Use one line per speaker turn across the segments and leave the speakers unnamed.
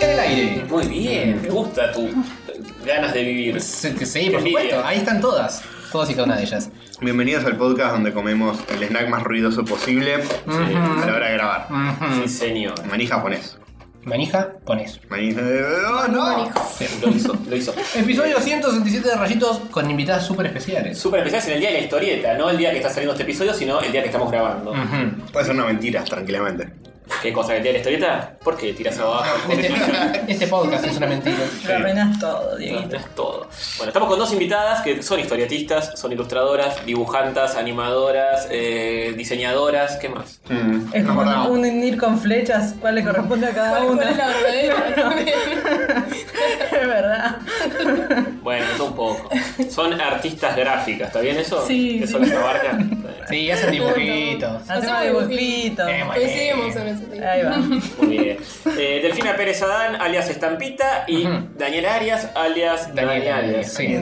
Sí.
Muy bien, me gusta tu ganas de vivir.
Sí, que sí, por
Envidia.
supuesto. Ahí están todas. Todas y cada una de ellas.
Bienvenidos al podcast donde comemos el snack más ruidoso posible eh, a la hora de grabar.
Ujú.
Sí, señor.
Maní japonés.
Manija, pones.
Maní. ¡Oh, no!
Lo hizo, lo hizo.
Episodio 167 de Rayitos con invitadas súper especiales.
Súper especial en el día de la historieta, no el día que está saliendo este episodio, sino el día que estamos grabando.
Ujú.
Puede ser una mentira, tranquilamente.
¿Qué cosa? ¿El día de la historieta? ¿Por qué tiras abajo? ¿Por qué
Este,
tiras-
este podcast es una mentira.
Lo arruinas todo, Dieguito.
Es todo. Bueno, estamos con dos invitadas que son historietistas, son ilustradoras, dibujantas, animadoras, eh, diseñadoras, ¿qué más?
Mm,
Es
no
como
acordaba.
un unir con flechas, cuál le corresponde a cada
¿Cuál,
uno.
cuál es la verdadera? también?
Es verdad.
Bueno, todo un poco. Son artistas gráficas, ¿está bien eso?
Sí,
¿Eso
sí.
les abarca? Está bien.
Sí, hacen dibujitos.
Hacemos dibujito.
Eh, bueno.
Coincidimos en ese tema.
Ahí va.
Muy bien. Eh, Delfina Pérez Adán, alias Estampita, y
Ujú.
Daniel Arias, alias
Daniel,
Daniel,
eh,
Arias.
sí.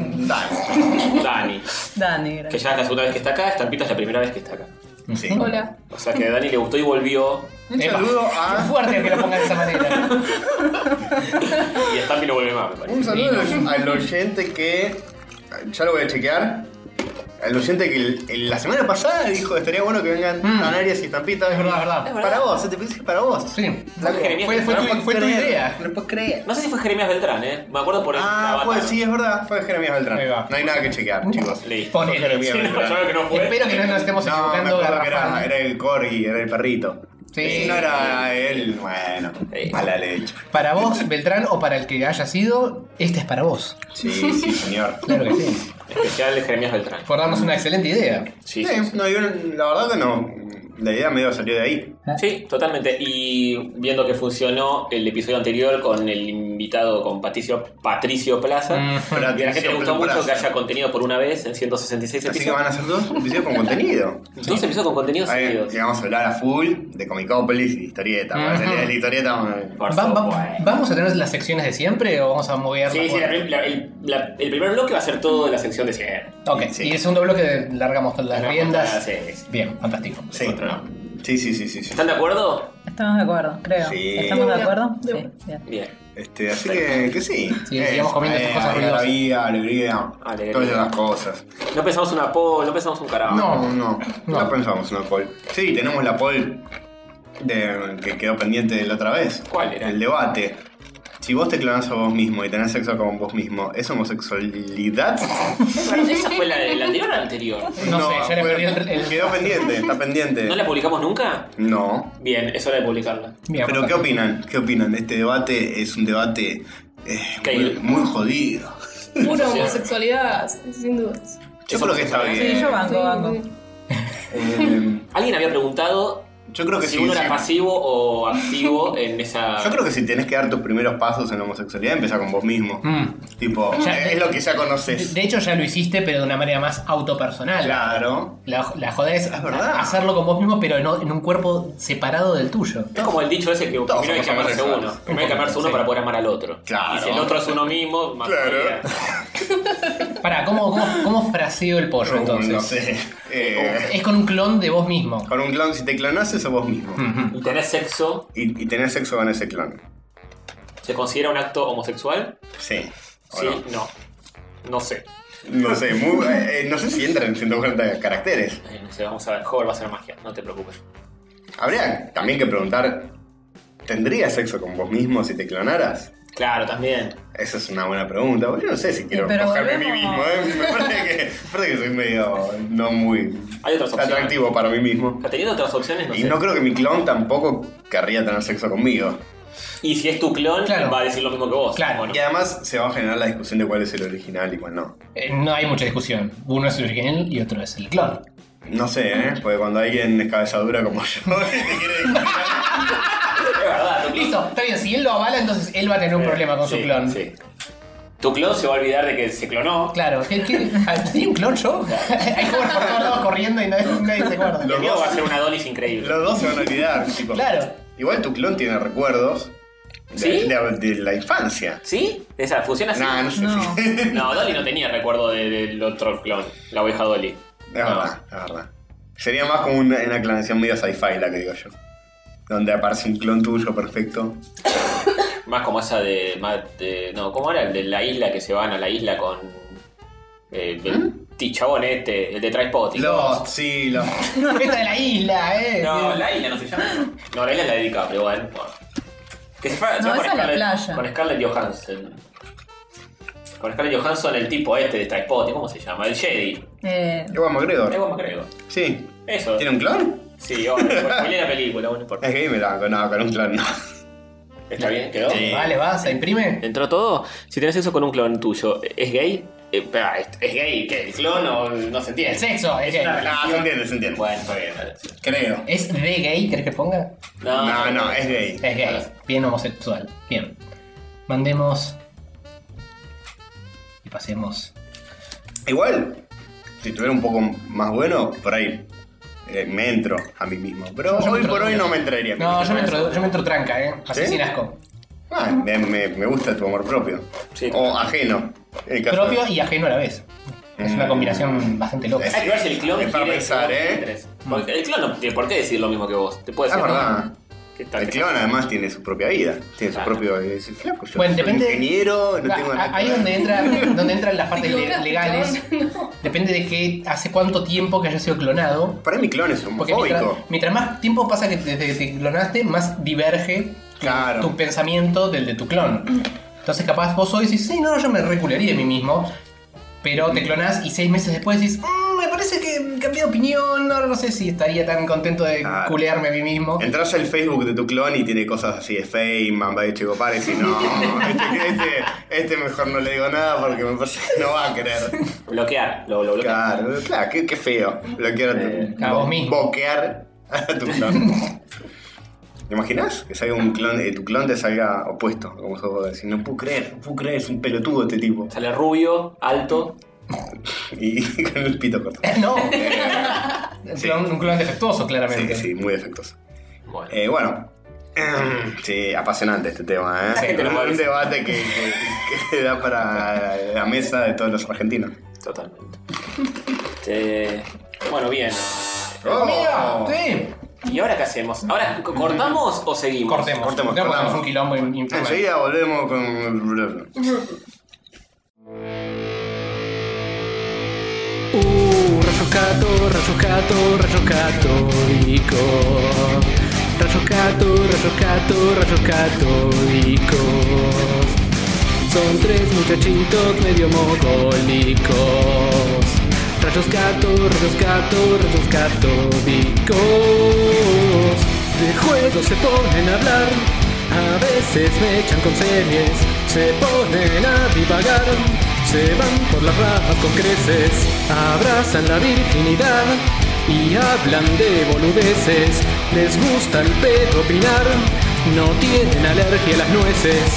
Dani,
Dani,
que
gracias.
ya es la segunda vez que está acá, Estampita es la primera vez que está acá.
Sí.
Hola.
O sea que a Dani le gustó y volvió,
Un
Epa.
saludo
Qué
a.
fuerte que lo pongan de esa manera.
y Estampi no vuelve más, me parece.
Un saludo al oyente que. Ya lo voy a chequear. Al oyente que el- el- la semana pasada dijo estaría bueno que vengan
Mm.
canarias y estampitas.
Es verdad, es verdad.
Para vos, te pensé que para vos.
Sí.
Flaco,
Jeremías
Fue, fue
no
tu,
puedo
fue tu
creer.
idea.
No lo puedo creer.
No sé si fue Jeremías Beltrán, ¿eh? Me acuerdo por el
Ah,
avatar.
pues sí, es verdad. Fue
Ahí
Jeremías
va.
Beltrán. No hay nada que chequear, chicos.
Listo.
Fue
Ponele.
Jeremías
Sí, no, yo
Beltrán.
creo que no fue.
Espero que no nos estemos
No, me
equivocando.
acuerdo que
garrafal.
era, era el corgi, era el perrito.
Sí.
Si no era él, bueno,
Sí.
mala leche.
Para vos, Beltrán, o para el que haya sido, este es para vos.
Sí, sí, señor.
Claro que sí.
Especial de Jeremías Beltrán.
Por darnos una excelente idea.
Sí, sí,
Sí, no, yo, la verdad que no. La idea medio salió de ahí.
¿Eh?
Sí, totalmente. Y viendo que funcionó el episodio anterior con el invitado, con Patricio, Patricio Plaza,
Mm.
y a la gente le gustó mucho que
Plaza.
haya contenido por una vez en 166
Así que
episodios.
van a hacer dos episodios con contenido.
Dos episodios con contenido
Ahí,
seguidos.
que vamos a hablar a full de Comicopolis y de historieta.
Ujú.
Para salir de la historieta, vamos
Por
Va- va-
supuesto.
¿Vamos a tener las secciones de siempre o vamos a mover?
Sí, sí, la prim- la- el, la- el primer bloque va a ser todo la sección de siempre.
Ok,
Sí.
y el segundo bloque largamos las riendas.
Ah, Sí, sí.
Bien, fantástico.
a- sí,
Otro, ¿no?
sí, sí, sí, sí, sí.
¿Están de acuerdo?
Estamos de acuerdo, creo.
Sí.
¿Estamos de acuerdo?
De
Sí,
una.
bien.
Bien.
Este, así que, que sí.
Sí,
Es,
sigamos comiendo estas cosas
alegría, la
ruidosas.
vida, alegría,
Alegría.
todas esas cosas.
No pensamos una pol, no pensamos un carajo.
No, no, no,
No.
pensamos en la poll. Sí, tenemos la poll de- que quedó pendiente de la otra vez.
¿Cuál era?
El debate. Si vos te clonas a vos mismo y tenés sexo con vos mismo, ¿es homosexualidad?
Esa fue la, la anterior o la anterior.
No sé, ya le
fue-
perdí el- el-
Quedó pendiente, está pendiente.
¿No la publicamos nunca?
No.
Bien, es hora de publicarla.
Bien,
Pero ¿qué
fantástico.
opinan? ¿Qué opinan? Este debate es un debate eh,
Que
muy,
hay-
muy jodido.
Pura
Sí.
homosexualidad, sin dudas.
Yo
¿Es
creo que está
homosexual?
bien.
Sí, yo banco, banco.
Sí,
Eh,
Alguien había preguntado
yo creo que
si
sí,
uno
sí.
era pasivo o activo en esa.
Yo creo que si tenés que dar tus primeros pasos en la homosexualidad, empieza con vos mismo.
Mm.
Tipo,
Ya,
es
de-
lo que ya
De,
conoces.
de hecho, ya lo hiciste, pero de una manera más autopersonal.
Claro.
La, la joda es,
Es verdad.
hacerlo con vos mismo, pero en, o- en un cuerpo separado del tuyo.
Es como el dicho ese que primero hay que
somos
amarse
homosexuales.
uno. Primero hay que amarse uno
Sí.
para poder amar al otro.
Claro.
Y si el otro es uno mismo, más
Claro.
todavía.
Pará, ¿cómo, cómo, cómo fraseo el pollo entonces?
Uh, No sé. Eh,
Es con un clon de vos mismo.
con un clon, si te clonas, es a vos mismo.
Ujú.
Y tener sexo,
Y, y tenés sexo con ese clon.
¿se considera un acto homosexual?
Sí. ¿O
Sí, no. No sé.
No? No sé, muy- eh, eh, no sé si entran en 140 caracteres.
Eh, No sé, vamos a ver. Joven va a ser magia, no te preocupes.
Habría también que preguntar, ¿tendrías sexo con vos mismo si te clonaras?
Claro, también.
Esa es una buena pregunta, porque yo no sé si quiero
pero
cogerme a mí mismo.
volvemos.
¿eh? Me, parece que, me parece que soy medio no muy
Hay otras opciones.
atractivo para mí mismo.
Teniendo otras opciones, no
Y
sé.
no creo que mi clon tampoco querría tener sexo conmigo.
Y si es tu clon,
Claro.
va a decir lo mismo que vos.
Claro.
¿o no?
Y además se va a generar la discusión de cuál es el original y cuál no.
Eh, no hay mucha discusión. Uno es el original y otro es el clon.
No sé, ¿eh? Porque cuando alguien es cabezadura como yo, te quiere discriminar.
Es verdad, tu clon-
Listo, está bien. Si él lo avala, entonces él va a tener un problema con
Sí,
su clon.
sí. Tu clon se va a olvidar de que se clonó.
Claro. ¿Qué, qué? Ah, ¿Tiene un clon yo? hay jóvenes por todos lados corriendo y nadie, nadie se acuerda.
El
Los
mío
dos.
va a ser una Donis increíble.
Los dos se van a olvidar, tipo.
Claro.
Igual tu clon tiene recuerdos de,
¿Sí? ¿Ah,
de- de la infancia.
¿Sí? Esa, ¿Funciona así?
Nah, no sé
No.
si- Es
No, Dolly no tenía recuerdo de- del otro clon, la oveja Dolly.
verdad, es verdad. Sería más como una, una clonación medio sci-fi la que digo yo. Donde aparece un clon tuyo perfecto.
Más como esa de, Matt, eh, no, ¿cómo era? El de la isla que se van a la isla con eh, el
¿Mm?
ti- chabón este, el de Trainspotting.
Lost, sí, Lost.
Esta de la isla, eh.
No, la isla no se llama. No, la isla es la dedica, pero bueno. bueno. Que se fue, se
No,
fue
esa es la
Scarlett-
playa.
Con Scarlett Johansson. Con Scarlett Johansson, el tipo este de Trainspotting, ¿cómo se llama? El Jedi.
Eh,
Ewan McGregor.
Ewan McGregor.
Sí.
Eso.
¿Tiene un clon?
Sí, bueno, spoilé la película, bueno, no importa.
Es gay me la no, con un clon no.
¿Está bien? ¿Quedó?
Sí.
Vale, vas, se imprime.
¿Entró todo? Si tenés sexo con un clon tuyo, ¿es gay? Eh, espera, ¿es, es gay? ¿Qué? ¿El clon o no
El
se entiende?
sexo, es
una
gay.
relación.
Ah, se entiende, se entiende.
Bueno, está bien. dale.
Creo.
¿Es de gay? ¿Crees que ponga?
No, no, es gay.
Es gay. Bien homosexual. Bien. Mandemos. Y pasemos.
Igual, si estuviera un poco más bueno, por ahí eh, me entro a mí mismo. Pero
Yo me
hoy por
entro-
hoy no me entraría. a mí
No,
mismo.
yo me entro, yo me entro tranca, eh. Así
¿Sí?
sin asco.
Ah, me, me- me gusta tu amor propio.
Sí.
O ajeno. en el caso-
Propio y ajeno a la vez. Es una
Mm.
combinación bastante loca.
Hay que ver Ah, si el clon
Es para
quiere-
pensar, ¿eh?
interés. Porque el clon no tiene por qué decir lo mismo que vos. Te puede
Ah, Es
decir. ¿no?
verdad.
Que está-
El clon además tiene su propia vida. Tiene su
Claro.
propio. eh, Es el flaco. Yo
Bueno,
soy
depende-
ingeniero, no
Ah,
tengo
ah,
nada.
Ahí es donde, entra, donde entran las partes
Te
le-
equivocaste,
legales.
chabón.
Depende de qué, hace cuánto tiempo que haya sido clonado.
Para mí mi clon es
Porque mientras,
homofóbico.
mientras más tiempo pasa que desde que te clonaste, más diverge
Claro.
tu pensamiento del de tu clon. Entonces capaz vos hoy decís, sí, no, yo me recularía de mí mismo. Pero te clonás y seis meses después decís, "Mm, me parece que cambié de opinión, ahora no sé si estaría tan contento de
Claro.
culearme a mí mismo.
Entras al Facebook de tu clon y tiene cosas así de fame, mamba de chico y decís, no, este, este- este mejor no le digo nada porque me parece que no va a querer.
Bloquear, lo, lo bloquea.
Claro, claro, qué, qué feo. Bloquear a
Eh,
tu.
a vos mismo.
Boquear a tu clon. ¿Te imaginas? Que salga un clon, eh, tu clon te salga opuesto, como sos vos decís, no puedo creer, no puedo creer, es un pelotudo este tipo.
Sale rubio, alto.
Y, con el pito corto.
no. Un
Sí.
clon- un clon defectuoso,
Sí,
claramente.
sí, muy defectuoso.
Bueno.
Eh, bueno. Sí, apasionante este tema,
La
¿eh?
gente lo
un,
molesta.
debate que, que- que da para la mesa de todos los argentinos.
Ah, Totalmente. Este, bueno, bien.
Mira,
Oh.
sí.
¿Y ahora qué hacemos? ¿Ahora co- cortamos o seguimos?
Cortemos.
Cortemos,
Tenemos
cortamos.
un quilombo in- infernal.
Enseguida volvemos con...
Uh, rayo gato, rayo gato, rayo católico. Rayo gato, rayo gato, rayo católicos. Son tres muchachitos medio mogólicos. Rayos gato, rayos gato, rayos católicos. De juego se ponen a hablar. A veces me echan con series, se ponen a divagar, se van por las ramas con creces, abrazan la virginidad y hablan de boludeces, les gusta el pedo opinar, no tienen alergia a las nueces,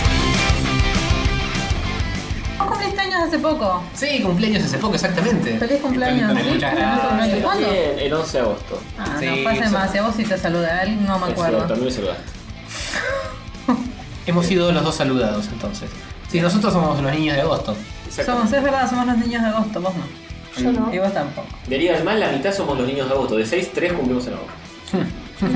¿Vos cumpliste años hace poco?
Sí, cumpleaños hace poco, exactamente.
Feliz cumpleaños.
Feliz cumpleaños, muchas
Feliz
gracias.
cumpleaños. ¿Cuándo?
Bien, el 11 de agosto.
Ah,
Sí,
no, pasa
sí.
más. Si a vos sí te saluda, a él no me
Es
acuerdo.
cierto, a mí me saludaste.
Hemos sido los dos saludados entonces. Sí, nosotros somos los niños de agosto.
Somos, es verdad, somos los niños de agosto, vos no.
Yo no.
Y vos tampoco.
Deriva más, la mitad somos los niños de agosto. De 6, 3 cumplimos en agosto.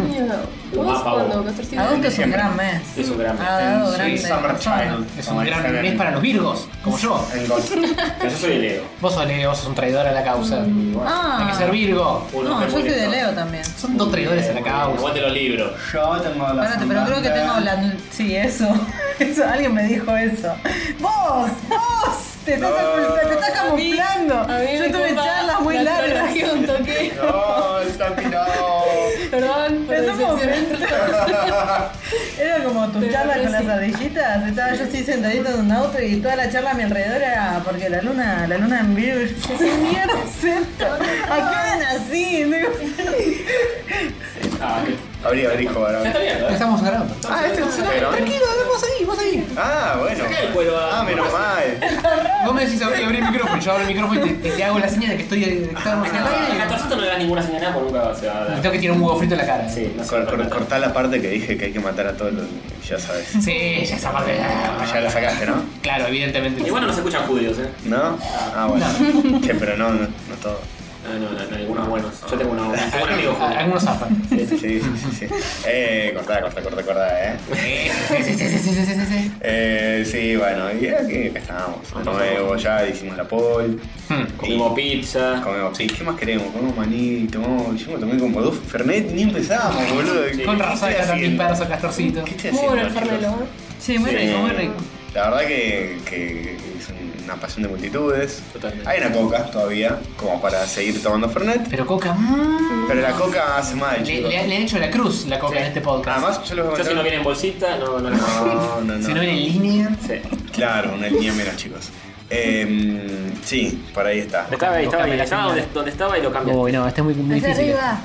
Miedo. ¿Vos
Guapa,
cuándo?
vos.
¿14?
Agosto es un
diciembre.
gran mes.
Es un gran mes.
Ha dado
Sí,
grande.
Summer
persona.
Child.
Es un gran mes para los virgos, como yo.
O sea, yo soy de Leo.
Vos sos Leo, sos un traidor a la causa. Hay que ser
Ah,
virgo.
Uno
no,
que
yo soy
muere,
de
¿no?
Leo también.
Son dos traidores a la causa.
Aguante los libros.
Yo tengo la...
Espérate, pero creo que tengo la... Sí, eso. Eso, alguien me dijo eso. ¡Vos! ¡Vos! Te estás, oculta- te estás camuflando.
A mí
Yo
me
tuve
copa
charlas muy
la
largas.
cronología un toque.
No, el Santi no.
Perdón por
Pero somos-
decepcionar.
Era como tu
Pero
charla
yo
con
sí.
las ardillitas. Estaba yo así sentadito en un auto y toda la charla a mi alrededor era porque la luna, la luna en vivo. y yo, ¿Qué mierda es esto? ¿A qué hora nací? Digo,
Ah, que-
Abrí, abrí, joder,
ya
abrí.
está viendo, ¿eh?
Estamos grabando.
Ah, este es Tranquilo,
vos ahí, vos ahí.
Ah, bueno.
Sacá el cuero a-
Ah, menos mal.
Vos me decís abrir, abrir el micrófono, yo abro el micrófono y te, te- te hago la señal de que estoy de que estamos en el
A
aire.
14 no le das ninguna señal nada, porque nunca se va a
Me
dar.
tengo que tirar un huevo frito en la cara.
Sí, no se
Cor-
va a
cor-
dar.
cortá la parte que dije que hay que matar a todos los... Ya sabes. Ah,
Sí, ya esa parte.
Ya la sacaste, ¿no?
Claro, evidentemente.
Igual no se escuchan judíos, ¿eh?
¿No? Ah, bueno. Che, pero no, no, no todo.
No, no, no, no, algunos buenos. Yo tengo uno, tengo un amigo.
Ah, Algunos zafan.
Sí, sí, sí.
Sí, sí, sí, sí. Eh, cortá, cortá, cortá, cortá, eh.
Sí, sí, sí, sí, sí, sí, sí, sí.
Eh, sí, bueno, y aquí acá estábamos.
Ah,
De nuevo, ya hicimos la poll.
Comimos pizza.
Comemos, sí, ¿qué más queremos? Comemos maní, tomamos, yo me tomé como dos Fernet, ni empezamos, boludo. ¿Qué
Con
estoy
razón, Castorcito,
haciendo?
Perso, Castorcito.
¿Qué estoy
Muy bueno el
haciendo,
Fernelo.
chicos?
Sí, muy rico,
Eh,
muy rico.
La verdad que, que es una pasión de multitudes.
Totalmente.
Hay una coca todavía, como para seguir tomando Fernet.
Pero Coca, mm,
Pero la coca hace mal,
le,
chicos.
le- le han hecho la cruz la Coca
Sí.
en este podcast.
Además, yo les voy a
Yo si no
contar-
viene en bolsita, no, no, no.
No, no, no.
si no viene en línea.
Sí.
Claro, una línea menos, chicos. Eh, sí, por ahí está.
Estaba ahí, estaba ahí.
Buscame la
Estaba
señal.
donde, donde estaba y lo cambié.
Uy, no, este es muy, muy
Hacia
difícil.
arriba.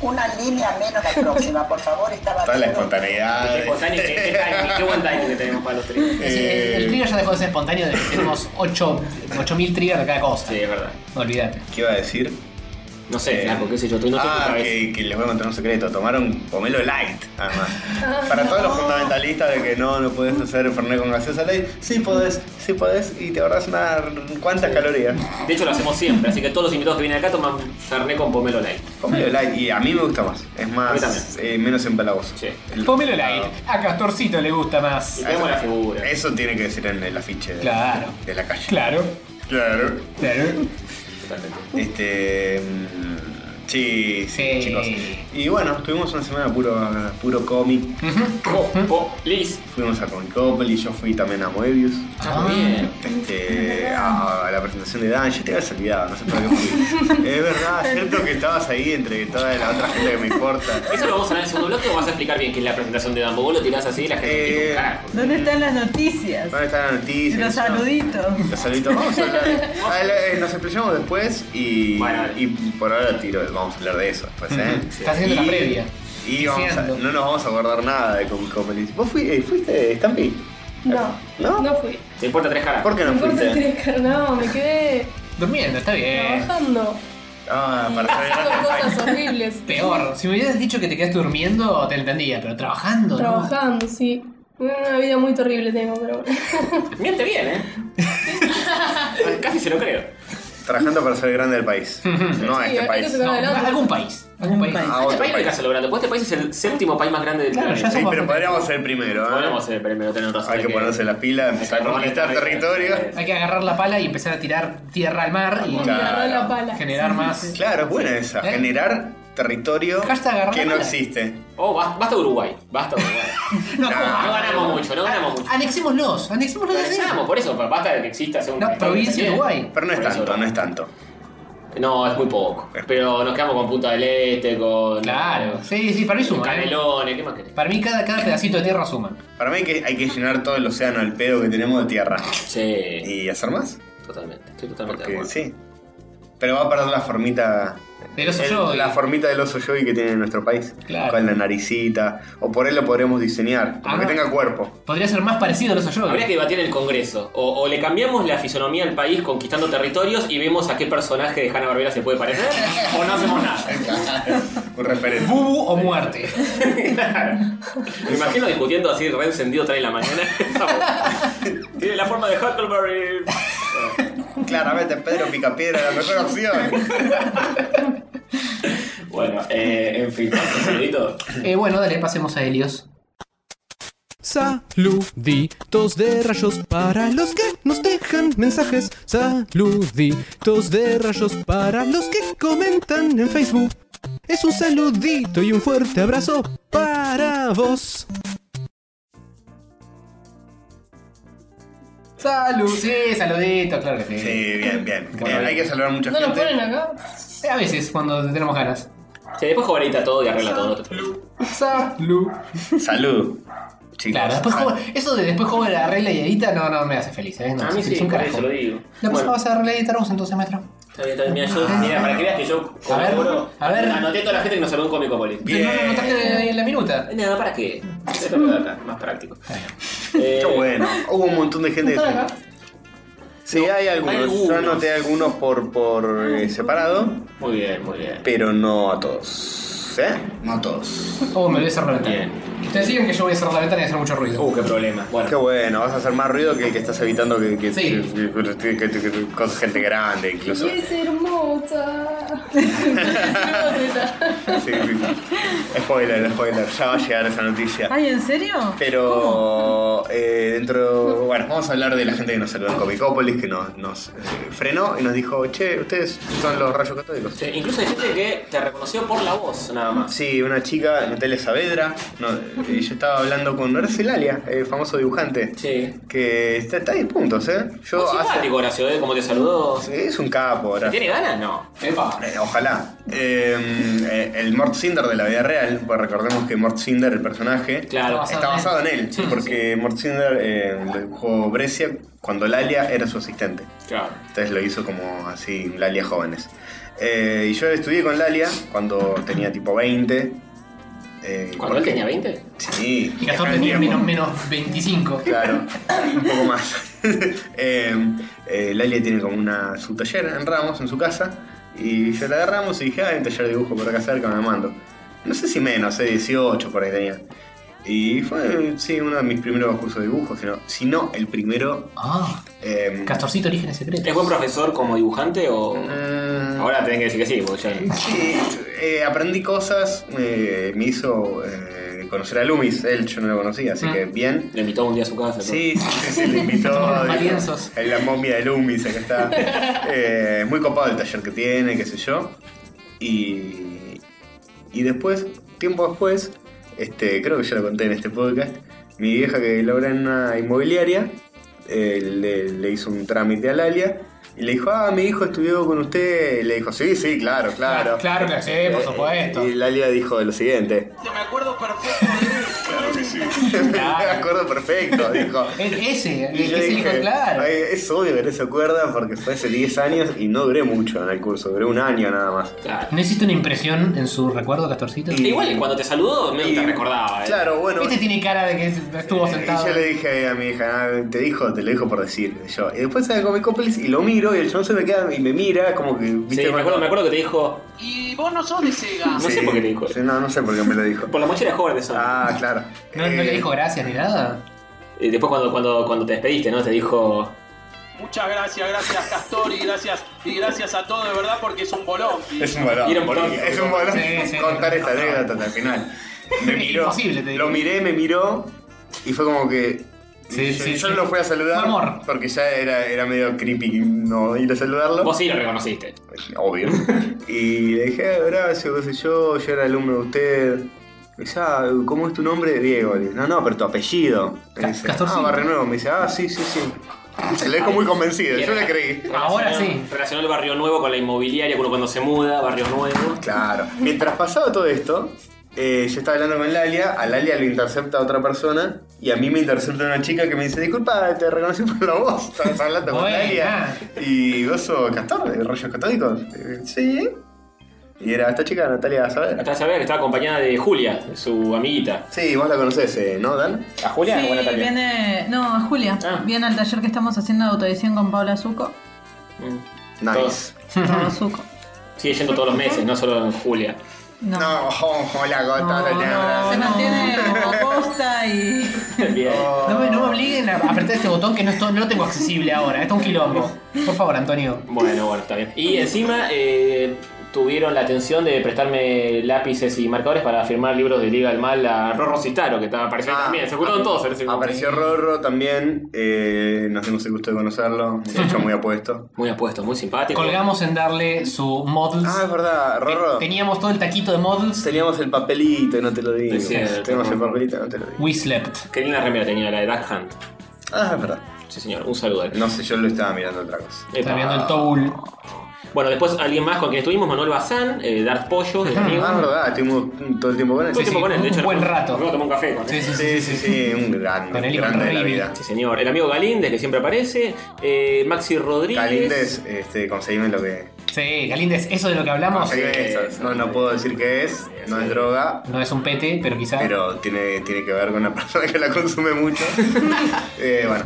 Una línea menos la próxima, por favor, estaba
Está la espontaneidad.
Qué espontáneo, qué, qué timing, qué buen timing que tenemos para los tríos.
Sí, el- el
Eh,
trigger ya dejó de ser espontáneo desde que tenemos ocho- 8000 triggers de cada cosa.
Sí, es verdad.
Olvídate.
¿Qué iba a decir?
No sé,
Eh,
flaco, qué sé yo, estoy no tengo
ah,
cabeza.
que, que les voy a contar un secreto. Tomaron pomelo light, además. Para todos los fundamentalistas de que no, no puedes hacer Fernet con gaseosa light, sí podés, sí podés y te ahorras unas cuantas calorías.
De hecho, lo hacemos siempre, así que todos los invitados que vienen acá toman Fernet con pomelo light.
Pomelo light, y a mí me gusta más. Es
A mí
más, eh, menos empalagoso.
Sí.
El-
Pomelo light. A Castorcito le gusta más.
Y tenemos la figura.
Eso tiene que decir en el afiche de,
Claro.
de la calle.
Claro,
Claro.
claro.
Totalmente.
Este. mm, Sí, sí,
Sí.
chicos. Y bueno, tuvimos una semana puro, puro cómic.
Copolis.
Fuimos a Comicopolis, yo fui también a Moebius.
Ah, muy bien.
Este, a, a la presentación de Dan, yo te habías olvidado, no sé por qué fui. es verdad, cierto que estabas ahí entre toda la otra gente que me importa.
Eso lo vamos a hablar en el segundo bloque o vas a explicar bien qué es la presentación de Dumbo. Vos lo tirás así y la gente
Eh,
tiene un carajo.
¿Dónde están las noticias?
¿Dónde están las noticias?
Los saluditos.
Los saluditos, vamos a hablar. a la- eh, nos explayamos después y,
Bueno.
y por ahora tiro, vamos a hablar de eso después, ¿eh?
Está haciendo
Y-
la previa.
Y vamos a-
Deseando.
no nos vamos a acordar nada de Comicopolis. ¿Vos fui- eh, fuiste, Stampy?
No,
¿No?
no fui.
Te importa tres caras.
¿Por qué no
Me importa
fuiste?
tres car- No, me quedé
Durmiendo, está bien.
trabajando.
Ah,
y
para
haciendo
saber.
cosas horribles.
Peor, si me hubieras dicho que te quedaste durmiendo, te entendía, pero trabajando, ¿no?
Trabajando, sí. Una vida muy terrible tengo, pero bueno.
Miente bien, ¿eh? Casi se lo creo.
Trabajando para ser grande del país. No a
Sí,
este
hay
país.
No,
que sacar adelante.
algún país. Algún
Algún
país.
país.
A
Este
otro
país no
país.
es lo grande, porque este país es el séptimo país más grande del
Claro,
planeta.
ya
Sí,
somos
pero podríamos ser primero, ¿eh?
Podríamos ser el primero, tenés razón.
Hay que ponerse las pilas, empezar a
Hay que ponerle
conquistar
territorio.
territorio.
Hay que agarrar la pala y empezar a tirar tierra al mar y
Y
Claro.
agarró la pala.
generar más.
Claro, es buena esa.
¿Eh?
Generar territorio
Hashtag agarrar
que no
bola.
existe. Ah,
Oh, bas- basta Uruguay. Basta Uruguay.
No,
No,
¿cómo?
No ganamos mucho, no ganamos mucho.
Anexémoslos, anexémoslos de
Anexamos, por eso, basta de que exista hacer un
Una
Estado
provincia de
independiente.
Uruguay.
Pero no es
Por eso
tanto, no es tanto.
No, es muy poco. Pero nos quedamos con Punta del Este, con.
Claro, sí, sí, para mí
con
suma. ¿eh?
Canelones, ¿qué más querés?
Para mí cada, cada pedacito de tierra suma.
Para mí que hay que llenar todo el océano, el pedo que tenemos de tierra.
Sí,
¿Y hacer más?
totalmente. Estoy totalmente de
Porque
acuerdo.
sí. Pero va a perder la formita.
Del oso
el-
yogi.
La formita del oso yogi que tiene nuestro país.
Claro.
Con la naricita. O por él lo podremos diseñar. Como
Ah.
que tenga cuerpo.
Podría ser más parecido a los yogi.
Habría que debatir en el Congreso. O, o le cambiamos la fisonomía al país conquistando territorios y vemos a qué personaje de Hanna Barbera se puede parecer. o no hacemos nada.
Un referente.
Bubu o muerte.
Me imagino discutiendo así, re encendido, trae la mañana. Tiene la forma de Huckleberry.
Claramente Pedro Picapiedra, la mejor opción.
Bueno, eh, en fin, un saludito.
Eh, bueno, dale, pasemos a Helios.
Saluditos de rayos para los que nos dejan mensajes. Saluditos de rayos para los que comentan en Facebook. Es un saludito y un fuerte abrazo para vos.
Salud. Sí, saludito, claro que sí.
Sí, bien, bien.
Bueno,
Eh, hay que saludar a mucha
¿No lo
gente.
ponen acá?
Eh, A veces, cuando tenemos ganas.
Sí, después jovenita todo y arregla todo. no te preocupes.
Salud.
Salud. Chicos. Ah,
Claro, después joven- eso de después joven arregla y edita no, no me hace feliz, ¿eh? No,
A mí
es
sí,
un
por
carajo.
eso lo digo.
La
Bueno.
próxima vas a arreglar y editar vos entonces, maestro.
Está bien, está bien. Mira, yo, mira, para que veas que yo
A ver,
colaboro,
a ver.
anoté toda la gente que nos saludó en Cómico
Bien.
Pero no lo notaste en la minuta.
Nada, ¿para qué? Esto me da acá, más práctico. Eh,
Qué bueno. Hubo un montón de gente.
¿Están acá?
Sí, hay algunos. Yo
algunos.
anoté algunos por, por
Ah.
eh, separado,
Muy bien, muy bien.
pero no a todos. ¿Eh? No a todos.
Oh, me voy a hacer reventar.
Bien.
Ustedes siguen que yo voy a cerrar la ventana y hacer mucho ruido.
Uh, qué problema. Bueno.
Qué bueno, vas a hacer más ruido que el que estás evitando que, que,
Sí.
que- que- que- que- que- con gente grande incluso.
Y es hermosa.
Sí, sí. Spoiler, spoiler, ya va a llegar esa noticia.
Ay, ¿en serio?
Pero eh, dentro. Bueno, vamos a hablar de la gente que nos saludó en Comicópolis, que nos, nos, eh, frenó y nos dijo, che, ustedes son los rayos católicos.
Sí, incluso hay gente que te reconoció por la voz, nada más.
Sí, una chica, Natalia Saavedra, no, eh, yo estaba hablando con Horacio Lalia, el famoso dibujante,
Sí.
que está, está a 10 puntos, ¿eh? Yo
Muy
hace-
simpático, Horacio, ¿eh? Como te saludó.
es un capo, Horacio.
¿Tiene ganas? No.
Epa.
Eh, ojalá. Eh, eh, el Mort Cinder de la vida real, pues recordemos que Mort Cinder, el personaje,
Claro.
Está
está basado en él,
Sí,
porque Mort Cinder eh, lo dibujó Brescia cuando Lalia era su asistente.
Claro.
Entonces lo hizo como así, Lalia jóvenes. Eh, y yo estudié con Lalia cuando tenía tipo 20. eh,
¿Cuando él
porque-
tenía 20?
Sí.
Y Gastón tenía menos, menos 25.
Claro, un poco más. eh, eh, Lalia tiene como una, su taller en Ramos, en su casa, y se la agarramos y dije, ah, hay un taller de dibujo por acá cerca, me mando. No sé si menos, eh, 18 por ahí tenía. Y fue, sí, uno de mis primeros cursos de dibujo, sino, sino el primero...
Ah,
eh,
Castorcito Orígenes Secretos.
¿Es buen profesor como dibujante o.?
mm,
Ahora tenés que decir que sí, porque ya.
Sí, eh, aprendí cosas, eh, me hizo eh, conocer a Loomis, él yo no lo conocía, así
Mm.
que bien.
Le invitó un día a su casa. ¿no?
Sí, sí, se le invitó.
Estamos los
dijo,
malienzos.
en la momia de Loomis, acá está. Eh, muy copado el taller que tiene, qué sé yo. Y, y después, tiempo después, este, creo que ya lo conté en este podcast, mi vieja que labora en una inmobiliaria, eh, le, le hizo un trámite a Lalia y le dijo, ah, mi hijo estudió con usted. Y le dijo, sí, sí, claro, claro. Eh,
Ah, Claro que sí, por supuesto.
Y Lalia dijo lo siguiente. Me acuerdo perfecto. Me acuerdo perfecto, dijo.
E- Ese, el
Y yo
que se dijo,
dije,
claro.
"Ay, Es obvio que no se acuerda porque fue hace 10 años y no duré mucho en el curso, duré un año nada más.
Claro. E
¿No hiciste una impresión en su recuerdo, Castorcito?
Y-
Igual cuando te saludó, medio te
Y-
recordaba. ¿eh?
Claro, bueno.
Este tiene cara de que estuvo
eh,
sentado.
Y yo le dije a mi hija, "Ah, te dijo, te lo dijo por decir. y Yo. Y después sale con mi Comicopolis y lo miro y el chabón se me queda y me mira como que.
Sí, me acuerdo, me acuerdo que te dijo.
Y vos no sos de Sega.
No sé por qué te dijo.
Sí, no, no sé por qué me lo dijo.
Por la mochila joven de Sony.
Ah, claro.
¿No, no
Eh,
le dijo gracias ni nada?
Y después cuando, cuando, cuando te despediste, ¿no? Te dijo.
Muchas gracias, gracias Castor y gracias, y gracias a todos de verdad porque es un bolón. Y-
Es un balón.
Y era un bolón.
Es un bolón
Sí, sí.
contar esta anécdota hasta el final. Me miró.
Imposible, te digo.
Lo miré, me miró y fue como que.
Sí,
yo
sí,
yo
sí.
no lo fui a saludar
Fue amor.
porque ya era, era medio creepy no ir a saludarlo.
Vos sí lo reconociste.
Obvio. y le dije, "Ah, Horacio, qué sé yo, yo era alumno de usted. Me dice, ah, ¿cómo es tu nombre? Diego. Le digo, no, no, pero tu apellido. Me
Ca-
dice, ah,
Castorcito.
Barrio Nuevo. Me dice, ah, sí, sí, sí. Se lo dejo muy convencido, yo le creí.
Relacionó-
Ahora sí.
Relacionó el barrio nuevo con la inmobiliaria, uno cuando se muda, barrio nuevo.
Claro. Mientras pasaba todo esto, eh, yo estaba hablando con Lalia, a Lalia lo intercepta otra persona y a mí me intercepta una chica que me dice, disculpa, te reconocí por la voz, estabas hablando con
Buena.
Lalia. Y vos sos castor de rollos católicos. Eh, sí. Y era esta chica, Natalia Saavedra.
Hasta sabía que estaba acompañada de Julia, su amiguita.
Sí, vos la conocés, eh, ¿no, Dan?
¿A Julia
sí,
o a Natalia?
viene. No, a Julia.
Ah.
Viene al taller que estamos haciendo de autoedición con Paula Zuco.
Mm.
Nice.
Paula Zuco.
Sigue yendo todos los meses, no solo en Julia.
No.
No, hola, gota,
No,
la
no, se
negra.
mantiene como posta y.
Bien.
No me, no me obliguen a apretar este botón que no, estoy- no lo tengo accesible ahora. Esto es un quilombo. Por favor, Antonio.
Bueno, bueno, está bien. Y encima eh, tuvieron la atención de prestarme lápices y marcadores para firmar libros de Liga del Mal a Rorro Citaro, que estaba apareciendo
Ah.
también. Se ocultaron todos en ese momento.
Apareció Rorro también, eh, nos dimos el gusto de conocerlo, un hecho muy apuesto.
Muy apuesto, muy simpático.
Colgamos en darle su models.
Ah, es verdad, Rorro.
Teníamos todo el taquito de models.
Teníamos el papelito, no te lo digo.
Es cierto.
Teníamos el papelito, no te lo digo.
We slept.
Qué linda remera tenía la de Duck Hunt.
Ah, es verdad.
Sí, señor, un saludo. a él.
No sé, yo lo estaba mirando otra cosa.
Está
Epa.
viendo el Tobul.
Bueno, después alguien más con quien estuvimos, Manuel Bazán, eh, Darth Pollo, el amigo.
Ah, es verdad, estuvimos todo el tiempo con él.
Todo el tiempo
sí,
con él, de
un
hecho.
buen
nos-
rato.
Nos tomó un café con él.
Sí, sí, sí.
Sí, sí, sí, un gran,
Con él y
grande
con
de la
Rini.
vida.
Sí, señor. El amigo Galíndez, que siempre aparece. eh, Maxi Rodríguez.
Galíndez, este, conseguime lo que.
Sí, Galíndez, eso de lo que hablamos
Conseguime eso. No, no puedo decir qué es, no es droga,
no es un pete, pero quizás.
pero tiene, tiene que ver con una persona que la consume mucho. Eh, bueno,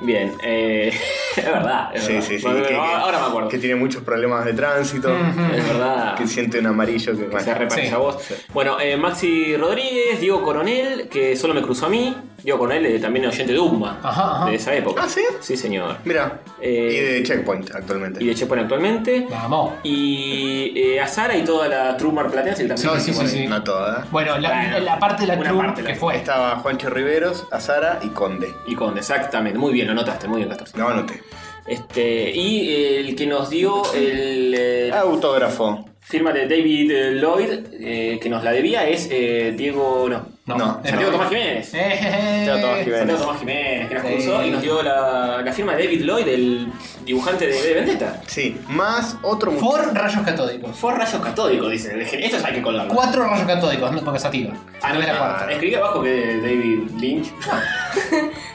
Bien. eh, Es verdad. Es
Sí,
verdad.
sí, sí.
Bueno,
que,
ahora,
que-
ahora me acuerdo.
que tiene muchos problemas de tránsito.
es verdad.
Que siente un amarillo que.
se
bueno.
reparece
Sí.
a vos. Bueno, eh, Maxi Rodríguez, Diego Coronel, que solo me cruzó a mí. Diego Coronel eh, también oyente de Umba.
Ajá, ajá.
De esa época.
¿Ah, sí?
Sí, señor.
Mira.
Eh,
y de Checkpoint actualmente.
Y de Checkpoint actualmente.
Vamos.
Y eh, a Sara y toda la Trumar Platense que también.
Sí,
es
sí, sí,
Checkpoint.
sí.
No toda.
Bueno, la,
Bueno,
la parte de la
una
crew
parte de la
que
crew.
fue.
Estaba Juancho Riveros, Azara y Conde.
Y con, exactamente. Muy bien, lo notaste, muy bien, Castor.
No anoté.
Este, y eh, el que nos dio el. eh,
Autógrafo.
Firma de David eh, Lloyd, eh, que nos la debía, es eh, Diego. No.
No,
eh,
Santiago Tomás Jiménez.
Eh, eh,
Santiago Tomás
eh.
Jiménez.
Santiago Tomás Jiménez, que nos
Sí.
cruzó y nos dio la, la firma de David Lloyd, el dibujante de, de Vendetta.
Sí. Más otro muchacho.
Por rayos catódicos.
Fue rayos catódicos, dice. el gen- Estos hay que colgarlos.
Cuatro rayos catódicos, no porque sativa.
Ah,
no era cuarta.
Escribí abajo que de David Lynch.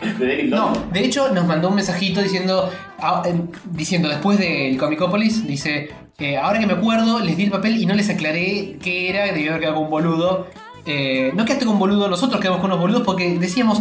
de David Lloyd.
No, de hecho nos mandó un mensajito diciendo, ah, eh, diciendo después del Comicopolis, dice, eh, ahora que me acuerdo, les di el papel y no les aclaré qué era, debí haber quedado con un boludo. Eh, no quedaste con boludo, nosotros quedamos con unos boludos porque decíamos,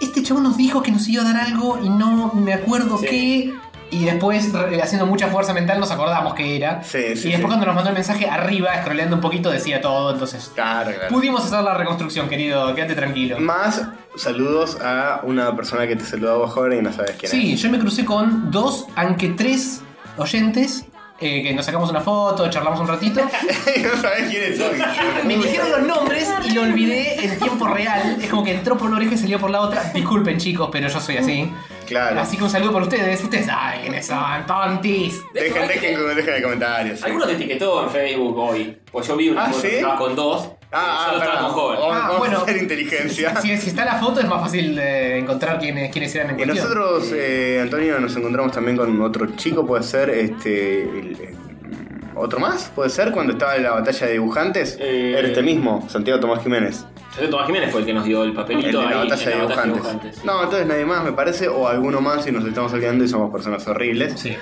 este chabón nos dijo que nos iba a dar algo y no me acuerdo
Sí.
qué. Y después, re- haciendo mucha fuerza mental, nos acordamos qué era.
Sí,
y
sí,
después
sí.
cuando nos mandó el mensaje arriba, scrolleando un poquito, decía todo, entonces...
Claro, claro.
Pudimos hacer la reconstrucción, querido, quédate tranquilo.
Más saludos a una persona que te saludó a vos ahora y no sabes quién
Sí, yo me crucé con dos, aunque tres oyentes, eh, que nos sacamos una foto, charlamos un ratito.
es. no sabes quién es.
Me dijeron los nombres y lo olvidé en tiempo real. Es como que entró por una oreja y salió por la otra. Disculpen, chicos, pero yo soy así.
Claro.
Así que un saludo por ustedes. Ustedes saben quiénes son, tontis.
Dejen,
Hay que-
dejen, dejen en comentarios. sí.
Alguno te etiquetó en Facebook hoy. Pues yo vi una
Ah,
foto
¿sí?
que estabas con dos.
Ah,
solo
ah,
estabas
perdón.
con Joven.
Vamos,
Ah,
vamos
bueno.
a hacer inteligencia.
Si, si está la foto, es más fácil de encontrar quiénes, quiénes eran en
Y
cuestión.
nosotros, eh, Antonio, nos encontramos también con otro chico, puede ser, este, el- el- otro más, puede ser, cuando estaba en la batalla de dibujantes,
Eh,
era este mismo, Santiago Tomás Jiménez,
Santiago Tomás Jiménez fue el que nos dio el
el de
papelito
la
ahí.
batalla de
en la batalla de
dibujantes.
dibujantes.
No, entonces nadie más, me parece, o alguno más y nos estamos olvidando y somos personas horribles.
Sí.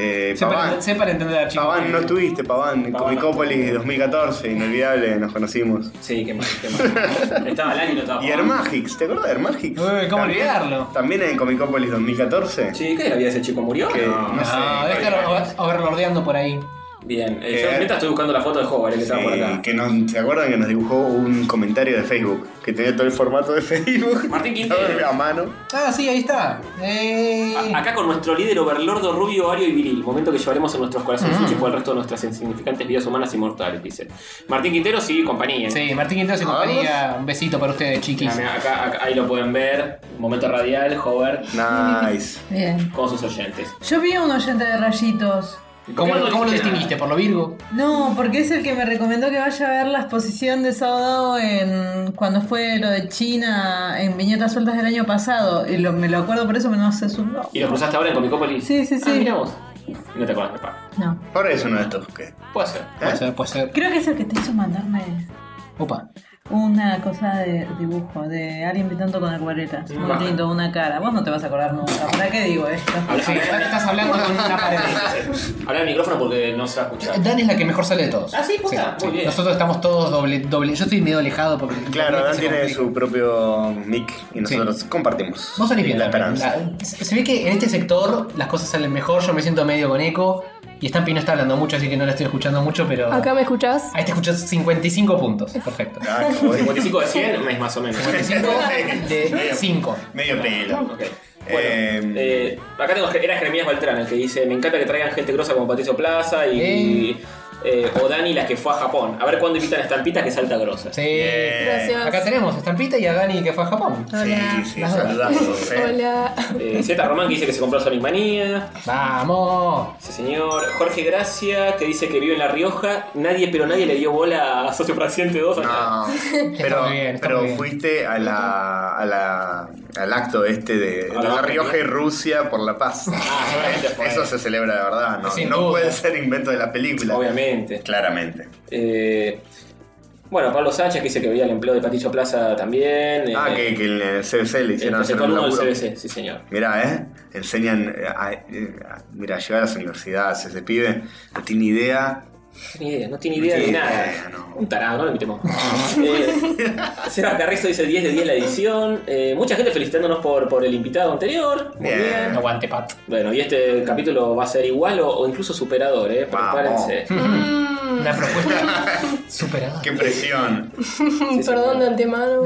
Eh, Paván,
Sepan, sepan entender, chicos.
Paván, no estuviste, Paván, en
eh. Paván no
Comicópolis 2014, inolvidable, nos conocimos.
Sí, qué mal, qué mal. estaba Lani, no estaba.
Y Hermagix, ¿te acuerdas de Hermagix?
Uy, ¿cómo
También-
olvidarlo?
También en Comicópolis 2014.
Sí, ¿qué es la vida de ese chico? ¿Murió?
Que-
No.
no sé,
No, deja de Ah, over- overlordeando por ahí.
Bien, eh, yo
Eh,
mientras estoy buscando la foto de Hover, que estaba por
Sí,
acá.
que nos, ¿Se acuerdan que nos dibujó un comentario de Facebook? Que tenía todo el formato de Facebook.
Martín Quintero.
Estaba A mano.
Ah, sí, ahí está. Eh.
A- Acá con nuestro líder overlordo rubio, ario y viril, momento que llevaremos en nuestros corazones
Mm.
y por el resto de nuestras insignificantes vidas humanas y mortales, dice. Martín Quintero, sí, compañía.
Sí, Martín Quintero y compañía. Un besito para ustedes, chiquis.
Mira, mira, acá, acá- ahí lo pueden ver, momento radial, Hover,
Nice.
Bien.
con sus oyentes.
Yo vi a un oyente de rayitos.
¿Cómo,
¿Por qué no
cómo lo
dijiste
distinguiste? ¿Por lo Virgo?
¿Eh?
No, porque es el que me recomendó que vaya a ver la exposición de Saudao en cuando fue lo de China en Viñetas Sueltas del año pasado. Y lo- me lo acuerdo por eso, pero no sé su nombre.
¿Y lo cruzaste ahora en Comicópolis?
Sí, sí, sí.
Ah, mira vos. No te acuerdas, papá.
No.
Ahora es uno de estos que.
Puede ser.
Puede ser, puede ser.
Creo que es el que te hizo mandarme
Opa.
una cosa de dibujo, de alguien pintando con acuarelas. Un
Ajá.
lindo, una cara. Vos no te vas a acordar nunca. ¿Para qué digo esto?
Habla,
Sí, ahora estás hablando con una pared.
habla al micrófono porque no se va a escuchar.
Dan es la que mejor sale de todos.
Ah, sí, puta, muy bien.
Nosotros estamos todos doble, doble. Yo estoy medio alejado porque.
Claro, Dan
se
tiene
complica.
su propio mic y nosotros compartimos.
Vos salís bien.
La
Dan.
esperanza.
La- se se ve que en este sector las cosas salen mejor. Yo me siento medio con eco. Y Stampi no está hablando mucho, así que no la estoy escuchando mucho, pero.
¿Acá me escuchás?
Ahí te escuchás 55 puntos. Perfecto.
Ah, qué bueno.
55 de 100 es más o menos.
55 de
Medio-
5.
Medio pelo.
Ok. Bueno,
Eh,
eh, acá tengo, era Jeremías Baltrán el que dice: Me encanta que traigan gente grosa como Patricio Plaza y. eh, o Dani, la que fue a Japón. A ver cuándo invitan a Estampita que salta grosa.
Sí.
Bien.
Gracias.
Acá tenemos a Estampita y a Dani que fue a Japón.
Sí, sí, saludazos, eh.
Hola.
Eh, Z Román que dice que se compró Sonic Manía.
¡Vamos!
Sí, señor. Jorge Gracia que dice que vive en La Rioja. Nadie, pero nadie le dio bola a Socio Fracciente 2.
No, pero,
muy bien, está
pero
muy bien.
fuiste a la, a la, al acto este de, de
A la
La
Baja
Rioja y Rusia por la paz.
seguramente fue.
Eso se celebra de verdad, ¿no?
Sin
no
duda.
puede ser invento de la película.
Obviamente.
Claramente.
Eh, bueno, Pablo Sánchez que dice que veía el empleo de Patricio Plaza también.
Ah,
eh,
que, que en el CBC le
El
hicieron hacer
preceptor
un
uno del
laburo.
CBC, sí, señor.
Mirá, ¿eh? Enseñan. eh, a- eh, a- mira, llegar a las universidades, ese pibe no tiene idea
tiene idea, no tiene idea de
tiene
nada.
idea, no.
Un tarado, no lo invitemos. eh, Seba Carrizo dice 10 de 10 la edición. Eh, mucha gente felicitándonos por, por el invitado anterior. Muy
Bien.
bien.
Aguante, Pat.
Bueno, y este capítulo va a ser igual o, o incluso superador, ¿eh?
Vamos.
Prepárense.
Mm,
Una propuesta superada.
¡Qué presión!
sí,
Perdón
sí.
de antemano.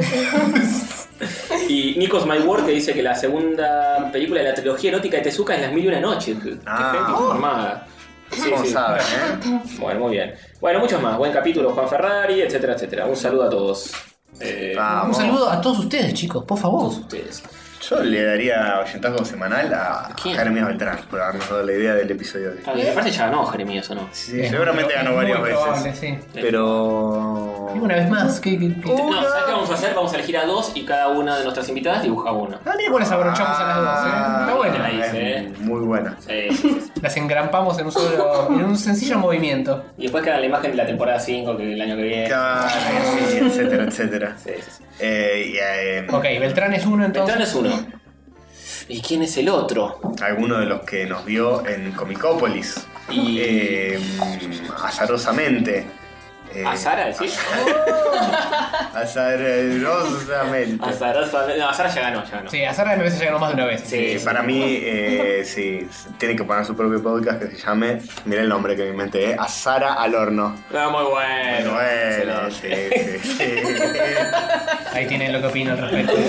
Y Nikos My World que dice que la segunda película de la trilogía erótica de Tezuka es Las Mil y Una Noches. Qué
Ah.
gente informada. Sí,
¿Cómo
sí.
saben, eh?
Bueno, muy bien. Bueno, muchos más. Buen capítulo, Juan Ferrari, etcétera, etcétera. Un saludo a todos. Eh,
Un
Vamos.
saludo a todos ustedes, chicos, por
a
favor.
todos ustedes.
Yo le daría oyentazgo semanal a
¿Quién?
Jeremías Beltrán por habernos dado la idea del episodio de hoy.
Ah, y aparte ya ganó Jeremías, ¿o no?
Sí, seguramente ganó
Muy
varias
probable,
veces.
sí.
Pero.
Y Una vez más, que. que- que-
Oh.
No, ¿sabes qué vamos a hacer? Vamos a elegir a dos y cada una de nuestras invitadas dibuja una.
Ah, mira cómo las abrochamos a las dos,
Ah.
¿eh? Está buena.
ahí,
Es
sí.
Muy buena.
Sí, sí, sí.
Las engrampamos en un solo. en un sencillo movimiento.
Y después queda la imagen de la temporada 5 que el año que viene.
Claro, sí, etcétera, etcétera.
Sí, sí, sí.
Eh, y, eh,
Ok, Beltrán es uno entonces.
Beltrán es uno. ¿Y quién es el otro?
alguno de los que nos vio en Comicópolis.
Y-
Eh, azarosamente. Eh,
¿A Sara, decís?
azarosamente.
A Sara, Sara- no, a Sara ya ganó, ya ganó.
Sí, a Sara me parece que ganó más de una vez.
Sí,
Eh, para mí, eh, sí, tiene que poner su propio podcast que se llame, mira el nombre que me inventé, eh, A Sara al Horno.
Ah, muy bueno.
bueno,
excelente.
sí, sí, sí.
Ahí tienen lo que opino al respecto.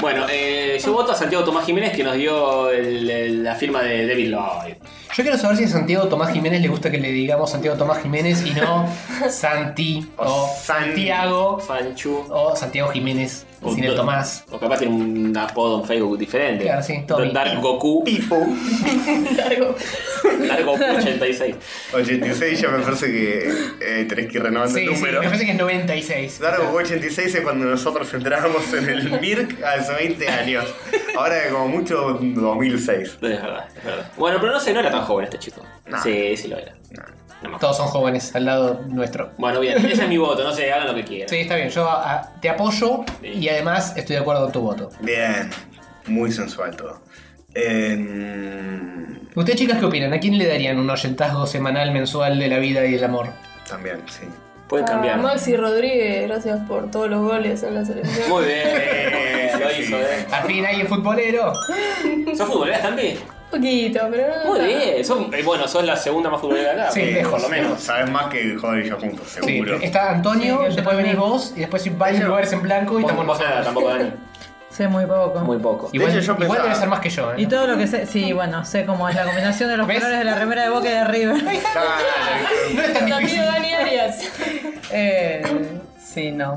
Bueno, eh, yo voto a Santiago Tomás Jiménez que nos dio el- el- la firma de David Lloyd.
Yo quiero saber si a Santiago Tomás Jiménez le gusta que le digamos Santiago Tomás Jiménez y no Santi o
O San-
Santiago
Sanchu.
o Santiago Jiménez
O
sin el
Do-
Tomás.
O capaz tiene un apodo en Facebook diferente.
Claro, sí, Tommy.
Dark Goku.
Pipo,
Dark Goku 86.
86 ya me parece que eh, tenés que ir renovando
Sí,
el
sí,
número.
me parece que es 96.
Dargo 86 es cuando nosotros entrábamos en el MIRC hace 20 años. Ahora como mucho 2006.
Es verdad, es verdad. Bueno, pero no sé, no era tan joven este chico.
No.
Sí, sí lo era. No me acuerdo.
Todos son jóvenes al lado nuestro.
Bueno, bien, ese es mi voto, no sé, hagan lo que quieran.
Sí, está bien, yo ah, te apoyo
Sí.
y además estoy de acuerdo con tu voto.
Bien, muy sensual todo. Eh,
¿Ustedes chicas qué opinan? ¿A quién le darían un oyentazgo semanal, mensual de la vida y el amor?
también, sí.
Pueden
A
Ah,
cambiar.
Ah, Maxi Rodríguez, gracias por todos los goles en la selección.
Muy bien,
Sí,
lo
sí,
hizo,
sí.
eh.
Al fin alguien futbolero.
¿Sos futbolera también?
Poquito, pero no.
Muy
tanto.
bien, sos- eh, bueno, sos la segunda más futbolera de acá.
Sí,
por- por
lejos.
lo menos.
Eh, Sabes más que joder y yo juntos,
Sí,
seguro.
está Antonio,
Sí, yo
después venís
también.
vos y después varios lugares en blanco y
Vos,
estamos
vos nada, tampoco Dani.
Sé muy poco.
Muy poco.
Igual,
hecho, yo
igual
pensaba-
debe ser más que yo, ¿eh?
Y todo lo que sé, sí, bueno, sé cómo es la combinación de los
¿Ves?
colores de la remera de Boca y de River.
Claro,
No es tan
Partido
difícil.
Dani Arias.
Eh, sí, no.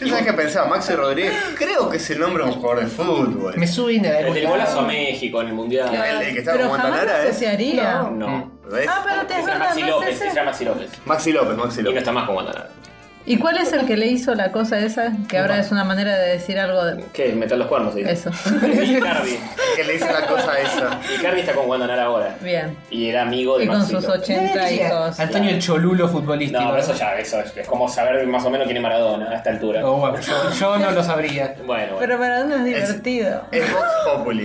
Yo sabes que pensaba, Maxi Rodríguez, creo que es el nombre de un jugador de fútbol.
Me suena de
El
algún
del
lado.
golazo a México en el mundial.
El, el que estaba
Pero
con
jamás lo
Guantanara, ¿eh?
asociaría.
No.
¿Ves?
Ah, pero te es
Ese era
verdad,
Maxi
no es
López,
ese.
ese era Maxi Mm. López.
¿eh? Maxi López, Maxi
Y no
López.
está más con Guantanara.
¿Y cuál es el que le hizo la cosa esa? Que ahora es una manera de decir algo de
¿Qué? Meter los cuernos, se dice.
eso.
Icardi.
Que le dice la cosa esa.
Icardi está con Guantanara ahora.
Bien.
Y era amigo de
Y con
Maxi
sus
López.
Mira, mira,
80 hijos.
Antonio el Cholulo futbolístico.
No, pero eso ya, eso es, es como saber más o menos quién es Maradona a esta altura.
Oh, bueno, yo, yo no lo sabría.
Bueno, bueno.
Pero para no es divertido.
Es Vox Populi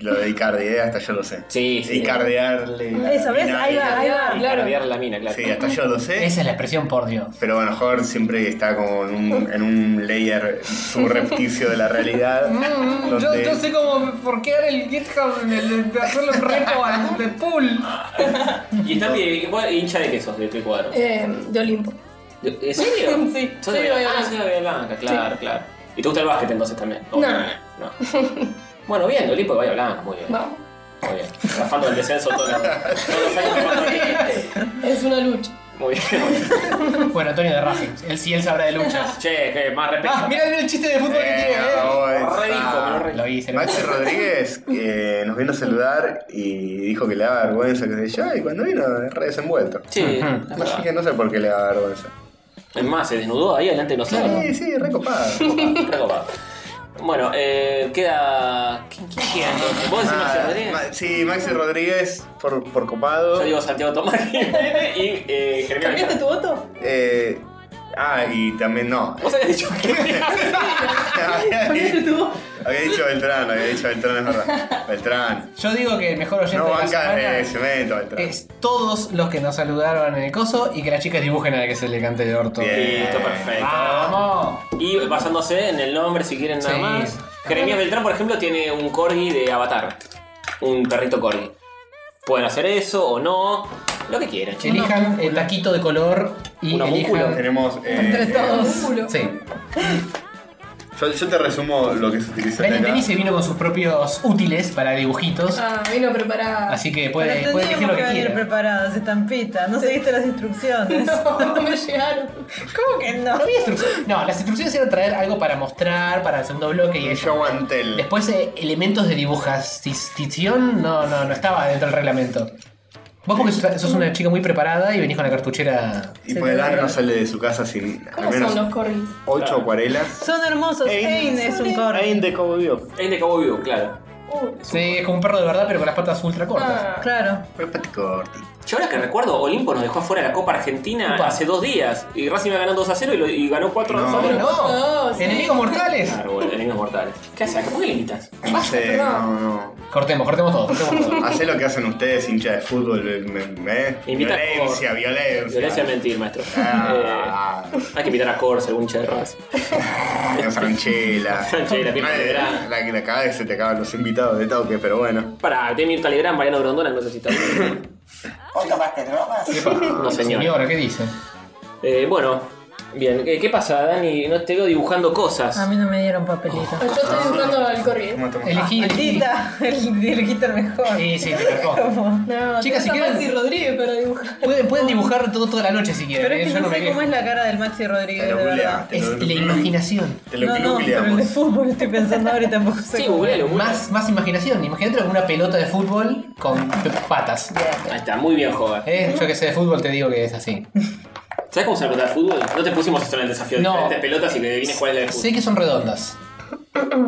lo de Icardi, ¿eh? hasta yo lo sé.
Sí, sí.
Icardearle. la
Eso, ¿ves?
mina
Ahí va, ahí va.
Icardiar
Claro.
la mina, claro.
Sí, hasta yo lo sé.
Esa es la expresión, por Dios.
Pero bueno, Jorge siempre está como en un, en un layer subrepticio de la realidad.
Mm, Yo,
donde-
yo sé cómo forquear el GitHub, en el, de hacerle un repo al de pool.
Y está bien, bueno, hincha de quesos de tu cuadro.
Eh, de Olimpo.
¿En serio?
Sí,
Sos
sí,
de Bahía
Bahía
Blanca. Ah,
Blanca.
sos de Bahía Blanca, claro, claro. ¿Y te gusta el básquet entonces también? ¿O
No.
no. Bueno, bien, Olimpo de Bahía Blanca, muy bien.
Vamos.
Muy bien. Rafando el descenso todos los, todos los años. rafando el-
Es una lucha.
Muy bien. muy bien.
Bueno, Antonio de Racing. Él sí, él sabrá de luchas.
Che, que más respeto.
Ah, mirá mirá el chiste de fútbol que
Eh,
tiene, eh.
ahora
Redijo,
está.
pero re-
Lo hice, lo
Maxi
hice.
Rodríguez eh, nos vino a saludar y dijo que le daba vergüenza, que sé yo, y cuando vino, re desenvuelto.
Sí,
Ujú.
la
Así
verdad.
que no sé por qué le daba vergüenza.
Es más, se desnudó ahí delante de nosotros.
Sí, sí, recopado.
Recopado. Bueno, eh, queda. ¿Quién quién queda? entonces? ¿Vos decís Maxi
Ah,
Rodríguez?
Ma- sí, Maxi Rodríguez por, por
Yo
copado.
digo Santiago Tomás Jiménez y eh, Jeremías
¿Cambiaste tu voto?
Eh, Ah, y también no.
¿Vos habías dicho que
había, dicho, había dicho Beltrán, había dicho Beltrán, es verdad. Beltrán.
Yo digo que el mejor oyente
No
de la semana
banca eh, cemento, Beltrán.
es todos los que nos saludaron en el coso y que las chicas dibujen a la que se le cante el orto.
Bien.
Listo, perfecto.
¡Vamos!
Y basándose en el nombre, si quieren nada
Sí.
más. Jeremías Beltrán, por ejemplo, tiene un corgi de avatar. Un perrito corgi. Pueden hacer eso o no. Lo que quieran, chicos.
Elijan el taquito de color y
Un homúnculo.
elijan.
Tenemos. eh,
Entre todos.
Sí.
Yo, yo te resumo lo que se utiliza acá.
Valentín se vino con sus propios útiles para dibujitos.
Ah, vino preparada.
Así que puede,
Pero
puede elegir lo
tendríamos
que
que venir
quiera.
preparadas, estampitas. No seguiste las instrucciones.
No, no me llegaron. ¿Cómo que no?
No había instrucciones. No, las instrucciones eran traer algo para mostrar para el segundo bloque y
Yo
eso.
aguanté el.
Después, eh, elementos de dibujación no, no, no estaba dentro del reglamento. Vos porque sos sos una chica muy preparada y venís con la cartuchera.
Y Podelán no sale de su casa sin al
¿Cómo son los
menos
corgis?
8 acuarelas.
Son hermosos. Ein es un corgi.
de como vivo.
Es de Cabo Vivo, claro.
Uh,
Sí, es como un perro de verdad, pero con las patas ultra cortas.
ah,
Claro.
Pero Pati Corti.
Yo ahora que recuerdo, Olimpo nos dejó afuera de la Copa Argentina
Upa.
hace dos días. Y Racing iba ganando 2 a 0 y, lo- y ganó 4
No.
a 0.
No,
Oh, sí.
enemigos mortales.
Claro, Ah, bueno, enemigos mortales. ¿Qué haces? ¿Por qué le imitas?
No sé, no, no.
Cortemos, cortemos todo. Cortemos todo.
Hacé lo que hacen ustedes, hincha de fútbol. eh, me- me-
Invita
Violencia,
por-
violencia.
Violencia es mentir, maestro.
Ah,
Eh, hay que invitar a Corse, algún cherras.
la franchela.
Franchella, Mirta Legrand.
La que la cada vez se te acaban los invitados de toque, pero bueno.
Para, de Mirta Legrand, Mariano Grondona, no sé si está bien.
¿Hoy tomaste drogas?
No, señor.
Señora, ¿qué dice?
Eh, bueno, bien. ¿Qué, qué pasa, Dani? No te veo dibujando
A
cosas.
mí no me dieron papelito.
Yo estoy dibujando al corgi.
Toma, toma.
Elegí, elegí.
Maldita, el dibujito el mejor.
Sí, sí, te cargó.
Como-
No,
Chicas, si
tenés a
quieren-
Maxi Rodríguez para dibujar.
Pueden, pueden dibujar todo, toda la noche si quieren.
Pero
eh,
es
yo
que no
me
sé
quejo.
cómo es la cara del Maxi Rodríguez,
Te lo
de verdad.
googleaste.
Es la imaginación.
Te lo
No, no, pero el de
googleamos.
fútbol estoy pensando ahora y tampoco sé.
Sí,
cómo.
googlealo, googlealo.
Más, más imaginación. Imagínate una pelota de fútbol con p- patas.
Ahí está, muy bien, joven.
Eh, Yo que sé de fútbol te digo que es así.
¿Sabes cómo se pelota de fútbol? No te pusimos eso en el desafío.
No.
Diferentes pelotas y que adivines cuál es la de fútbol.
Sé que son redondas.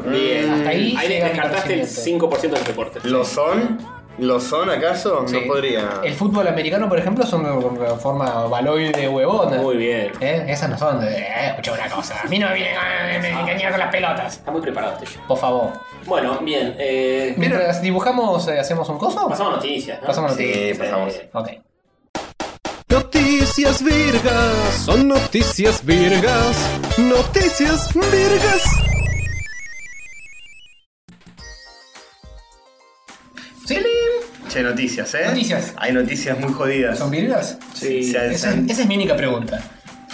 Bien.
Hasta ahí
Ahí
llega mi
descartaste el
conocimiento.
5% del deporte.
¿Lo son? ¿Lo son acaso?
Sí.
No podría.
El fútbol americano, por ejemplo, son de forma baloide huevona.
Muy bien.
Eh, Esas no son de. Eh, escucha una cosa. A mí no me viene con- me engañar con las pelotas.
Está muy preparado este.
Por favor.
Bueno, bien. Eh,
Mientras dibujamos, eh, ¿hacemos un coso?
pasamos a noticias. ¿no? eh,
Pasamos
Sí,
noticias.
pasamos.
Ok.
Noticias virgas, son noticias virgas, noticias virgas.
Sí,
Che, noticias, ¿eh?
Noticias.
Hay noticias muy jodidas.
¿Son virgas?
Sí.
Se alzan-
Esa, esa es mi única pregunta.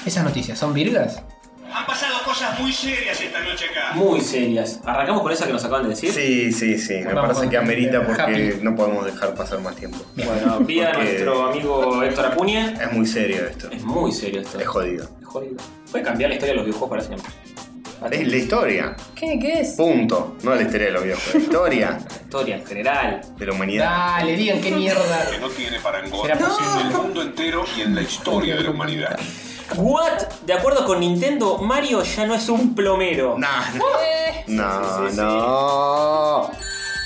¿Esas noticias son virgas?
Han pasado cosas muy serias esta noche acá.
Muy serias. ¿Arrancamos con esa que nos acaban de decir?
Sí, sí, sí. Me
Vamos
parece
con-
que amerita porque
Happy.
no podemos dejar pasar más tiempo.
Bueno, vía a
Porque-
nuestro amigo Héctor Acuña.
Es muy serio esto.
Es muy serio esto.
Es jodido.
Es jodido. Puede cambiar la historia de los videojuegos para siempre.
Es la historia.
¿Qué? ¿Qué es?
Punto. No la historia de los videojuegos. La historia
La historia en general.
de la humanidad.
Dale, digan qué mierda.
no tiene
Era
parangón
posible.
mundo entero y en la historia de la humanidad.
What? De acuerdo con Nintendo, Mario ya no es un plomero.
Nah,
Eh,
No,
sí, sí.
no.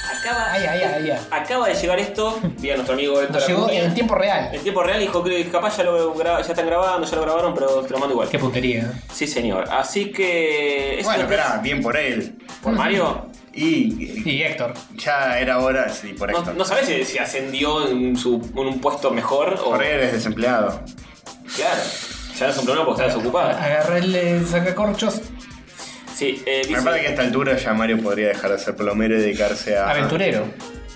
Acaba,
Ay, ay, ay, ay.
acaba de llegar esto vía nuestro amigo Héctor
Nos llegó
Acuña.
en tiempo real.
En tiempo real dijo que capaz ya lo gra- ya están grabando, ya lo grabaron, pero te lo mando igual.
Qué puntería.
Sí, señor. Así que.
Bueno,
espera.
espera, bien por él.
¿Por Mario?
Y
Y Héctor.
ya era hora, sí, por
No,
esto.
no sabes si, si ascendió en, su- en un puesto mejor o.
Por él es desempleado.
Claro. Ya no es un problema porque está desocupado.
Agarrarle el eh, sacacorchos.
Sí, eh,
Me
dice-
parece que a esta altura ya Mario podría dejar de ser plomero y dedicarse a.
Aventurero.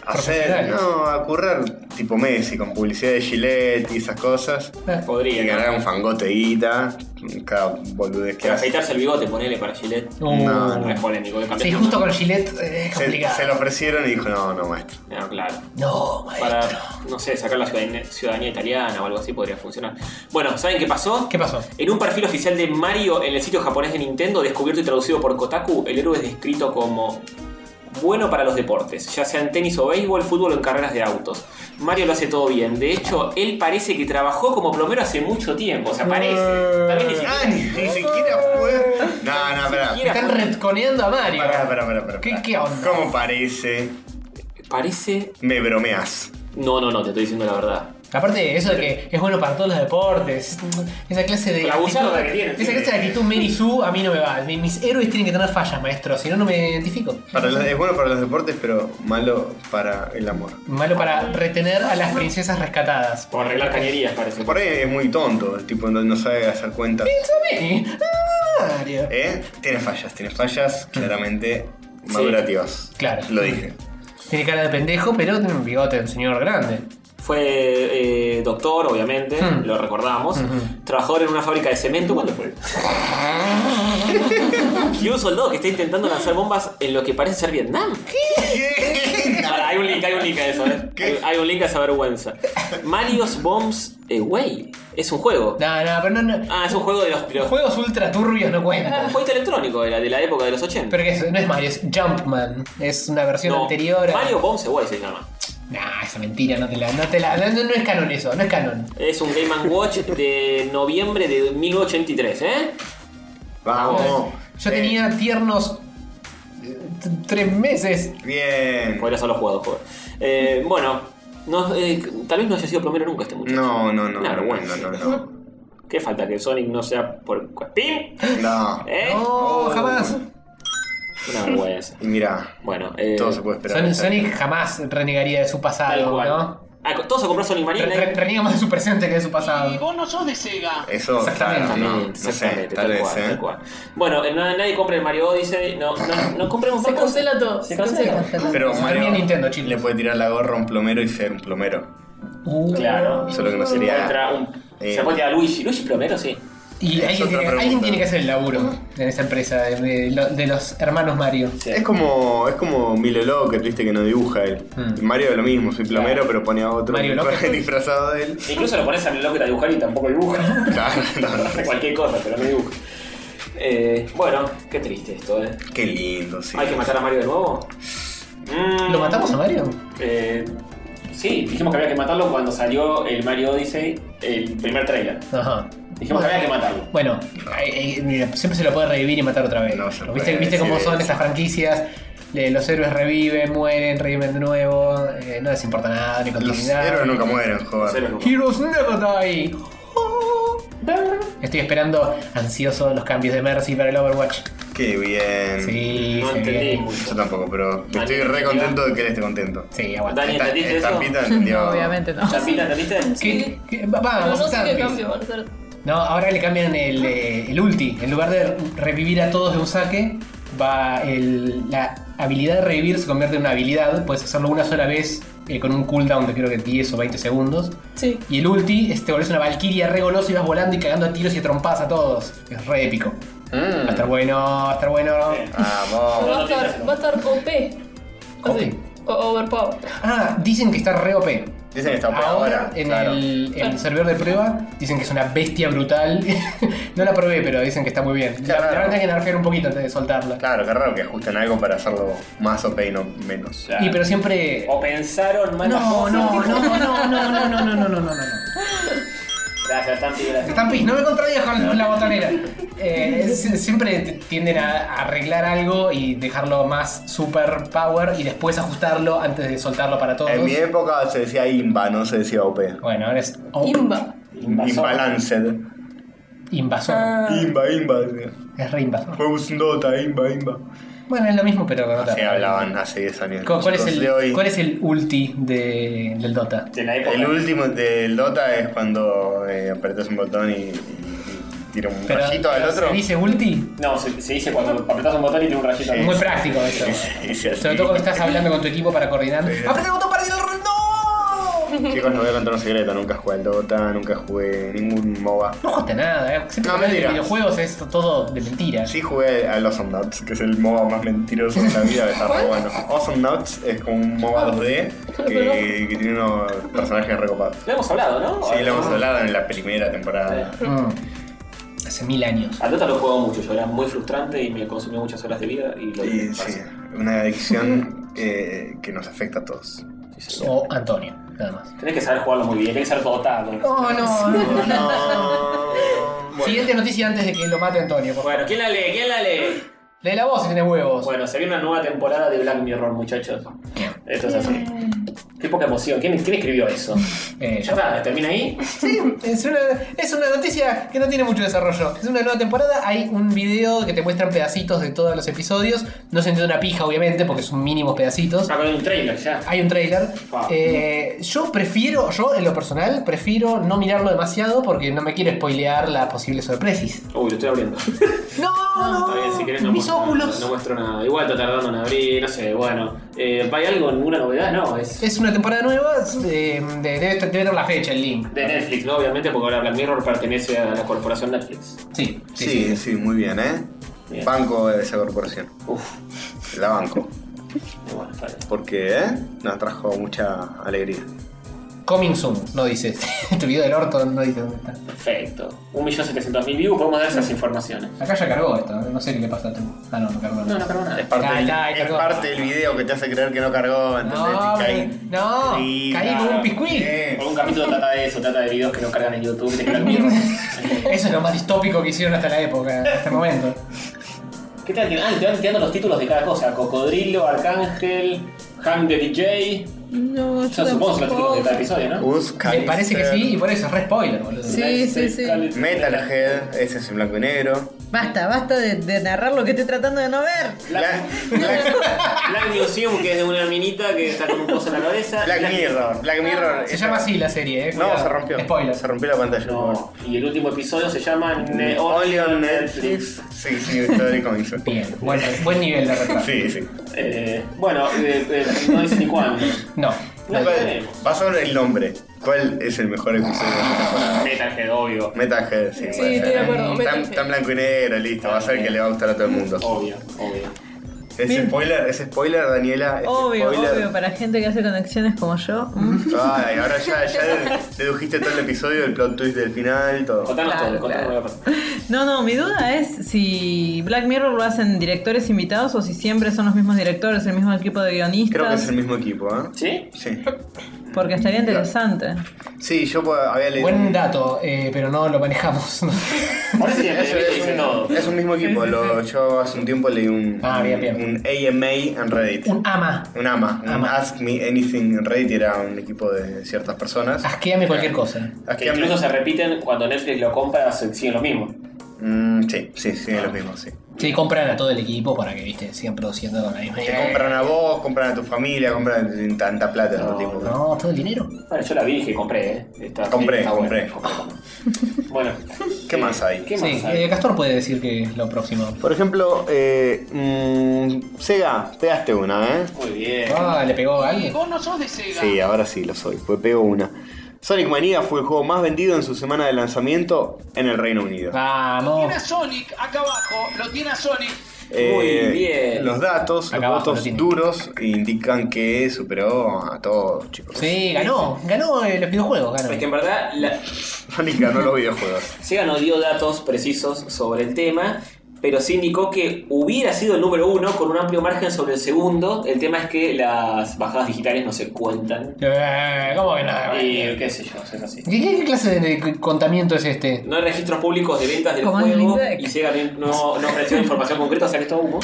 a hacer.
Profesional.
No, a currar tipo Messi con publicidad de Gillette y esas cosas.
Eh,
Y
Podría.
ganar
¿no?
un fangoteíta. Cada boludez que
Pero
hace.
afeitarse el bigote, ponele para Gillette.
No,
No es polémico, que cambiaste
Sí, justo con Gillette eh, es
Se,
complicado.
se lo ofrecieron y dijo, no, no, maestro.
No, claro.
No, maestro.
Para, no sé, sacar la ciudadanía, ciudadanía italiana o algo así podría funcionar. Bueno, ¿saben qué pasó?
¿Qué pasó?
En un perfil oficial de Mario en el sitio japonés de Nintendo, descubierto y traducido por Kotaku, el héroe es descrito como bueno para los deportes, ya sea en tenis o béisbol, fútbol o en carreras de autos. Mario lo hace todo bien. De hecho, él parece que trabajó como plomero hace mucho tiempo. O sea, parece. Tal vez ni
Ah,
siquiera-
ni, ni siquiera fue. No, no, espera.
siquiera-
Están retconeando a Mario.
Pará, pará, pará, pará.
¿Qué-
pará.
qué onda?
¿Cómo parece?
Parece.
Me bromeas.
No, no, no, te estoy diciendo la verdad.
Aparte, eso de que es bueno para todos los deportes. Esa clase de.
La buzarda
actitud-
que tiene,
Esa
tiene.
clase de actitud Mary Sue a mí no me va. Mi- Mis héroes tienen que tener fallas, maestro. Si no, no me identifico.
Para los- es bueno para los deportes, pero malo para el amor.
Malo para retener a las princesas rescatadas.
O arreglar cañerías, parece.
Por ahí es muy tonto, el tipo no, no sabe hacer cuentas.
Sí. Mario.
¿Eh? Tiene fallas, tiene fallas claramente madurativas.
Claro.
Lo dije.
Tiene cara de pendejo, pero tiene un bigote de un señor grande.
Fue eh, doctor, obviamente,
Hmm.
lo recordamos. Trabajador en una fábrica de cemento. ¿Cuándo fue? y un soldado que está intentando lanzar bombas en lo que parece ser Vietnam. Ahora, hay un link, hay un link a eso. ¿eh? Hay, hay un link a esa vergüenza. Mario's Bombs Away. Es un juego.
No, no, pero no. no.
Ah, es un juego de los. de los-
Juegos ultra turbios no
un
cuentan.
jueguito electrónico de la, de la época de los 80.
Pero que eso no es Mario, es Jumpman. Es una versión
No,
anterior. a-
Mario Bombs Away se llama.
Nah, esa mentira, no te la. No, te la no, no es canon eso, no es canon.
Es un Game Watch de noviembre de 1983, ¿eh?
Vamos.
Yo
Eh,
tenía tiernos. eh, t- tres meses.
Eh, Bien.
Podría solo jugado, joder. Eh, bueno, no, eh, tal vez no haya sido plomero nunca este muchacho.
No, no, no,
Claro,
no,
bueno.
bueno, no, no.
¿Qué falta que Sonic no sea por Cuespín?
No.
¿Eh?
No, jamás.
Una vergüenza.
Y mira,
Bueno, eh,
todo se puede esperar.
Sonic, Sonic jamás renegaría de su
tal
pasado,
cual.
¿no?
Ah, co- todos a comprar Sonic eh. Mania.
Re- re- Renega más de su presente que de su
Y
pasado.
vos no sos de Sega.
Eso, claro,
Exactamente,
no, no sé,
exactamente,
tal
tal,
vez,
cual,
¿eh?
tal cual. Bueno, eh, no- nadie compre el Mario Odyssey, no, no, no compremos
Se
más cosas.
cancela todo. Se cancela.
Pero
Se termina
Mario
Nintendo, chicos.
le puede tirar la gorra a un plomero y ser un plomero.
Uh,
Claro.
Solo que no
Entra
sería.
un-
Eh.
Se puede tirar a Luigi. Luigi plomero, sí.
Y
Es
alguien
otra
tiene,
pregunta.
alguien tiene que hacer el laburo en esa empresa de, de lo- de los hermanos Mario.
Sí.
Es como, es como Milo Loco, que viste que no dibuja él.
Mm.
Mario es lo mismo, soy plomero, pero ponía a otro
Mario Locke.
disfrazado de él.
Incluso lo pones a mi loco a dibujar y tampoco dibuja.
Claro, no, no.
Hace cualquier cosa, pero no dibuja. Eh, bueno, qué triste esto, ¿eh?
Qué lindo, sí.
¿Hay que matar a Mario de nuevo? Mm,
¿Lo matamos a Mario?
Eh, sí, dijimos que había que matarlo cuando salió el Mario Odyssey, el primer trailer.
Ajá.
Dijimos que había que matarlo.
Bueno, eh, eh, mira, siempre se lo puede revivir y matar otra vez.
No se
¿Viste,
puede
viste cómo
decir
son
eso.
estas franquicias? Le- los héroes reviven, mueren, reviven de nuevo. eh, no les importa nada, ni
Los
continuidad.
héroes nunca mueren,
Cero
joder.
nunca.
Heroes never die. Estoy esperando ansioso los cambios de Mercy para el Overwatch.
Qué bien.
Sí,
No
se
entendí
viene.
mucho.
Yo tampoco, pero
Dani,
estoy re
¿entendió?
contento de que él esté contento.
Sí, aguanta.
Dani, ¿entendiste eso?
Estampita
No,
entendió.
obviamente no.
Chapita, ¿entendiste?
¿Qué- Ah, qué- va- va,
Pero no sé qué
Santis.
cambio van a hacer.
No, ahora le cambian el, eh, el ulti. En lugar de revivir a todos de un saque, va el- la habilidad de revivir se convierte en una habilidad. Puedes hacerlo una sola vez eh, con un cooldown de creo que 10 o 20 segundos.
Sí.
Y el ulti, este, volvés una valquiria re goloso y vas volando y cagando a tiros y a trompas a todos. Es re épico. Va a estar bueno, va a estar bueno.
Vamos.
Va a estar, va a estar OP. Así. O- Overpower.
Ah, dicen que está re OP.
Dicen que está por
Ahora,
ahora.
en,
claro.
el, en el
Claro.
servidor de prueba dicen que es una bestia brutal. no la probé, pero dicen que está muy bien. La,
Claro.
la verdad que nerfear un poquito antes de soltarla.
Claro, qué raro que ajusten algo para hacerlo más OP y no menos.
Claro.
Y pero siempre.
O pensaron mal las
No, no,
cosas.
no, no, no, no, no, no, no, no, no, no, no.
Gracias, Tampi, gracias.
Stampis, no me contradigas con la botonera. Eh, si- siempre t- tienden a a arreglar algo y dejarlo más super power y después ajustarlo antes de soltarlo para todos.
En mi época se decía IMBA, no se decía OP.
Bueno, ahora es
Imba.
Invasor.
Imbalanced.
Ah.
invasor.
Imba, Imba. decía.
Es re invasor.
Juegos en Dota, Imba, Imba.
Bueno, es lo mismo, pero con otra.
Así hablaban hace 10 años.
¿Cu- ¿Cuál es,
Los de hoy.
el, ¿Cuál es el ulti de, del Dota?
De la época.
El último del Dota es cuando eh, apretas un botón y, y- y tira un rayito al otro.
¿se dice ulti?
No, se, se dice cuando apretás un botón y tiene un rayito.
Sí.
Muy práctico eso.
Y se hace
Sobre todo cuando estás hablando con tu equipo para coordinar.
Sí.
¡Apreta el botón para ir al re- ¡No!
Chicos, les voy a contar un secreto. Nunca jugué al Dota, nunca jugué ningún MOBA.
No jugaste nada, ¿eh? Siempre
No,
hablas de
mentira.
videojuegos es todo de mentira.
Sí jugué a los Awesome Nuts, que es el MOBA más mentiroso de la vida, que está re bueno. Awesome Nuts es como un
Ah.
MOBA 2D que, que tiene unos personajes recopados.
Lo hemos hablado, ¿no?
Sí, lo hemos
Ah.
hablado en la primera temporada.
Mm. Hace mil años.
Al Dota lo he jugado mucho, yo era muy frustrante y me consumió muchas horas de vida y lo
Y sí, una adicción eh, que nos afecta a todos.
Sí, sí.
O Antonio, nada más.
Tenés que saber jugarlo muy bien, tenés que saber dotado.
Oh, no, no.
Bueno.
Siguiente noticia antes de que lo mate Antonio. por favor.
Bueno, ¿quién la lee? ¿Quién la lee?
Lee la voz si tiene huevos.
Bueno, se viene una nueva temporada de Black Mirror, muchachos. Esto es así. Qué poca emoción. ¿Quién, quién escribió eso?
Eh,
Ya está, termina ahí.
Sí, es una, es una noticia que no tiene mucho desarrollo. Es una nueva temporada, hay un video que te muestran pedacitos de todos los episodios. No se entiende una pija, obviamente, porque son mínimos pedacitos.
Ah, con un trailer ya.
Hay un trailer.
Ah.
Eh, yo prefiero, yo en lo personal, prefiero no mirarlo demasiado porque no me quiero spoilear las posibles sorpresas.
Uy, lo estoy abriendo.
¡No!
Ah, Está bien, si querés no
mis
muestro,
óculos.
No, muestro nada. Igual está tardando en abrir, no sé, bueno. Eh, ¿Hay algo, ninguna novedad? No, es
Es una temporada nueva, eh, de- debe, debe tener la fecha, el link.
de Netflix, ¿no? Obviamente, porque ahora Black Mirror pertenece a la corporación Netflix.
Sí, sí, sí.
Sí, sí, muy bien, ¿eh?
Bien.
Banco de esa corporación.
Uf,
La banco.
bueno, está bien.
Porque, ¿eh? Nos trajo mucha alegría.
Coming soon, no dice. este video del orto no dice dónde está.
Perfecto. 1.700.000 views, podemos dar esas informaciones.
Acá ya cargó esto, eh, no sé qué le pasa a tú. Ah, no, no cargó.
No, no cargó nada.
Es parte,
Ahí
del,
está, ahí
es
cargó.
parte del video que te hace creer que no cargó, entonces
No,
te caí.
me- no, caí como un piscuí.
bien.
Algún capítulo trata de eso, trata de videos que no cargan en YouTube, de Black Mirror.
Eso es lo más distópico que hicieron hasta la época, hasta el momento.
¿Qué tal? Ah, y te van tirando los títulos de cada cosa. Cocodrilo, Arcángel, Hang the DJ.
No,
Yo supongo que son los títulos de
tampoco.
cada episodio, ¿no?
Us
Me parece que
Callister,
sí, y por eso es re spoiler, boludo.
Sí, sí, sí.
Metalhead, ese es en blanco y negro.
Basta, basta de, de narrar lo que estoy tratando de no ver.
Black, Black-
Black Museum, que es de una minita que está con un coso en la cabeza.
Black Mirror. Black Mirror.
Se llama así la serie, eh.
No,
cuidado.
se rompió.
Spoiler.
Se rompió la pantalla.
No, y el último episodio se llama Ne-
Mm, Only on Netflix. Sí, sí, Story Comics.
Bien, bueno, buen nivel de retraso.
Sí, sí.
Eh, bueno, eh, eh, no dice ni cuándo.
No.
No
¿Cuál-
tenemos.
Va sobre el nombre. ¿Cuál es el mejor episodio de la temporada?
Metalhead, obvio.
Metalhead, sí.
Sí,
puede
estoy de
ser.
acuerdo,
Tan,
Metalhead.
tan blanco y negro, listo. Va a ser que le va a gustar a todo el mundo.
Obvio, obvio.
¿Es spoiler? ¿Es spoiler, Daniela? ¿Es
Obvio,
spoiler?
obvio, para gente que hace conexiones como yo. Mm.
Ay, ahora ya, ya dedujiste todo el episodio, el plot twist del final, todo.
Contanos
Claro,
todo, contanos
claro.
todo.
No, no, mi duda es si Black Mirror lo hacen directores invitados o si siempre son los mismos directores, el mismo equipo de
Creo que
guionistas.
es el mismo equipo, ¿eh?
¿Sí?
Sí.
Porque estaría interesante.
Sí, yo po- había leído.
Buen dato, eh, pero no lo manejamos.
Parece que
Es,
te
es
dice todo.
un, es un mismo equipo. lo- yo hace un tiempo leí un,
Ah, bien, bien.
un AMA en Reddit.
Un ama.
Un AMA. Un
AMA.
Ask Me Anything en Reddit era un equipo de ciertas personas.
Asqueame cualquier cosa.
Que
Asqueame-
incluso se repiten cuando Netflix lo compra, se- siguen lo mismo.
Mm, sí, sí, sí,
Ah.
es lo mismo, sí.
Sí, compran a todo el equipo para que, viste, sigan produciendo con la misma
Te
idea.
compran a vos, compran a tu familia, compran tanta plata,
No,
todo tipo.
No, todo el dinero.
Bueno, yo la vi y dije, compré, ¿eh? Está-
Compré,
está bueno,
compré.
compré. Bueno.
¿Qué
Eh,
más hay?
¿Qué
Sí,
más hay?
eh, Castor puede decir que es lo próximo.
Por ejemplo, eh, mm, Sega, pegaste una, ¿eh?
Muy bien.
Ah, le pegó a alguien.
Vos no sos de Sega.
Sí, ahora sí lo soy, pues pego una. Sonic Mania fue el juego más vendido en su semana de lanzamiento en el Reino Unido.
Ah,
Vamos.
Tiene a Sonic acá abajo, lo tiene a Sonic.
Muy bien.
Eh, Los datos,
Acá
los
abajo lo
datos
tiene.
duros indican que superó a todos, chicos.
Sí, ganó. Ganó eh, los videojuegos,
Es que
ganó.
en verdad, la-
Sonic ganó los videojuegos.
Sega no dio datos precisos sobre el tema, pero sí indicó que hubiera sido el número uno con un amplio margen sobre el segundo. El tema es que las bajadas digitales no se cuentan.
Eh, ¿Cómo que nada?
Ah,
Y qué sé yo, es así.
¿Qué, qué- qué clase de contamiento es este?
No hay registros públicos de ventas del
Como en
juego
Lindbeck.
y Sega no, no ofreció información concreta, o sea que es todo humo.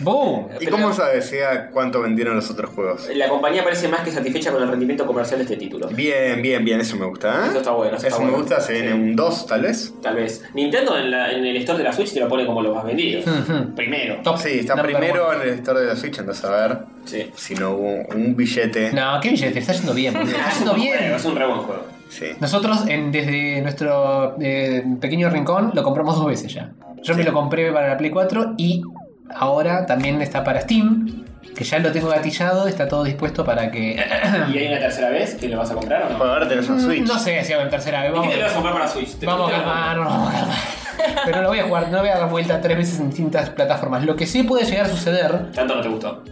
¡Boom!
¿Y cómo sabes Sega, cuánto vendieron los otros juegos?
La compañía parece más que satisfecha con el rendimiento comercial de este título.
Bien, bien, bien, eso me gusta. ¿eh?
Eso está bueno, eso
Eso,
está
me
bueno.
gusta, se viene un 2 tal vez.
Tal vez. Nintendo en, la- en el store de la Switch te lo pone como lo más vendido.
Ujú.
Primero.
Top
Sí, está
number
primero
one.
en el store de la Switch, andás a ver
Sí.
si no hubo un billete.
No, qué billete, está yendo bien. boludo. Está yendo
Bueno,
bien.
es un re buen juego.
Sí.
Nosotros, en- desde nuestro eh, pequeño rincón, lo compramos dos veces ya. Yo me lo compré para la Play 4 y ahora también está para Steam, que ya lo tengo gatillado, está todo dispuesto para que.
¿Y hay una tercera vez que le vas a comprar o no?
Bueno, ahora tenés una Switch.
Mm, No sé si hago en tercera vez.
¿Y
Vamos,
qué te vas a comprar para Switch? ¿Te
vamos a
gusta?
calmarnos, vamos a calmar. Pero no voy a jugar, no voy a dar vuelta tres veces en distintas plataformas. Lo que sí puede llegar a suceder
Tanto no te gustó.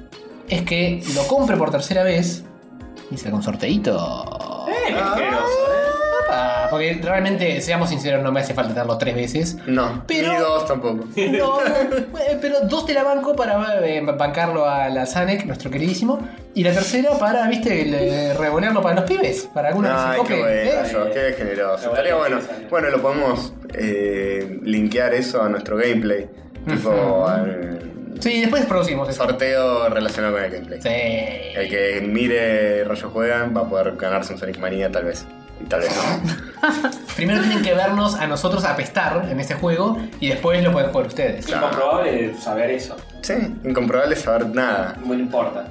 es que lo compre por tercera vez y saca un sorteíto.
Ah.
Eh, qué generoso, eh.
Ah, Porque realmente, seamos sinceros, no me hace falta darlo tres veces.
No,
Pero-
ni dos tampoco.
No, eh, pero dos te la banco para eh, bancarlo a la Zanek, nuestro queridísimo. Y la tercera para, viste, el, eh, revolearlo para los pibes, para alguna que se
Ay,
cope.
qué bueno,
¿eh?
yo, qué generoso.
La verdad
Estaría
que
bueno.
interesante.
Bueno, lo podemos eh, linkear eso a nuestro gameplay. Tipo, al-
Sí, después producimos eso.
sorteo relacionado con el gameplay.
Sí.
El que mire Rollo Juegan va a poder ganarse un Sonic Manía, tal vez. Y tal vez no.
Primero tienen que vernos a nosotros apestar en este juego y después lo pueden jugar ustedes.
Incomprobable saber eso.
sí, incomprobable saber nada.
No importa.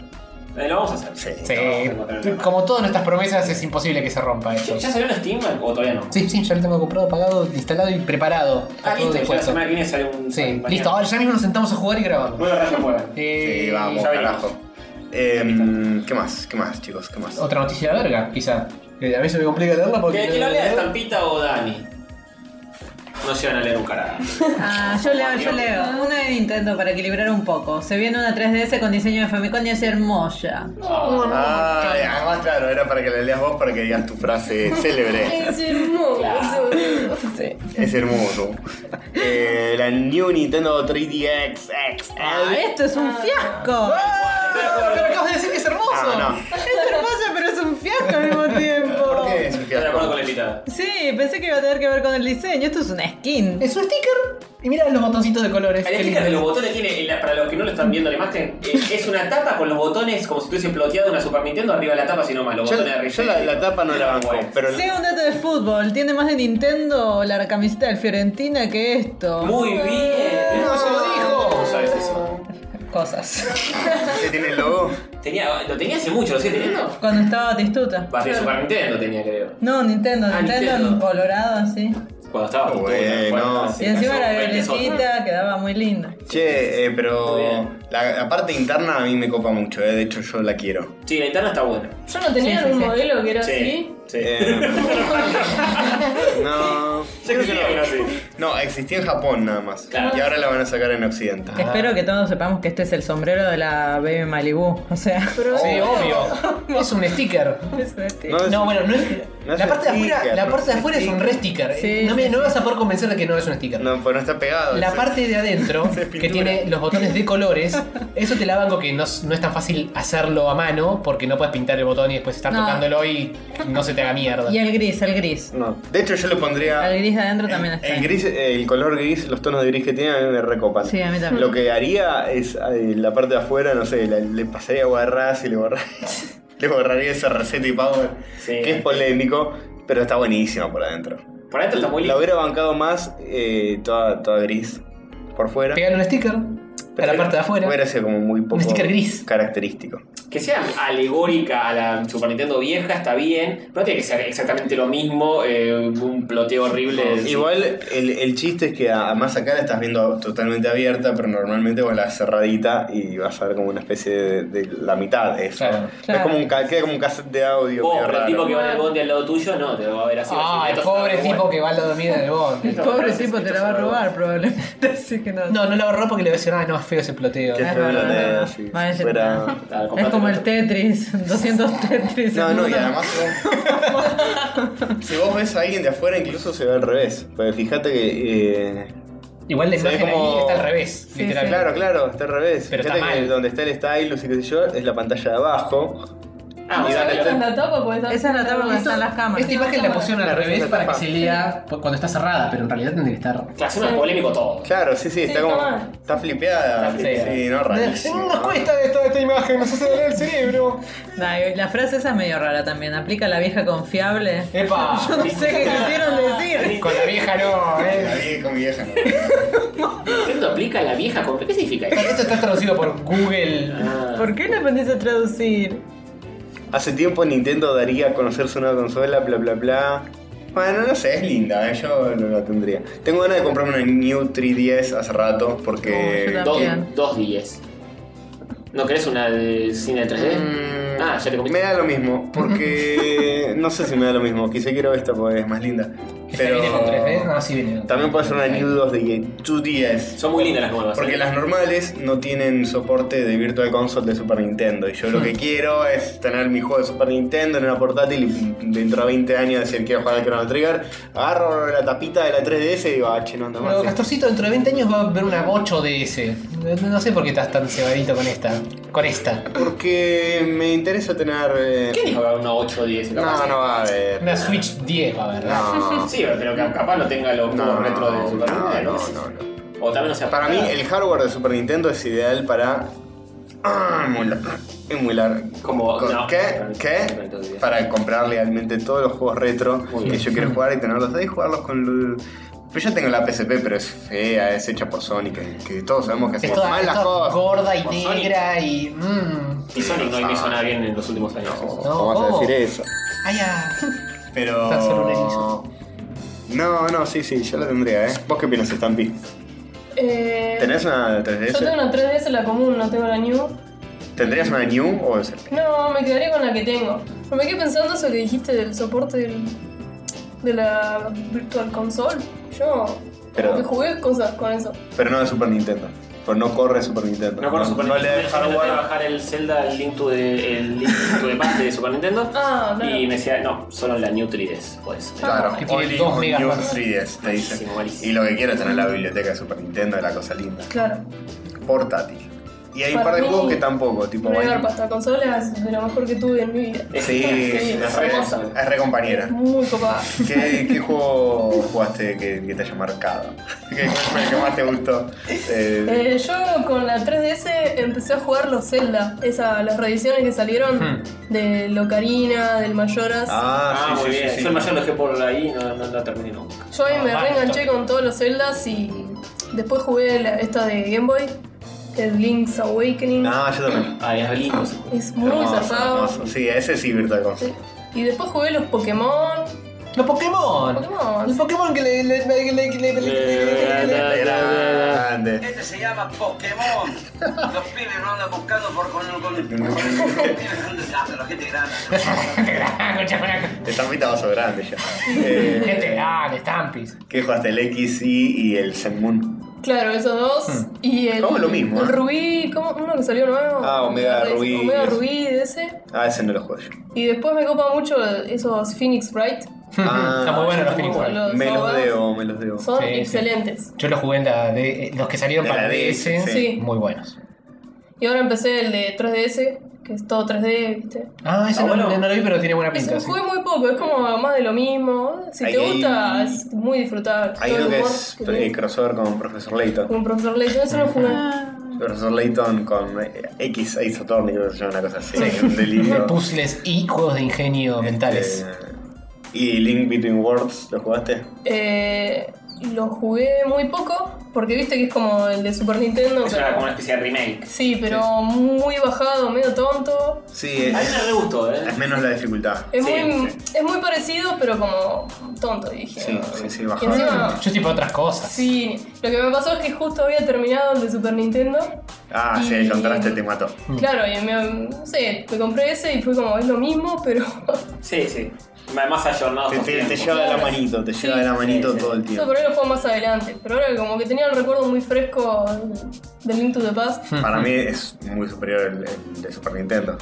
Eh, lo vamos a hacer.
Sí.
Sí.
No, no, no, no.
Como todas nuestras promesas, es imposible que se rompa eso.
¿Ya, ya salió en Steam o todavía no?
Sí, sí, ya lo tengo comprado, pagado, instalado y preparado. Está todo
Ah, listo, ya la
dispuesto.
semana que viene sale un.
Sí,
mañana.
listo. Ahora ya mismo nos sentamos a jugar y grabamos.
Bueno, gracias, Juan.
Eh,
Sí, vamos,
ya venimos.
carajo. Em, ¿Qué más? ¿Qué más, chicos? ¿Qué más?
Otra noticia de la verga, quizá. Eh, a mí se me complica leerla porque.
Que, que lo
¿eh?
lea Estampita o Dani. No se van a leer un carajo.
Ah, yo leo, yo leo. Una de Nintendo para equilibrar un poco. Se viene una 3DS con diseño de Famicom y es hermosa.
Ah, además, claro, era para que la leas vos para que digas tu frase célebre.
Es hermoso. Sí.
es hermoso. Eh, la New Nintendo 3DX XL.
Ah, esto es un fiasco.
¡Ah! Pero acabas de decir que es hermoso.
Ah, no.
Es hermosa, pero es un fiasco al mismo
¿Por
tiempo.
qué es un
Estoy de acuerdo con
fiasco?
la invitada.
Sí, pensé que iba a tener que ver con el diseño. Esto es una skin.
Es un sticker. Y mira los botoncitos de colores.
El
Qué
sticker de los
lindo.
botones tiene, en la- para los que no lo están viendo la imagen, eh, es una tapa con los botones como si tuviese ploteado una Super Nintendo arriba de la tapa, sino más los
Yo,
botones de
yo la, la tapa no la banco, pero
Sí, un dato de fútbol. Tiene más de Nintendo la camiseta del Fiorentina que esto.
Muy bien.
No, se lo dijo.
¿Cómo sabes eso?
Cosas.
¿qué tiene el logo?
Tenía, lo tenía hace mucho, ¿lo sigue teniendo?
Cuando estaba Batistuta.
Para el Super Nintendo tenía, creo.
No, Nintendo,
Ah,
Nintendo,
Nintendo.
en Colorado, así.
Cuando estaba
Bueno.
Y encima la violetita quedaba muy linda.
Che, eh,
Muy
pero
bien.
la, la parte interna a mí me copa mucho, eh, de hecho yo la quiero.
Sí, la interna está buena.
Yo no tenía
Sí, sí,
un
sí.
modelo que era
Sí.
así.
Sí.
Eh, no,
Yo creo que no, no, sí.
no, existía en Japón nada más.
Claro.
Y ahora la van a sacar en Occidente.
Espero que todos sepamos que este es el sombrero de la Baby Malibu. O sea,
Sí, obvio. es un sticker.
es este.
No, es-
No, bueno, no es.
No es
la
un
parte de afuera,
sticker,
la
no
parte de
es un
afuera es un re sticker.
Sí,
no, me,
sí,
no me vas a poder convencer de que no es un sticker.
No, pues no está pegado.
La
sí.
parte de adentro,
es
que
pintura.
tiene los botones de colores, eso te la banco que no, es- no es tan fácil hacerlo a mano porque no puedes pintar el botón y después estar
No.
tocándolo y no se te haga mierda.
Y el gris, el gris.
No. De hecho yo le pondría...
El gris de adentro también está.
El gris, eh, el color gris, los tonos de gris que tiene a mí me recopan.
Sí, a mí también.
Lo que haría es eh, la parte de afuera, no sé, la- le pasaría guarras y le borraría, le borraría ese receta y power,
Sí.
que es polémico, pero está buenísimo por adentro.
Por adentro está muy
La
lindo.
hubiera bancado más eh, toda, toda gris por fuera.
Pegar un sticker a la parte de afuera.
Hubiera sido como muy poco
sticker gris.
característico.
Que sea alegórica a la Super Nintendo vieja está bien, pero no tiene que ser exactamente lo mismo, eh, un ploteo horrible. Sí.
Igual el, el chiste es que a- además acá la estás viendo totalmente abierta, pero normalmente con la cerradita y vas a ver como una especie de, de la mitad de eso.
Claro.
Es
Claro.
como un, ca- queda como un cassette de audio.
Vos,
medio
pero el
raro.
Oh, tipo que va en el bondi al lado tuyo, no, te va a ver así.
Ah,
así,
el
esto
pobre
está muy
tipo
bueno.
que va al lado mío del bondi.
El pobre
Esto-
tipo te
esto
la va
se
a
lo roba.
robar probablemente. Así que no.
No, no la borró porque le decían, ah, no, es feo ese ploteo.
Qué
Es
feo
verdad,
la
es
de-
verdad.
sí, si
Vaya,
fuera-
no.
Dale,
Es
comprate
como el
otro.
Tetris, 200 Tetris.
No,
en
no, y
uno.
además. si vos ves a alguien de afuera, incluso se ve al revés. Pues fíjate que. eh,
Igual la
Se ve
imagen ahí
como-
está al revés,
Sí,
literal.
sí.
Claro, claro, está al revés.
Pero
fíjate
está
que
mal.
donde está el stylus y qué sé yo, es la pantalla de abajo.
Ah,
¿Vos
y
sabés
dale,
esa es
dale.
la tapa? Porque está-
Esa es la tabla donde están las cámaras.
Esta imagen la pusieron al
Claro,
revés
esa
para que
tapa.
se lea cu- cuando está cerrada, pero en realidad tendría que estar.
Claro, suena polémico todo.
Claro, sí, sí, está
Sí,
como.
está mal.
Está flipeada.
Está
Sí,
flipeada.
sí, no, rarísimo.
Nos cuesta esta, esta imagen, nos hace doler el cerebro.
Nah, y la frase esa es medio rara también. Aplica la vieja confiable.
¡Epa!
Yo no sé qué quisieron decir.
Con la vieja no, eh.
La vi con mi vieja. ¿no?
Nintendo aplica la vieja con... ¿Qué significa eso?
Esto está traducido por Google.
Ah,
¿Por qué la aprendés a traducir?
Hace tiempo Nintendo daría a conocer su nueva consola, bla, bla, bla. Bueno, no sé, es linda, eh, yo no la tendría. Tengo ganas de comprarme una New 3DS hace rato
Oh, yo
porque.
dos,
Bien.
dos 10. ¿No querés una de cine 3D?
¿Eh?
Mm,
Ah, ya te comiste.
me da lo mismo, porque no sé si me da lo mismo. Quizá quiero esta porque es más linda.
¿Esta
Pero
viene con 3D? No, sí viene.
también puede ser una New 2 de 2DS.
Son muy lindas las nuevas.
Porque
¿eh?
las normales no tienen soporte de Virtual Console de Super Nintendo. Y yo lo que quiero es tener mi juego de Super Nintendo en una portátil y dentro de 20 años decir quiero jugar al Chrono Trigger. Agarro la tapita de la 3DS y digo, ah, che, no anda
Pero
más.
Castorcito dentro de 20 años va a ver una 8DS. No sé por qué estás tan cebadito con esta. Con esta.
Porque me interesa tener. eh,
¿Quién dijo que habrá una 8 o 10?
No, no va a haber.
Una Switch 10 va a haber.
No.
Sí, pero que capaz no tenga los
No,
retro de
no,
Super
no,
Nintendo.
no, no, no.
O O tal vez no sea
Para mí, el hardware de Super Nintendo es ideal para. ah, emular. emular.
Como-
con-
no.
¿Qué? ¿Qué?
Entonces,
Para comprar legalmente todos los juegos retro
Muy
que
bien.
yo quiero jugar y tenerlos ahí y jugarlos con. Pero yo tengo la PSP, pero es fea, es hecha por Sonic, que- que todos sabemos que
Es
hacemos
toda,
mal
es
las
toda
cosas.
gorda y
Como Sonic.
negra y. Mmm.
Y Sonic no hizo nada bien en los últimos años.
No,
No,
¿cómo vas a
¿cómo?
decir eso?
Ay, ah.
Pero.
Está solo un erizo.
No, no, sí, sí, yo lo tendría, ¿eh? ¿Vos qué opinas, Stampy?
Eh,
¿Tenés una
Yo tengo
3DS?
una 3DS, la común, no tengo la New.
¿Tendrías una New o es-
No, me quedaría con la que tengo. Pero me quedé pensando eso que dijiste del soporte del- de la Virtual Console. Yo
Pero-
como que jugué cosas con eso.
Pero no de Super Nintendo. Pues no corre Super Nintendo.
No con Super
no
Nintendo.
le
yo
da
intenté
hardware.
bajar el Zelda, el Link to the, el Link to the Past de Super Nintendo.
Ah, claro.
Y me decía, no, solo la New 3DS, pues.
Claro,
que tiene
Only
dos
on
megas
New
más.
3DS, te dicen.
Malísimo, malísimo.
Y lo que quiero es tener la biblioteca de Super Nintendo, es la cosa linda.
Claro.
Portátil. Y hay un
Para
par de
mí,
juegos que tampoco, tipo.
Me
hay-
garpa esta consola es de lo mejor que tuve en mi vida.
Sí,
Sí,
sí, es,
es
re,
hermosa.
es re compañera.
Muy copada.
¿Qué, qué juego jugaste que, que te haya marcado? ¿Qué fue el que más te gustó? Eh,
Eh, yo con la 3DS empecé a jugar los Zelda, esa, las reediciones que salieron de Locarina, del Mayoras.
ah,
Ah,
sí,
muy
sí,
bien.
sí, sí.
Yo el mayor lo dejé por ahí, no, no, no terminé nunca.
Yo ahí
Ah,
me
basta.
reenganché con todos los Zeldas y después jugué la- esta de Game Boy, el Link's Awakening.
No, yo también.
Ah, es re lindo. ese juego.
Es muy
Hermoso,
zarpado.
hermoso. Sí, ese sí, Virtual Console.
Y después jugué los Pokémon.
Los Pokémon.
Pokémon.
El Pokémon que le. le, le, le, le- le-
Eh.
le- le-
Eh,
Grande.
Este se llama Pokémon. Los pibes no andan buscando por con con con- Los pibes son un desastre, la gente grande.
Te están pitabazo grande ya. Eh,
Gente, ah, de Stampis.
¿Qué jugaste? El XY y el Zen Moon.
Claro, esos dos. Y el,
Hmm. ¿Cómo lo mismo,
el
eh?
Rubí, ¿cómo? uno que salió nuevo.
Ah, Omega
Entonces,
Rubí,
Omega
ese.
Rubí de ese.
Ah, ese no lo juego yo.
Y después me copa mucho esos Phoenix Bright.
Ah,
Está muy bueno los Phoenix Wright.
Los
Me los
abogados
debo, me los debo.
Son
Sí, sí.
excelentes.
Yo los jugué en la de, eh, los que salieron
De la
para
DS,
DS.
sí.
Muy buenos.
Y ahora empecé el de 3DS, que es todo 3D, ¿viste?
Ah, ese
Ah,
no,
bueno.
no lo vi, pero tiene buena
Es
pinta.
un
sí.
jugué muy poco, es como más de lo mismo. Si
Ahí
te
hay-
gusta, es muy disfrutable.
Hay
Todo
uno
el
que
humor
es
que
eh,
tiene.
crossover con Profesor Layton.
Con Profesor Layton, eso no jugué.
Profesor Layton con eh, X Ace Attorney, creo que se llama una cosa así. Un delirio.
Puzzles y juegos de ingenio mentales.
Eh, ¿Y Link Between Worlds lo jugaste?
Eh, lo jugué muy poco, porque viste que es como el de Super Nintendo.
Es
pero-
una, como una especie de remake.
Sí, pero muy bajado, medio tonto.
Sí,
A mí me re gustó, ¿eh?
es menos la dificultad.
Es,
Sí,
muy,
sí.
es muy parecido, pero como tonto, dije.
Sí, sí, sí,
Y
bajado.
encima,
Yo estoy para otras cosas.
sí, lo que me pasó es que justo había terminado el de Super Nintendo.
Ah, sí, el
Y-
contraste te mató.
Mm.
Claro, y me, no sé, me compré ese y fue como, es lo mismo, pero
Sí, sí. Ma- Más ayornado.
Te,
estos
te- te
tiempos.
lleva de la manito, te lleva de la manito
sí,
todo el
eso
tiempo.
por ahí lo juego más adelante. Pero ahora como que tenía el recuerdo muy fresco del Link to the Past.
Mm.
Para mí es muy superior el, el de Super Nintendo.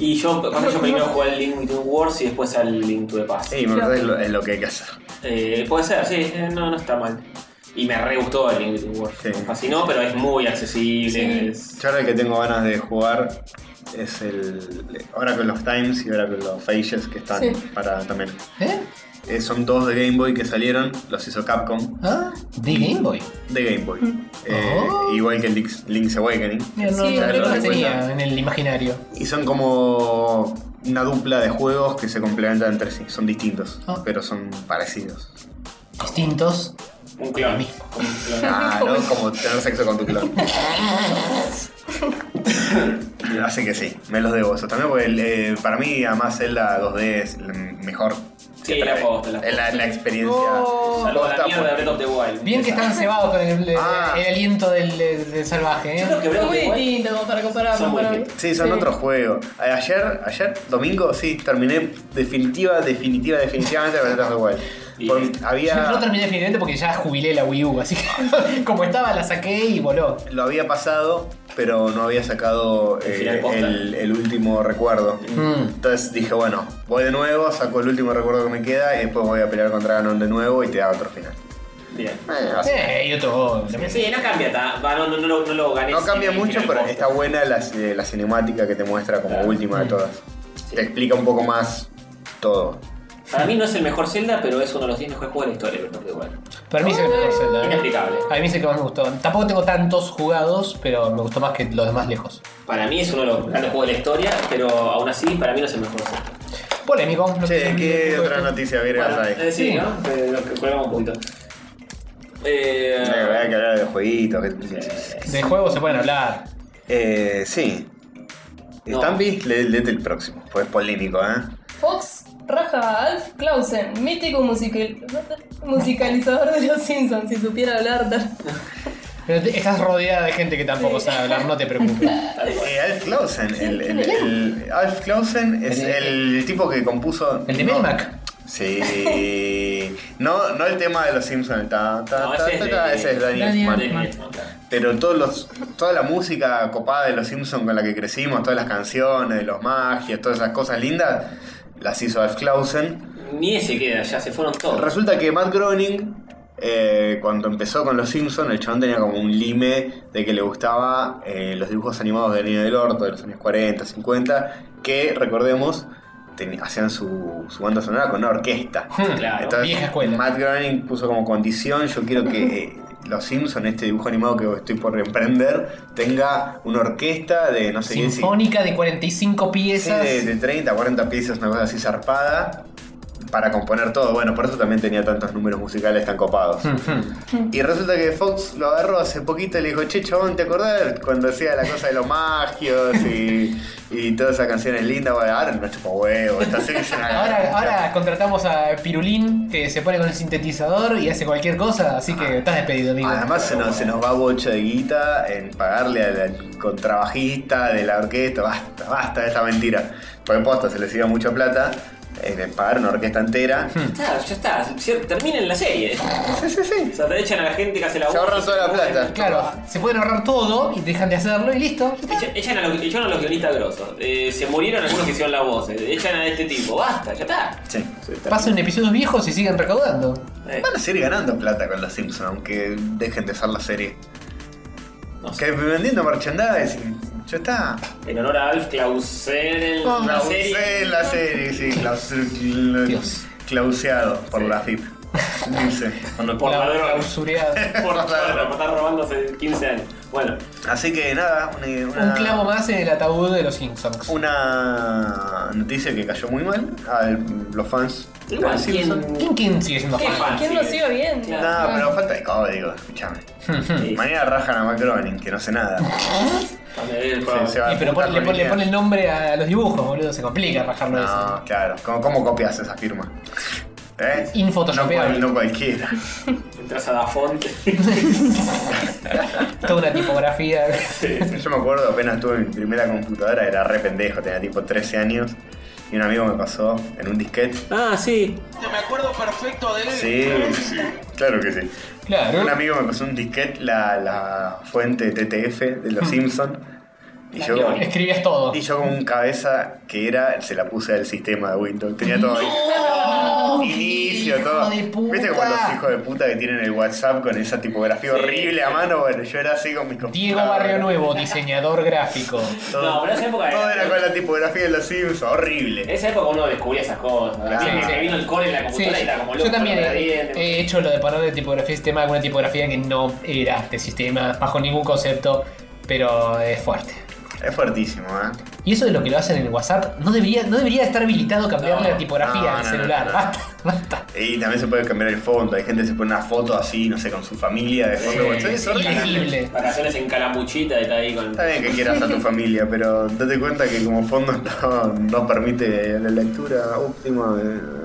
Y yo, pasa que yo primero jugué al Link Between Wars y después al Link to the Past.
Y me parece que es lo, es lo que hay que hacer.
Eh, puede ser, sí, eh, no, no está mal. Y me re gustó el Link Between Wars.
Sí.
Me fascinó, pero es muy accesible.
Sí.
es-
Yo ahora el que tengo ganas de jugar es el Oracle of Times y Oracle of Ages que están
Sí.
para también.
¿Eh?
Eh, son dos de Game Boy que salieron, los hizo Capcom
¿Ah? ¿De Game Boy?
de Game Boy. Eh,
Oh.
Igual que el Link's, Link's Awakening.
Mira, no,
Sí,
no
me
lo
parece
tenía en el imaginario.
Y son como una dupla de juegos que se complementan entre sí. Son distintos,
Ah.
pero son parecidos.
Distintos.
Un clon. Como un clon.
Ah, ¿no? Como tener sexo con tu clon. Así que sí, me los debo eso. También porque el, eh, para mí, además, Zelda 2D es la mejor.
Sí,
que
la
trae.
posta, la
Es la, la experiencia.
Salvo la
posta, pues.
mierda de
porque-
Breath of the Wild.
Bien que están cebados con el, el-
Ah.
el aliento del, del salvaje,
Yo
¿eh?
creo que Breath
Son
of
muy
the Wild-
distintos como para compararlo
Son muy
para mí.
distintos.
Sí, son otro juego. A- Ayer, ayer, domingo, sí, terminé definitiva, definitiva, definitivamente Breath of the Wild.
Y-
Porque
Yo no
había,
terminé definitivamente porque ya jubilé la Wii U, así que como estaba la saqué y voló.
lo había pasado, pero no había sacado
El
eh,
final posta.
el, el último recuerdo.
Mm.
Entonces dije, bueno, voy de nuevo, saco el último recuerdo que me queda y después voy a pelear contra Ganon de nuevo y te da otro final.
Bien.
Eh, así.
Eh, y otro.
Sí, no cambia ta- va, no, no, no, lo- no lo gané.
No cambia
sí,
mucho,
final
pero
posta.
está buena la, ci- la cinemática que te muestra como
Claro. Mm.
última de todas.
Sí.
Te explica un poco más todo.
Para mí no es el mejor Zelda, pero es uno de los 10 mejores juegos de la historia, pero igual.
Para mí es
Ah.
el mejor Zelda. ¿eh?
Inexplicable.
A mí es el que más me gustó. Tampoco tengo tantos jugados, pero me gustó más que los demás lejos.
Para mí es uno de los grandes juegos de la historia, pero aún así, para mí no es el mejor Zelda.
Polémico. No
Che,
sé
¿qué otra noticia vergas
Bueno,
hay?
eh, sí,
Sí.
¿no? Eh, lo que colgamos un poquito.
Eh,
Eh,
Hay que hablar de jueguitos. que-
De juegos se pueden hablar.
Eh, sí.
No.
Stampy, le- léete el próximo. Pues polémico, ¿eh?
Fox raja a Alf Clausen, mítico musical- musicalizador de los Simpsons, si supiera hablar. tal.
Pero te- estás rodeada de gente que tampoco
Sí.
sabe hablar, no te preocupes.
Eh, Alf Clausen. El, el- el- Alf Clausen es el tipo que compuso.
El de
no,
Melmac.
Sí. No, no el tema de los Simpsons. el Ta, ta,
No,
ta,
ese es
ta,
de-
ta, ese es Daniel
Daniel
Elfman.
de-
Elfman.
Pero todos los, toda la música copada de los Simpsons con la que crecimos, todas las canciones, los magias, todas esas cosas lindas, las hizo Alf Clausen.
Ni ese queda, ya se fueron todos.
Resulta que Matt Groening, eh, cuando empezó con Los Simpsons, el chabón tenía como un lime de que le gustaba eh, los dibujos animados de Niño del Orto de los años 40, 50, que recordemos ten- hacían su, su banda sonora con una orquesta.
Claro,
Hmm, vieja escuela.
Matt Groening puso como condición, yo quiero que eh, Los Simpsons, este dibujo animado que estoy por emprender, tenga una orquesta de no sé qué, si-
Sinfónica de 45
Sí,
piezas.
de, de 30, 40 piezas, una cosa así zarpada, para componer todo. Bueno, por eso también tenía tantos números musicales tan copados.
Hmm. Ujú.
Y resulta que Fox lo agarró hace poquito y le dijo, che, chabón, ¿te acordás cuando hacía la cosa de los magios y, y todas esas canciones lindas? Bueno, ahora no chupa huevo, esta serie es una
Ahora,
garcha".
ahora contratamos a Pirulín que se pone con el sintetizador y hace cualquier cosa, así que estás despedido, amigo.
Además se nos, se nos va bocha de guita en pagarle al contrabajista de la orquesta, basta, basta de esta mentira. Porque posta, se les iba mucha plata en pagar una orquesta entera.
Hmm.
Claro, ya está, cier- terminen la serie.
Sí, sí, sí.
O sea, te echan a la gente que hace la
Se ahorran toda la plata.
Claro, se pueden ahorrar todo y dejan de hacerlo y listo. ya está.
Echa- Echan a, los, echaron a los guionistas grosos. Eh, se murieron algunos que hicieron la voz. Eh, Echan a este tipo. Basta, ya está.
Sí, sí, está.
Pasan episodios viejos y siguen recaudando.
Eh,
Van a seguir ganando plata con los Simpsons, aunque dejen de ser la serie.
no sé.
Que vendiendo merchandising. Ya está.
En honor a Alf Clausen en la serie.
Clausé en la serie, sí. claus-
Dios.
Clauseado por la FIP. Dice.
Por
La-
ladrón.
clausureada.
Por por estar robándose 15 años. Bueno,
Así que nada, una,
Un
una-
clavo más en el ataúd de los Simpsons.
una noticia que cayó muy mal a los fans. de
Igual,
los
¿quién-
Simpsons.
¿Quién, quién sigue siendo
Qué
fan?
fan.
¿Quién
sí,
nos iba bien?
Claro.
No, pero falta de código, escúchame.
sí,
Mañana rajan a Macronin, que no sé nada.
también,
Se- se va a
Y pero pon-
juntar
le,
con
pon- le
ella.
pone el nombre a los dibujos, boludo. Se complica rajarlo de eso.
No, claro. ¿Cómo, cómo copias esa firma? ¿Eh? no,
Infotoshopeable.
cual- no cualquiera.
Entras a la fonte.
Toda una tipografía.
Yo me acuerdo apenas tuve mi primera computadora, era re pendejo, tenía tipo 13 años. Y un amigo me pasó en un disquete.
Ah, sí.
Yo me acuerdo perfecto de él.
Sí, sí, claro que sí.
Claro.
Un amigo me pasó un disquete, la, la fuente TTF de los Simpsons. Y yo, como-
Escribías todo.
y yo como un cabeza que era, se la puse al sistema de Windows. Tenía todo ahí. Inicio,
Oh, hijo
todo.
de puta.
¿Viste como los hijos de puta que tienen el WhatsApp con esa tipografía
Sí.
horrible a mano? Bueno, yo era así con mi computadora.
Diego Barrio Nuevo, diseñador gráfico.
No, pero en esa época
Todo
era- Eh.
era con la tipografía de los Simpsons,
En
horrible.
esa época uno descubría esas cosas.
Claro.
Viste que
Sí.
vino el core en la computadora y era como loco.
Yo también eh,
pero
he,
bien.
he hecho lo de parar de tipografía de sistema con una tipografía que no era de sistema, bajo ningún concepto, pero es fuerte.
Es fuertísimo, ¿eh?
Y eso de lo que lo hacen en el WhatsApp, no debería, no debería estar habilitado cambiarle
No,
la tipografía
no,
al
no,
celular.
no, no.
Basta, basta.
Y también se puede cambiar el fondo. Hay gente que se pone una foto así, no sé, con su familia de fondo.
Eh,
Bueno, eso es horrible.
Increíble.
Vacaciones en Calamuchita y está ahí con.
Está bien que quieras a tu familia, pero date cuenta que como fondo no, no permite la lectura óptima. De...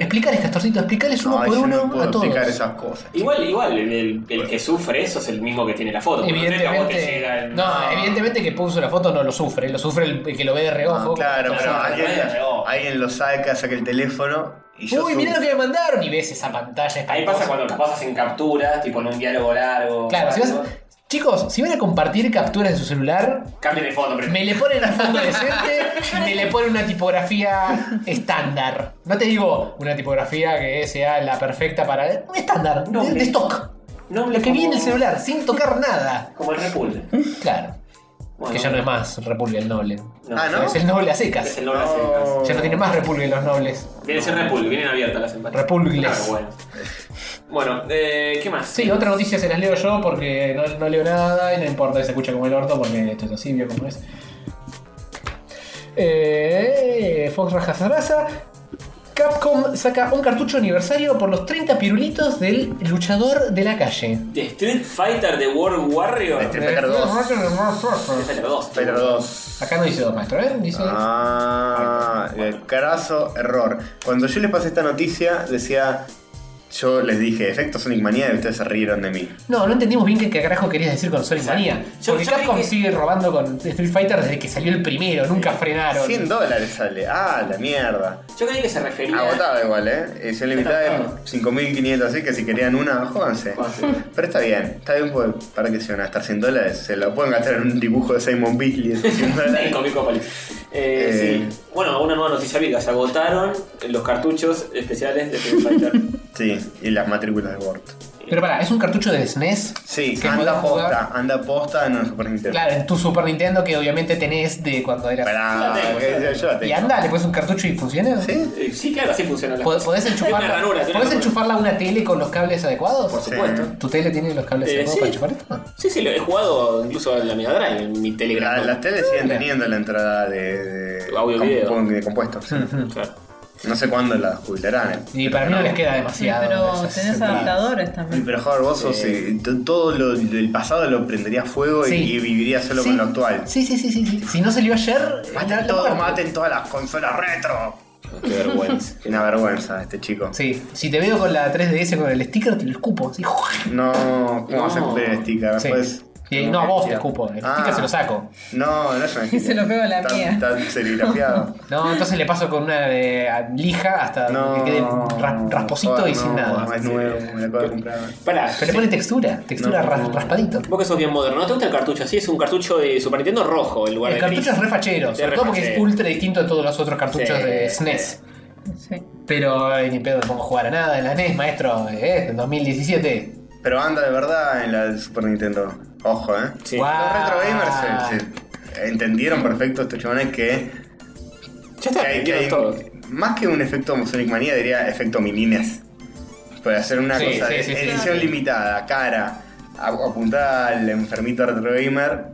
Explicarles, Castorcito, este explicarles uno
Ay,
por
yo
uno
no puedo
a todos.
explicar esas cosas.
Igual, igual, el, el- el que sufre eso es el mismo que tiene la foto. porque no es que a vos te llega
Evidentemente,
el-
no, evidentemente que puso la foto no lo sufre, lo sufre el, el que lo ve de reojo.
Ah, claro, pero
no,
alguien,
no.
alguien lo saca, saca el teléfono y yo.
Uy,
sub-
mirá lo que me mandaron y ves esa pantalla.
Ahí
espantosa.
pasa cuando las pasas en captura, tipo en un diálogo largo.
Claro, si vas-
algo.
chicos, si van a compartir capturas de su celular,
Cambien el fondo, pero.
me le ponen un fondo decente y me le ponen una tipografía estándar. No te digo una tipografía que sea la perfecta para. Un estándar,
No,
de, de
me-
stock.
No,
Lo que
como-
viene el celular, sin tocar nada.
Como el repulse.
Claro.
Bueno,
¿Mm? que ya no es más Repulgue el noble.
no,
Ah, ¿no?
Es el noble a secas.
Es el nombre hace más.
Ya no tiene más Repulgue los nobles.
Vienen a ser Repulgue, vienen abiertas las empatas.
Repulgles.
Ah, bueno. Bueno, eh, ¿qué más?
Sí, otra noticia se las leo yo porque no, no leo nada y no importa, se escucha como el orto porque esto es así, vio como es. Eh, Fox Rajasarasa. Capcom saca un cartucho aniversario por los 30 pirulitos del luchador de la calle.
The Street Fighter The World Warrior.
Street Fighter 2.
Fighter 2.
Fighter 2.
Acá no dice dos maestro, ¿eh? Dice.
Ah, eh, carazo, error. Cuando yo les pasé esta noticia, decía. Yo les dije, efecto Sonic Mania y ustedes se rieron de mí.
No, no entendimos bien qué, qué carajo querías decir con Sonic Mania.
Yo-
Porque
yo creí
Capcom
que-
sigue robando con Street Fighter desde que salió el primero, nunca frenaron.
100 dólares sale. Ah, la mierda.
Yo creí que se refería.
Agotado igual, ¿eh? Edición limitada de
agotado.
5.500, así que si querían una, jódanse. Pero está bien, está bien porque para que se van a gastar 100 dólares. Se lo pueden gastar en un dibujo de Simon Bigley. esos 100
Sí,
dólares.
con Micrópolis. Eh,
Eh.
sí. Bueno, una nueva noticia pica. Se agotaron los cartuchos especiales de Street Fighter.
Sí, y las matrículas de Word.
Pero pará, ¿es un cartucho de SNES?
Sí,
Que
anda
podés jugar.
posta, anda posta en el Super Nintendo.
Claro, en tu Super Nintendo que obviamente tenés de cuando eras.
Pará, que yo la
Y
tengo.
anda, le pones un cartucho y funciona.
¿Sí?
Eh, sí, claro, así funciona la
Po- Podés, enchufarla,
Tiene una ranura, tiene
¿podés
una
enchufarla a una tele con los cables adecuados.
Por supuesto.
¿Tu tele tiene los cables
Eh,
adecuados
sí.
para enchufar esto?
Sí, sí, lo he jugado incluso en la Mega Drive, en mi
Ah, La-
Telegram.
las teles siguen teniendo la entrada de, de-
Audio, video.
de compuesto. sí.
Claro.
No sé cuándo la jubilarán. eh.
Y para mí no les queda demasiado.
pero
esas-
tenés adaptadores también.
Pero joder, vos sos, eh, t- todo lo del pasado lo prendería fuego y-
Sí.
y, viviría solo
Sí.
con lo actual.
Sí, sí, sí, sí, sí. Si no salió ayer. la-
Maten
la
todo,
muerte.
maten todas las consolas retro.
Qué vergüenza.
Qué Una vergüenza este chico.
Sí, si te veo con la 3DS con el sticker, te lo escupo. así.
No, ¿cómo vas a
No.
cumplir el sticker?
Sí.
Después-
Y ahí, no, a vos te escupo. El
Ah.
sticker se lo saco.
No, no es una
se lo pego a la
tan,
mía.
Tan serigrafiado.
No, entonces le paso con una eh, lija hasta
No.
que quede ras- rasposito
joder,
y sin
no,
nada.
Es nuevo, me lo acabo de comprar.
Pará,
Pero le pone textura, textura
No.
ras- raspadito.
vos que sos bien moderno, ¿no te gusta el cartucho así? Es un cartucho de Super Nintendo rojo en lugar
El
de
cartucho
gris.
es re fachero,
Es
sobre
re
todo porque es
fachero.
ultra distinto de todos los otros cartuchos
Sí.
de SNES.
Sí.
Pero eh, ni pedo me pongo a jugar a nada en la NES, maestro, eh, en 2017.
Pero anda de verdad en la del Super Nintendo. Ojo, eh.
Sí.
Guau.
Los retro gamers se- se entendieron perfecto estos chavales que,
Ya
que
está,
hay, que hay-
vendieron todo.
más que un efecto Sonic Manía diría efecto Milines. Para hacer una
Sí,
cosa
sí,
de
sí, sí.
edición limitada, cara, a- apuntada al enfermito retro gamer.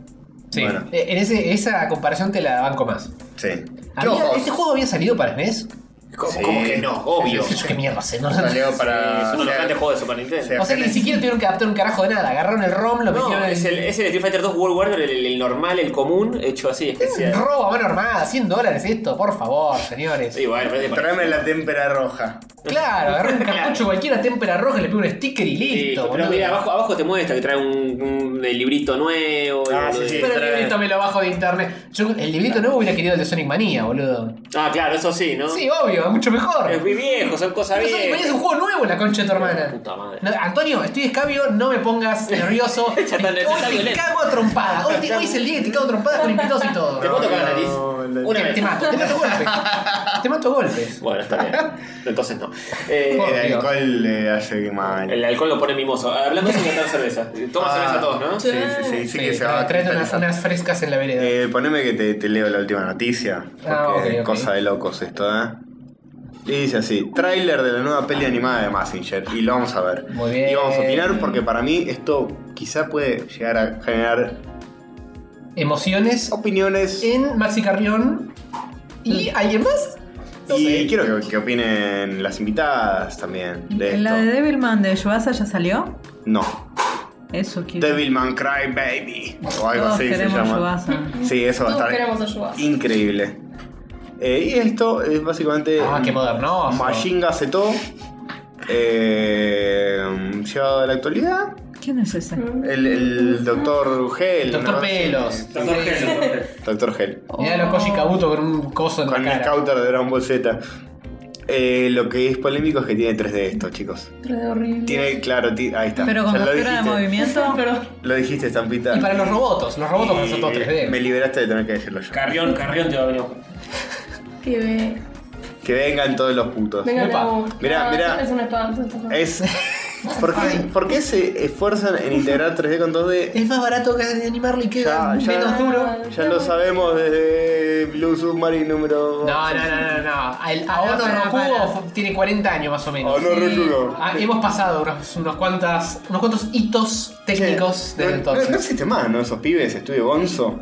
Sí.
Bueno,
Eh, En ese, esa comparación te la banco más.
sí.
A
¿Qué
mí,
ojos?
¿Este juego había salido para SNES?
¿Cómo,
Sí.
cómo que no? Obvio.
Eso qué mierda sé, no
Salió para.
es uno de los grandes juegos de Super Nintendo.
sea,
O sea que ni siquiera tuvieron que adaptar un carajo de nada. Agarraron el ROM, lo
E No,
metieron en
es el, es el Street Fighter 2 World Warrior, el, el normal, el común, hecho así, especial.
Robo a mano armada, 100 dólares esto, por favor, señores.
Sí, bueno, pero es de
Tráeme la témpera roja.
Claro, agarró un cartucho cualquiera, témpera roja, le pego un sticker y
Sí,
listo,
pero
boludo.
mira, abajo, abajo te muestra que trae un, un librito nuevo. y
Ah,
algo
sí,
de-
Pero
trae-
el librito me lo bajo de internet. Yo el librito nuevo hubiera querido el de Sonic Manía, boludo.
Ah, claro, eso sí, ¿no?
Sí, obvio, mucho mejor.
Es muy viejo, son cosas
Pero Sonic Manía es
viejas.
un juego nuevo, la concha de tu hermana.
Puta madre.
No, Antonio, estoy escabio, no me pongas nervioso.
Ya está-
Hoy
ya está
te
violento.
cago a trompada. Hoy te hoy es el día que te cago a trompadas con invitados y todo.
Te mato con la nariz.
No, la-
Una
Te
vez.
mato, te mato a golpes. Te mato a golpes.
Bueno, está bien. Entonces no. Eh,
Por
El
Dios.
alcohol le hace que mal.
el alcohol lo pone mimoso. Hablando de inventar cerveza. Toma
Ah,
cerveza todos, ¿no?
Sí, sí, sí, sí, que se va a
Traete unas
cristalizar.
unas frescas en la vereda.
Eh, poneme que te, te leo la última noticia. Porque
Ah, ok, ok.
cosa de locos esto, ¿eh? Y dice así, tráiler de la nueva peli animada de Massinger. Y lo vamos a ver.
Muy bien.
Y vamos a opinar porque para mí esto quizá puede llegar a generar
Emociones
opiniones.
en Maxi Carrión. ¿Y alguien más? No
y
sé.
quiero que, que opinen las invitadas también de esto.
¿La de Devilman de Yuasa ya salió?
No.
Eso quiero.
Devilman Cry Baby. O algo
Todos
así se
queremos
llama.
Yuasa.
Sí, eso va a
Todos
estar
queremos ayudar.
increíble. Eh, y esto es básicamente.
Ah, qué moderno.
Majinga Seto. Eh, llevado a la actualidad.
¿Quién es ese?
El, el doctor Gel.
Doctor
¿no?
Pelos.
Doctor Gelo, doctor Gelo.
Doctor Gel.
Mirá los Koji Kabuto con un coso en
Con
la
el
cara.
scouter de Dragon Ball Z. Eh, lo que es polémico es que tiene 3D esto, chicos.
Re horrible.
Tiene, claro, ti- ahí está.
Pero con
Ya lo
captura de
dijiste.
movimiento.
Lo dijiste, estampita.
Y para los robots, los robots van a ser todos
Y
3D.
Eh, Me liberaste de tener que decirlo yo.
Carrión, carrión te va a venir.
Que ve.
Que vengan todos los putos.
Venga,
Upa.
no.
Mirá,
Ah,
mirá. Eh,
Es una espada. es una espada.
Es. ¿Por qué, por qué se esfuerzan en integrar 3D con 2D?
Es más barato que animarlo y queda
Ya,
menos duro.
ya, ya lo sabemos desde Blue Submarine número.
No, no, no, no, no. El Aono
Para,
Rokugo
para.
fu- tiene 40 años más o menos.
Oh, no, Rokugo.
Ah, hemos pasado unos, unos, cuantas, unos cuantos hitos técnicos desde
No, no, no
entonces.
existe más, ¿no? Esos pibes, estudio Gonzo.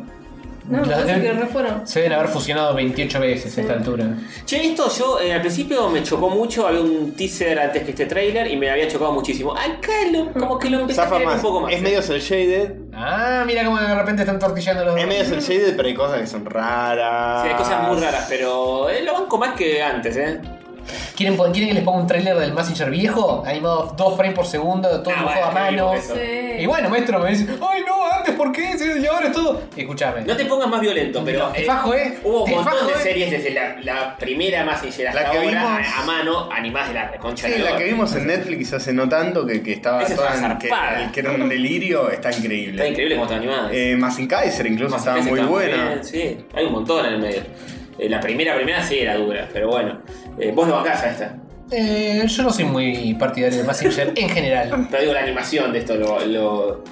No, me
La-
parece que re fueron.
Se deben haber fusionado 28 veces a esta altura.
Che, esto yo eh, al principio me chocó mucho, había un teaser antes que este trailer y me había chocado muchísimo. Acá lo, como que lo empecé a
Zafa
querer
más.
un poco más. eh.
Es medio cel shaded.
Ah, mira cómo de repente están tortillando los
Es medio cel shaded, pero hay cosas que son raras.
Sí, hay cosas muy raras, pero eh, lo banco más que antes, ¿eh?
¿Quieren, pon- quieren que les ponga un tráiler del Messenger viejo? Animado 2 frames por segundo, todo
Ah,
dibujado
bueno,
a mano.
eso.
Sí.
Y bueno, maestro me dice, ay no, antes por qué, Sí, y ahora es todo. Escuchame.
No te pongas más violento, pero.
No, te fajo, ¿eh?
Hubo un
Te
montón
fajo,
de
¿eh?
series desde la, la primera más sincera hasta
La que
ahora
vimos.
a, a mano, animadas de la concha
Sí,
de
la
oro.
que vimos en Netflix hace no tanto, que, que estaba
Esa es
toda
una
en- que,
zarpada.
que era un delirio, está
Está
increíble.
increíble cómo está animada.
Eh, Massing Kaiser incluso
Más
estaba
acá
muy
está
buena.
bien, sí, hay un montón en el medio. Eh, la primera, primera sí era dura, pero bueno. Eh, vos lo bancás a esta.
Eh, yo no soy muy partidario de Messenger en general.
Pero digo, la animación de esto lo. lo,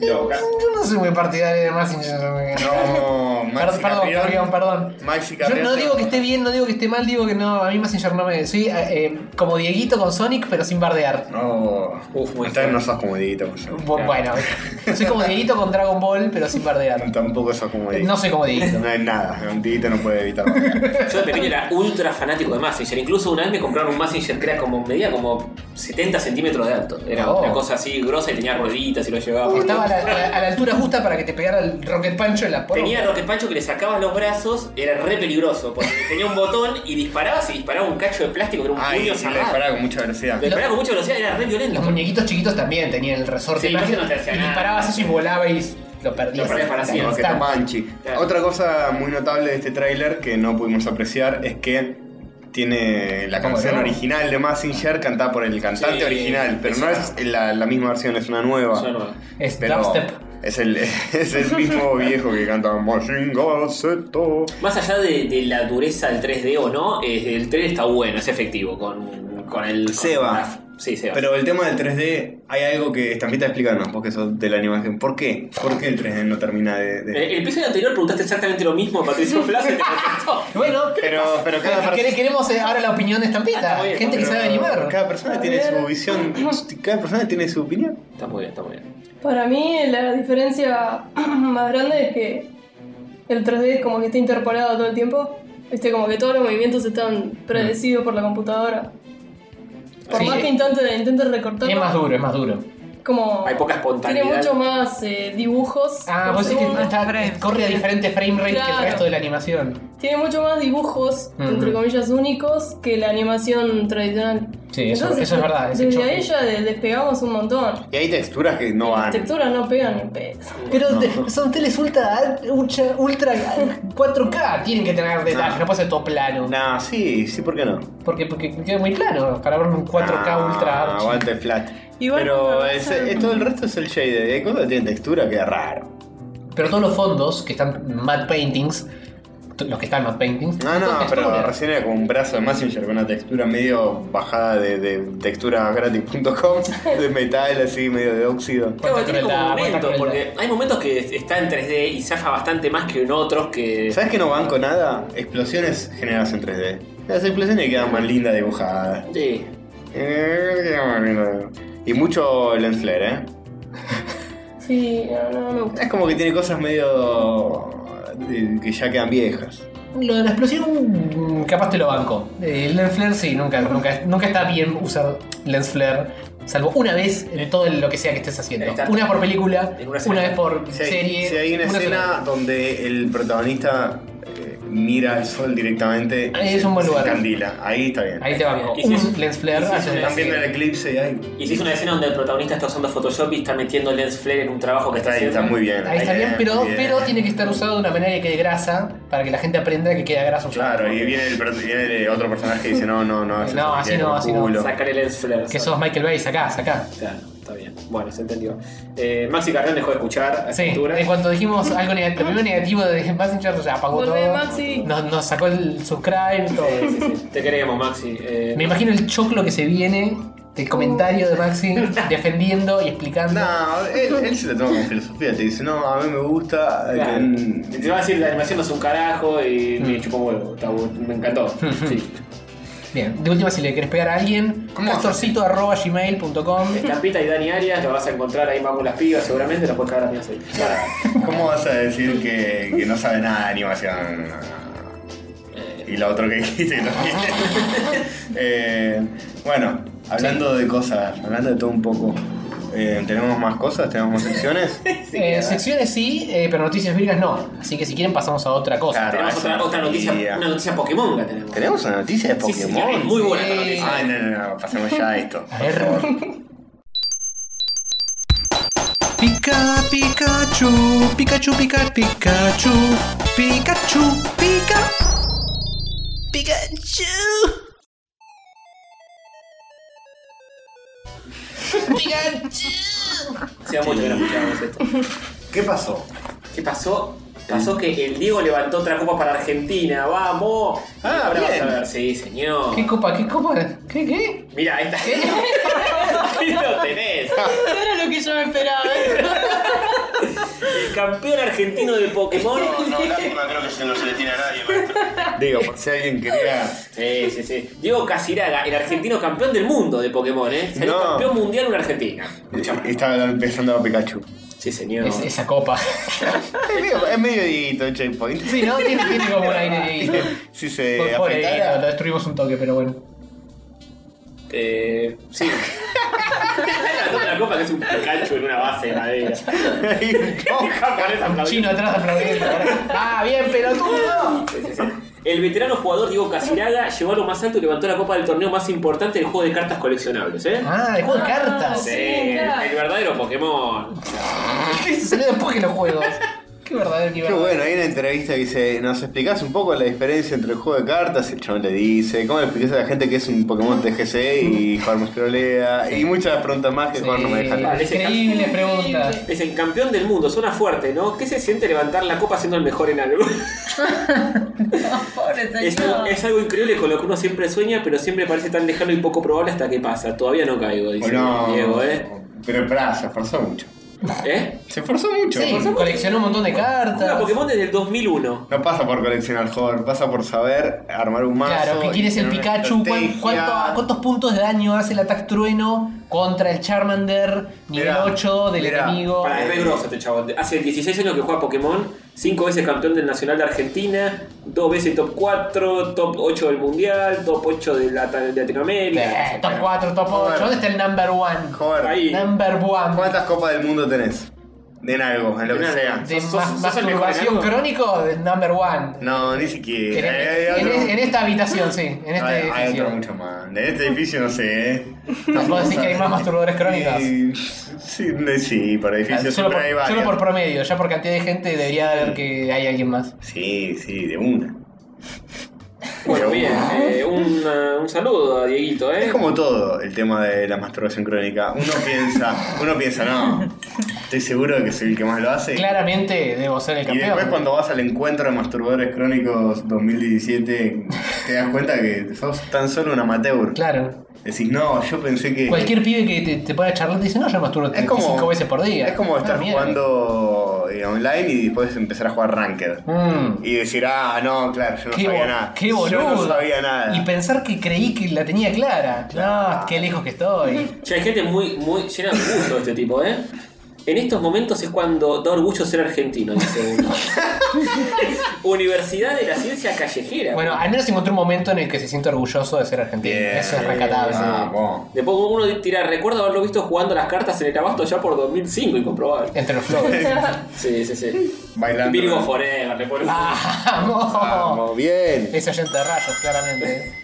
lo bancás.
Yo no soy muy partidario de Messenger.
No,
Perdón,
Maxi
perdón, perdón,
Caprión.
perdón.
Maxi
Yo
Caprión.
no digo que esté bien, no digo que esté mal, digo que no, a mí Messenger no me... Soy eh, eh, como Dieguito con Sonic, pero sin bardear.
No.
Uf, muy
Entonces
fuerte.
no sos pues, como Dieguito. por favor.
Bu- Bueno, soy como Dieguito con Dragon Ball, pero sin bardear.
Tampoco sos como Dieguito.
No soy como Dieguito.
No hay nada, un Dieguito no puede evitarlo.
Yo de pequeño era ultra fanático de Massinger. Incluso una vez me compraron un Massinger que era como, medía como 70 centímetros de alto. Era
Oh.
una cosa así grosa y tenía rueditas y lo
Oh,
llevaba.
Estaba a la, a- a la altura justa para que te pegara el Rocket Pancho en la poronga.
Tenía Rocket Pancho que le sacabas los brazos, era re peligroso, porque tenía un botón y disparabas y disparaba un cacho de plástico que era un
Ay,
puño
y le
cerrado.
disparaba con mucha velocidad.
Lo disparaba con mucha velocidad, era re violento.
Los muñequitos chiquitos también tenían el resorte.
Sí, pero eso no te hacía
y
nada.
disparabas eso y volaba y lo perdías.
Lo perdías para
Tan,
siempre.
Rocket
tan.
Panchi.
Claro.
Otra cosa muy notable de este tráiler que no pudimos apreciar es que tiene la
¿Cómo
canción
no?
original de Massinger cantada por el cantante
Sí,
original, pero no
esa.
es la, la misma versión, es una nueva.
Yo no.
Es
Pero
dubstep.
es el, es el mismo viejo que canta Massinger Z".
Más allá de, de la dureza del 3D o no, eh, el 3D está bueno, es efectivo con, con el. con
Seba.
la- sí, Seba.
Pero el tema del 3D, hay algo que Estampita explícanos, porque sos de la animación. ¿Por qué? ¿Por qué el 3D no termina de...? de-
Eh, el episodio anterior preguntaste exactamente lo mismo, Patricio Plaza y te contestó.
Y Bueno,
Pero, pero cada
quere-
persona...
queremos eh, ahora la opinión de
Ah,
Estampita.
está bien,
Gente que
pero
sabe animar.
Cada persona tiene su visión, cada persona tiene su opinión.
Está muy bien, está muy bien.
Para mí la diferencia más grande es que el 3D es como que está interpolado todo el tiempo. Viste, como que todos los movimientos están predecidos por la computadora. Por
Sí.
más que intente, intente
Es más
recortarlo,
duro, es más duro.
como
Hay poca espontaneidad.
tiene mucho más eh, dibujos.
Ah,
por
vos decís que
segundo.
está-
frames.
corre a diferente frame rate que
Claro.
el resto de la animación.
Tiene mucho más dibujos,
Ujú.
entre comillas, únicos que la animación tradicional.
Sí, eso- eso es verdad, ese
Desde
choque.
ahí ya de- despegamos un
Ah,
montón.
Y hay texturas que no van.
Las texturas no pegan ni pedo.
Pero son teles ultra, ultra, 4K. Tienen que tener detalles,
detalles,
no,
no
puede ser todo plano.
Nah, sí, sí, ¿por qué no?
Ah. Porque, porque queda muy plano para ver un 4K
Ah,
ultra archi.
Aguante flat.
Igual
Pero
cuando
es-
pasan-
es- todo el resto es el shade. Hay cosas que tienen textura que es raro.
Pero todos los fondos que están mad paintings, t- los que están mad paintings,
Ah, No,
son
no,
todas
pero
texturas.
recién era como un brazo de Messenger con una textura medio bajada de, de texturasgratis.com, de metal así, medio de óxido.
Claro, tiene como
crueldad, cuánta
momentos,
crueldad.
porque hay momentos que está en 3D y zafa bastante más que en otros que.
¿Sabes que no van con nada? Explosiones generadas en 3D. Las explosiones quedan más lindas dibujadas.
Sí.
Eh, quedan más lindas. Y mucho lens flare, ¿eh?
Sí, no, no, no me gusta.
Es como que tiene cosas medio. eh, que ya quedan viejas.
Lo de la explosión, mm, capaz te lo banco. Eh, El lens flare, sí, nunca, nunca, nunca está bien usar lens flare. Salvo una vez en todo lo que sea que estés haciendo.
Ahí está.
Una por película,
En una
una,
escena.
vez por
Si hay,
serie.
si hay una,
sola
escena
vez.
donde el protagonista eh, mira al sol directamente.
Ahí
y
es un buen
se
lugar.
Candila, ahí está bien.
Ahí te banco.
Y si es-
Un lens flare.
y si es
hace
una
Están
una
viendo el
serie.
eclipse y ahí.
Y si es una escena donde el protagonista está usando Photoshop y está metiendo lens flare en un trabajo que
Está,
está,
ahí, está
haciendo.
muy bien.
Ahí está bien, pero,
muy bien.
pero tiene que estar usado de una manera que quede grasa para que la gente aprenda que queda grasa usado.
Claro, y viene el, pro- viene el otro personaje y dice: No, no, no. eso
No,
se
así
queda
no,
como
así no.
culo".
Sacar el lens flare.
Que sos Michael Bay, sacá, sacá.
Claro, está bien. Bueno, se entendió. Eh, Maxi Carrión dejó de escuchar a esa
Sí,
altura.
en cuanto dijimos algo negativo, lo primero negativo de Messenger, ya apagó
Volvé,
todo.
Maxi.
Nos, nos sacó el subscribe, todo.
Sí, sí, sí. Te queremos, Maxi. Eh,
Me imagino el choclo que se viene el comentario de Maxi defendiendo y explicando.
No, él, él se la toma con filosofía, te dice, no, a mí me gusta. eh,
Claro.
que-
Te va a decir la animación no es un carajo y
Mm.
me chupó un huevo. Está bu- me encantó. Sí.
Bien, de última, si le querés pegar a alguien, castorcito.gmail.com.
Estampita y Dani Arias, la vas a encontrar ahí vamos las pibas seguramente, las puedes cagar las mías ahí.
¿Cómo vas a decir que, que no sabe nada de animación?
Eh.
Y lo otro que dijiste que no quiere. Eh, bueno, hablando de cosas, hablando de todo un poco. eh, ¿Tenemos más cosas? ¿Tenemos más secciones?
Eh, secciones sí, eh, pero noticias virgas no. Así que si quieren pasamos a otra cosa.
Claro.
Tenemos
esa
otra, otra noticia,
noticia.
una noticia Pokémon que tenemos.
¿Tenemos una noticia de
Sí, sí,
Pokémon?
es muy buena esta noticia.
Ay, no, no, no, pasemos ya a esto.
A ver.
Pica, Pikachu, Pikachu, pica, Pikachu, Pikachu, pica.
Sea mucho que no escuchábamos esto.
¿Qué pasó?
¿Qué pasó? Pasó que el Diego levantó otra copa para Argentina, vamos.
Ah,
Ahora
bien.
vas a ver, sí, señor.
¿Qué copa? ¿Qué copa? ¿Qué? ¿Qué?
Mira, ahí está. Ahí lo tenés.
Era lo que yo me esperaba. ¿eh?
El campeón argentino de Pokémon.
no, lástima, creo que se- no se le tiene a nadie, maestro.
Digo, por si alguien quería.
Sí, sí, sí. Diego Casiraga, el argentino campeón del mundo de Pokémon, ¿eh? Salió
No.
campeón mundial en Argentina.
eh, Estaba empezando a Pikachu.
Sí, señor.
Es- esa copa.
Es medio, es medio diguito el checkpoint.
Sí, ¿no? Tiene, tiene como un aire Eh, de...
Si se
Pobre, Dieguito, lo
afectara.
destruimos un toque, pero bueno.
Eh, sí. Levantó otra copa que es un Pikachu en una base de madera. Un japonés aplaudiendo.
Chino atrás aplaudiendo. ¡Ah, bien, pelotudo!
El veterano jugador Diego Casiraga llegó a lo más alto y levantó la copa del torneo más importante del juego de cartas coleccionables, ¿eh?
Ah, el juego de
Ah,
cartas.
Sí,
sí,
el,
claro.
el verdadero Pokémon.
Se salió después que los juegos. Qué verdadero
Qué
nivel.
bueno, hay una entrevista que dice, ¿nos explicás un poco la diferencia entre el juego de cartas? El chabón le dice, ¿cómo le explicás a la gente que es un Pokémon TGC y Juan me trolea? Y muchas preguntas más que
Sí,
Juan no me deja.
Increíble pregunta.
Increíble.
Es el campeón del mundo, suena fuerte, ¿no? ¿Qué se siente levantar la copa siendo el mejor en algo?
Pobre
es,
señor.
es algo increíble con lo que uno siempre sueña, pero siempre parece tan lejano y poco probable hasta que pasa. Todavía no caigo, dice Diego, ¿eh?
Pero pará, se esforzó mucho.
¿Eh?
Se esforzó mucho.
Sí, coleccionó un montón de
Juega
cartas.
Pokémon desde el 2001.
No pasa por coleccionar juegos, pasa por saber armar un mazo.
Claro, ¿qué
y
quiere el
tener una
Pikachu? ¿Cuán-
estrategia.
cuánto- ¿Cuántos puntos de daño hace el ataque trueno contra el Charmander nivel
Mirá,
8 del
mirá.
enemigo?
Para, es re grosso este chabón. Hace 16 años que juega Pokémon, 5 veces campeón del Nacional de Argentina, 2 veces top 4, top 8 del Mundial, top 8 de, la- de Latinoamérica.
Eh, top 4, top 8. ¿Dónde está el number one?
Joder,
Ahí.
Number one.
¿cuántas copas del mundo tenés? En algo, en lo que
En
sea.
algo.
De
¿Sos-
mas-
sos- sos el mejor
masturbación
enano?
crónico del number one.
No, ni
En, este- e-
siquiera. Hay- hay
en-
otro-
en- en esta habitación, sí. En este
hay, hay
edificio.
otro mucho más. En este edificio no sé, ¿eh?
¿Nos puedo decir que hay más masturbadores crónicos?
Y- Sí, de- sí, para edificios
Solo
siempre
por,
hay
solo
varias.
por promedio, ya por cantidad de gente debería haber que hay alguien más.
Sí, sí, de una.
Bueno, bien, eh, un, eh, un saludo a Dieguito, ¿eh?
Es como todo el tema de la masturbación crónica. Uno piensa, uno piensa, no, estoy seguro de que soy el que más lo hace.
Claramente debo ser el
Y después
campeón.
cuando vas al encuentro de masturbadores crónicos 2017, te das cuenta que sos tan solo un amateur.
Claro.
Decís, no, yo pensé que...
Cualquier pibe que te, te pueda charlar te dice, no, yo masturbo
Es como,
5 veces por día.
Es como
Ah,
estar
mierda.
jugando eh, online y después empezar a jugar Ranked.
Mm.
Y decir, ah, no, claro, yo no
Qué,
sabía
bo-
nada.
qué boludo.
Yo no sabía nada.
Y pensar que creí que la tenía clara. No, qué lejos que estoy.
Che, hay gente muy, muy llena de orgullo este tipo, ¿eh? En estos momentos es cuando da orgullo ser argentino, dice uno. Universidad de la Ciencia Callejera.
Bueno, al menos encontré un momento en el que se siente orgulloso de ser argentino.
Bien.
Eso es rescatable.
Vamos.
Después uno tira, recuerdo haberlo visto jugando las cartas en el abasto ya por 2005 y comprobar.
Entre los flores.
Sí, sí, sí.
Bailando.
Virgo Forever, le ponen.
Ah, ¡Vamos!
Vamos, bien.
Es oyente de rayos, claramente.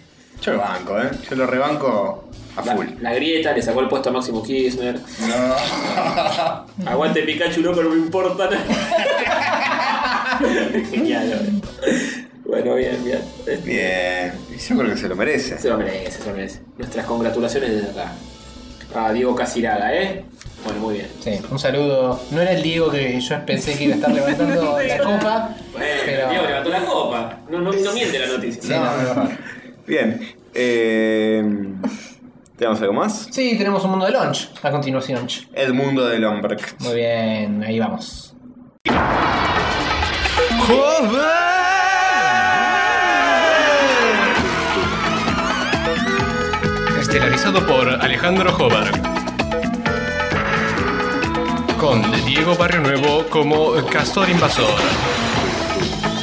Yo lo banco, ¿eh? Yo lo rebanco a
la,
full.
la grieta, le sacó el puesto a Máximo Kirchner.
No.
Aguante Pikachu, loco, no me importa nada. Genial, bro. Bueno, bien, bien. Este
bien. Yo creo que se lo merece.
Se lo merece, se lo merece. Nuestras congratulaciones desde acá. A Diego Casirada, ¿eh? Bueno, muy bien.
Sí, un saludo. No era el Diego que yo pensé que iba a estar levantando la copa,
Bueno,
pero.
Eh, Diego levantó la copa. No, no, no miente la noticia.
Sí, no, no, no.
Bien. eh, ¿Tenemos algo más?
Sí, tenemos un mundo de launch a continuación.
El mundo del hombre.
Muy bien, ahí vamos.
Estelarizado por Alejandro Jobar. Con Diego Barrio Nuevo como Castor Invasor.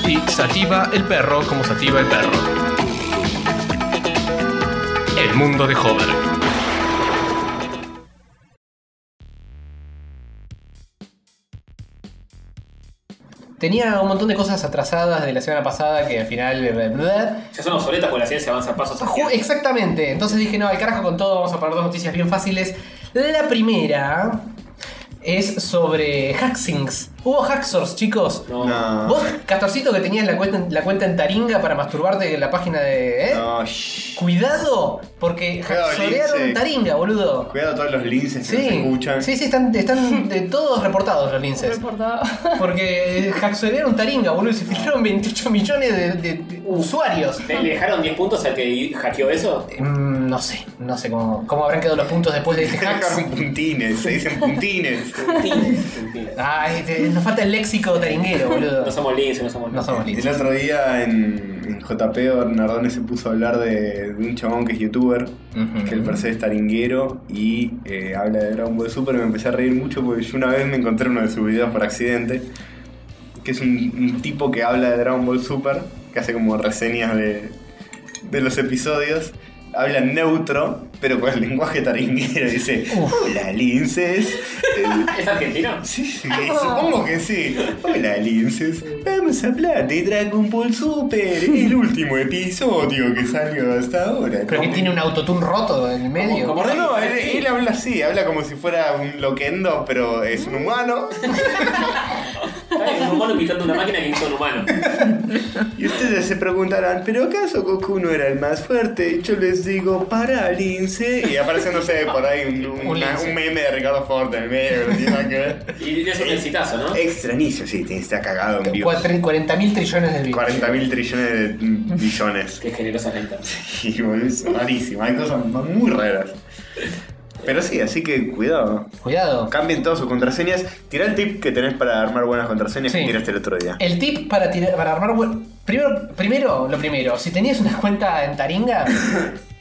Y Sativa el Perro como Sativa el Perro. El mundo de Jobar.
Tenía un montón de cosas atrasadas de la semana pasada que al final. eh, bla, bla, bla.
Ya son obsoletas porque la ciencia avanza pasos a
Ju-
gigantes.
Exactamente. Entonces dije, no, al carajo con todo, vamos a poner dos noticias bien fáciles. La primera es sobre Hacksings. Hubo Hacksaws, chicos.
No.
No.
Vos, Castorcito, que tenías la cuenta, en- la cuenta en Taringa para masturbarte en la página de... ¿eh?
No, shh.
Cuidado, porque
Cuidado,
hacksorearon
lince.
Taringa, boludo.
Cuidado todos los linces que se
Sí,
escuchan.
sí, sí, están, están de todos reportados los linces.
Reportado.
Porque eh, hacksorearon Taringa, boludo, y se filtraron 28 millones de, de- de usuarios.
¿Le le dejaron 10 puntos al que hackeó eso?
Mm, No sé, no sé cómo, cómo habrán quedado los puntos después de este
Dejaron
hack.
puntines, se dicen puntines.
Puntines, puntines.
Ay, te- Ah, este, nos falta el léxico taringuero, boludo.
No somos lince, no somos
No somos
El
linces.
otro día en, en JP Bernardone se puso a hablar de, de un chabón que es youtuber,
Ujú.
que el per se es taringuero y eh, habla de Dragon Ball Super. Me empecé a reír mucho porque yo una vez me encontré uno de sus videos por accidente, que es un, un tipo que habla de Dragon Ball Super, que hace como reseñas de, de los episodios. Habla neutro, pero con el lenguaje taringuero. Dice,
Oh.
hola, linces. Eh,
¿Es argentino?
Sí, sí,
Oh.
supongo que sí. Hola, linces. Vamos a hablar de Dragon Ball Super, el último episodio que salió hasta ahora.
Pero que tiene un autotune roto en el medio.
¿Cómo?
No, no, él, él habla así, habla como si fuera un loquendo, pero es un humano.
Ay, Un humano imitando una máquina que hizo un humano.
Y ustedes se preguntarán, ¿pero acaso Goku no era el más fuerte? Y yo les digo, para, lince. Y aparece, no sé, por ahí un, un-
Un
una-
lince.
un meme de Ricardo Ford en el medio, que no tiene nada que ver.
Y le hace un exitazo, ¿no?
Extrañísimo, sí, te- está cagado en vivo.
Cuatro- 40 mil trillones de views.
40 mil trillones de billones.
Qué generosa gente.
Y boludo, es rarísimo, hay cosas muy raras. Pero sí, así que cuidado.
Cuidado.
Cambien todas sus contraseñas. Tirá el tip que tenés para armar buenas contraseñas
Sí.
que tiraste el otro día.
El tip para, tirar- para armar. bu- Primero, primero, lo primero, si tenías una cuenta en Taringa,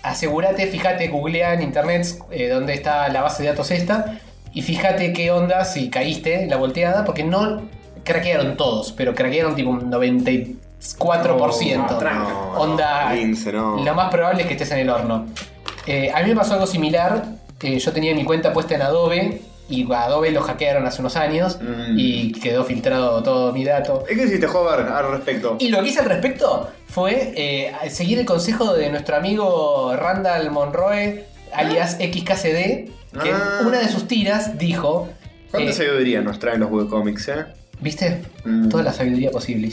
asegúrate, fíjate, googlea en internet eh, dónde está la base de datos esta y fíjate qué onda si caíste en la volteada, porque no craquearon todos, pero craquearon tipo un 94%.
tranca.
Eh, onda,
Lince, no.
lo más probable es que estés en el horno. Eh, a mí me pasó algo similar. eh, yo tenía mi cuenta puesta en Adobe y Adobe lo hackearon hace unos años
Mm.
y quedó filtrado todo mi dato.
¿Y ¿Qué hiciste, Hover, al respecto?
Y lo que hice al respecto fue eh, seguir el consejo de nuestro amigo Randall Monroe, alias XKCD, que en
Ah.
una de sus tiras dijo.
¿Cuánta
eh,
sabiduría nos traen los webcomics, eh?
¿Viste?
Mm.
Toda la sabiduría posible.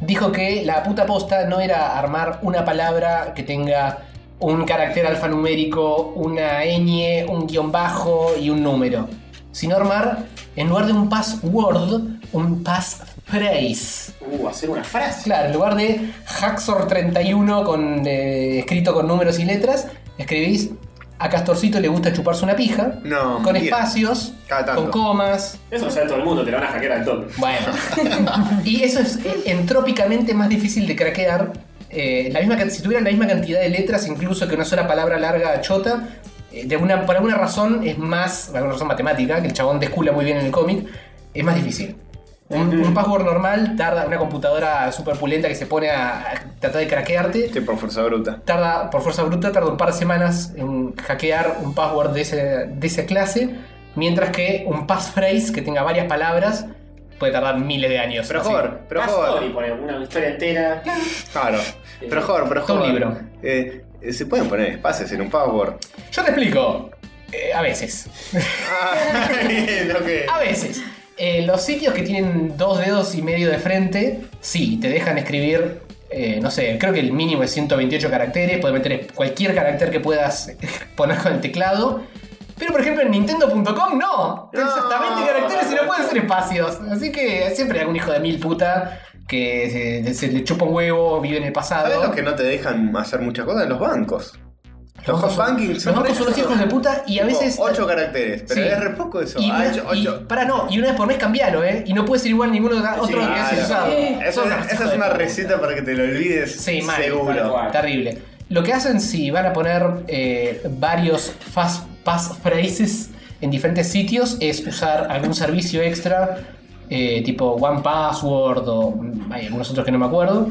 Dijo que la puta posta no era armar una palabra que tenga un carácter alfanumérico, una ñ, un guión bajo y un número. Sino armar, en lugar de un password, un passphrase.
Uh, hacer una frase.
Claro, en lugar de Haxor 31 con, eh, escrito con números y letras, escribís a Castorcito le gusta chuparse una pija.
No,
con
bien.
espacios,
Cada tanto.
con comas.
Eso lo sabe todo el mundo, te lo van a hackear al toque.
Bueno. y eso es eh, entrópicamente más difícil de craquear. Eh, la misma, can- si tuvieran la misma cantidad de letras, incluso que una sola palabra larga chota, eh, de alguna, por alguna razón es más, por alguna razón matemática, que el chabón descula muy bien en el cómic, es más difícil. Un, un password normal tarda, una computadora super pulenta que se pone a, a tratar de craquearte,
Estoy Este por fuerza bruta.
tarda, por fuerza bruta, tarda un par de semanas en hackear un password de, ese- de esa clase, mientras que un passphrase que tenga varias palabras puede tardar miles de años.
Pero
así.
Hover, pero
Más
Hover.
story, poner una historia entera.
Claro. Pero Hover, pero
Todo un
Hover.
libro.
Eh, eh, se pueden poner espacios en un password.
Yo te explico. Eh, a veces.
Ah, bien, ok.
A veces. Eh, los sitios que tienen dos dedos y medio de frente, sí, te dejan escribir, eh, no sé, creo que el mínimo es 128 caracteres, puedes meter cualquier carácter que puedas poner con el teclado. Pero por ejemplo en Nintendo.com no, Tiene
No.
exactamente caracteres y no pueden ser espacios. Así que siempre hay algún hijo de mil puta que se, se le chupa un huevo, vive en el
¿Sabes
pasado.
los que no te dejan hacer muchas cosas? Los bancos. Los
bancos son-
banking
Los
son
bancos son
precios.
los hijos de puta y a
Tipo,
veces.
Ocho caracteres, pero
Sí.
es re poco eso.
Y,
Ah,
una-
ocho,
y-
ocho.
pará, no, y una vez por mes cambialo, ¿eh? Y no puede ser igual ninguno de- otro que
Ah,
has
no.
usado.
Eso-
Son unos
Esa
hijos
es
de
una
puta.
receta para que te lo olvides.
Sí, mal, tal
seguro.
cual, terrible. Lo que hacen si van a poner eh, varios fast pass phrases en diferentes sitios es usar algún servicio extra, eh, tipo One Password o mm, hay algunos otros que no me acuerdo,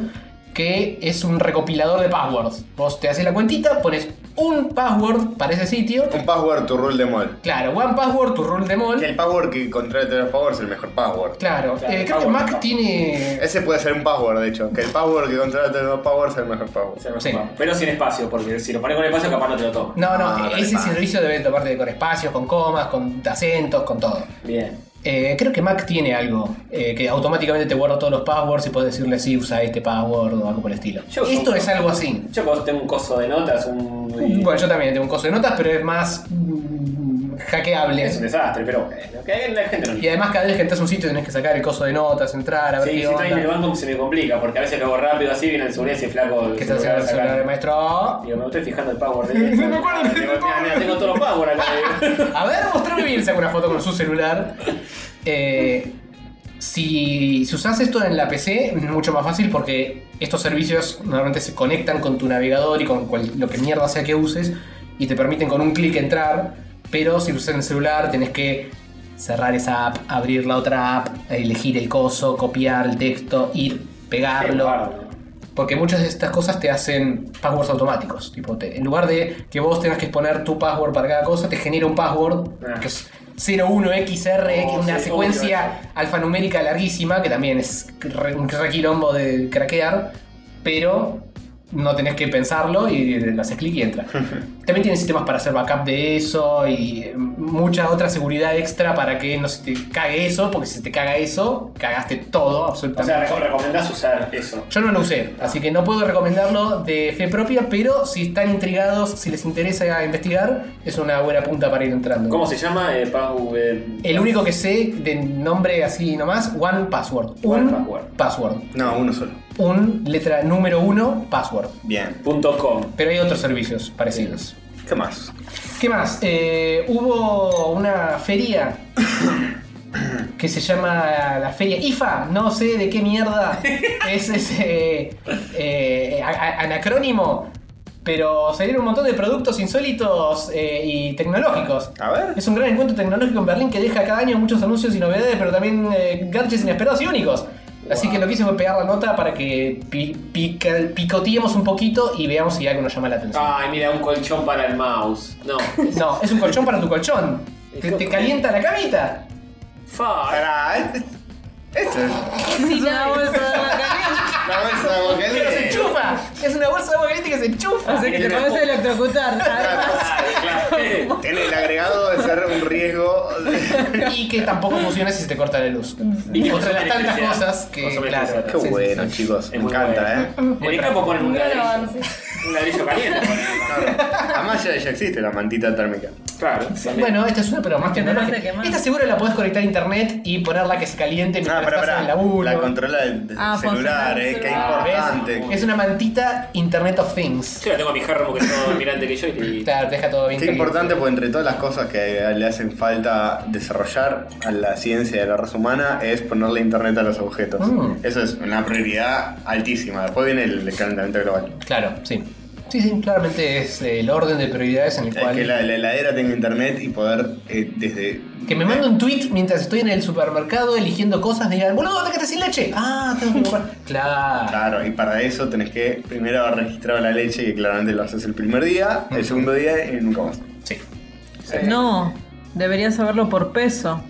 que es un recopilador de passwords. Vos te haces la cuentita, pones un password para ese sitio.
Un password to rule de mall.
Claro, One Password, tu rule de
Que
mall.
el password que contrate los favor es el mejor password.
Claro,
Claro,
eh,
el
creo que
password
Mac
no.
tiene...
Ese puede ser un password, de hecho. Que el password que contrate los favor es el mejor password.
Sí.
Pero sin espacio, porque si lo pones con espacio, capaz no te lo toma.
No, no,
Ah,
ese
vale,
servicio debe tomarte con espacios, con comas, con acentos, con todo.
Bien.
Eh, creo que Mac tiene algo eh, que automáticamente te guarda todos los passwords y puedes decirle sí, usa este password o algo por el estilo.
Yo-
Esto es algo así. Mm,
Yo cuando tengo un coso de notas, un.
Bueno, yo también tengo un coso de notas, pero es más mm, hackeable.
Es un desastre, pero bueno, que la gente no.
Y además cada vez que entras a un sitio tenés que sacar el coso de notas, entrar, a ver
Sí, si
qué
estoy en el
onda.
banco se me complica, porque a veces lo hago rápido así, viene el seguridad y ese flaco.
¿Qué está
se lo voy a
haciendo el
sacar.
celular del maestro?
Digo, me estoy fijando el ¿eh? power de No me acuerdo Tengo todos los power acá. digo.
A ver, mostrame bien, saca una foto con su celular. Eh, si, si usas esto en la PC, es mucho más fácil porque estos servicios normalmente se conectan con tu navegador y con cual- lo que mierda sea que uses y te permiten con un clic entrar. Pero si usas en el celular, tenés que cerrar esa app, abrir la otra app, elegir el coso, copiar el texto, ir, pegarlo. Porque muchas de estas cosas te hacen passwords automáticos. Tipo, te- en lugar de que vos tengas que exponer tu password para cada cosa, te genera un password
Ah.
que es 01XR,
Oh,
una
sí,
secuencia alfanumérica larguísima, que también es re- un requilombo de craquear, pero no tenés que pensarlo y le haces clic y entra. también tienen sistemas para hacer backup de eso y mucha otra seguridad extra para que no se te cague eso, porque si se te caga eso, cagaste todo
O
absolutamente.
sea, reco- recomendás usar eso.
Yo no lo usé, así que no puedo recomendarlo de fe propia, pero si están intrigados, si les interesa investigar, es una buena punta para ir entrando.
¿Cómo se llama? Eh, Pau, eh,
El único que sé de nombre así nomás, One Password.
One
un
Password.
password.
No, uno solo.
Un letra número uno, password.
Bien.
Punto com.
Pero hay otros servicios parecidos.
¿Qué más?
¿Qué más? Eh, hubo una feria que se llama la feria IFA, no sé de qué mierda es ese eh, a- a- anacrónimo, pero salieron un montón de productos insólitos eh, y tecnológicos.
A ver.
Es un gran encuentro tecnológico en Berlín que deja cada año muchos anuncios y novedades, pero también eh, gadgets inesperados y únicos. Así que lo que hice fue pegar la nota para que pi- pica- picoteemos un poquito y veamos si algo nos llama la atención.
Ay, mira, un colchón para el mouse. No.
No, es un colchón para tu colchón. Te, te calienta la camita.
Fa.
Pará, este- este es
Sin la bolsa de agua caliente.
la mesa de boca
Pero se
libre.
enchufa. Es una bolsa de agua caliente que se enchufa.
Así que te podés electrocutar. Además,
Claro. Eh,
En el agregado de ser un riesgo. de-
Y que tampoco funciona si se te corta la luz.
Y que
Otra de las
consume
tantas
electricidad.
cosas que.
Consume
Claro.
electricidad.
Qué
Sí, sí,
bueno,
sí.
chicos.
Es
Me
muy
encanta, ¿eh?
En el campo ponen un
Un gran
ladrillo,
avance.
un ladrillo caliente. ponen.
Además, eh. ya, ya existe la mantita térmica.
Claro. también.
Bueno, esta es una, pero más
Que no
tecnológica.
te quemas.
Esta seguro la podés conectar a internet y ponerla que se caliente
Ah,
mientras
pará,
estás en
pará.
el laburo.
La controla del del
Ah,
celular,
funciona
¿eh?
el
Qué
celular.
Ah, ¿Ves?
importante.
Es una mantita Internet of Things.
Yo la tengo a mi jarro porque es todo mirante que yo y te-
Claro, te deja todo bien
Qué
caliente.
importante, porque entre todas las cosas que le hacen falta desarrollar a la ciencia de la raza humana es ponerle internet a los objetos.
Mm.
Eso es una prioridad altísima. Después viene el calentamiento global.
Claro, sí. Sí, sí, claramente es eh, el orden de prioridades en el
Es
cual.
que la, la heladera tenga internet y poder eh, desde.
Que me mande un tweet mientras estoy en el supermercado eligiendo cosas, me digan, boludo, te quedaste sin leche. Ah, tengo que comprar. Claro.
Claro, y para eso tenés que primero haber registrado la leche, que claramente lo haces el primer día,
Mm.
el segundo día y nunca más.
Sí.
No, deberías saberlo por peso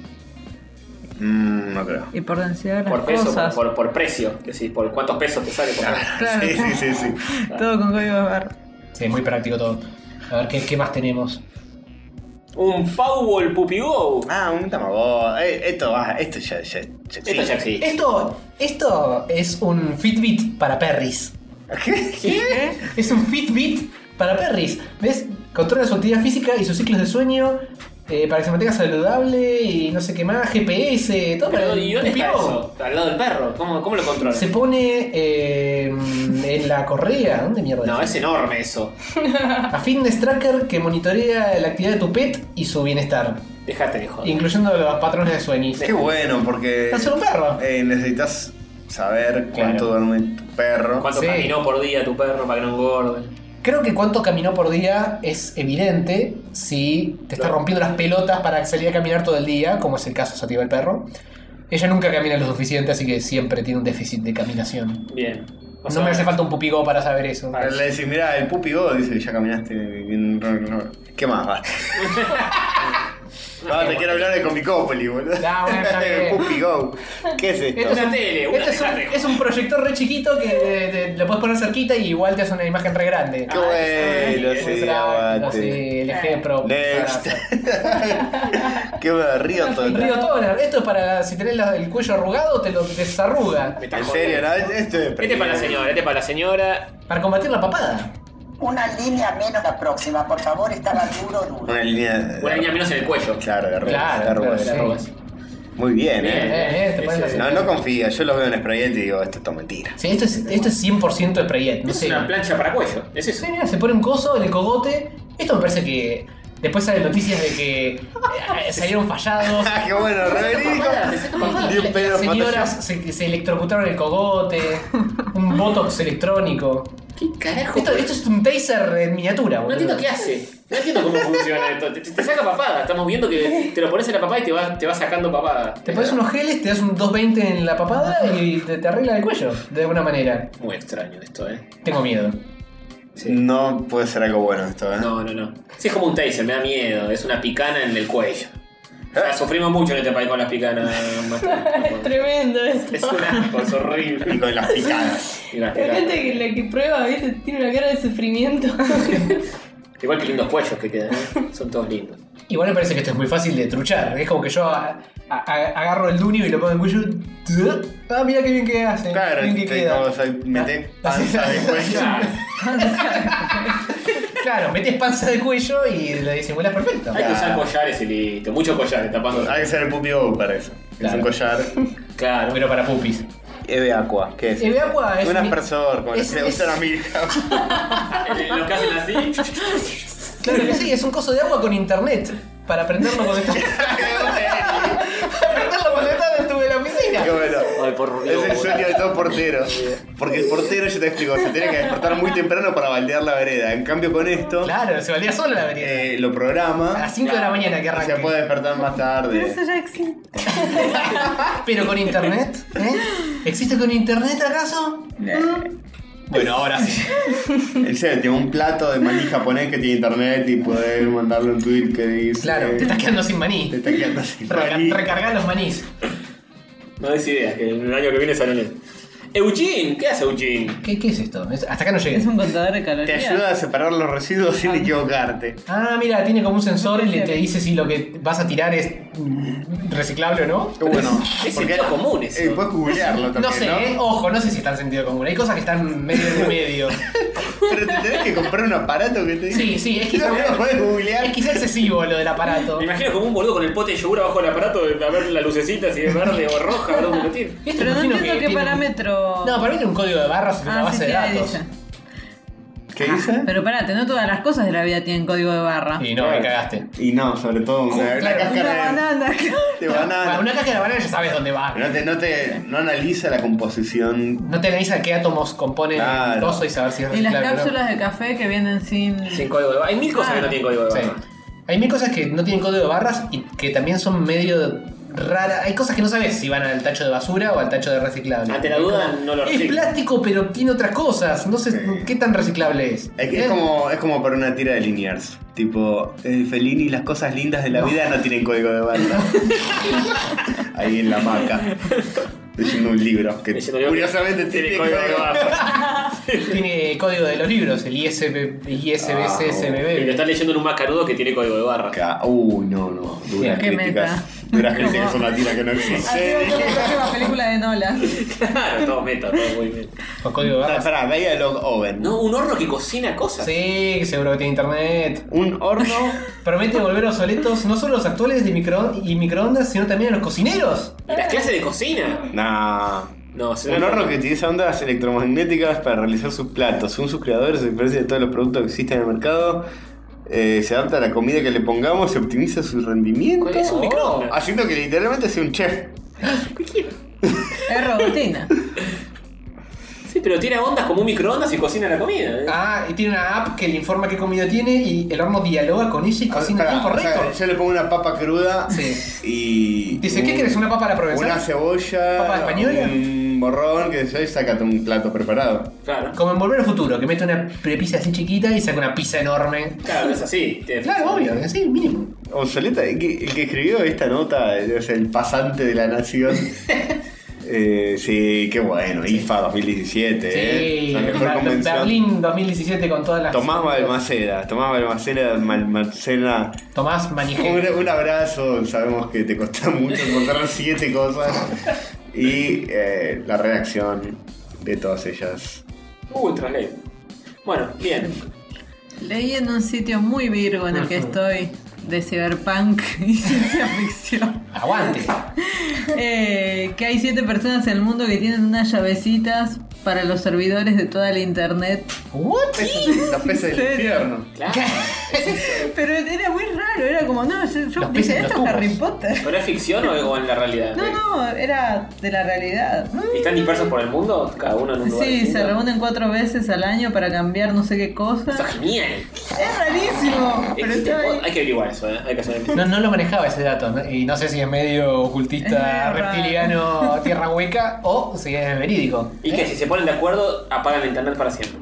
Mm, no creo.
y por densidad de las
Por peso, por,
cosas.
por, por precio, que sí, por cuántos pesos te sale por cada-
Claro.
Sí, sí, sí, sí.
Todo con código de barra.
Sí, muy práctico todo. A ver, ¿qué, qué más tenemos?
Un Powerball Puppy Go.
Ah, un tamagotchi. Eh, esto va, esto ya, ya, ya
Esto ya
existe.
existe.
Esto, esto es un Fitbit para perris. ¿eh?
¿Qué?
Es un Fitbit para perris. ¿Ves? Controla su actividad física y sus ciclos de sueño. eh, para que se mantenga saludable y no sé qué más, GPS, todo para
Pero,
el
¿Y dónde está
pibe.
eso? Al lado del perro. ¿Cómo, cómo lo controla?
Se pone eh, en la correa, ¿dónde mierda?
No,
está?
es enorme eso.
A fitness tracker que monitorea la actividad de tu pet y su bienestar,
Dejate de joder.
incluyendo los patrones de sueño.
Qué bueno, porque
Va a ser un perro.
eh, necesitas saber cuánto
Claro.
duerme tu perro.
¿Cuánto
Sí.
caminó por día tu perro para que no engorde?
Creo que cuánto caminó por día es evidente si te está
Claro.
rompiendo las pelotas para salir a caminar todo el día, como es el caso de Sativa el perro. Ella nunca camina lo suficiente, así que siempre tiene un déficit de caminación.
Bien. O
no
sea,
me hace falta un pupigo para saber eso.
Le decís, mirá, el pupi go, dice, ya caminaste bien. ¿Qué más? Basta. No, te quiero hablar de Comicópolis, boludo.
Ah, bueno, está bien.
pupi go. ¿Qué es esto?
Una tele, una
Este es, un,
dejate.
es un proyector re chiquito que te- te- lo puedes poner cerquita y igual te hace una imagen re grande.
Qué bueno,
Es
Ah, sí,
práctico,
aguante.
sí, el
Eh.
ejemplo.
Next. Qué bueno, río todo.
El Río Toner, esto es para si tenés la- el cuello arrugado, te lo desarruga.
Me está
En
jodiendo.
serio, no, esto es.
Este es para la señora, este es para la señora.
Para combatir la papada.
Una línea menos la próxima, por favor, estaba duro, duro.
Una línea. de-
Una línea menos en el cuello.
Eh, Claro, de arrugas,
Claro,
de arrugas.
claro, sí.
Arrugas.
Muy bien,
Bien,
eh.
Eh, eh, te ponen
Ese-
la-
No, no confía, yo lo veo en Sprayette y digo, esto es todo mentira.
Sí, esto es, esto es 100% de Sprayet, no
Es
sé.
una plancha para cuello. Es eso.
Sí, mira, se pone un coso en el cogote. Esto me parece que después salen noticias de que eh, salieron fallados.
Ah, qué bueno, reverídico. Ni un pedo
Las
de Photoshop.
señoras se, se electrocutaron el cogote. Un botox electrónico.
¿Qué carajo?
Esto, esto es un taser en miniatura,
No
boludo.
entiendo qué hace. No entiendo cómo funciona esto. Te, te- te saca papada. Estamos viendo que te lo pones en la papada y te va, te va sacando papada.
Te pones unos geles, te das un 220 en la papada y te, te arregla el cuello, de alguna manera.
Muy extraño esto, eh.
Tengo miedo.
No puede ser algo bueno esto, ¿eh?
No, no, no. Sí, es como un taser, me da miedo. Es una picana en el cuello. O sea, sufrimos mucho en este país con las picanas.
Es tremendo esto.
es un asco, es horrible.
Y con las picadas.
Y las
La
picanas.
gente que, la que prueba, ¿viste? Tiene una cara de sufrimiento.
Igual que lindos cuellos que quedan, ¿eh? Son todos lindos.
Igual me parece que esto es muy fácil de truchar. Es como que yo a- a- a- agarro el dunio y lo pongo en cuello. ¡tuc! Ah, mira qué bien que hace.
Claro,
qué bien que
te-
queda. Ah,
como se mete panza de cuello.
Claro.
Claro, metes panza de cuello y lo disimulas perfecto.
Hay que usar collares y listo. Muchos collares tapando.
Hay que ser el pupi go para eso. Es un
Claro.
collar.
Claro.
Pero para pupis.
Eve Aqua, ¿qué es?
El agua es.
un
un-
aspersor, como
es-
se
es-
usa la milka.
eh, Los que hacen así.
Claro que sí, es un coso de agua con internet. Para prenderlo cuando estás. para prenderlo cuando estás dentro de la piscina.
Qué bueno.
Ay, por Dios,
Es el
boludo.
sueño de todo portero. Porque el portero, yo te explico, se tiene que despertar muy temprano para baldear la vereda. En cambio, con esto,
Claro, se valía solo la vereda.
eh, lo
A
programa
las 5 de la mañana que
y se
arranca.
puede despertar más tarde.
Eso ya existe.
Ah, Pero con internet, ¿eh? ¿Existe con internet acaso?
Bueno, ahora sí. En serio, tiene un plato de maní japonés que tiene internet y poder mandarle un tweet que dice.
Claro, te estás quedando sin maní.
Te está quedando sin
Reca-
maní.
Recargar los manís.
No des ideas, que el año que viene salen. el- Eugene, ¿qué hace Eugene?
¿Qué, qué es esto? Es- hasta acá no
Es
llegué.
un contador de
Te
calorías.
ayuda a separar los residuos sin equivocarte.
Ah, mira, tiene como un sensor y le te dice si lo que vas a tirar es mm, reciclable o no.
Qué bueno.
Es
porque-
sentido común eso.
Eh, puedes googlearlo también.
No sé, eh, ojo, no sé si está en sentido común. Hay cosas que están medio en el medio.
Pero te tenés que comprar un aparato que te diga.
Sí, sí, es que
No,
está
no podés googlear.
Es quizá excesivo lo del aparato.
Me imagino como un boludo con el pote de yogur abajo del aparato de- a ver la lucecita, si es verde o roja, a ver dónde lo tiene.
Esto
Pero no
imagino
entiendo
que
qué
tiene un-
parámetro.
No, para mí tiene un código de barras y una
Ah, sí,
base
sí,
de
ahí
datos. ¿Eh?
dice.
¿Qué
ah,
dice?
Pero parate, no todas las cosas de la vida tienen código de barra.
Y no, me cagaste.
Y no, sobre todo una, una
Claro,
Una
cáscara
banana. claro.
de, de
Bueno,
banana.
una caja de banana ya sabes dónde va.
No te, no te no analiza la composición.
No te analiza qué átomos componen
Claro.
el coso y saber si es
Y las
reciclable o no.
cápsulas de café que vienen sin.
Sin código de barra. Hay mil cosas que no tienen código de
Sí.
barra.
Hay mil cosas que no tienen código de barras y que también son medio raras. Hay cosas que no sabes si van al tacho de basura o al tacho de reciclable.
Ante la duda, no lo
Es
reciclo.
plástico, pero tiene otras cosas. No sé
Sí.
qué tan reciclable es.
Es, que es como, es como para una tira de Liniers. Tipo, eh, Fellini, las cosas lindas de la vida no tienen código de barra. Ahí en la maca. Leyendo un libro que
Leyendo un libro
curiosamente
que
tiene
tiene
código de barra.
Tiene código de los libros, el ISB, ISBC,
Ah,
Y lo
SMB.
estás leyendo en un macarudo que tiene código de barra.
Ca- Uy, no, no. Duras
Qué
críticas. Duras críticas es una tira que no
Así va a
existe.
ser la próxima película de Nola.
Claro, todo meta, todo muy bien.
Con código de barras.
Pará, Dialog Oven.
No, un horno que cocina
Ah,
cosas.
Sí, que seguro que tiene internet.
Un horno.
Promete volver obsoletos no solo los actuales de micro y microondas, sino también a los cocineros.
Y las clases de cocina.
nah.
No, se
Un horno que utiliza ondas electromagnéticas para realizar sus platos. Según sus creadores, a diferencia de todos los productos que existen en el mercado, eh, se adapta a la comida que le pongamos, se optimiza su rendimiento. Ah,
Es un microondas.
Haciendo que literalmente sea un chef.
Es robotina.
Sí, pero tiene ondas como un microondas y cocina la comida. ¿eh?
Ah, y tiene una app que le informa qué comida tiene y el horno dialoga con ella y cocina en
Pará,
tiempo
Ah, o sea,
récord.
yo le pongo una papa cruda
Sí.
y.
Dice, ¿qué
un-
querés? ¿Una papa a la
Una
provenzal?
cebolla.
¿Papa española?
Un borrón, que ya y sácate un plato preparado.
Claro.
Como en Volver al Futuro, que mete una pizza así chiquita y saca una pizza enorme.
Claro, es así. te-
Claro, obvio, sí, mínimo.
Obsoleta, el que, el que escribió esta nota es el pasante de la nación. Eh, sí, qué bueno, IFA 2017, eh.
Sí,
la mejor
Ber-
convención.
Berlín 2017 con todas las.
Tomás Balmaceda, Tomás Balmaceda, Mal- Marcela,
Tomás Manijé.
un, un abrazo, sabemos que te costó mucho encontrar siete cosas y eh, la redacción de todas ellas.
Ultra ley. Bueno, bien.
Leí en un sitio muy virgo en el que estoy, de cyberpunk y ciencia ficción.
Aguante.
Eh, que hay siete personas en el mundo que tienen unas llavecitas para los servidores de toda la internet.
¿What?
Peces- los peces
¿En
del
serio?
infierno.
Claro.
Pero era muy raro, era como, no, yo, yo
Los peces
dije,
en los
esto es Harry
tubos".
Potter.
¿Pero es ficción o, o en la realidad?
No, no, era de la realidad.
¿Y ¿Están dispersos por el mundo? Cada uno en un lugar.
Sí,
distinto?
se reúnen cuatro veces al año para cambiar no sé qué cosa.
Está genial.
Es rarísimo, pero
Existe-
está ahí.
Hay que averiguar eso, ¿eh? Hay que hacer
No, no lo manejaba ese dato, ¿no? y no sé si es medio ocultista,
Es medio raro.
reptiliano, tierra hueca o si es verídico. ¿Eh?
Y que si se ponen de acuerdo, apagan el internet para siempre.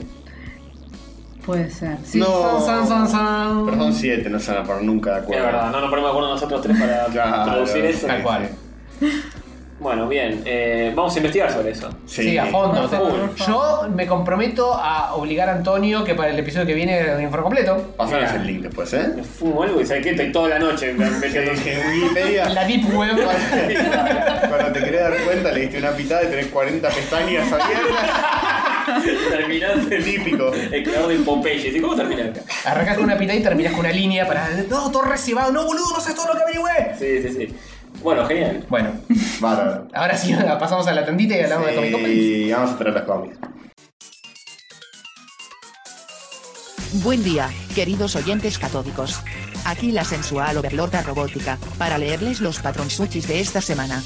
Puede ser. Sí.
No.
San, san, san.
Pero son siete, no se van a poner nunca de
Es
acuerdo.
verdad, no nos ponemos de acuerdo nosotros tres para
Claro.
traducir eso.
Tal cual.
Bueno, bien, eh, vamos a investigar sobre eso.
Sí, a fondo.
Por favor.
Yo me comprometo a obligar a Antonio que para el episodio que viene un informe completo.
Pásanos
Mira.
el link después, ¿eh?
Me fumo algo y sabes que estoy toda la noche metiendo.
Que Wikipedia.
La Deep Web.
Cuando te querés dar cuenta, le diste una pitada y tenés 40 pestañas abiertas.
Terminaste
Típico.
el creador de Popeye. ¿Y cómo termina acá?
Arrancas con una pita y terminas con una línea para. No, todo recibado, no, boludo, no sé todo lo que averigüé.
Sí, sí, sí. Bueno, genial.
Bueno,
Bárbaro.
ahora sí, pasamos a la tandita y hablamos de Comic Con.
Y vamos a traer las cómics.
Buen día, queridos oyentes catódicos. Aquí la sensual overlorda robótica, para leerles los patronsuchis de esta semana.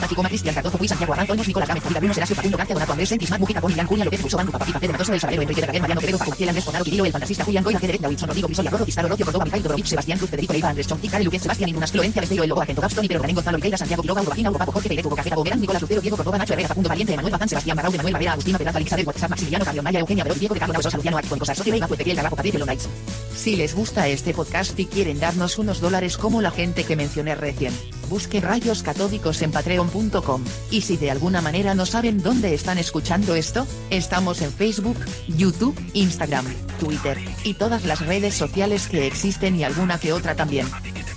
Pachico Cristian Cardozo Puy Santiago Arranco Olmos Nicolás Gámez Juan Gabriel Serasio Facundo García Donato Andrés Sentis Matt Mujica Poni Gran Julia López Russo Banco Papapipa Pedro Matoso El Sabero Enrique Verdaguer Mariano Quevedo Facu Ciel Andrés Conaro Quirilo El Fantasista Julián Goya Jerez Dawinson Rodrigo Grisola Rojo Cistar Orocio Córdoba Mikhail Dobrovich Sebastián Cruz Federico Leiva Andrés Chonti Kale Luquén Sebastián Inunas Florencia Besteiro El Lobo Argento Gabston Ibero Granén Gonzalo Viqueira Santiago Quiroga Urbagina Urbapó Jorge Peireto Bocajera Boberán Nicolás Lucero Diego Córdoba Nacho Herrera Facundo Valiente Emanuel Bazán Sebastián Barraude Manuel Barrera Agustina Peralta Elizabeth WhatsApp Maximiliano Carrión Maya Eugenia Veroz Diego de Carlos Sosa Luciano Acto Cosas Socio Leiva Fuerte Piel Garrafo Patricio Lonaiz. Si les gusta este podcast y quieren darnos unos dólares como la gente que mencioné recién, busque rayos catódicos en patreon.com. Y si de alguna manera no saben dónde están escuchando esto, estamos en Facebook, YouTube, Instagram, Twitter, y todas las redes sociales que existen y alguna que otra también.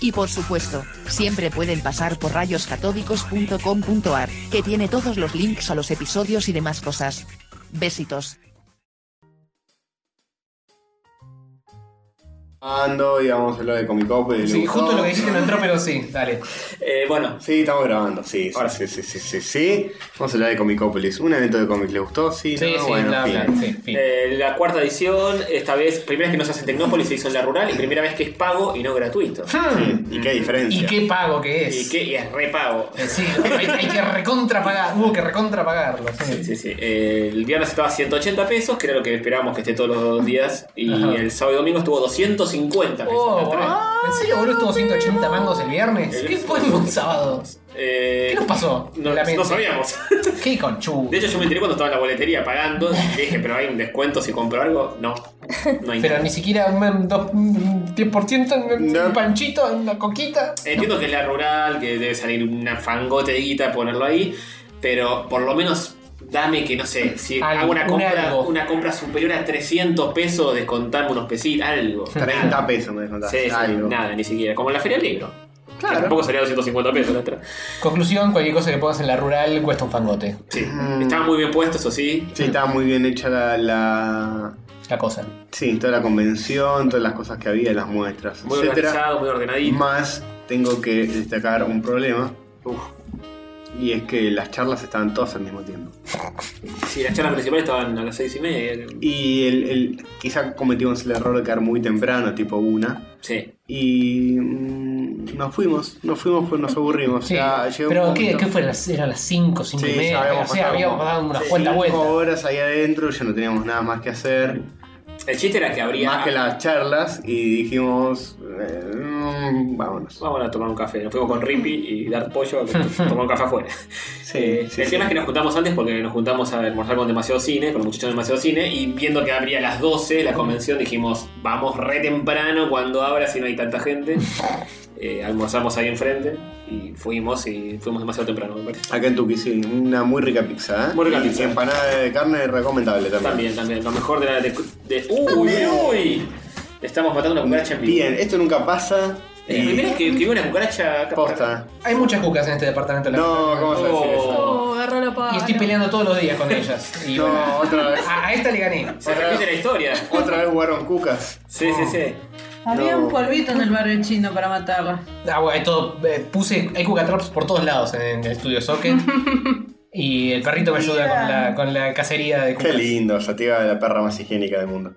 Y por supuesto, siempre pueden pasar por rayoscatódicos.com.ar, que tiene todos los links a los episodios y demás cosas. Besitos.
Ando y vamos a hablar de Comic Cop. y
Sí,
Luke
justo lo que
Hobbs.
dijiste no entró, pero sí, dale.
Eh, bueno,
Sí, estamos grabando, sí, sí,
Ahora.
sí, sí, sí, sí, sí. Vamos a hablar de Comicopolis. Un evento de cómics, ¿le gustó? Sí,
Sí,
no,
sí,
bueno,
bla,
fin.
bla, sí, fin.
eh, la cuarta edición, esta vez, primera vez que no se hace en Tecnópolis, se hizo en la rural y primera vez que es pago y no gratuito.
Hmm.
¿Y qué diferencia?
¿Y qué pago que es? Eh,
Y, que, y es repago.
Sí, hay, hay que recontrapagar, hubo que recontrapagarlo.
Sí,
Sí.
sí, sí. Eh, el viernes estaba a 180 pesos, que era lo que esperábamos que esté todos los días. Y
Ajá.
el sábado y domingo estuvo 250 pesos.
Oh,
Está bien.
wow. ¿En serio, boludo, estuvo 180 mangos el viernes?
El
¿Qué
viernes.
fuimos un sábado?
Eh,
¿Qué nos pasó?
No,
La mente.
no sabíamos.
¿Qué conchudo?
De hecho, yo me enteré cuando estaba en la boletería pagando. y Dije, pero hay un descuento si compro algo. No, no hay
Pero
nada.
ni siquiera un, mm, dos- un 10% en un
No.
panchito, en una coquita.
Entiendo que es la rural, que debe salir una fangote de guita ponerlo ahí. Pero por lo menos dame que, no sé, si
Algo,
hago una
un
compra,
algo.
una compra superior a 300 pesos, descontarme unos pesitos, algo.
30 pesos me descontaste.
Sí, sí,
Algo.
nada, ni siquiera. Como en la Feria del Libro. Que tampoco salía 250 pesos la otra.
Conclusión, cualquier cosa que pongas en la rural cuesta un fangote.
Sí.
Mm.
Estaba muy bien puesto, eso sí.
Sí, estaba muy bien hecha la, la-
La cosa.
Sí, toda la convención, todas las cosas que había, las muestras,
Muy
etcétera.
organizado, muy ordenadito.
Más tengo que destacar un problema. Y es que las charlas estaban todas al mismo tiempo.
Sí, las charlas principales estaban a las 6 y media.
Y el, el- quizá cometimos el error de quedar muy temprano, tipo una.
Sí.
Y mm, nos fuimos, nos fuimos pues nos aburrimos.
Sí.
Ya llegó un
Pero ¿qué,
momento-
¿qué fue? Las, eran las 5, 5
Sí,
y media.
ya habíamos
o sea,
pasado
habíamos
como
dado unas
sí,
cuantas
cinco
vueltas.
horas ahí adentro, ya no teníamos nada más que hacer.
El chiste era que habría.
Más que las charlas y dijimos, eh, mm, vámonos.
Vamos a tomar un café. Nos fuimos con Rippy y dar pollo a tomar un café afuera.
Sí, sí,
el
sí.
tema es que nos juntamos antes porque nos juntamos a almorzar con demasiado cine, con los muchachos de demasiado cine, y viendo que abría a las 12 la convención, dijimos, vamos re temprano cuando abra si no hay tanta gente. Eh, almorzamos ahí enfrente y fuimos y fuimos demasiado temprano, me parece.
Acá en Tuqui, sí, una muy rica pizza. ¿eh?
Muy rica
Y
pizza.
Empanada de carne recomendable también.
También, también. Lo mejor de la de. de- ¡Uy, uy! Estamos matando una cucaracha en vivo.
Bien, esto nunca pasa.
Eh, La primera vez que, que vi una cucaracha acá por acá.
Posta.
Hay muchas cucas en este departamento. de la
No,
casa.
¿cómo se decir eso?
Oh, agarra la paga.
Y estoy peleando todos los días con ellas. Y bueno,
No, otra vez.
a, a esta le gané.
Se repite la historia.
Otra vez jugaron cucas.
Sí, sí, sí.
Oh.
Había
No.
un polvito en el barrio chino para matarla.
Ah, bueno, hay todo. eh, puse. Hay cucatraps por todos lados en, el estudio Socket. y el perrito me ayuda con la, con la cacería de
Qué
cucas.
lindo, o sea, te iba de la perra más higiénica del mundo.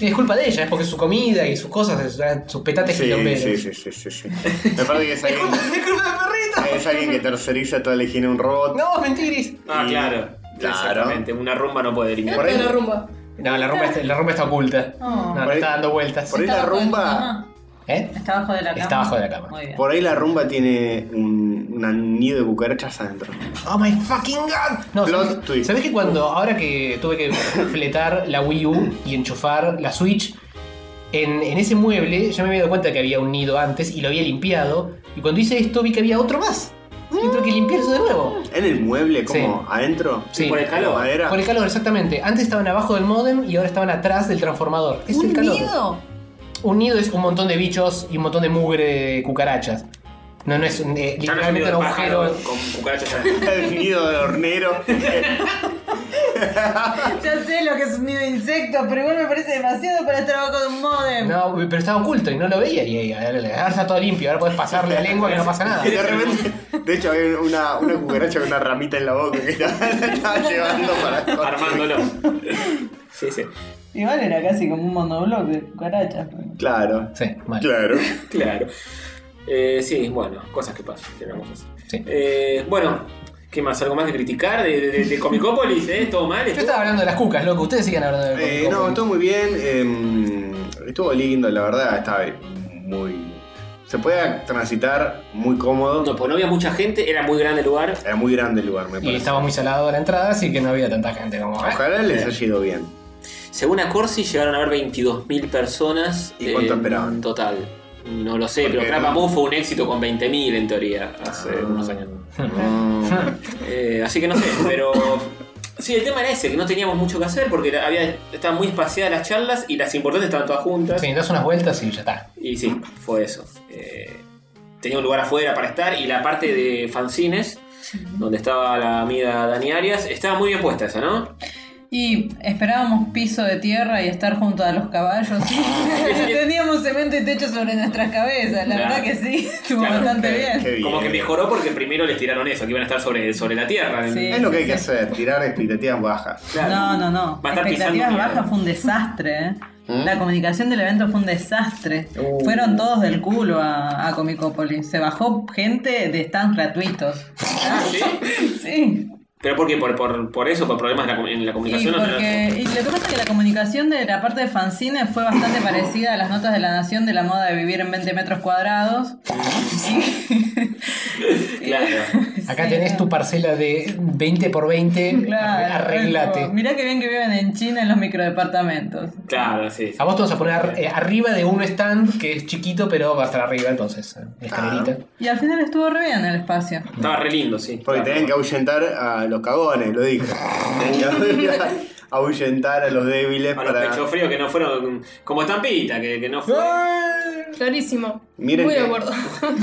Y es culpa de ella, es porque su comida y sus cosas, sus, sus petates
Sí,
quilomberos.
sí, sí, sí, sí, sí. Me parece que es alguien,
¡Es culpa del perrito!
es alguien que terceriza toda la higiene a un robot.
No, mentiris.
Ah,
Y-
claro.
Claro.
Exactamente. Una rumba no puede eliminar.
Por ahí-
la rumba.
No, la rumba, está- la rumba está oculta.
Oh.
No, no
Por ahí-
está dando vueltas.
Por ahí la
¿Está bajo de la
rumba.
cama?
¿Eh?
Está abajo de la cama.
Está abajo de la cama.
Muy bien.
Por ahí la rumba tiene un, un nido de cucarachas adentro.
¡Oh my fucking god! No,
Plot
¿sabes,
twist.
¿sabés que cuando, ahora que tuve que fletar la Wii U y enchufar la Switch, en, en ese mueble ya me había dado cuenta que había un nido antes y lo había limpiado. Y cuando hice esto vi que había otro más. Y tuve que limpiar eso de nuevo.
En el mueble, como
Sí.
adentro.
Sí.
Por el
¿De
calor.
madera.
Por el calor, exactamente. Antes estaban abajo del modem y ahora estaban atrás del transformador. Es el
¿Un
calor.
nido?
Un nido es un montón de bichos y un montón de mugre de cucarachas. No, no es un- eh,
Ya no es un nido
literalmente
de
un
pájaro
agujero.
con cucarachas
El nido de hornero. Ah.
Ya sé lo que es un nido de insectos, pero igual me parece demasiado para estar abajo de un modem.
No, pero estaba oculto y no lo veía. Y ahora está todo limpio. Ahora podés pasarle la lengua que no pasa nada.
Y de repente, de hecho, había una, una cucaracha con una ramita en la boca que estaba, estaba llevando para el coche.
armándolo. Sí, sí.
Igual era casi como un monobloque de cucarachas.
Claro,
Sí, mal.
claro.
Claro. Eh, sí, bueno, cosas que pasan. digamos así.
Sí.
Eh, bueno, ¿qué más? ¿Algo más de criticar? ¿De, de, de Comicópolis? ¿Eh? ¿Todo mal?
Yo estaba hablando de las cucas, loco. Ustedes siguen hablando de
Eh, no, estuvo muy bien. eh, estuvo lindo, la verdad. Estaba muy. Se podía transitar muy cómodo.
No, pues no había mucha gente, era muy grande el lugar.
Era muy grande el lugar, me
Y
parece.
estaba muy salado la entrada, así que no había tanta gente como.
Ojalá les haya ido bien.
Según a Corsi, llegaron a ver 22.000 personas. eh,
¿Y cuánto esperaban?
Total. No lo sé,
Porque
pero Trapa
no-
Moon fue un éxito con 20.000 en teoría hace
Ah.
unos años.
Mm.
Eh, así que no sé, pero. Sí, el tema era ese, que no teníamos mucho que hacer porque había, estaban muy espaciadas las charlas y las importantes estaban todas juntas.
Sí, das unas vueltas y ya está.
Y sí, fue eso. Eh, tenía un lugar afuera para estar y la parte de fanzines, donde estaba la amiga Dani Arias, estaba muy bien puesta esa, ¿no?
Y esperábamos piso de tierra y estar junto a los caballos. Teníamos cemento y techo sobre nuestras cabezas. La
Claro.
verdad que sí, estuvo
Claro,
bastante
qué-
bien.
qué bien.
Como que mejoró porque primero les tiraron eso, que iban a estar sobre, sobre la tierra.
Sí.
Es lo que hay que hacer, tirar expectativas bajas.
Claro.
No, no, no.
Va a estar
Expectativas
pisando
bajas
mierda.
fue un desastre. ¿eh?
¿Mm?
La comunicación del evento fue un desastre.
Uh.
Fueron todos del culo a, a Comicopolis. Se bajó gente de stands gratuitos.
Ah, ¿sí?
Sí.
¿Pero por qué? ¿Por, por, por eso? ¿Por problemas en la, com- en la
Y,
comunicación? No, no, no.
porque, y lo que pasa es que la comunicación de la parte de fanzine fue bastante parecida a las notas de la nación de la moda de vivir en 20 metros cuadrados.
¿Mm? Claro.
Acá tenés tu parcela de 20 por 20.
Claro,
arreglate.
tipo, Mirá que bien que viven en China en los microdepartamentos.
Claro, sí. sí.
A vos te vas a poner eh, arriba de un stand que es chiquito, pero va a estar arriba, entonces. eh, Escalerita.
Ah.
Y al final estuvo re bien el espacio.
Estaba re lindo, sí.
Porque
Claro.
tenían que ahuyentar a los cagones, lo dije. ahuyentar a los débiles
A los
para.
pechos fríos que no fueron como estampita, que, que no fue.
Clarísimo.
Miren
Muy de
que-
acuerdo.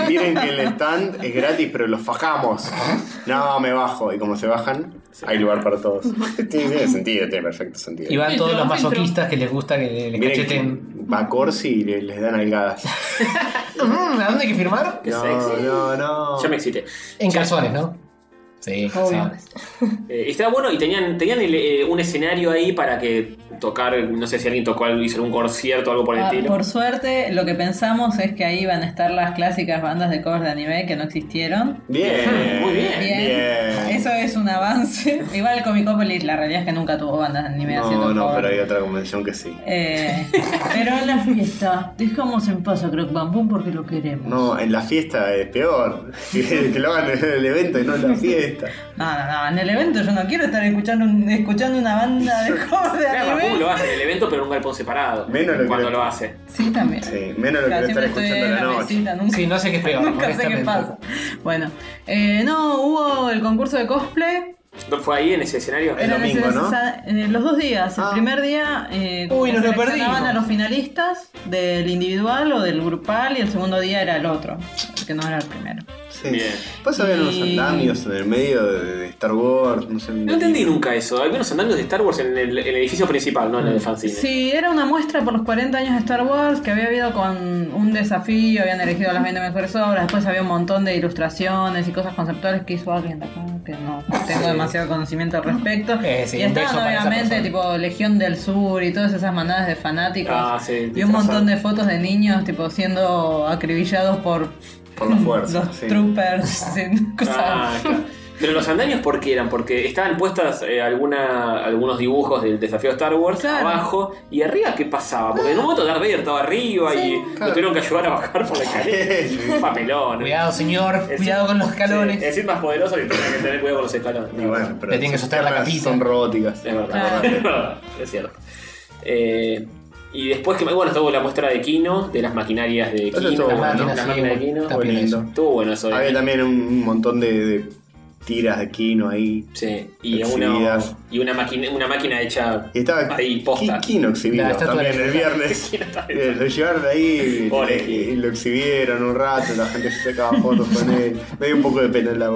Miren que el stand es gratis, pero los fajamos. No, me bajo. Y como se bajan, hay lugar para todos. tiene, tiene sentido, tiene perfecto sentido.
Y van todos los
filtro.
masoquistas que les gusta que le- le
Miren que
cacheten.
va a Corsi y le- les dan algadas.
Mm, ¿A dónde hay que firmar?
Qué
No,
sexy.
no, no.
Ya me excité.
En calzones, ¿no? Sí, sí.
Eh, estaba bueno y tenían, tenían el, eh, un escenario ahí para que tocar, no sé si alguien tocó, algo, hizo algún concierto o algo por el
Ah,
estilo.
por suerte, lo que pensamos es que ahí van a estar las clásicas bandas de cover de anime que no existieron.
Bien.
Muy bien.
Bien. Eso es un avance. Igual Comicopolis, la realidad es que nunca tuvo bandas de anime haciendo
No, no,
cover.
pero hay otra convención que sí.
Eh, pero en la fiesta, dejamos en paz a Croc Bambum porque lo queremos.
No, en la fiesta es peor. que que lo hagan en el evento y no en la fiesta.
No, no, no, en el evento yo no quiero estar escuchando, un- escuchando una banda de cover de
Claro, Bakú
anime.
lo hace en el evento, pero en un galpón separado.
Menos lo
cuando
que-
lo hace.
Sí, también.
Sí, menos lo que
Claro,
voy a estar
siempre estoy
escuchando a
en
la
la
noche.
mesita, nunca,
Sí, no sé qué es peor,
nunca sé qué
honestamente.
pasa. Bueno, eh, no, hubo el concurso de cosplay.
¿No ¿Fue ahí en ese escenario?
El
Eran
domingo,
esos-
¿no?
esa- eh, los dos días. El
Ah.
primer día eh,
Uy, nos lo
seleccionaban
perdimos.
a los finalistas del individual o del grupal y el segundo día era el otro, que no era el primero.
Sí.
Bien.
Después habían unos
Y-
andamios en el medio de, de Star Wars, no sé.
No entendí nunca eso. Hay unos andamios de Star Wars en el, en el edificio principal, no en el de fanzine.
Mm. Sí, era una muestra por los 40 años de Star Wars que había habido con un desafío, habían elegido las 20 mejores obras, después había un montón de ilustraciones y cosas conceptuales que hizo alguien de acá, que no tengo demasiado conocimiento al respecto.
Eh, sí,
y
un beso
estaban
para esa
obviamente
persona.
tipo Legión del Sur y todas esas manadas de fanáticos.
Ah, sí,
y un
disfrazados.
montón de fotos de niños tipo siendo acribillados por
Por la fuerza.
los
sí.
troopers, y cosas.
Ah, claro. Pero los andamios, ¿por qué eran? Porque estaban puestas eh, alguna, algunos dibujos del desafío Star Wars
Claro.
abajo y arriba, ¿qué pasaba? Porque en un momento Darth Vader estaba arriba y lo tuvieron que ayudar a bajar por la escalera. Un papelón.
Cuidado, señor.
El
Cuidado
Sith-
con los
Sí,
escalones.
el Sith más poderoso y tiene que tener cuidado con los escalones.
Y bueno, pero
Le tienen que
sus
sostener la
piernas
capita.
Son robóticas.
Es verdad,
Claro.
es verdad, es cierto. Eh, y después que bueno, estuvo la muestra de Kino, de las maquinarias de
Eso
Kino,
estuvo
las
bueno,
máquinas,
¿no?
las máquinas de
Sí,
Kino.
está
Muy
bien
lindo.
Estuvo bueno eso. de
Había
Kino.
también un montón de, de tiras de quino ahí.
Sí, y, una,
Exhibidas.
y una, máquina, una máquina hecha
Y estaba
ahí posta.
Qui- Quino exhibido
La estatua
también
de-
el viernes.
Kino está hecha.
Eh, Lo llevaron ahí
Pobre
eh,
Quino.
y lo exhibieron un rato, la gente se sacaba fotos con él. Me dio un poco de pena la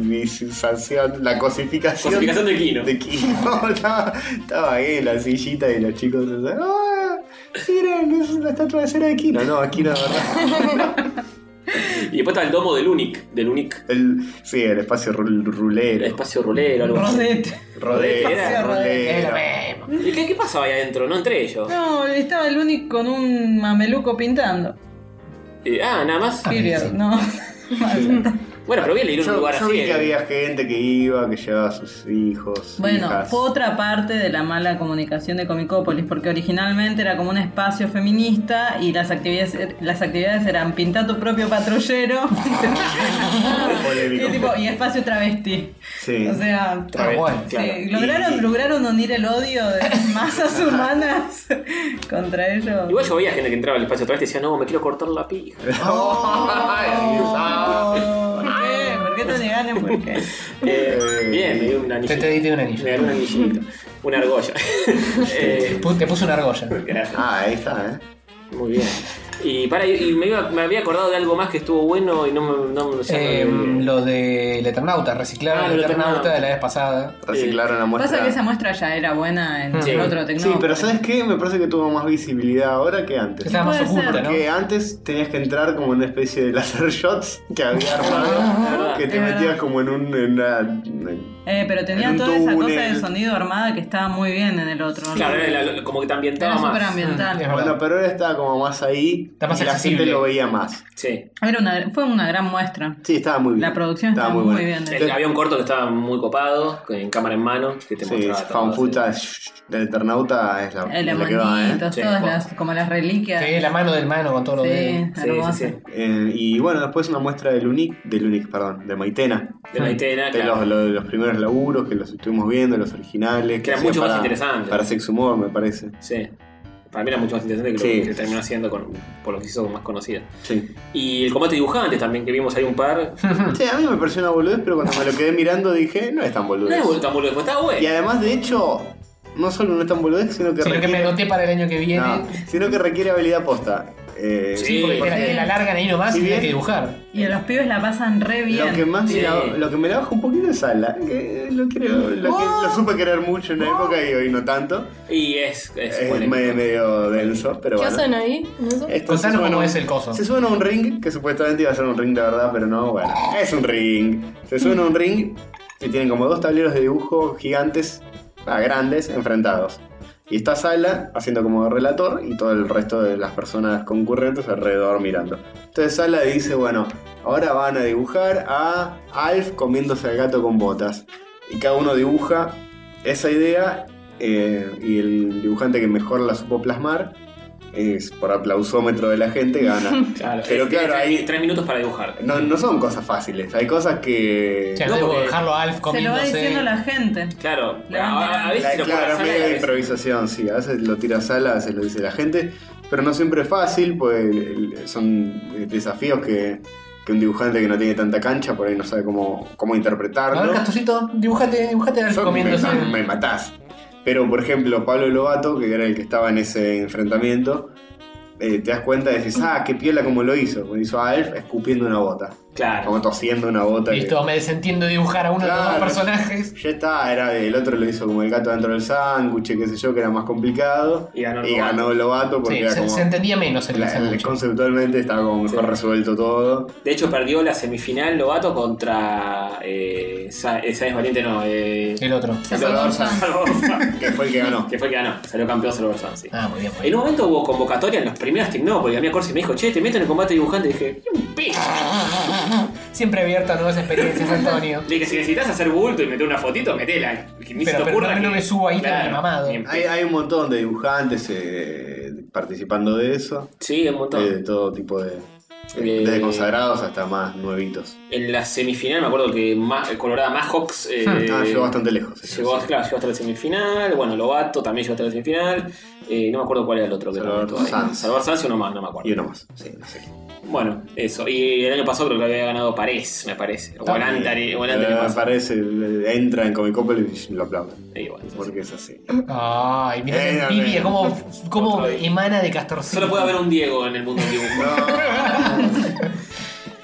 objetivización, la cosificación.
Cosificación de Kino.
De Quino. estaba, estaba ahí en la sillita y los chicos se ¡Ah! Miren, es la estatua de cera de Quino. No, Quino de verdad.
Y después está el domo del Unic, del Unic.
El, sí, el espacio rul-
El
rulero.
espacio rulero, algo así.
Rodete.
Rodero,
Era-
Es lo
rodero.
mismo.
¿Y qué, qué pasaba ahí adentro? No entre ellos.
No, estaba el único con un mameluco pintando.
Eh, ah, nada más.
Period, no.
Bueno, pero bien le ir a un
Yo,
lugar
yo
así.
vi que
eh.
había gente que iba, que llevaba a sus hijos.
Bueno,
hijas.
fue otra parte de la mala comunicación de Comicópolis, porque originalmente era como un espacio feminista y las actividades, las actividades eran pintar tu propio patrullero
Polémico.
y, tipo, y espacio travesti.
Sí.
O sea,
Ah, bueno.
sí,
claro.
lograron,
Y-
lograron unir el odio de las masas humanas contra ellos.
Igual yo veía gente que entraba al espacio atrás y decía, no, me quiero cortar la pija.
Ah,
¿Por qué? ¿Por qué te negaron? ¿Por qué?
Eh, bien, me dio un
Te, te
anillito.
di un
Me
anillo.
ganó un anillito. Una argolla. Eh,
Pu- Te puse una argolla.
gracias.
ah, ahí está, ¿eh?
Muy bien. Y para, y me, iba- me había acordado de algo más que estuvo bueno y no me. No, me- ya no
Eh,
me-
lo del Eternauta, reciclaron
Ah,
el
lo
Eternauta
Eternauta.
de la vez pasada.
Reciclaron la muestra.
Pasa que esa muestra ya era buena en
Sí.
el otro
Sí,
tecnópolis.
pero ¿sabes qué? Me parece que tuvo más visibilidad ahora que antes.
Estaba más
Puede ser.
oculta, ¿no?
Porque antes tenías que entrar como en una especie de laser shots que había armado, que te
Es verdad.
metías como en un... En una,
Eh, pero tenía
En un
toda esa cosa
túnel.
de sonido armada que estaba muy bien en el otro. ¿no?
Claro, era la- como que te ambientaba
Era súper
más.
Mm, es
ambiental.
verdad.
bueno, pero ahora estaba como más ahí
Está más
y la
accesible.
gente lo veía más.
Sí.
Era una, fue una gran muestra.
Sí, estaba muy bien.
La producción estaba muy
buena.
bien.
El- había un corto que estaba muy copado, con- en cámara en mano, que te
Sí,
mostraba todo,
fanfuta del Eternauta es la,
Eh,
la
Los
que va, ¿eh?
monitos,
Sí,
todas
po.
las, como las reliquias.
Sí, la mano del mano con todos los dedos.
Sí,
Sí,
hermosa.
sí, sí.
Eh, y bueno, después una muestra del Unic, del Unic, perdón, de Maitena.
De Maitena,
De
Ah, claro.
los, lo- los primeros laburos que los estuvimos viendo, los originales.
Que eran
hacía
mucho más
para-
interesantes.
Para Sex Humor, me parece.
Sí. Para mí era mucho más interesante que lo
Sí.
que terminó haciendo con, por lo que se hizo más conocida.
Sí.
Y el combate de dibujantes también, que vimos ahí un par.
Sí, a mí me pareció una boludez, pero cuando me lo quedé mirando dije, no es tan
No
boludez.
es tan boludo, estaba
y
bueno.
además, de hecho, no solo no es tan boludez, sino que
Sino que me
requiere.
anoté para el año que viene.
No, sino que requiere habilidad posta. Eh,
Sí, porque te la- te la largan ahí nomás
Si
y
bien-
hay que dibujar.
Y a los pibes la pasan re bien.
Lo que más
Sí.
la- lo que me la baja un poquito es Ala, que lo creo, lo, que-
Oh.
lo supe querer mucho en una época y hoy no tanto.
Y es. es
Es
polémico.
medio, medio denso, pero
¿Qué
bueno.
hacen ahí? ¿En eso?
Esto se
Contanos
suena
cómo
un-
es el coso.
Se suena un ring, que supuestamente iba a ser un ring de verdad, pero no, bueno, es un ring. Se suena un ring que tienen como dos tableros de dibujo gigantes, ah, grandes, enfrentados. Y está Sala haciendo como relator y todo el resto de las personas concurrentes alrededor mirando. Entonces Sala dice, bueno, ahora van a dibujar a Alf comiéndose al gato con botas. Y cada uno dibuja esa idea eh, y el dibujante que mejor la supo plasmar es por aplausómetro de la gente gana.
Claro.
Pero
Tiene
claro,
tres-
ahí-
Tres minutos para dibujar.
No, no son cosas fáciles, hay cosas que...
O sea,
No,
debo
porque-
dejarlo a Alf
Se lo va
comiéndose.
diciendo la gente.
Claro.
Le van
A, a
tirando.
veces
La-
lo
claro,
puede
es
hacer,
medio
a
de
veces-
improvisación, sí. A veces lo tira sala, a veces lo dice la gente, pero no siempre es fácil, pues el- son eh, desafíos que, que un dibujante que no tiene tanta cancha por ahí no sabe cómo,
A
cómo
ver,
interpretarlo.
Castorcito, dibujate, dibujate a Alf
Yo- me,
comiéndose.
ma- me matás. Pero, por ejemplo, Pablo Lobato, que era el que estaba en ese enfrentamiento, eh, te das cuenta y decís, ah, qué piola como lo hizo. Como hizo a Alf escupiendo una bota.
Claro.
Como tosiendo una bota. que-
Listo, me desentiendo de dibujar a uno de los
Claro.
dos personajes.
Ya está, era el otro lo hizo como el gato dentro del sándwich, qué sé yo, que era más complicado.
Y ganó
Y
Lobato.
ganó Lobato porque
Sí,
era
se,
como.
se entendía menos el
la-
sándwich.
conceptualmente estaba como mejor
Sí.
resuelto todo.
De hecho, perdió la semifinal Lobato contra. Eh, Sa- eh, Sáenz Valiente, no. Eh,
El otro.
Salvador Sanz,
Salvador Sanz.
que fue el que ganó.
que fue el que ganó. Salió campeón Salvador Sanz, sí.
Ah, muy bien. muy
En
bien.
un momento hubo convocatoria en las primeras Tecnópolis. A mí Corsi me dijo, che, te meto en el combate dibujante. Y dije, "Ni un pez.
Siempre abierto a nuevas experiencias, Antonio.
Le dije, si necesitas hacer bulto y meter una fotito, metela. Que ni
Pero-
se te
pero
ocurra.
no me- no
que-
me subo ahí tan mamado.
ni en
Hay,
pez.
hay un montón de dibujantes eh, participando de eso.
Sí, un montón.
eh, de todo tipo de.
Eh.
Desde consagrados hasta más nuevitos.
En la semifinal me acuerdo que Ma- Colorada Mahawks. eh,
ah, llegó bastante lejos. sí,
Llegó,
sí.
claro, llegó hasta la semifinal. Bueno, Lobato también llegó hasta la semifinal. Eh, no me acuerdo cuál era el otro. que
Salvador
también estuvo ahí.
Sanz.
Salvador Sanz y uno más, no me acuerdo.
Y uno más. Sí, no sé.
Bueno, eso. Y el año pasado creo que había ganado Parés, me parece. O Alantari. O Alantari
Eh,
pasó.
Aparece, eh, entra en Comicopolis y lo aplauden.
Eh, bueno, sí.
Porque es así.
Ay, mira
Eh,
qué
no,
envidia,
no.
cómo, cómo
Otra vez.
emana de Castorcito.
Solo puede haber un Diego en el mundo del dibujo.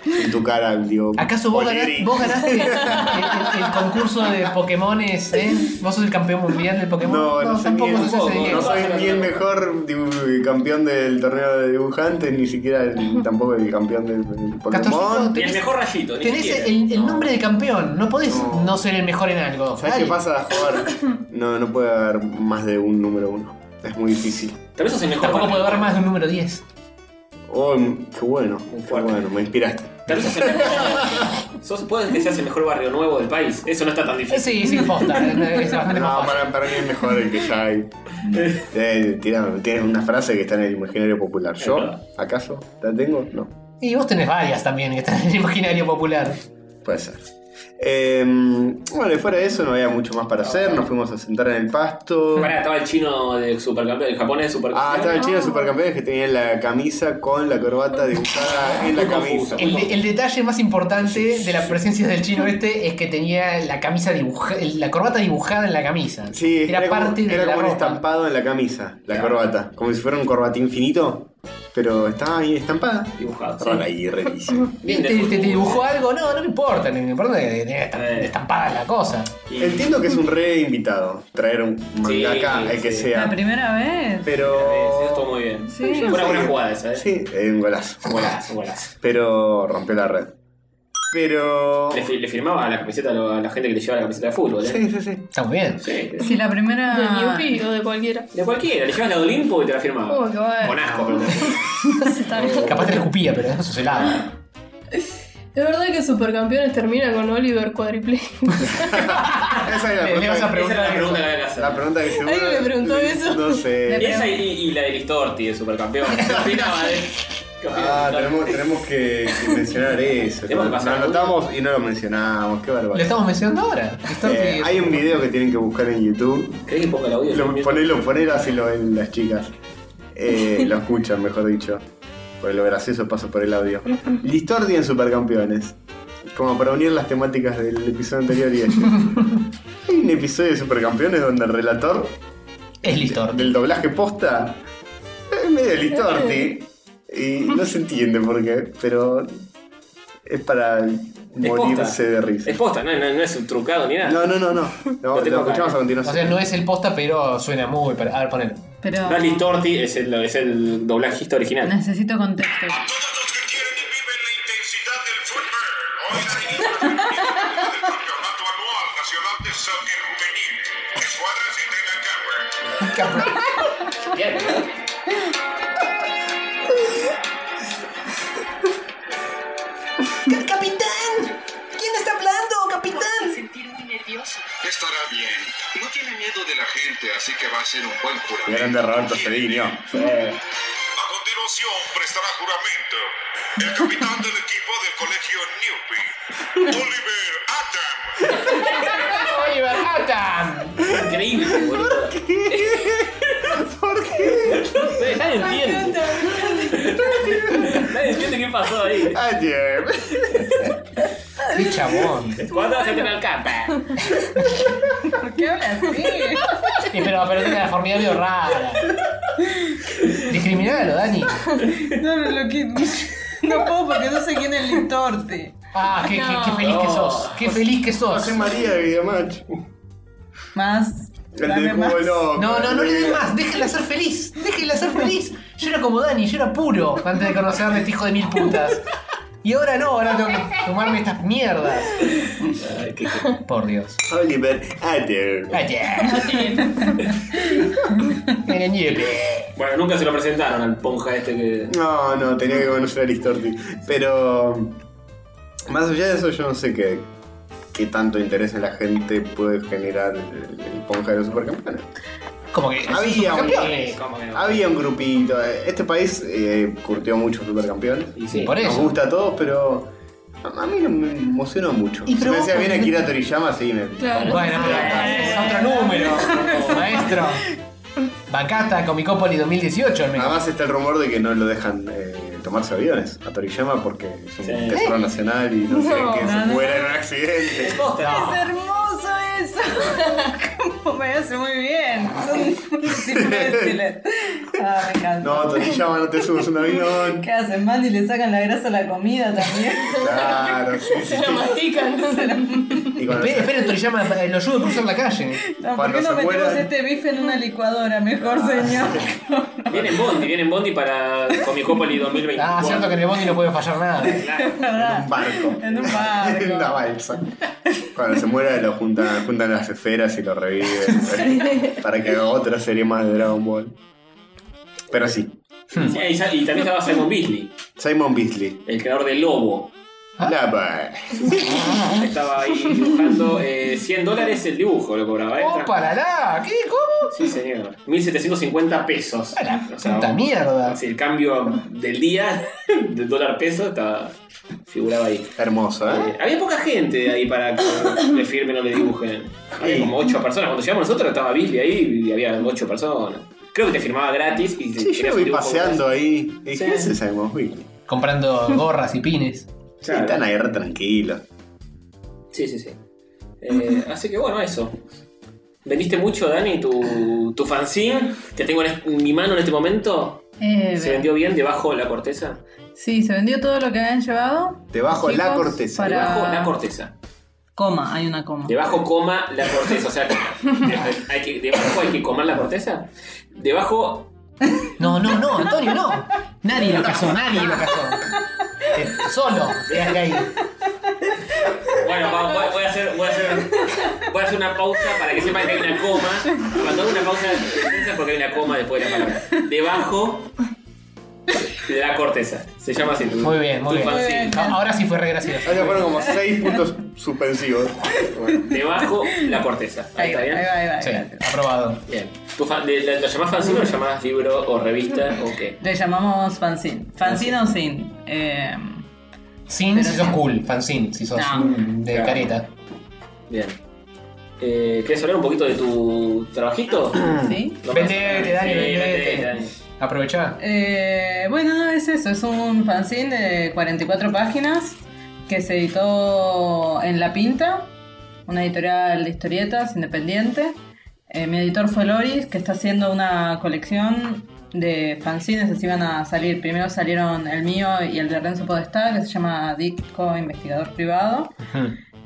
en tu cara, digo.
¿Acaso vos, ganás-
Olieri.
vos ganaste el, el- el concurso de Pokémones? ¿eh? ¿Vos sos el campeón mundial del Pokémon?
No, no, soy, ni
tampoco
el,
sos ese Diego.
no soy ni el mejor dibu- campeón del torneo de dibujantes, ni siquiera el- tampoco el campeón del del Pokémon.
Castorcito,
Ni el mejor rayito. Ni
Tenés
siquiera.
el, el
No.
nombre de campeón, no podés
No.
no, ser el mejor en algo.
¿Sabes
Dale.
qué pasa, jugar? No, no puede haber más de un número uno. Es muy difícil.
Tal vez sos el mejor
Tampoco
barman.
puede haber más de un número 10.
Oh, m- qué bueno, qué
fuerte.
bueno, me inspiraste.
Tal vez sos el mejor. sos, puedes que seas el mejor barrio nuevo del país. Eso no está tan
Eh,
difícil.
Sí, es imposta. es bastante más
No,
fácil.
para, para mí es mejor el que ya hay. Eh, tirame, Tienes una frase que está en el imaginario popular. ¿Yo?
verdad.
¿Acaso? ¿La tengo? No.
Y vos tenés varias también que están en el imaginario popular.
Puede ser. Eh, bueno, y fuera de eso no había mucho más para hacer. Nos fuimos a sentar en el pasto.
Pará, estaba el chino de supercampeón, el japonés de supercampeón.
Ah, estaba el chino de supercampeones que tenía la camisa con la corbata dibujada en la
Muy
camisa.
confuso.
El, de- el detalle más importante de la presencia del chino este es que tenía la camisa dibujada, la corbata dibujada en la camisa.
Sí,
era, parte
como,
de
era
la
como un
ropa.
estampado en la camisa, la corbata. Como si fuera un corbata infinito, pero estaba ahí estampada.
Dibujado, sí.
Rara y rarísima.
¿Te,
Bien de
te-
fútbol.
te dibujó algo? No, no me importa, no me importa que tenga estam-
Eh.
estampada la cosa.
Y-
Entiendo que es un re invitado traer un mangaka,
Sí,
el que
sí.
La
sea.
primera vez.
Sí,
Pero.
estuvo muy bien.
Sí.
Fue una buena
Sí.
jugada esa, ¿eh?
Sí, eh, un golazo.
Un Golazo, un golazo.
Pero rompió la red. Pero.
Le, fi- le firmaba la camiseta a lo- a la gente que le llevaba la camiseta de fútbol, ¿eh?
Sí, sí, sí.
Está muy bien.
Sí.
Si la primera.
Ah, ¿De Yupi o de cualquiera?
De cualquiera, le llevas la de Olimpo y te la firmaba.
Oh, qué bueno.
Con asco, pero.
Está bien.
Capaz te la escupía, pero eso se lava.
Es verdad que Supercampeones termina con Oliver cuadriple.
Ah,
Esa es la
Le- le vas a
pregunta.
Esa era la pregunta que había que
que-
hacer.
La pregunta que seguro.
Alguien me preguntó eso.
No sé.
Esa y, y la de Listorti, de supercampeón. ¿Qué opinaba de.? ¿Qué opinaba
Ah,
de
tenemos,
Listorti?
tenemos que, que mencionar eso. Lo
Tenemos que pasar algo.
anotamos y no lo mencionamos. Qué
Lo
barbaridad.
estamos mencionando ahora.
Eh, hay un video que tienen que buscar en YouTube.
¿Crees que ponga el audio?
Lo, ponelo, ponelo así lo ven las chicas. Eh, lo escuchan, mejor dicho. Por lo gracioso paso por el audio. Listordi en Supercampeones. Como para unir las temáticas del episodio anterior y este. Hay un episodio de Supercampeones donde el relator
Es Listorti.
Del doblaje posta. Es medio Listorti. Y no se entiende por qué, pero es para morirse de risa.
Es posta, no, no, no es un trucado ni nada.
No, no, no, no. No,
te pongas.
lo escuchamos a
O
continuación.
sea, no es el posta, pero suena muy. pare- A ver, ponelo.
Pero
No es Listorti, es el, es el doblajista original.
necesito contexto.
Bien.
¡Capitán! ¿Quién está hablando, capitán?
Estará bien. No tiene miedo de la gente, así que va a ser un buen juramento.
Grande Roberto Cedinio.
A continuación prestará juramento el capitán del equipo del colegio Newbie, Oliver Adam.
¡Oliver Atam!
Increíble, boludo. ¿Por qué? No sé, nadie entiende. Nadie entiende qué pasó ahí.
Ayer.
¡Qué chabón!
¿Cuándo vas a tener capa?
¿Por qué habla así?
Y pero, pero tiene la formidad medio rara. Discriminalo, Dani.
No, no, lo que. No puedo porque no sé quién es Lintorte.
Ah, qué, qué- qué feliz que sos. Qué feliz que sos.
José María de Videomatch.
Más.
El
dame
del
más.
cubo loco.
No, no, no le den más. Déjenla ser feliz. Déjenla ser feliz. Yo era como Dani, yo era puro antes de conocerme este hijo de mil putas. Y ahora no, ahora tengo que tomarme estas mierdas. Por Dios.
Oliver Ayer.
Miren, Yepe.
Bueno, nunca se lo presentaron al ponja este que.
No, no, tenía que conocer a Listorti. Pero. Más allá de eso, yo no sé qué, qué tanto interés en la gente puede generar el, el ponja de los supercampeones.
Como que.
Había un,
campeones.
¿Cómo que no?
había un grupito. eh, Este país eh, curtió muchos supercampeones.
Y sí.
Por
Nos
eso.
gusta a todos, pero. A a mí no me emocionó mucho.
Y
Si
pero
me
vos
decía, viene
también-
Akira Toriyama, sí, me.
Claro.
Bueno, pero es otro número, maestro. Bacata, Comicópolis 2018 al
Ah.
menos.
Además está el rumor de que no lo dejan eh, tomarse aviones a Toriyama porque es un
Sí.
tesoro nacional y no, sé
No,
que
no,
se
no.
muera en un accidente.
No.
Es hermoso eso. Como me hace muy bien. Son imbéciles. Ah, me encanta.
No, Toriyama, no te subas un avión.
¿Qué hacen mal y le sacan la grasa a la comida también?
Claro, sí, sí.
Lo mastican.
Se la-
Y
Esperen,
cuando se-
esperen, Toriyama, eh, lo ayudo a cruzar la calle.
No, ¿Por
Cuando
qué no
se
metemos
mueran. Ah,
este bife en una licuadora? Mejor, señor.
Viene en Bondi, viene en Bondi para Comicópolis 2024.
Ah, cierto que en el bondi no puede fallar nada.
Claro.
¿Verdad?
un barco.
En un barco.
En una balsa. Cuando se muera lo juntan, juntan las esferas y lo reviven. para que haga otra serie más de Dragon Ball. Pero sí,
Sí, y, sa- y también estaba Simon Beasley,
Simon Beasley.
el creador de Lobo.
Ah.
La ba-
Estaba ahí dibujando eh, 100 dólares el dibujo, lo cobraba. ¿eh?
¡Oh, para la! ¿Qué? ¿Cómo?
Sí, señor. 1750 pesos. O sea,
¡Tanta mierda!
Sí, el cambio del día, del dólar peso, estaba, figuraba ahí.
Hermoso, ¿eh?
Eh, había poca gente ahí para que le firmen o le dibujen. Había
Sí.
como 8 personas. Cuando llegamos nosotros estaba Billy ahí y había 8 personas. Creo que te firmaba gratis y te
Sí, yo
tenías
lo
un
vi
dibujo
paseando
gratis.
ahí. Y dije,
Sí.
¿qué es ese Simon Beasley?
Comprando gorras y pines.
Sí,
Claro.
están ahí re tranquilos.
Sí, sí, sí. Eh, así que bueno, eso. Vendiste mucho, Dani, tu, tu fanzine que tengo en, est- en mi mano en este momento.
Eh,
¿Se vendió bien debajo de la corteza?
Sí, se vendió todo lo que habían llevado.
Debajo la
Chicos,
corteza.
para-
Debajo la corteza.
Coma, hay una coma.
Debajo coma la corteza. O sea, de- hay que, debajo hay que comer la corteza. Debajo
No, no, no, Antonio, no. Nadie lo cazó, nadie lo cazó. Eh, Solo quedaste ahí.
Bueno, va- voy, voy a hacer, voy, a hacer, voy a hacer una pausa para que sepan que hay una coma. Cuando hago una pausa, piensa porque hay una coma después de la palabra. Debajo de la corteza. Se llama así. tu-
Muy bien, muy
tu
bien.
fanzine.
Muy bien.
A- Ah, Ahora sí fue re gracioso.
Ahí fueron como 6 puntos suspensivos. Bueno,
Debajo la corteza. Ahí
Ahí
está
va, ahí
bien.
va, ahí va.
Sí,
gracias.
aprobado.
Bien. ¿Tu fan- de- la- ¿Lo llamás fanzine o lo llamás libro o revista o qué?
Le llamamos fanzine. Fanzine o sin. Eh,
Sin
Pero
si sos
sí.
cool, fanzine, si sos
No.
mm, de
Claro.
careta.
Bien. Eh, ¿Querés hablar un poquito de tu trabajito?
¿Sí?
No,
Vendete,
no.
Dani,
Sí,
vendete.
Dani.
Aprovechá.
Eh, bueno, no, es eso. Es un fanzine de 44 páginas que se editó en La Pinta, una editorial de historietas independiente. Eh, mi editor fue Loris, que está haciendo una colección de fanzines. Así van a salir. Primero salieron el mío y el de Renzo Podestá, que se llama Dicco Investigador Privado.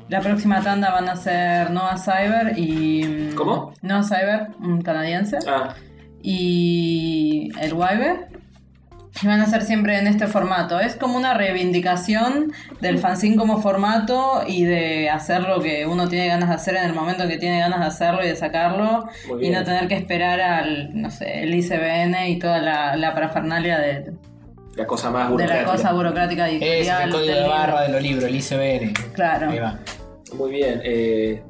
La próxima tanda van a ser Noah Cyber y. mm,
¿Cómo?
Noah Cyber, un canadiense.
Ah.
Y el Wyver. Y van a ser siempre en este formato. Es como una reivindicación del fanzine como formato y de hacer lo que uno tiene ganas de hacer en el momento que tiene ganas de hacerlo y de sacarlo.
Muy
Y
bien.
no tener que esperar al, no sé, el ICBN y toda la, la parafernalia de,
La cosa más
de
burocrática.
la cosa burocrática y
Es el
editorial,
código
del
de
libro.
barra de los libros, el ICBN.
Claro.
Ahí va.
Muy bien. eh,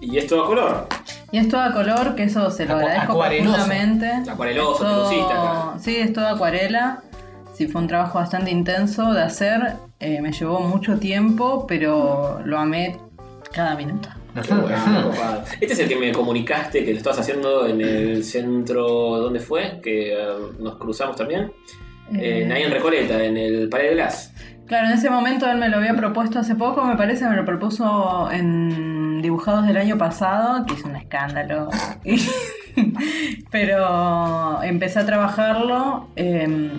y esto a color.
Y es todo a color, que eso se lo
Acu-
agradezco
acuareloso.
profundamente.
Acuareloso,
Es todo-
pelucista, claro.
Sí, es todo acuarela. Sí, fue un trabajo bastante intenso de hacer. Eh, me llevó mucho tiempo, pero lo amé cada minuto.
Qué bueno, copado. Este es el que me comunicaste que lo estabas haciendo en el centro. ¿Dónde fue? Que eh, nos cruzamos también.
Eh.
En, ahí en Recoleta, en el Palais de Glass.
Claro, en ese momento él me lo había propuesto hace poco, me parece, me lo propuso en Dibujados del año pasado, que es un escándalo. Pero empecé a trabajarlo. eh,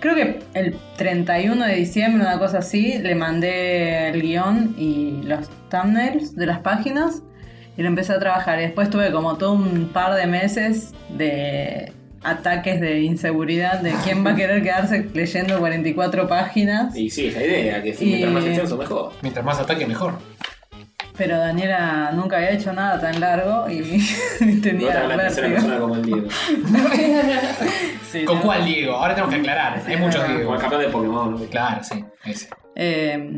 creo que el 31 de diciembre, una cosa así, le mandé el guión y los thumbnails de las páginas y lo empecé a trabajar. Y después tuve como todo un par de meses de ataques de inseguridad de quién va a querer quedarse leyendo 44 páginas.
Y sí, es la idea, que sí,
Y-
mientras más extenso, mejor.
Mientras más ataque, mejor.
Pero Daniela nunca había hecho nada tan largo y
No
tenía
tan la tercera
vértigo.
persona como el Diego.
¿Con cuál Diego? Ahora tenemos que aclarar. Hay muchos
no.
Diego.
Como el campeón de Pokémon. ¿no?
Claro, sí. Ese.
Eh,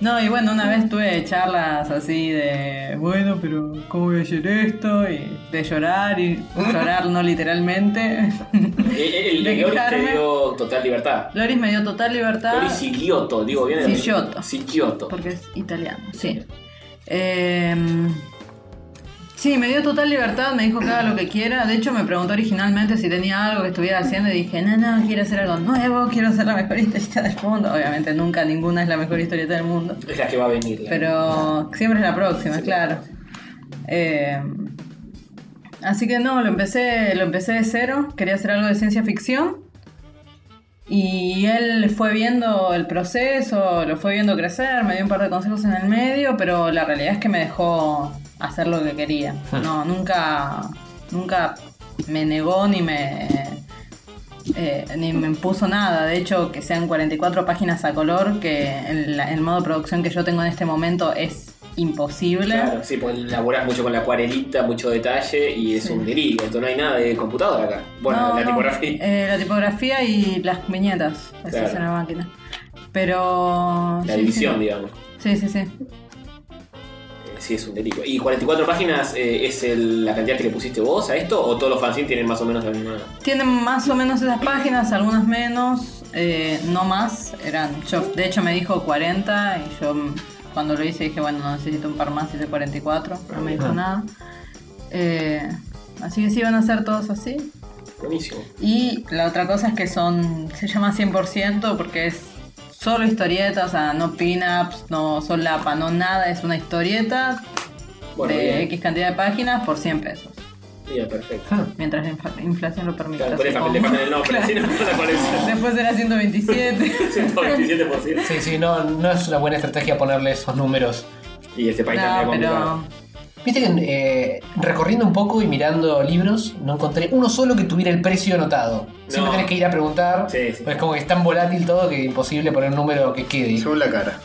no, y bueno, una vez tuve charlas así de, bueno, pero ¿cómo voy a hacer esto? Y de llorar, y llorar no literalmente.
El, Eh, el,
De
el Loris te
quejarme.
dio total libertad.
Loris me dio total libertad.
Loris Sigioto, digo, viene de.
Sigioto.
Sigioto.
Porque es italiano, sí. Eh, sí, me dio total libertad, me dijo que haga lo que quiera. De hecho, me preguntó originalmente si tenía algo que estuviera haciendo y dije, no, no, quiero hacer algo nuevo, quiero hacer la mejor historieta del mundo. Obviamente, nunca ninguna es la mejor historieta del mundo.
Es la que va a venir. la-
Pero siempre es la próxima, claro. Eh, así que no, lo empecé, lo empecé de cero. Quería hacer algo de ciencia ficción. Y él fue viendo el proceso, lo fue viendo crecer, me dio un par de consejos en el medio, pero la realidad es que me dejó hacer lo que quería.
Hmm.
No, nunca, nunca me negó ni me, eh, ni me impuso nada. De hecho, que sean 44 páginas a color, que el, la- el modo de producción que yo tengo en este momento es imposible.
Claro, sí, porque laburás mucho con la acuarelita, mucho detalle y es un delirio. Entonces no hay nada de computadora acá. Bueno,
No,
la
no,
tipografía.
eh, la tipografía y las viñetas. Esa
Claro.
es una máquina. Pero.
La
sí,
división,
sí.
digamos.
Sí, sí, sí.
Eh, Sí, es un delirio. ¿Y 44 páginas eh, es el- la cantidad que le pusiste vos a esto? ¿O todos los fanzines tienen más o menos la misma?
Tienen más o menos esas páginas, algunas menos, eh, no más. Eran, yo, de hecho me dijo 40 y yo mm, cuando lo hice dije, bueno, no necesito un par más, hice 44, no me dijo
Ajá.
nada. Eh, así que sí, van a ser todos así.
Buenísimo.
Y la otra cosa es que son, se llama 100% porque es solo historieta, o sea, no pin-ups, no solapa, no nada, es una historieta
Bueno,
de
bien.
X cantidad de páginas por 100 pesos,
Bien, perfecto.
mientras la infa- inflación lo permita.
Ah. Claro, ponés papel
supongo.
de página en el nombre,
Claro.
si no, no la colección.
Después era 127.
127%.
Sí, sí, no, no es una buena estrategia ponerle esos números.
Y este país también
no,
es complicado.
pero.
Viste que eh, recorriendo un poco y mirando libros, no encontré uno solo que tuviera el precio anotado. Siempre
No.
tenés que ir a preguntar.
Sí, sí.
Pues es como que es tan volátil todo que es imposible poner un número que quede.
Según la cara.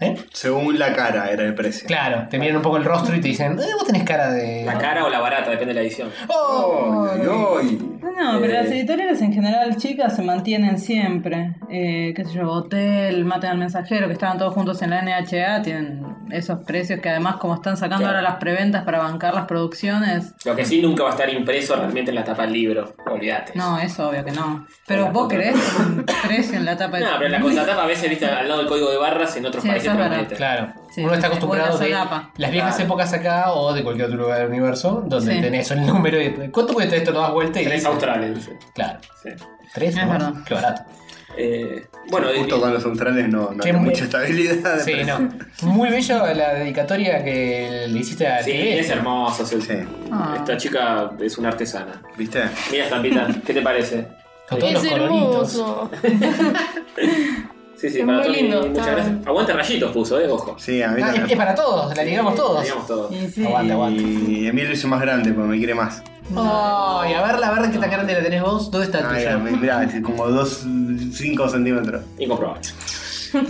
¿Eh?
Según la cara era el precio.
Claro, te miran un poco el rostro y te dicen, "Eh, vos tenés cara de.
La cara o la barata, depende de la edición.
¡Oh!
Ay, ay, ay.
No, pero
Eh.
las editoriales en general, chicas, se mantienen siempre. Eh, qué sé yo, Hotel, Maten al Mensajero, que estaban todos juntos en la NHA, tienen esos precios que además como están sacando
Claro.
ahora las preventas para bancar las producciones,
Lo que sí nunca va a estar impreso realmente en la tapa del libro. Olvídate.
no, es obvio que no. Pero
Hola,
vos
puta.
querés un precio en la tapa de
No, pero la contratapa a veces viste al lado del código de barras en otros
Sí,
países
eso es
te lo
verdad.
meten.
Claro.
Sí,
Uno está
sí, sí.
acostumbrado
Buena
de
solapa.
las viejas
Claro.
épocas acá o de cualquier otro lugar del universo, donde
Sí.
tenés el número y ¿cuánto cuesta esto? Lo das vuelta y
Tres
dice-
australes, dice.
Claro.
Sí.
Tres,
Es
¿no?
verdad.
Qué barato.
Eh, bueno,
Justo con los australes no, no
Che,
hay
muy-
mucha estabilidad.
Sí,
pero-
no. Muy bello la dedicatoria que le hiciste a E.
Sí,
TV.
es hermoso. sí.
Ah.
Esta chica es una artesana.
¿Viste?
Mira, estampita, ¿qué te parece?
Con
Es hermoso.
Sí, sí,
Es
para
muy
Tony,
lindo,
muchas
está
gracias. Aguante rayitos puso, eh, ojo.
Sí, a mí
Ah, es, es para todos, la ligamos todos.
Aguante, aguante. Y Emilio hizo más grande porque me quiere más.
Ay, a verla, a ver qué tan grande la tenés vos. ¿Dónde está
Ay,
tuya?
mirá, es como 2-5 centímetros.
Incomprobable.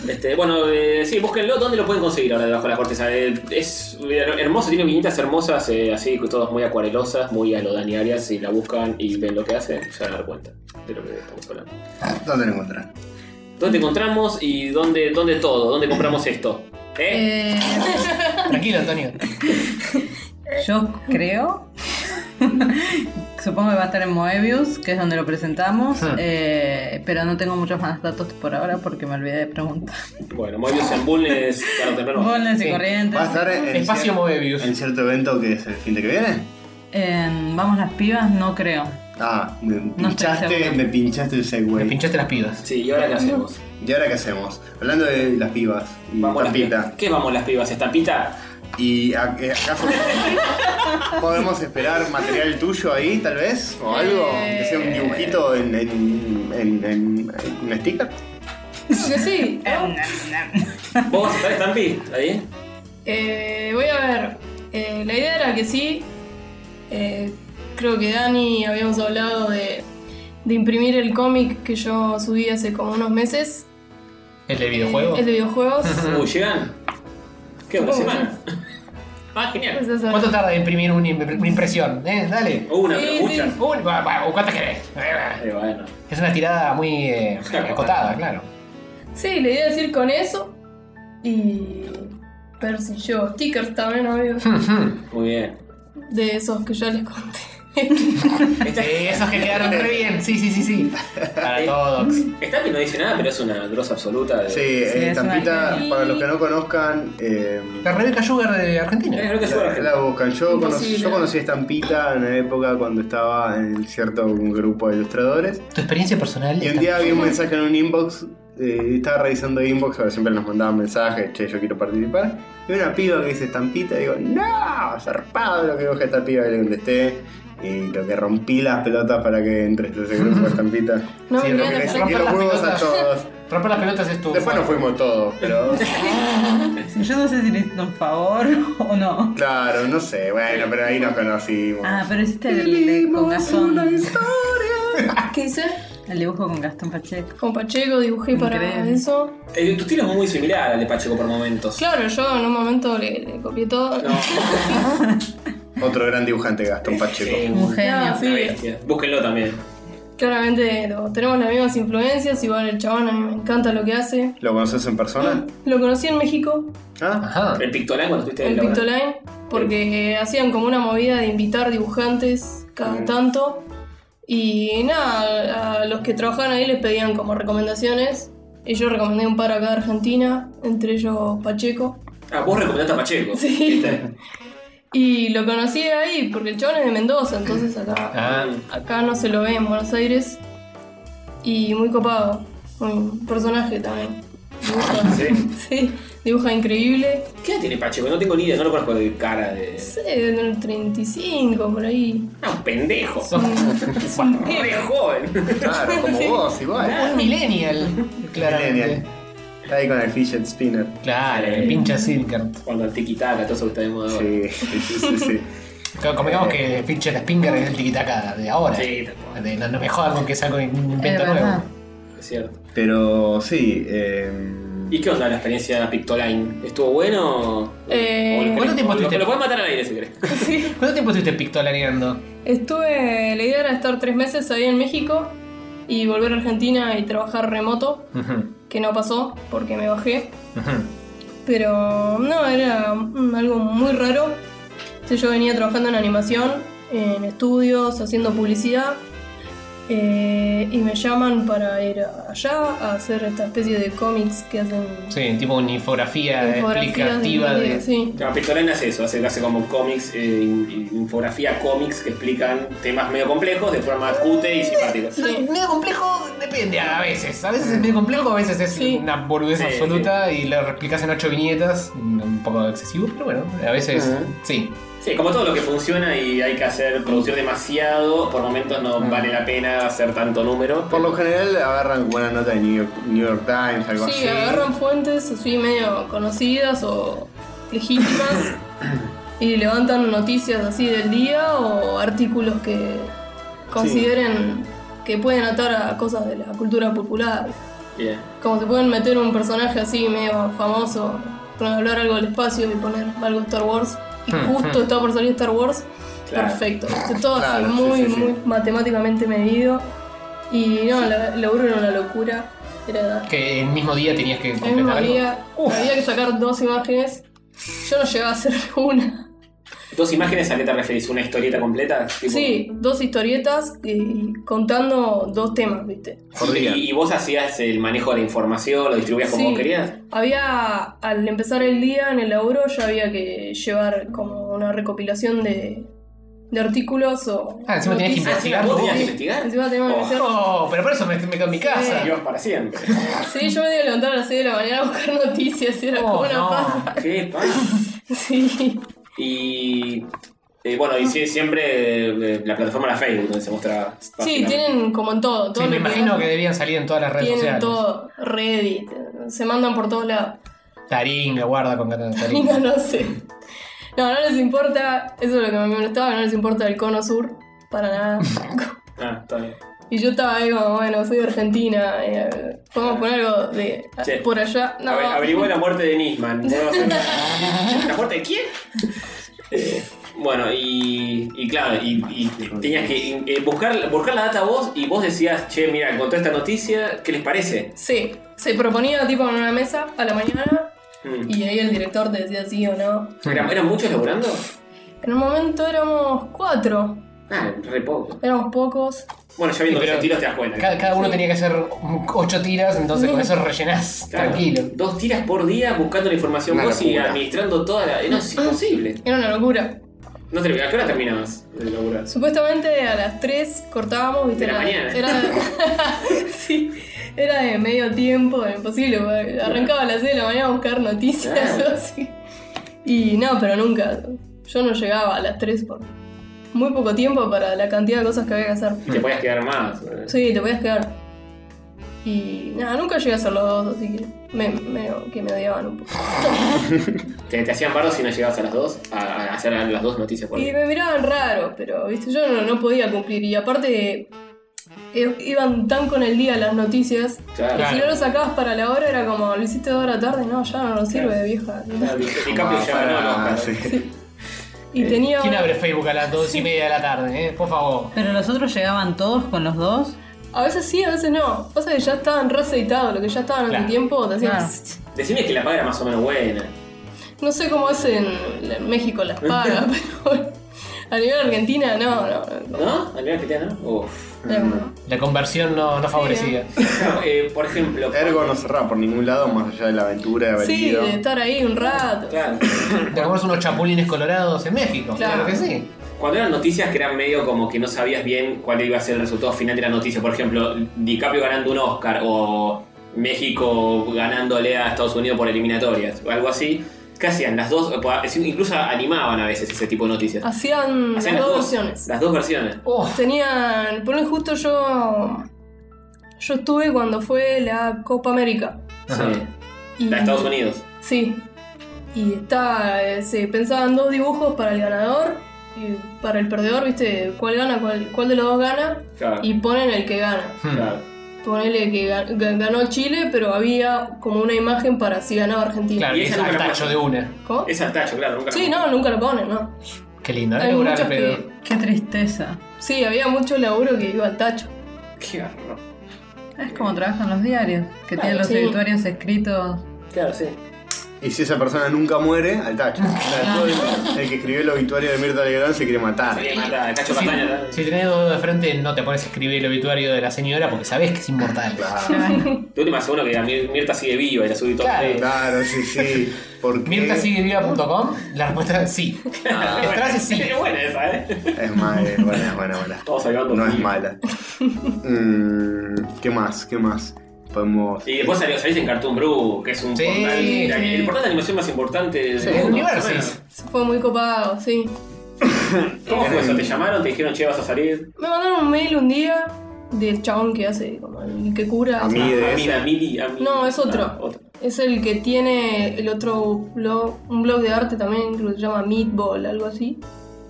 Este, bueno, eh, sí, búsquenlo. ¿Dónde lo pueden conseguir ahora debajo de las corteza? Eh, es her- hermoso, tiene viñetas hermosas, eh, así, todas muy acuarelosas, muy a lo Dani Arias. Si la buscan y ven lo que hace, se van a dar cuenta de lo que estamos hablando.
¿Dónde lo encontrás?
¿Dónde te encontramos y dónde, dónde todo? ¿Dónde compramos esto? ¿Eh?
Eh,
Tranquilo, Antonio.
yo creo. Supongo que va a estar en Moebius, que es donde lo presentamos.
Hmm.
eh, pero no tengo muchos más datos por ahora porque me olvidé de preguntar.
Bueno, Moebius en Bulnes, claro, temprano.
Bulnes y Sí. corrientes.
¿Va a estar en,
Espacio
Moebius.
en cierto evento que es el fin de que viene?
En Em, Vamos las pibas, no creo.
Ah, me
No estoy
pinchaste,
segura.
me pinchaste el segue. Me
pinchaste las pibas.
Sí, ¿y ahora qué hacemos?
¿Y ahora qué hacemos? Hablando de las pibas y
Vamos las
Tapita.
pibas. ¿Qué vamos las pibas? ¿Estampita?
¿Y a- eh, acaso podemos esperar material tuyo ahí, tal vez? ¿O algo? ¿Que sea
Eh.
un dibujito en, en, en, en- en un sticker?
Creo que sí.
¿Vos vas a estar Estampi? ¿Ahí?
Eh, voy a ver. Eh, la idea era que sí. Eh, creo que Dani habíamos hablado de, de imprimir el cómic que yo subí hace como unos meses. Eh,
¿El de videojuego?
El de videojuegos.
Uy, llegan. ¿Qué? ¿Una
Supongo
semana? Ah, genial.
Pues, eh,
¿Cuánto tarda en imprimir una, impre- una impresión? ¿Eh? Dale.
Oh, Una, pero Sí, muchas. sí.
Un- va, va, ¿Cuántas querés?
bueno.
Es una tirada muy eh, acotada, claro.
Sí, le idea es ir con eso. Y ver si llevo stickers también, obvio.
Muy bien.
de esos que ya les conté.
Este, esos que quedaron re bien. Sí, sí, sí, sí.
Eh,
Para todos.
Estampi no dice nada, pero es una grosa absoluta. De...
Sí, eh, Estampita, para los que no conozcan. eh,
La Rebeca Sugar de Argentina.
eh,
la, la buscan. Yo conocí,
Imposible.
yo conocí a Estampita en la época cuando estaba en cierto grupo de ilustradores.
Tu experiencia personal.
Y un día vi un mensaje en un inbox, eh, estaba revisando inbox, ahora siempre nos mandaban mensajes, che, yo quiero participar. Y una piba que dice estampita, y digo, no, zarpado lo que coge esta piba que le contesté. Y lo que rompí las pelotas para que entres a ese grupo de estampita.
No,
sí,
mirá,
rompí,
las
le saqué
romper
los
las
huevos a
pelotas.
todos.
Romper las pelotas es tu.
Después nos fuimos todos, pero.
Yo no sé si le hiciste un favor o no.
Claro, no sé, bueno, pero ahí nos conocimos.
Ah, pero hiciste el de con Gastón.
¿Qué hice?
El dibujo con Gastón Pacheco.
Con Pacheco dibujé para
Increíble.
eso.
Eh, tu estilo es muy similar al de Pacheco por momentos.
Claro, yo en un momento le, le copié todo.
Otro gran dibujante, Gastón Pacheco.
Un genio.
Una bestia. Búsquenlo también.
Claramente no, tenemos las mismas influencias, igual el chabón a mí me encanta lo que hace.
¿Lo conoces en persona?
Lo conocí en México,
Ah.
Ajá.
El Pictoline cuando estuviste en
el
la-
Pictoline, porque hacían como una movida de invitar dibujantes cada tanto. Y nada, a los que trabajaban ahí les pedían como recomendaciones. Y yo recomendé un par acá de Argentina, entre ellos Pacheco.
Ah, vos recomendaste a Pacheco.
Sí.
¿Viste?
Y lo conocí ahí porque el chabón es de Mendoza, entonces acá,
Ah,
acá no se lo ve en Buenos Aires. Y muy copado, un personaje también. Dibuja,
Sí.
sí, dibuja increíble.
¿Qué edad tiene Pacheco? No tengo ni idea, no lo conozco de cara de.
No sé, debe tener 35 por ahí.
Ah, un pendejo.
Es un
Re
pibe.
joven.
Ah, Claro, como
Sí.
vos, igual.
un millennial. Claramente.
Millennial. Está ahí con el fidget spinner.
Claro, el pinche Silkert.
Cuando el tiquitaca, todo eso que está de moda. ahora.
Sí, sí, sí, sí.
Co- Convengamos que el pinche las pingas es el tiquitaca de ahora.
Sí, tal cual.
De- no, no me jodan con que saco un invento nuevo.
Es cierto.
Pero sí, eh,
¿Y qué onda la experiencia Pictoline? ¿Estuvo bueno?
Eh,
O lo-
¿Cuánto tiempo
lo-
estuviste?
Lo puedes matar al aire si querés.
¿Cuánto tiempo estuviste pictolaneando?
Estuve, la idea era estar tres meses ahí en México y volver a Argentina y trabajar remoto, que no pasó porque me bajé. Pero no, era mm, algo muy raro. Sí, Yo venía trabajando en animación, en estudios, haciendo publicidad. Eh, y me llaman para ir allá a hacer esta especie de cómics que hacen.
Sí, tipo una infografía
Infografías de
explicativa de.
medio, sí.
La Pistolena hace eso, hace, hace como cómics, eh, in- infografía cómics que explican temas medio complejos de forma cute y simpática.
No, Medio complejo depende a veces. A veces es medio complejo, a veces es una boludez
Mm. Sí,
absoluta y lo explicas en ocho viñetas. Un poco excesivo, pero bueno, a veces
Ajá.
sí.
Sí, como todo lo que funciona y hay que hacer, producir demasiado, por momentos no vale la pena hacer tanto número.
Por lo general agarran buena nota de New York, New York Times, algo así.
Sí, eh, agarran fuentes así medio conocidas o legítimas y levantan noticias así del día o artículos que consideren que pueden atar a cosas de la cultura popular.
Bien.
Como se pueden meter un personaje así medio famoso, para hablar algo del espacio y poner algo de Star Wars, y
Hmm,
justo
hmm.
está por salir Star Wars,
Claro.
perfecto. Está Todo así,
Claro, sí,
muy,
sí, sí.
muy matemáticamente medido. Y no, la- el laburo era una locura. Era
Que el mismo día tenías que
el mismo
completar algo.
día había que sacar dos imágenes. Yo no llegaba a hacer una.
¿Dos imágenes a qué te referís? ¿Una historieta completa? Tipo,
Sí, dos historietas y contando dos temas, ¿viste?
por día. ¿Y, y vos hacías el manejo de la información, lo distribuías como
Sí. Ah,
vos querías?
Había, al empezar el día en el laburo, ya había que llevar como una recopilación de, de artículos o.
Ah, encima tenías que
noticias.
investigar. vos.
Encima tenías que investigar.
Oh, pero por eso me, me quedo en mi casa.
Sí.
Dios para siempre.
Sí, yo me iba a levantar a las 6 de la mañana a buscar noticias,
Oh,
era como una paja.
¿Qué pasa?
Sí.
Y. eh, bueno, y sí, siempre eh, la plataforma era Facebook, donde se muestra.
Sí, tienen como en todo. todo
Sí, me
lo que-
imagino que debían salir en todas las redes
Tienen
sociales.
todo, Reddit, se mandan por todos lados.
Taringa, guarda con
Mira,
Taringa.
no sé. No, no les importa, eso es lo que me molestaba, no les importa el cono sur, para nada.
Ah, está bien.
Y yo estaba ahí como, bueno, soy de Argentina, eh, podemos poner algo de
Sí.
por allá. No,
A ver, averigüe la muerte de Nisman. Bueno, ¿La muerte de quién? Eh, bueno, y, y claro, y, y tenías que in- eh, buscar, buscar la data vos y vos decías, che, mira, encontré esta noticia, ¿qué les parece?
Sí, se proponía tipo en una mesa a la mañana
Mm.
y ahí el director te decía sí o no.
Mm.
¿Eran, eran muchos laburando?
En un momento éramos cuatro,
Ah, re poco.
éramos pocos.
Bueno, ya viendo los tiros te das cuenta.
Cada, cada uno tenía que hacer ocho tiras, entonces con eso rellenás
Claro,
tranquilo.
Dos tiras por día buscando la información
Una
vos y
locura. Ah.
administrando toda la. eh, No, es imposible.
Era una locura.
No te, ¿A qué hora terminabas de laburar?
Supuestamente a las 3 cortábamos, ¿viste?
De la
Era-
mañana.
Era, sí, era de medio tiempo, era imposible. porque Arrancaba a las 6 de la mañana a buscar noticias
Claro.
o así. Y no, pero nunca. Yo no llegaba a las 3 por muy poco tiempo para la cantidad de cosas que había que hacer.
Mm.
Y te podías quedar más. eh.
Sí, te podías quedar. Y nada, nunca llegué a hacer los dos, así que me, medio que me odiaban un poco.
Te, te hacían bardo si no llegabas a las dos, a, a hacer las dos noticias por
Y
día.
me miraban raro, pero viste, yo no, no podía cumplir. Y aparte, eh, iban tan con el día las noticias.
Claro.
que Si no lo sacabas para la hora, era como, lo hiciste dos horas tarde, no, ya no lo sirve, vieja.
DiCaprio ya ganó el Oscar.
Y tenía.
¿Quién abre Facebook a las dos y media de la tarde, eh? Por favor.
Pero los otros llegaban todos con los dos.
A veces sí, a veces no. Pasa que ya estaban reaceitados, lo que ya estaban en
Claro.
el tiempo, te hacían.
Claro. Decime que la paga era más o menos buena.
No sé cómo es en, en México las pagas, pero a nivel Argentina, no, no. no.
¿No? ¿Al nivel que no? Uf.
Era como-
La conversión no, no favorecía.
Eh, por ejemplo.
Ergo no cerraba por ningún lado más allá de la aventura de haber
Sí,
ido.
de estar ahí un rato.
Claro.
Te comes unos chapulines colorados en México. Claro,
Claro.
que sí.
Cuando eran noticias que eran medio como que no sabías bien cuál iba a ser el resultado final de la noticia, por ejemplo, DiCaprio ganando un Oscar o México ganándole a Estados Unidos por eliminatorias o algo así, ¿qué hacían? Las dos, incluso animaban a veces ese tipo de noticias.
Hacían las
Hacían
dos versiones.
Las dos versiones.
Oh.
Tenían. Por lo justo yo. Yo estuve cuando fue la Copa América.
Sí. La de Estados Unidos.
Sí. Y está. eh, Se pensaban dos dibujos para el ganador y para el perdedor, ¿viste? ¿Cuál gana? ¿Cuál, cuál de los dos gana?
Claro.
Y ponen el que gana.
Hmm.
Claro.
Ponele que ga- ga- ganó Chile, pero había como una imagen para si ganaba Argentina.
Claro, y es al tacho de una.
¿Cómo?
Es al tacho, claro, nunca.
Sí, no, nunca lo ponen, ¿no?
Qué lindo, ¿eh?
Hay
Laburar al
muchos
pedo.
que-
Qué tristeza.
Sí, había mucho laburo que iba al tacho.
Qué horror.
Es como trabajan los diarios, que
Claro,
tienen los
sí.
editorios escritos.
Claro, sí.
Y si esa persona nunca muere, al tacho. O sea, todo el, el que escribió el obituario de Mirta Legrand se quiere matar.
Se quiere matar, el Cacho
Si,
Castaña, ¿verdad?
si tenés dos dedos de frente, no te pones a escribir el obituario de la señora porque sabés que es inmortal.
De última seguro que la Mir- Mirta sigue viva y la subí todo.
Claro.
Claro, sí, sí. Porque
MirtaSigueViva.com, la respuesta es sí. La frase es Ah, sí.
Es buena esa, ¿eh?
Ah, es mala, es buena, es buena, buena.
Todos hablando
No es
mío.
mala. Mm, ¿Qué más? ¿Qué más? Podemos.
Y después salió, salís en Cartoon Brew, que es un
Sí,
portal, de-
sí.
el portal de animación más importante del
Sí,
mundo.
Universis.
más o menos.
Fue muy copado, sí.
¿Cómo fue eso? ¿Te llamaron? ¿Te dijeron, che, vas a salir?
Me mandaron un mail un día del chabón que hace, como el que cura.
A mí de
Mira,
esa.
Mili, a mí.
No, es otro.
Ah, otro.
Es el que tiene el otro blog, un blog de arte también, creo que se llama Meatball, algo así.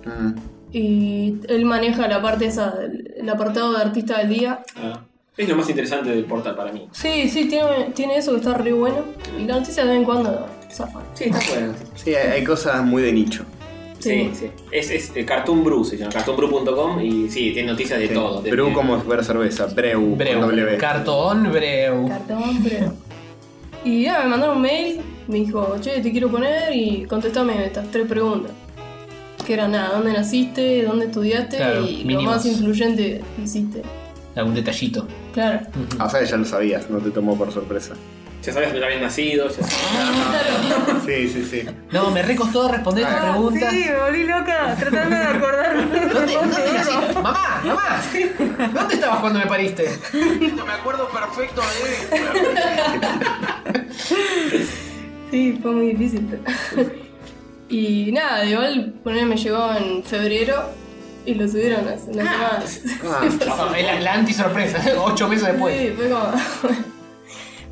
Mm.
Y él maneja la parte esa, del- el apartado de artista del día.
Ah. Es lo más interesante del portal para mí.
Sí, sí, tiene, tiene eso que está re bueno. Y la noticia de vez en cuando zafan.
Sí, está bueno.
Sí, hay, hay cosas muy de nicho.
Sí, sí. Es, es eh, Cartoon Brew, se llama cartoonbrew.com y sí, tiene noticias de
Sí.
todo. de-
Breu como si fuera cerveza. Breu.
Breu.
con W.
Cartón Breu.
Cartón, pero. Y ya, me mandaron un mail, me dijo, che, te quiero poner y contestame estas tres preguntas. Que eran nada, ¿dónde naciste? ¿Dónde estudiaste?
Claro,
y lo
mínimos.
más influyente que hiciste.
Algún detallito.
Claro.
Mm.
Ah, o sea, ya lo sabías, no te tomó por sorpresa.
Ya sabes dónde habías nacido, ya sabes.
Sí, sí, sí.
No, me recostó responder tus
Ah,
preguntas.
sí, me volví loca tratando de acordarme.
¿Dónde, dónde naciste? Mamá, mamá. ¿Dónde estabas cuando me pariste?
Me acuerdo perfecto de él.
Sí, fue muy difícil. pero- y nada, igual poner me llegó en febrero y lo subieron hace unas semanas.
Ah,
No, es la, la anti-sorpresa, ocho meses después.
Sí, fue como.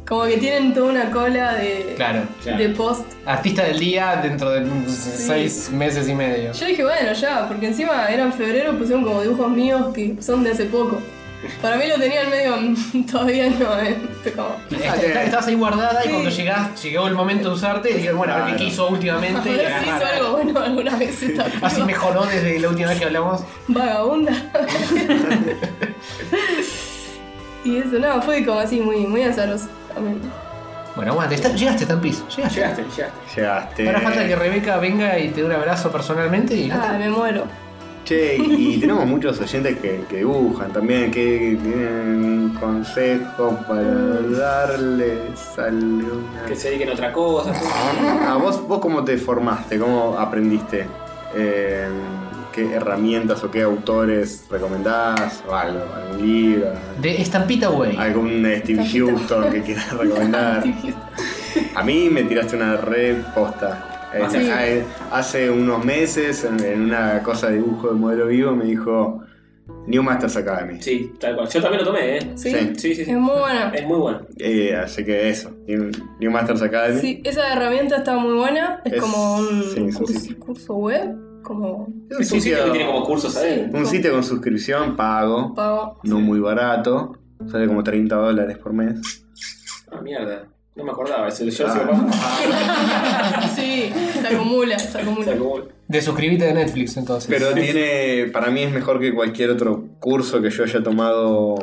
como que tienen toda una cola de,
Claro.
de post.
Artista del día dentro de mm, seis meses y medio.
Yo dije, bueno, ya, porque encima era en febrero, pusieron como dibujos míos que son de hace poco. Para mí lo tenía en medio, mm, todavía no, eh. Fue como,
Est- est- Este, Estabas ahí guardada y
Sí.
cuando llegás, llegó el momento de usarte y dijeron, bueno, a ver qué
Claro.
hizo
a
últimamente. y
ver si hizo
agarrar.
algo bueno alguna vez esta
Así
piba.
mejoró desde la última vez que hablamos.
vagabunda. y eso, no, fue como así muy, muy azaroso también.
Bueno, aguante, está- llegaste, Tampis. Llegaste.
Llegaste, llegaste.
Llegaste.
Ahora falta que Rebeca venga y te dé un abrazo personalmente y.
Ah, me muero.
Che, y tenemos muchos oyentes que, que dibujan también, que tienen consejos para darles a alguna-
Que se dediquen a otra cosa.
Ah, ¿vos, ¿Vos cómo te formaste? ¿Cómo aprendiste? Eh, ¿Qué herramientas o qué autores recomendás? ¿O algo? ¿Algún libro?
De estampita, güey.
¿Algún eh, Steve Houston que quieras recomendar? A mí me tiraste una reposta. Eh,
Sí.
hace- Hace unos meses, en, en una cosa de dibujo de modelo vivo, me dijo New Masters Academy.
Sí, tal cual. Yo también lo tomé, ¿eh?
Sí,
Sí.
Sí, sí, sí.
es muy buena.
Es muy bueno.
Eh, así que eso, New, New Masters Academy.
Sí, esa herramienta está muy buena. Es,
Es-
como un
sí, es un
curso,
sitio.
curso web, como
Es un
Es un sitio que
sitio-
tiene como cursos adentro.
Un sitio con suscripción pago,
pago.
no muy barato, sale como 30 dólares por mes.
Ah, mierda. No me acordaba. Eso, yo
Ah.
se lo-
Sí, se acumula, se
O sea,
acumula.
como-
De suscribite de Netflix, entonces.
Pero tiene, para mí es mejor que cualquier otro curso que yo haya tomado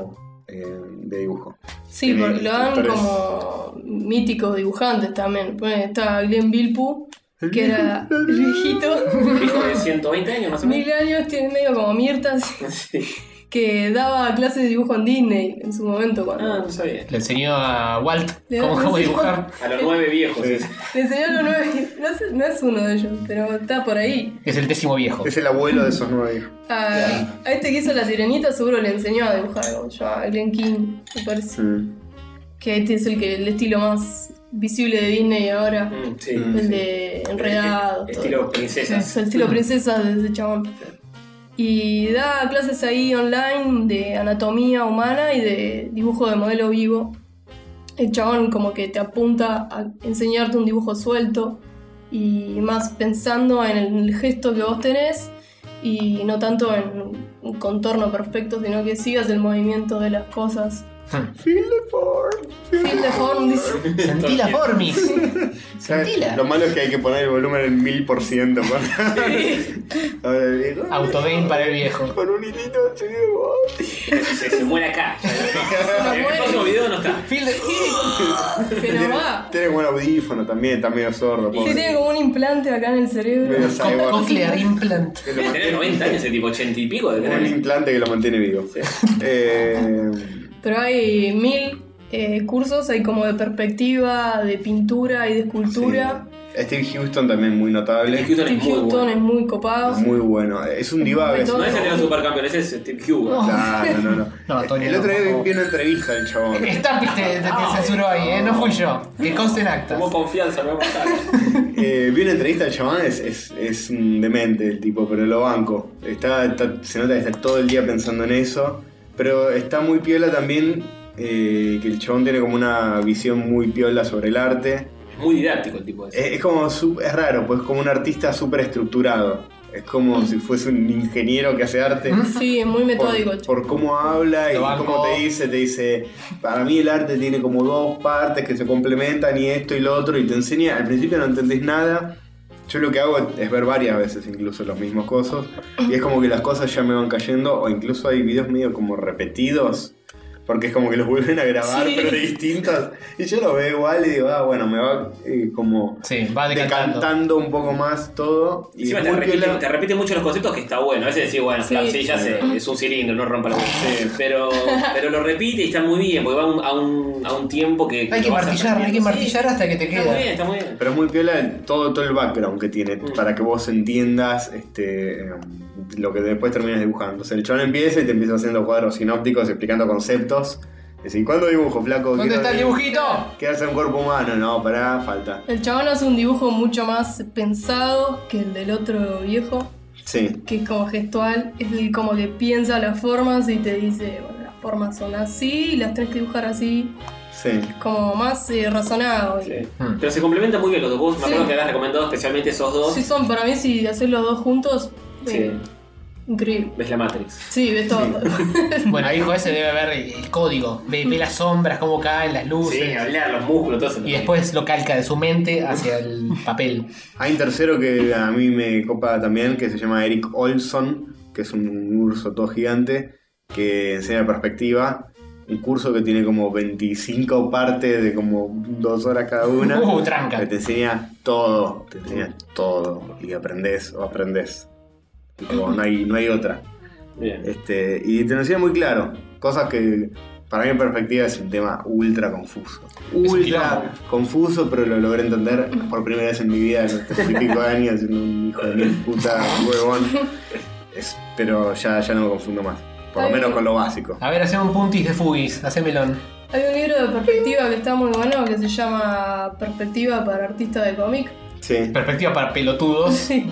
eh, de dibujo.
Sí,
Tiene
porque lo dan
instructores.
como míticos dibujantes también. Bueno, está Glenn Bilpu, que era el viejito.
Un hijo de 120 años más o menos.
Mil años, tiene medio como Mirta, así,
Sí.
que daba clases de dibujo en Disney en su momento cuando
Ah, no sabía.
Le enseñó a Walt
Le
cómo,
da-
cómo dibujar.
A los nueve viejos.
Sí.
Le enseñó los nueve. No, sé- no es uno de ellos, pero está por ahí.
Es el décimo viejo.
Es el abuelo de esos nueve hijos.
A, a este que hizo la sirenita, seguro le enseñó a dibujar como yo, a Glen King, me parece. Que este es el que el estilo más visible de Disney ahora.
Mm, sí.
Mm.
El de enredado. todo.
Estilo princesas.
Es el estilo princesa de ese chabón. Y da clases ahí online de anatomía humana y de dibujo de modelo vivo. El chabón como que te apunta a enseñarte un dibujo suelto y más pensando en el gesto que vos tenés y no tanto en un contorno perfecto, sino que sigas el movimiento de las cosas.
Feel the form.
Feel the form, dice.
Sentí la formix. Sentí la.
Lo malo es que hay que poner el volumen en mil por ciento.
Autogain para el viejo.
Con un hilito
Se, se muere acá.
muere.
El próximo video no está.
Phil de-
Pero va.
Tiene buen audífono también, está medio sordo.
Sí,
pobre.
tiene como un implante acá en el cerebro.
Medio cyborg.
Cochlear implant.
Debe tener 90 años, ese tipo 80 y pico de
Un
tener.
implante que lo mantiene vivo. Eh,
Pero hay mil eh, cursos, hay como de perspectiva, de pintura y de escultura.
Steve Houston también muy notable. Steve
Houston
Steve Houston es muy copado.
Muy bueno. Es un divague.
No
No es el de los supercampeones, ese es Steve Hugo.
No.
Claro, no, no.
Antonio,
el otro
no,
día
por
vi-
favor.
vi una entrevista del chabón.
Está te, te- te censuró ahí, ¿eh? No fui yo. Que conste en acta.
Como confianza, me va a matar.
Eh, vi una entrevista del chabón, es, es, es un demente el tipo, pero lo banco. Está, está- se nota que está todo el día pensando en eso. Pero está muy piola también eh, que el chabón tiene como una visión muy piola sobre el arte.
Muy didáctico el tipo ese.
Es, es como, su- es raro, pues es como un artista súper estructurado. Es como si fuese un ingeniero que hace arte.
Sí, es muy metódico.
Por, por cómo habla y
Lo banco.
cómo te dice, te dice, para mí el arte tiene como dos partes que se complementan y esto y lo otro y te enseña, al principio no entendés nada. Yo lo que hago es ver varias veces incluso los mismos cosas y es como que las cosas ya me van cayendo o incluso hay videos medio como repetidos. Porque es como que los vuelven a grabar,
Sí.
pero de distintas. Y yo lo veo igual y digo, ah, bueno, me va eh, como
Sí, va decantando.
decantando un poco más todo. Y
Encima
es
te
muy
repite,
piola.
te repite mucho los conceptos que está bueno. A veces decís, bueno,
Sí.
claro, sí, ya sé, es un cilindro, no rompa la
Sí.
pero, pero lo repite y está muy bien, porque va a un- a un, a un tiempo que.
Hay que
lo vas
martillar, hay que
aprendiendo.
martillar hasta que te
Sí, Está muy bien,
quede.
está muy bien.
Pero es muy piola el- todo, todo el background que tiene
Mm.
para que vos entiendas este, eh, lo que después terminas dibujando. O sea, el chabón empieza y te empieza haciendo cuadros sinópticos, explicando conceptos. Es decir, ¿cuándo dibujo, flaco?
¿Dónde
Quiero-
está el dibujito?
Quiero hacer un cuerpo humano. No, pará, falta.
El chabón hace un dibujo mucho más pensado que el del otro viejo,
Sí.
que es como gestual, es el como que piensa las formas y te dice, bueno, las formas son así y las tenés que dibujar así,
Sí.
como más eh, razonado. y-
Sí.
Mm.
Pero se complementan muy bien los dos. Vos me
Sí.
acuerdo que habías recomendado especialmente esos dos.
Sí, son para mí si haces los dos juntos,
Sí.
eh, increíble.
Ves la Matrix.
Sí, ves todo.
Bueno, hijo ese debe ver el código. Ve, ve las sombras, cómo caen las luces.
Uh, Sí, hablar, los músculos, todo eso.
y después lo calca de su mente hacia el papel.
Hay un tercero que a mí me copa también, que se llama Eric Olson, que es un urso todo gigante, que enseña perspectiva. Un curso que tiene como 25 partes de como dos horas cada una. Este.
Uh, tranca.
Que te enseña todo, te enseña todo. Y aprendés o aprendés. Tipo, no, hay, no hay otra.
Bien.
Este, y te lo enseña muy claro. Cosas que para mí en perspectiva es un tema ultra confuso.
un
Ultra
quilombo.
confuso, pero lo logré entender por primera vez en mi vida, a los tres y pico años, siendo un hijo de mil puta huevón. Es- pero ya, ya no me confundo más. Por lo menos con lo básico.
A ver, hacemos un puntis de fugis, hacémelón.
Hay un libro de perspectiva que está muy bueno que se llama Perspectiva para artistas de cómic.
Sí.
Perspectiva para pelotudos.
Sí.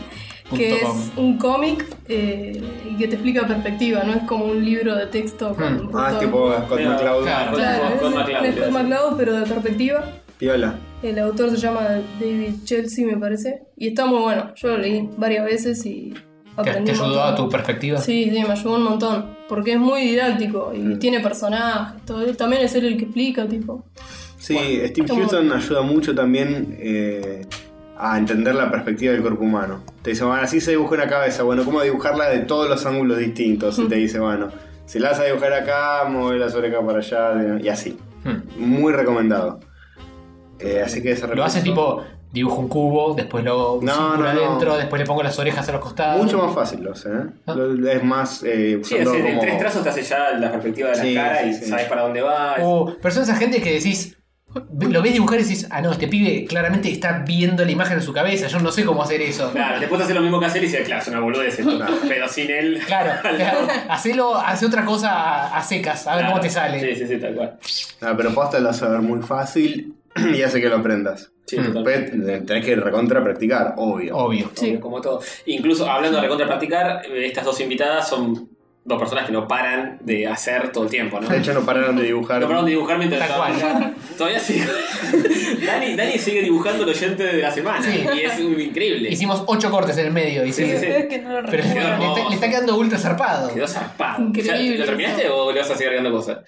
que
Punto
es un cómic eh, y que te explica perspectiva, no es como un libro de texto con
Hmm.
con
Ah,
todo.
tipo Scott
Claro.
McCloud.
Claro.
Claro,
Scott
es- es
McCloud,
Scott
sí.
McCloud, pero de perspectiva.
Piola.
El autor se llama David Chelsea, me parece. Y está muy bueno. Yo lo leí varias veces y
¿Te,
aprendí.
te
un
ayudó a tu
montón.
perspectiva?
Sí, sí, me ayudó un montón. Porque es muy didáctico y tiene personajes. todo. También es él el que explica, tipo.
Sí,
Bueno,
Steve
como-
Houston ayuda mucho también eh, a entender la perspectiva del cuerpo humano. Te dice, bueno, así se dibuja una cabeza, bueno, ¿cómo dibujarla de todos los ángulos distintos? Y te dice, bueno, si la vas a dibujar acá, mueve las orejas para allá, de- y así.
Hmm.
Muy recomendado. Eh, así que ese
Lo
repaso-
haces tipo, dibujo un cubo, después lo
No,
circulo
no, no.
adentro, después le pongo las orejas a los costados.
Mucho más fácil lo hace, ¿eh?
Ah.
Lo- Es más eh,
Sí,
usando
hace- en
como-
tres trazos te hace ya la perspectiva de la
Sí,
cara
sí,
y
sí.
sabes para dónde va.
O, Uh, pero son esa gente que decís, lo ves dibujar y decís, ah, no, este pibe claramente está viendo la imagen en su cabeza, yo no sé cómo hacer eso.
Claro, después hace lo mismo que hacer y dice, claro, es una boludez esto.
Claro.
Pero sin él.
Claro,
al
claro.
lado.
Hacelo, hace otra cosa a, a secas, a ver
Claro.
cómo te sale.
Sí, sí, sí, tal cual.
No, Ah, pero posta lo hace ver muy fácil y hace que lo aprendas.
Sí,
Mm.
totalmente.
Después eh, tenés que recontra practicar, obvio.
Obvio.
Sí.
como todo. Incluso hablando de recontra practicar, eh, estas dos invitadas son dos personas que no paran de hacer todo el tiempo, ¿no?
De hecho, no pararon de dibujar.
No pararon de dibujar mientras
Tal cual.
estaba- Todavía sigue. Dani, Dani sigue dibujando el oyente de la semana.
Sí.
Y es un- increíble.
Hicimos ocho cortes en el medio,
Sí, sí,
dices.
sí.
Es que no lo
Pero
recuerdo.
le está, le está quedando ultra zarpado.
Quedó zarpado.
Increíble
Ya, ¿Lo terminaste
eso.
o le vas a seguir agregando cosas?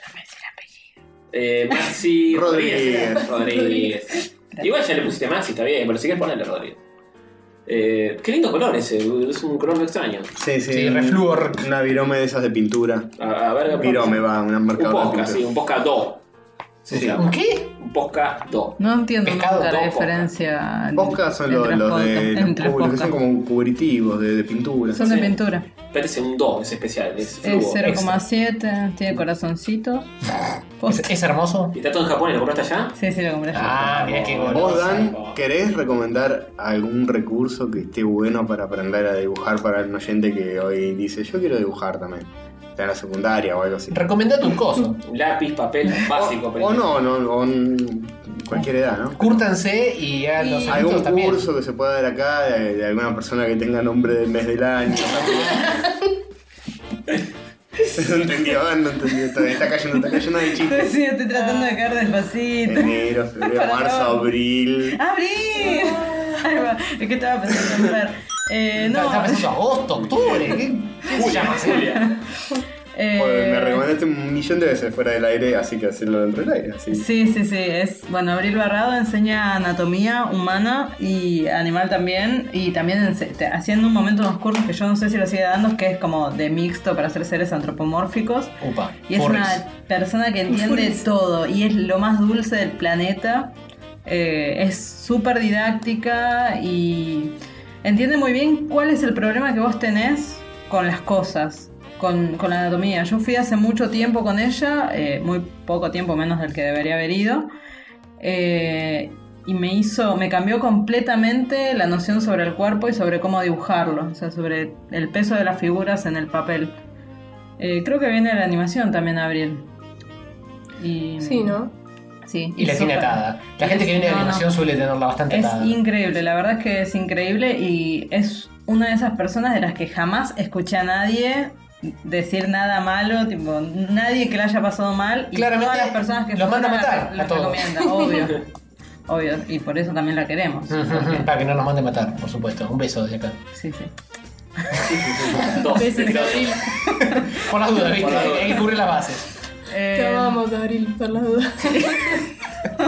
Eh, Maxi ¿eh?
Rodríguez.
Rodríguez. Igual ya le pusiste Maxi, está bien, pero si quieres ponerle Rodríguez. Eh, qué lindo color ese, es un color extraño.
Sí, sí.
Sí,
un-
refluor.
Una virome de esas de pintura.
A, a ver, capaz-
Virome va, una
Un
marcadora de
posca,
pintura.
sí, un posca 2. se
Sí.
llama.
¿Un
qué?
Un podcast do.
No entiendo
Pescado,
nunca la
todo,
diferencia.
Poscas son los,
entre
los
podcast-
de los
entre
cubos, los que
podcast.
son como cubritivos de, de pintura.
Son de pintura.
Parece un do, es especial, es
Es
flujo. extra.
0,7, tiene corazoncitos.
¿Es, es hermoso?
¿Y está todo en Japón? ¿Lo compraste allá?
Sí, sí, lo compré yo.
Ah, mira qué goloso.
¿Vos, Dan, querés recomendar algún recurso que esté bueno para aprender a dibujar para un oyente que hoy dice, yo quiero dibujar también? Está en la secundaria o algo así.
Recomendate un coso.
Lápiz, papel básico.
O
primero.
no, no, o en cualquier edad, ¿no?
Cúrtanse y hagan los
¿Algún
hábitos también.
curso que se pueda dar acá de, de alguna persona que tenga nombre del mes del año? no entendió, no entendió. Está, está cayendo, está cayendo de
Sí,
chistes.
sí, estoy tratando de caer despacito.
Enero, febrero,
Para
marzo,
no.
abril.
¡Abrí! Ahí va. Es que estaba pensando en ver. Eh, no.
Está pensando agosto, octubre. ¿Qué, qué se llama?
Julia.
Joder,
eh,
Pues, me recomendaste un millón de veces fuera del aire, así que hacerlo dentro del aire. Así.
Sí, sí, sí. Es, bueno, Abril Barrado enseña anatomía humana y animal también. Y también ense- te- haciendo un momento unos cursos que yo no sé si lo sigue dando, que es como de mixto para hacer seres antropomórficos.
Upa,
Y es
furries.
una persona que entiende todo y es lo más dulce del planeta. Eh, es súper didáctica y entiende muy bien cuál es el problema que vos tenés con las cosas, con, con la anatomía. Yo fui hace mucho tiempo con ella, eh, muy poco tiempo menos del que debería haber ido. eh, y me hizo, me cambió completamente la noción sobre el cuerpo y sobre cómo dibujarlo, o sea, sobre el peso de las figuras en el papel. Eh, creo que viene la animación también a abril. Y,
Sí, ¿no?
Sí.
Y la
es
tiene
súper-
atada. La gente que viene de
No, no.
animación suele tenerla bastante
Es
atada.
increíble, la verdad es que es increíble y es una de esas personas de las que jamás escuché a nadie decir nada malo, tipo, nadie que la haya pasado mal. Y
Claramente,
todas las personas que
los
fueron
manda a
la-
matar
las
a todos.
recomienda, obvio. obvio, y por eso también la queremos.
Ujú, ujú, Para que no nos mande a matar, por supuesto. Un beso desde acá.
Sí, sí.
Dos.
Besos,
Pero-
Abril.
Por las dudas,
Por
¿viste?
las dudas.
Hay que cubrir las bases.
Te
Eh,
amamos, Abril, por las dudas.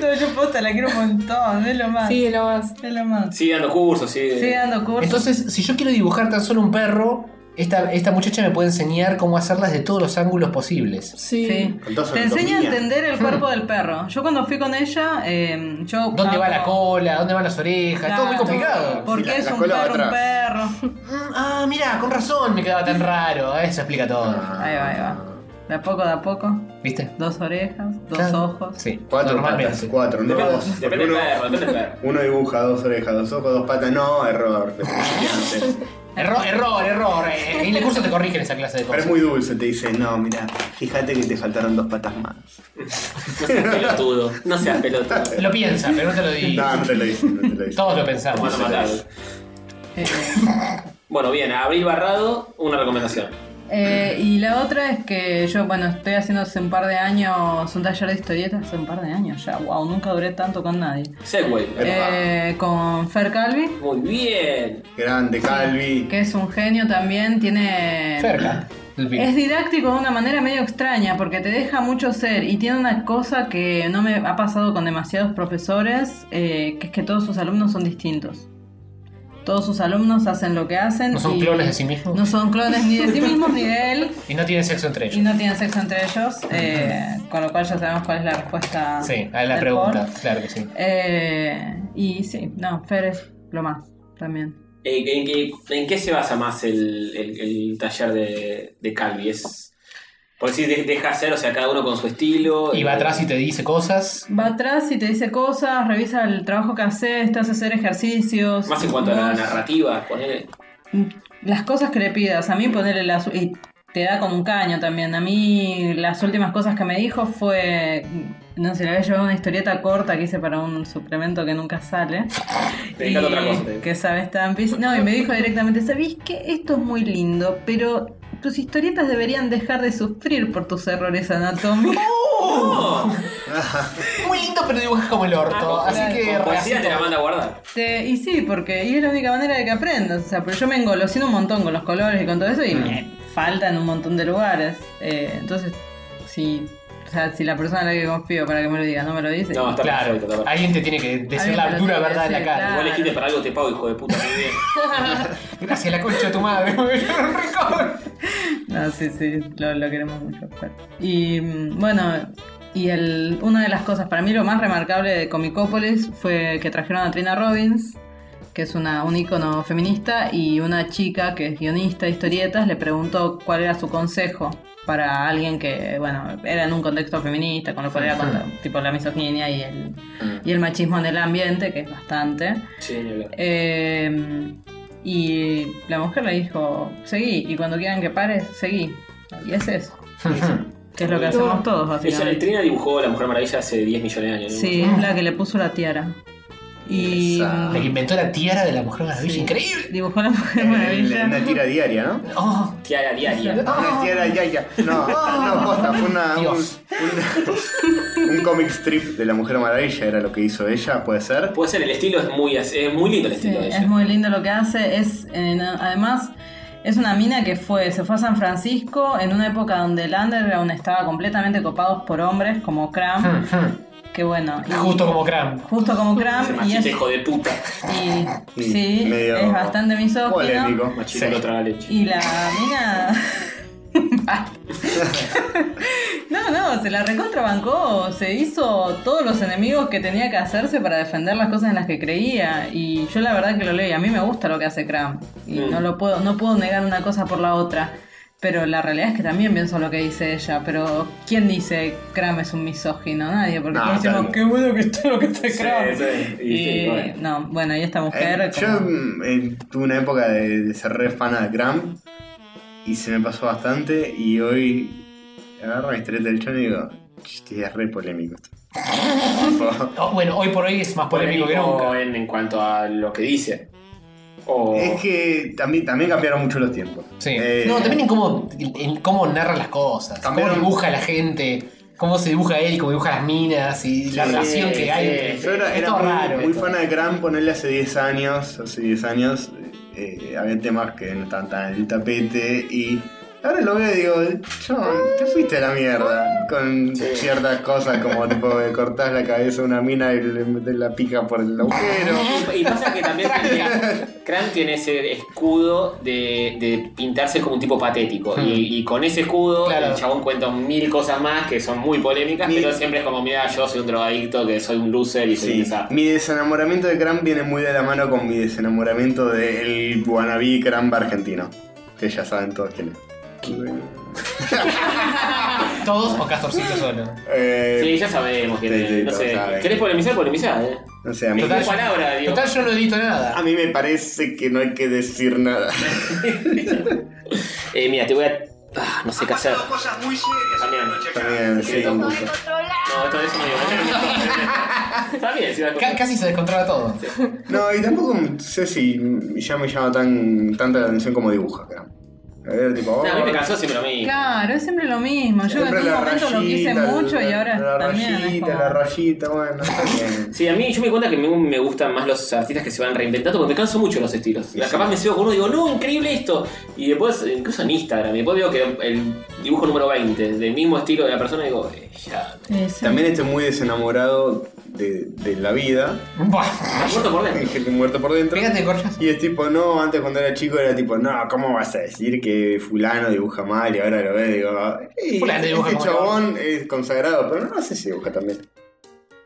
no, yo posta, la quiero un montón, es lo más.
Sí, lo más.
Es lo más.
Sigue dando cursos, sigue.
Sigue dando cursos.
Entonces, si yo quiero dibujar tan solo un perro, esta, esta muchacha me puede enseñar cómo hacerlas de todos los ángulos posibles.
Sí.
Sí.
Con toda su
Te enseña a
anatomía.
entender el cuerpo del perro. Yo cuando fui con ella, eh, yo...
Hmm. ¿Dónde va la
hago-
cola? ¿Dónde van las orejas? Todo muy
Claro.
complicado.
¿Por
Sí, la-
qué es
la
un
cola va
perro, un
atrás.
perro?
Mm, Ah, mira, con razón me quedaba tan raro. Eso explica todo.
Ah,
Ahí va, ahí va. De a poco, de a poco.
¿Viste?
Dos orejas, dos
Claro.
ojos.
Sí,
Cuatro patas,
normalmente.
cuatro, no
Depende,
dos. Porque
depende del
uno,
perro, depende del perro.
uno dibuja dos orejas, dos ojos, dos patas. No, error. te pillaste.
Error, error, error. Eh, En el curso te corrigen esa clase de
Pero es
cosas.
muy dulce, te dice, no, mira, fíjate que te faltaron dos patas más.
No seas pelotudo. No seas pelotudo.
Lo piensa, pero no te lo digo.
No, no te lo dice, no te lo dice.
Todos lo
Te van a
pensamos.
matar.
Eh,
Bueno, bien, Abril Barrado, una recomendación.
eh, y la otra es que yo, bueno, estoy haciendo hace un par de años un taller de historietas, hace un par de años ya, wow, nunca duré tanto con nadie.
Segway.
Eh, con Fer Calvi,
Muy bien.
Grande, Calvi.
que es un genio también, tiene...
Cerca. del fin.
Es didáctico de una manera medio extraña porque te deja mucho ser y tiene una cosa que no me ha pasado con demasiados profesores, eh, que es que todos sus alumnos son distintos. Todos sus alumnos hacen lo que hacen.
¿No son
y-
clones de sí mismos?
No son clones ni de sí mismos ni de él
Y no tienen sexo entre
y
ellos.
no tienen sexo entre ellos, eh, con lo cual ya sabemos cuál es la respuesta.
Sí, a la
del
pregunta.
por.
Claro que sí.
Eh, y sí, no, Fer es lo más también.
Eh, ¿En, qué, en qué se basa más el, el- el taller de, de Calvi? Es, por si de- deja hacer, o sea, cada uno con su estilo.
Y va atrás y te dice cosas.
Va atrás y te dice cosas, revisa el trabajo que haces, te hace hacer ejercicios.
Eh, Más en cuanto a la
Vos-
narrativa, ponele.
las cosas que le pidas, a mí ponerle las... Y te da con un caño también. A mí las últimas cosas que me dijo fue... No sé, le había llevado una historieta corta que hice para un suplemento que nunca sale.
Me encanta otra cosa.
Que sabes Stampis. No, y me dijo directamente, ¿sabéis que esto es muy lindo, pero tus historietas deberían dejar de sufrir por tus errores anatómicos?
Muy lindo, pero dibujas como el orto.
Ah,
Así que
Con poesía te la
reacito.
manda a guardar.
Este, y sí, porque y es la única manera de que aprendas. O sea, pero yo me engolosino un montón con los colores y con todo eso y me faltan un montón de lugares. Eh, entonces, si, o sea, si la persona a la que confío para que me lo diga no me lo dice.
No, está
Claro, Ah.
perfecto. Está perfecto.
alguien te tiene que decir
Alguien te
la
lo
dura
tiene que
verdad en la
decir,
cara.
Igual
claro.
elegiste para algo, te pago, hijo de puta. Muy bien.
Gracias, la concha de tu madre. Yo no recuerdo.
No, sí, sí, lo, lo queremos mucho. pero- Y mm, bueno, Y el, una de las cosas, para mí lo más remarcable de Comicópolis fue que trajeron a Trina Robbins, que es una, un ícono feminista, y una chica que es guionista de historietas le preguntó cuál era su consejo para alguien que, bueno, era en un contexto feminista, con lo cual era contra, tipo la misoginia y el, y el machismo en el ambiente, que es bastante.
Sí, ni hablar.
Eh, y la mujer le dijo, seguí, y cuando quieran que pares, seguí. Y es eso. Que es lo que hacemos todos,
Ella, el
básicamente.
Trina dibujó La Mujer Maravilla hace 10 millones de años. ¿no?
Sí, es la que le puso la tiara. Y...
La que inventó la tiara de la Mujer Maravilla. Increíble.
Dibujó la Mujer Maravilla.
Eh,
Oh.
Una tira diaria, ¿no?
Oh,
Tiara diaria.
Una tira diaria. No, no, posta, fue una, un, un- un comic strip de la Mujer Maravilla, era lo que hizo ella, puede ser.
Puede ser, el estilo es muy, as- es muy lindo el
Sí,
estilo de
es
ella.
muy lindo lo que hace. Es eh, no- además es una mina que fue, se fue a San Francisco en una época donde el underground estaba completamente copados por hombres como
Hmm.
Cram. que bueno. y-
Justo como Cram.
Justo como Cram
Ese
y es
machista hijo de puta.
y- sí, es bastante misógino.
Machista que traga leche.
Y la mina. no, no, se la recontrabancó. Se hizo todos los enemigos que tenía que hacerse para defender las cosas en las que creía. Y yo la verdad que lo leí. A mí me gusta lo que hace Cram. Y
Mm.
no lo puedo, no puedo negar una cosa por la otra. Pero la realidad es que también pienso lo que dice ella. Pero ¿quién dice Cram es un misógino? Nadie, porque
No,
todos decimos,
tal-
qué bueno que está lo que hace Cram.
sí, y
y
sí, bueno.
Eh, no, bueno, y esta mujer.
Eh, yo
como-
mm, eh, tuve una época de, de ser re fan de Cramp y se me pasó bastante y hoy agarro mi historieta del chon y digo, "Che, es re polémico esto.
Oh, bueno, hoy por hoy es más polémico, que nunca.
en, en cuanto a lo que dice. O...
Es que también, también cambiaron mucho los tiempos.
Sí.
Eh,
no, también en cómo, en cómo narra las cosas,
Cambiaron-
cómo dibuja a la gente, cómo se dibuja él, cómo dibuja las minas y la
Sí,
relación que
sí,
hay.
sí.
entre-
Yo era,
es
era
todo
muy,
raro.
muy
esto.
fan de Cram, ponerle hace 10 años, hace 10 años, eh, eh, había temas que no estaban tan en el tapete y ahora lo veo y digo, John, te fuiste a la mierda con ciertas cosas como tipo de cortás la cabeza a una mina y le metes la pica por el agujero.
Y pasa que también tiene- Crank tiene ese escudo de, de pintarse como un tipo patético. Y, y con ese escudo,
Hmm. Claro.
el chabón cuenta mil cosas más que son muy polémicas,
Mil-
pero siempre es como: mira, yo soy un drogadicto, que soy un loser y soy un
Sí,
desastre.
mi desenamoramiento de Cram viene muy de la mano con mi desenamoramiento del wannabe Cram argentino, que ya saben todos quién es.
Todos o Castorcito solo.
Eh,
Sí, ya sabemos que
sí, sí,
no
todos
sé.
saben.
¿Querés polemizar? Polemizar, eh.
No sé, a mí-
Ninguna palabra, digo.
Total, yo no edito
A
nada.
mí me parece que no hay que decir nada.
Eh, mira, te voy a. Ah, no sé qué hacer.
cosas muy serias.
También.
También, sí.
Secreto oculto. No, esto de eso no digo. Está bien, si da
Ca- casi se descontrola todo.
No, y tampoco sé si ya me llama tan tanta la atención como dibuja, creo. A ver,
No,
tipo, oh,
a mí me cansó siempre lo mismo.
Claro, es siempre lo mismo. Yo en
siempre
un
la
momento lo quise
rayita,
mucho y
la-
ahora
la
también. es
rayita,
como-
la rayita, bueno, está bien.
Sí, a mí yo me di cuenta que me, me gustan más los artistas que se van reinventando porque me canso mucho de los estilos.
Sí,
Capaz
sí.
me sigo con uno y digo, no, increíble esto. Y después, incluso en Instagram, y después veo que el dibujo número 20, del mismo estilo de la persona, y digo, eh, ya.
Eh, sí.
También estoy muy desenamorado de, de la vida, Ah,
Buah.
Me muerto por
en
dentro.
gente muerta por dentro.
Fíjate, Gorjas.
Y es tipo, no, antes cuando era chico era tipo, no, ¿cómo vas a decir que fulano dibuja mal y ahora lo ves? Digo, "Ey,
Fulano dibuja
este
como yo".
chabón es consagrado, pero no sé si dibuja también.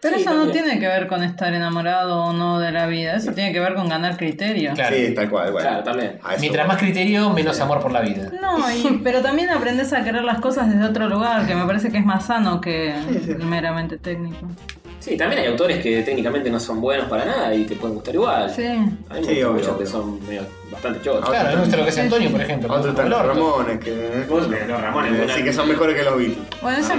Pero
Sí,
eso no
también.
tiene que ver con estar enamorado o no de la vida. Eso tiene que ver con ganar criterio.
Claro.
Sí, tal cual, bueno.
Claro, también.
A eso
Mientras
voy.
más criterio, menos amor por la vida.
No, y- pero también aprendes a querer las cosas desde otro lugar, que me parece que es más sano que meramente técnico.
Sí, también hay autores que técnicamente no son buenos para nada y te pueden gustar igual.
Sí.
A mí me
Sí,
gustan
obvio,
muchos que
obvio.
son medio- bastante chotos.
Ah,
Claro, me gusta lo que es Antonio, por ejemplo.
Otro tal
Olor.
Ramones, que.
Vos, los Ramones,
Eh,
una-
sí, que son mejores que los Beatles.
Bueno, eso
Eso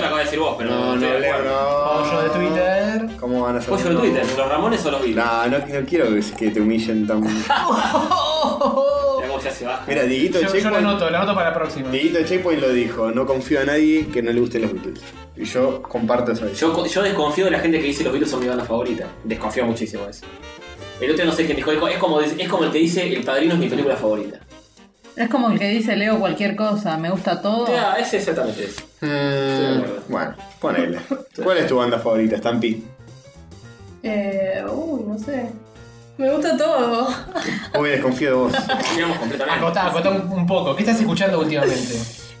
lo acaba de decir vos, pero
No, no
estoy de
leo,
acuerdo.
O
no.
yo de Twitter.
¿Cómo van a ser?
Pollo en
no?
Twitter, los Ramones o los Beatles.
No, no, no quiero que- que te humillen tan.
Mirá cómo ya se baja.
Mira, Dieguito de
Yo, yo lo
Checkpoint.
anoto, lo anoto para la próxima.
Dieguito de Checkpoint lo dijo: No confío a nadie que no le gusten los Beatles. Y yo comparto eso.
Yo, co- yo desconfío de la gente que dice los Beatles son mi banda favorita. Desconfío muchísimo de eso. El otro no sé quién dijo, dijo, es como, es como el que dice El Padrino es mi película favorita.
es como el que dice Leo cualquier cosa, me gusta todo.
Ya, es exactamente eso.
Mm, bueno, ponele. ¿Cuál es tu banda favorita, Stampy?
Eh, uy, no sé. Me gusta todo.
Uy, desconfío de vos.
Ah,
Acotá, acotá un, un poco. ¿Qué estás escuchando últimamente?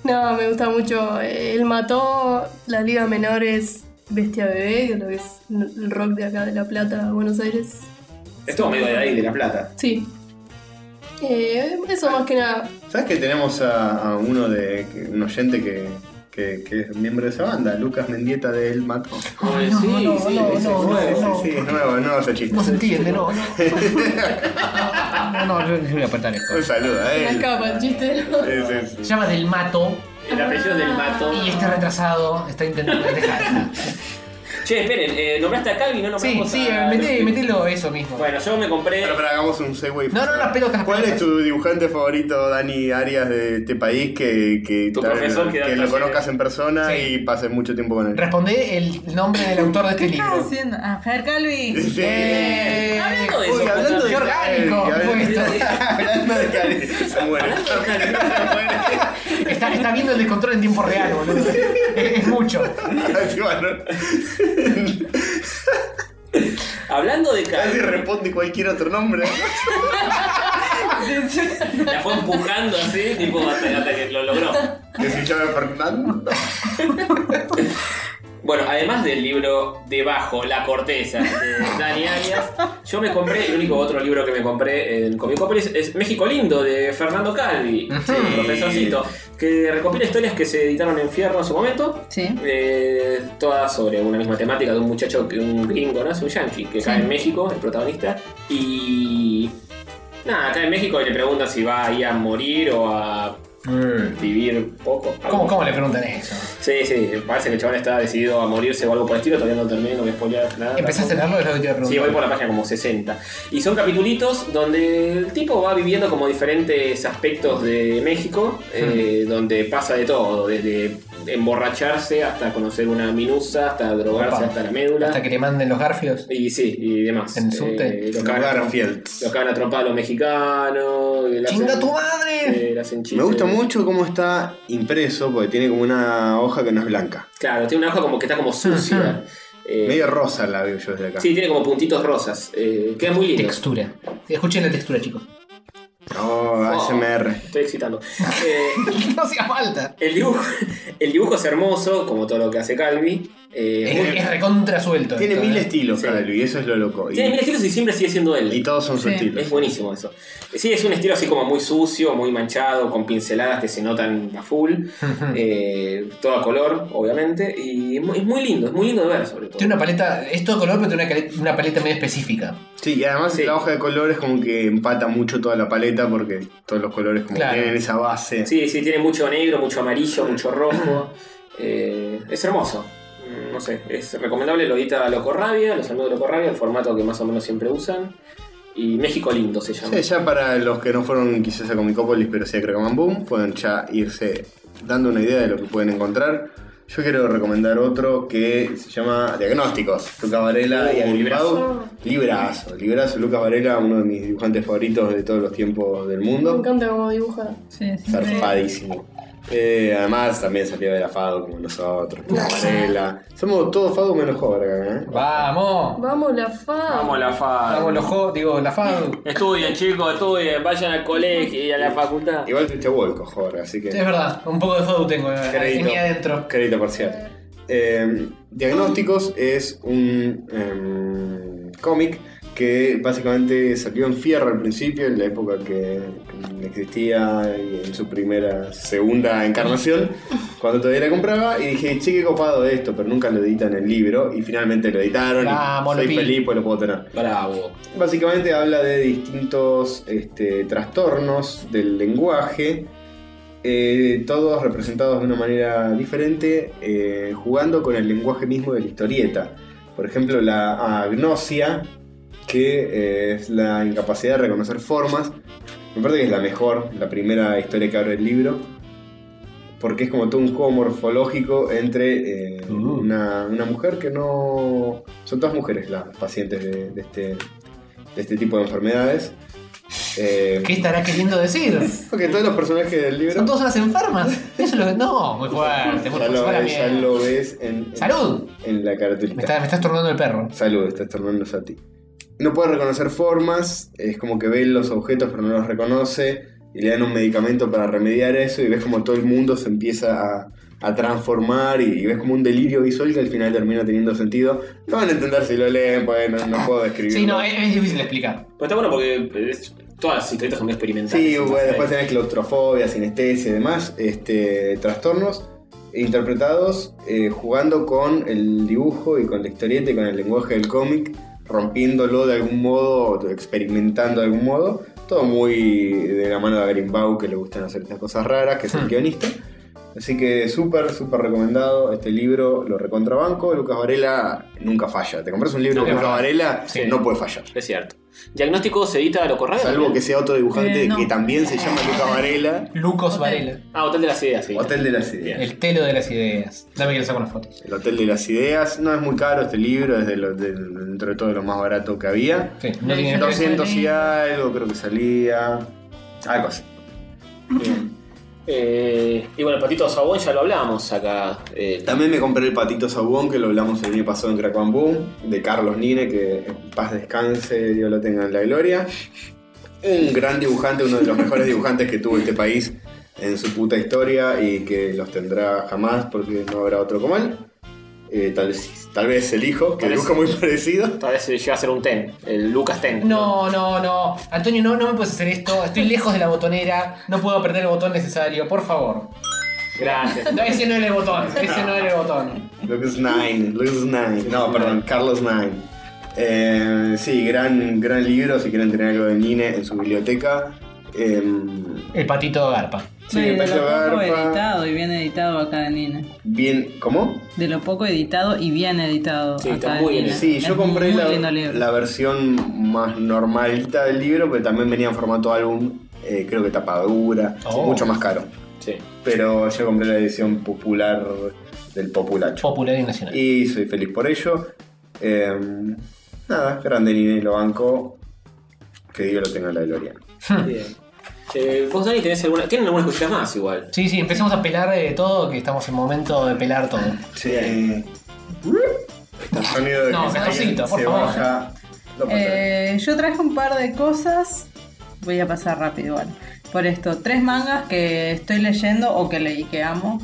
No, me gusta mucho eh, El Mató, La Liga Menores, Bestia Bebé, que es lo que es el rock de acá de La Plata, Buenos Aires.
Es todo medio de ahí, de La Plata.
Sí. Eh, eso más que nada.
¿Sabes que tenemos a, a uno de que- un oyente que, que- que es miembro de esa banda? Lucas Mendieta de El Mato.
Ay, sí, Ah, no, no, sí, no, sí, no, sí,
sí,
no.
sí, es nuevo, no ese chiste.
No se entiende, no, no. No, no, yo, yo voy a apretar esto.
Un saludo a
La
él.
capa, el chiste. Ah,
Sí, sí,
Se
sí.
llama Del Mato
El apellido del mato.
y está retrasado, está intentando dejar.
Che, esperen, eh, nombraste a Calvin, no
Sí,
nombramos
sí,
a...
metí- metelo eso mismo.
Bueno, yo me compré...
Pero, pero hagamos un segue.
No, no, las pelotas. las
¿Cuál es
pelotas.
tu dibujante favorito, Dani Arias, de este país que, que,
Tu
tal-
profesor que da
lo
clases.
conozcas en persona
Sí.
y pases mucho tiempo con él?
Respondé el nombre del autor de este
¿Qué estás
libro.
haciendo? Ah, Javier Calvi.
Sí.
Eh,
Hablando de
Uy,
eso,
hablando de
Qué orgánico pues.
Cali,
fue
hablando-
esto.
Hablando de Cali, se muere.
Está, está viendo el descontrol en tiempo real, boludo. Es, es mucho.
Así va, ¿no?
Hablando de
Casi
Calvin,
responde cualquier otro nombre.
la fue empujando así, tipo, hasta, hasta que lo logró.
Que si llama Fernando.
Bueno, además del libro Debajo, La Corteza, de Dani Arias, yo me compré, el único otro libro que me compré en Comicopolis es México Lindo, de Fernando Calvi,
Ujú.
profesorcito, que recopila historias que se editaron en Fierro en su momento.
Sí.
Eh, todas sobre una misma temática de un muchacho, que- un gringo, ¿no? Es un yankee que cae en México, el protagonista. Y. Nada, acá en México y le pregunta si va ahí a morir o a vivir poco.
¿Cómo, cómo le preguntan eso?
Sí, sí, parece que el chaval está decidido a morirse o algo por el estilo, todavía no termino, no voy a spoilear nada.
¿Empezaste a
tampoco.
leerlo? Es lo que te iba a
Sí, voy
preguntar.
por la página como 60. Y son capitulitos donde el tipo va viviendo como diferentes aspectos de México,
Hmm.
eh, donde pasa de todo, desde emborracharse hasta conocer una minusa, hasta drogarse
Opa.
hasta la médula.
Hasta que le manden los garfios.
Y sí, y demás. Eh,
En el subte.
los
Garfield.
Los cagan a trompada a los mexicanos. le hacen-
¡Chinga tu madre!
eh, le hacen
Me gusta
chistes.
mucho cómo está impreso, porque tiene como una hoja que no es blanca.
Claro, tiene una hoja como que está como sucia. Eh,
Medio rosa la veo yo desde acá.
Sí, tiene como puntitos rosas. Eh, queda muy lindo.
Textura. Escuchen la textura, chicos.
Oh, ASMR.
Estoy excitando. Eh,
No hacía falta.
el, dibujo, el dibujo es hermoso, como todo lo que hace Calvi. Eh,
Es,
muy-
es recontra suelto.
Tiene
esto,
mil
¿eh?
estilos,
Sí.
Calvi, y eso es lo loco.
tiene mil
Y,
estilos y siempre sigue siendo él.
y todos son sus
Sí.
estilos.
Es buenísimo eso. Sí, es un estilo así como muy sucio, muy manchado, con pinceladas que se notan a full. eh, todo a color, obviamente. Y es muy, es muy lindo, es muy lindo de ver, sobre todo.
Tiene una paleta, es todo color, pero tiene una, cale- una paleta medio específica.
Sí, y además
Sí.
la hoja de colores como que empata mucho toda la paleta porque todos los colores como
Claro.
que tienen esa base.
Sí, sí, tiene mucho negro, mucho amarillo, mucho
Mm.
rojo. Eh, es hermoso. Mm, No sé, es recomendable. Lo edita Locorrabia, los amigos de Locorrabia, el formato que más o menos siempre usan. Y México Lindo se llama.
Sí, ya para los que no fueron quizás a Comicopolis, pero sí a Crackman Boom, pueden ya irse dando una idea de lo que pueden encontrar. Yo quiero recomendar otro que se llama Diagnósticos. Lucas Varela
Uh,
y Andy
librazo.
Pau. Librazo, librazo. Lucas Varela, uno de mis dibujantes favoritos de todos los tiempos del
Me
mundo.
encanta cómo dibuja.
Sí, sí.
Zarpadísimo. Eh, además, también salió de Fado como nosotros. Lucas Varela. Somos todos Fado menos Jover acá, ¿eh?
¡Vamos!
Vamos, la fa.
Vamos a la fa.
Vamos los jo- digo, la FADU.
Estudien, chicos, estudien. Vayan al colegio y a la facultad.
Igual te Wolco, Jover, así que.
Sí, es verdad, un poco de FADU tengo eh, en
Crédito.
mí adentro.
Crédito parcial. Eh, Diagnósticos es un em, cómic que básicamente salió en fierro al principio, en la época que existía y en su primera, segunda encarnación, cuando todavía la compraba y dije, che, qué copado esto, pero nunca lo editan el libro y finalmente lo editaron
Vamos,
y soy
Lupi.
feliz pues lo puedo tener.
Bravo.
Básicamente habla de distintos este, trastornos del lenguaje, eh, todos representados de una manera diferente, eh, jugando con el lenguaje mismo de la historieta. Por ejemplo, la agnosia, que eh, es la incapacidad de reconocer formas. Me parece que es la mejor, la primera historia que abre el libro. Porque es como todo un juego morfológico entre eh,
Uh.
una, una mujer que no. Son todas mujeres las pacientes de, de este, de este tipo de enfermedades. Eh,
¿Qué estará queriendo decir?
porque todos los personajes del libro.
¿Son todas las enfermas? Eso es lo que... No, muy fuerte, muy
ya
fuerte. se
lo,
va la
ya
mierda.
lo ves en, en-
¡Salud!
en la
Me
cartelita.
está, me está estornando el perro.
Salud, está estornando a ti. no puede reconocer formas, es como que ve los objetos pero no los reconoce, y le dan un medicamento para remediar eso, y ves como todo el mundo se empieza a, a transformar, y, y ves como un delirio visual que al final termina teniendo sentido. Lo van a entender si lo leen, pues no, no puedo describir.
Sí, no, es, es difícil de explicar.
Pues está bueno porque es- todas las historietas son muy experimentales.
Sí, bueno,
entonces, eh,
después tenés claustrofobia, sinestesia y demás, este, trastornos interpretados eh, jugando con el dibujo y con la historieta y con el lenguaje del cómic, rompiéndolo de algún modo, o experimentando de algún modo. Todo muy de la mano de Greenbaum, que le gustan hacer estas cosas raras, que es
Hmm.
el guionista. Así que súper, súper recomendado este libro, lo recontrabanco. Lucas Varela nunca falla. Te compras un libro
No,
de Lucas
no.
Varela,
Sí.
no puede fallar.
Es cierto. Diagnóstico se edita a lo correo.
Salvo que sea otro dibujante
Eh, no.
que también se llama Lucas Varela.
Lucos Varela.
Ah, Hotel de las Ideas, sí.
Hotel de las Ideas.
El telo de las ideas. Dame que le saco una foto.
El Hotel de las Ideas. No es muy caro este libro, es de lo- de- dentro de todo lo más barato que había.
Sí, no tiene-
200 y algo, creo que salía. Algo así.
Eh, y bueno, el patito Sabón ya lo hablamos acá. eh,
También me compré el Patito Sabón, que lo hablamos el año pasado en Crack Bam Boom, de Carlos Nine, que en paz descanse, Dios lo tenga en la gloria. Un gran dibujante, uno de los mejores dibujantes que tuvo este país en su puta historia y que los tendrá jamás porque no habrá otro como él. Eh, tal, vez- tal vez el hijo, que
Tal vez-
dibuja muy parecido.
Tal vez llega a ser un Ten, el Lucas Ten.
No, no, no. Antonio, no, no me puedes hacer esto. Estoy lejos de la botonera. No puedo apretar el botón necesario. Por favor.
Gracias.
No, ese no era el botón. Ese no era el botón.
Lucas Nine, Lucas Nine. No, perdón, Carlos Nine. Eh, sí, gran, gran libro si quieren tener algo de Nine en su biblioteca. Em,
El patito garpa.
Sí,
de
Patio
lo poco
Garpa.
editado y bien editado acá en INE.
bien, ¿cómo?
De lo poco editado y bien editado acá en INE.
Sí, yo
Es
compré
muy
la,
lindo libro.
la versión más normalita del libro, pero también venía en formato álbum, eh, creo que tapadura,
Oh.
mucho más caro.
Sí.
Pero yo compré la edición popular del populacho.
Popular y nacional.
Y soy feliz por ello. Eh, nada, grande Nine, lo banco. Que Dios lo tenga en la gloria.
Bien. Eh, vos, Dani, tenés alguna, tienen algunas cositas más igual.
Sí, sí, empecemos a pelar de todo, que estamos en momento de pelar todo.
Sí. El sonido de
No,
que
Castorcito, por
se
favor.
baja. Lo pasa.
Eh, yo traje un par de cosas. Voy a pasar rápido igual. Por esto, tres mangas que estoy leyendo o que leí que amo.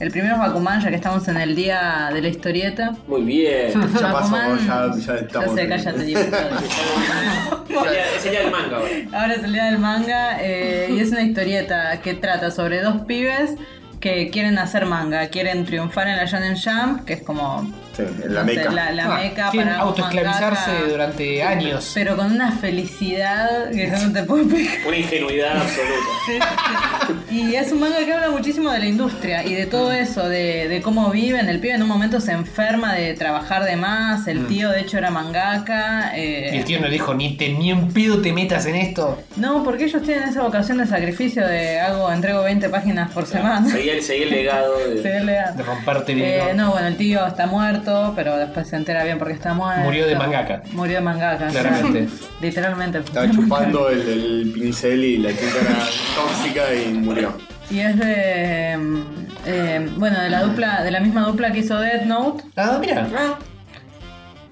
El primero es Bakuman, ya que estamos en el día de la historieta.
Muy bien.
ya pasó,
Bakuman.
ya, ya estamos.
Ya sé, cállate, diputado.
Es el día del manga ahora.
Ahora es el día del manga eh, y es una historieta que trata sobre dos pibes que quieren hacer manga, quieren triunfar en la Shonen Jump, que es como
Sí, en la
no sé,
meca.
la, la
Ah,
meca
quieren
para un
autoesclavizarse
mangaka,
durante años.
pero con una felicidad que yo no te puedo explicar.
Una ingenuidad absoluta.
Y es un manga que habla muchísimo de la industria y de
Mm.
todo eso, de, de cómo viven. El pibe en un momento se enferma de trabajar de más,
Mm.
el tío de hecho era mangaka. eh,
Y el tío no le dijo, ni, te, ni en pedo te metas en esto.
No, porque ellos tienen esa vocación de sacrificio de hago, entrego 20 páginas por semana.
Seguí el, seguí el legado. de-
Se ve legal.
De romperte bien.
Eh,
¿no?
no, bueno, el tío está muerto, pero después se entera bien porque está muerto.
Murió de mangaka.
Murió de mangaka.
Claramente.
claro. Literalmente.
Estaba chupando el, el pincel y la chica era tóxica y murió.
Y es de. em, em, bueno, de la dupla, de la misma dupla que hizo Death Note.
Ah, mira.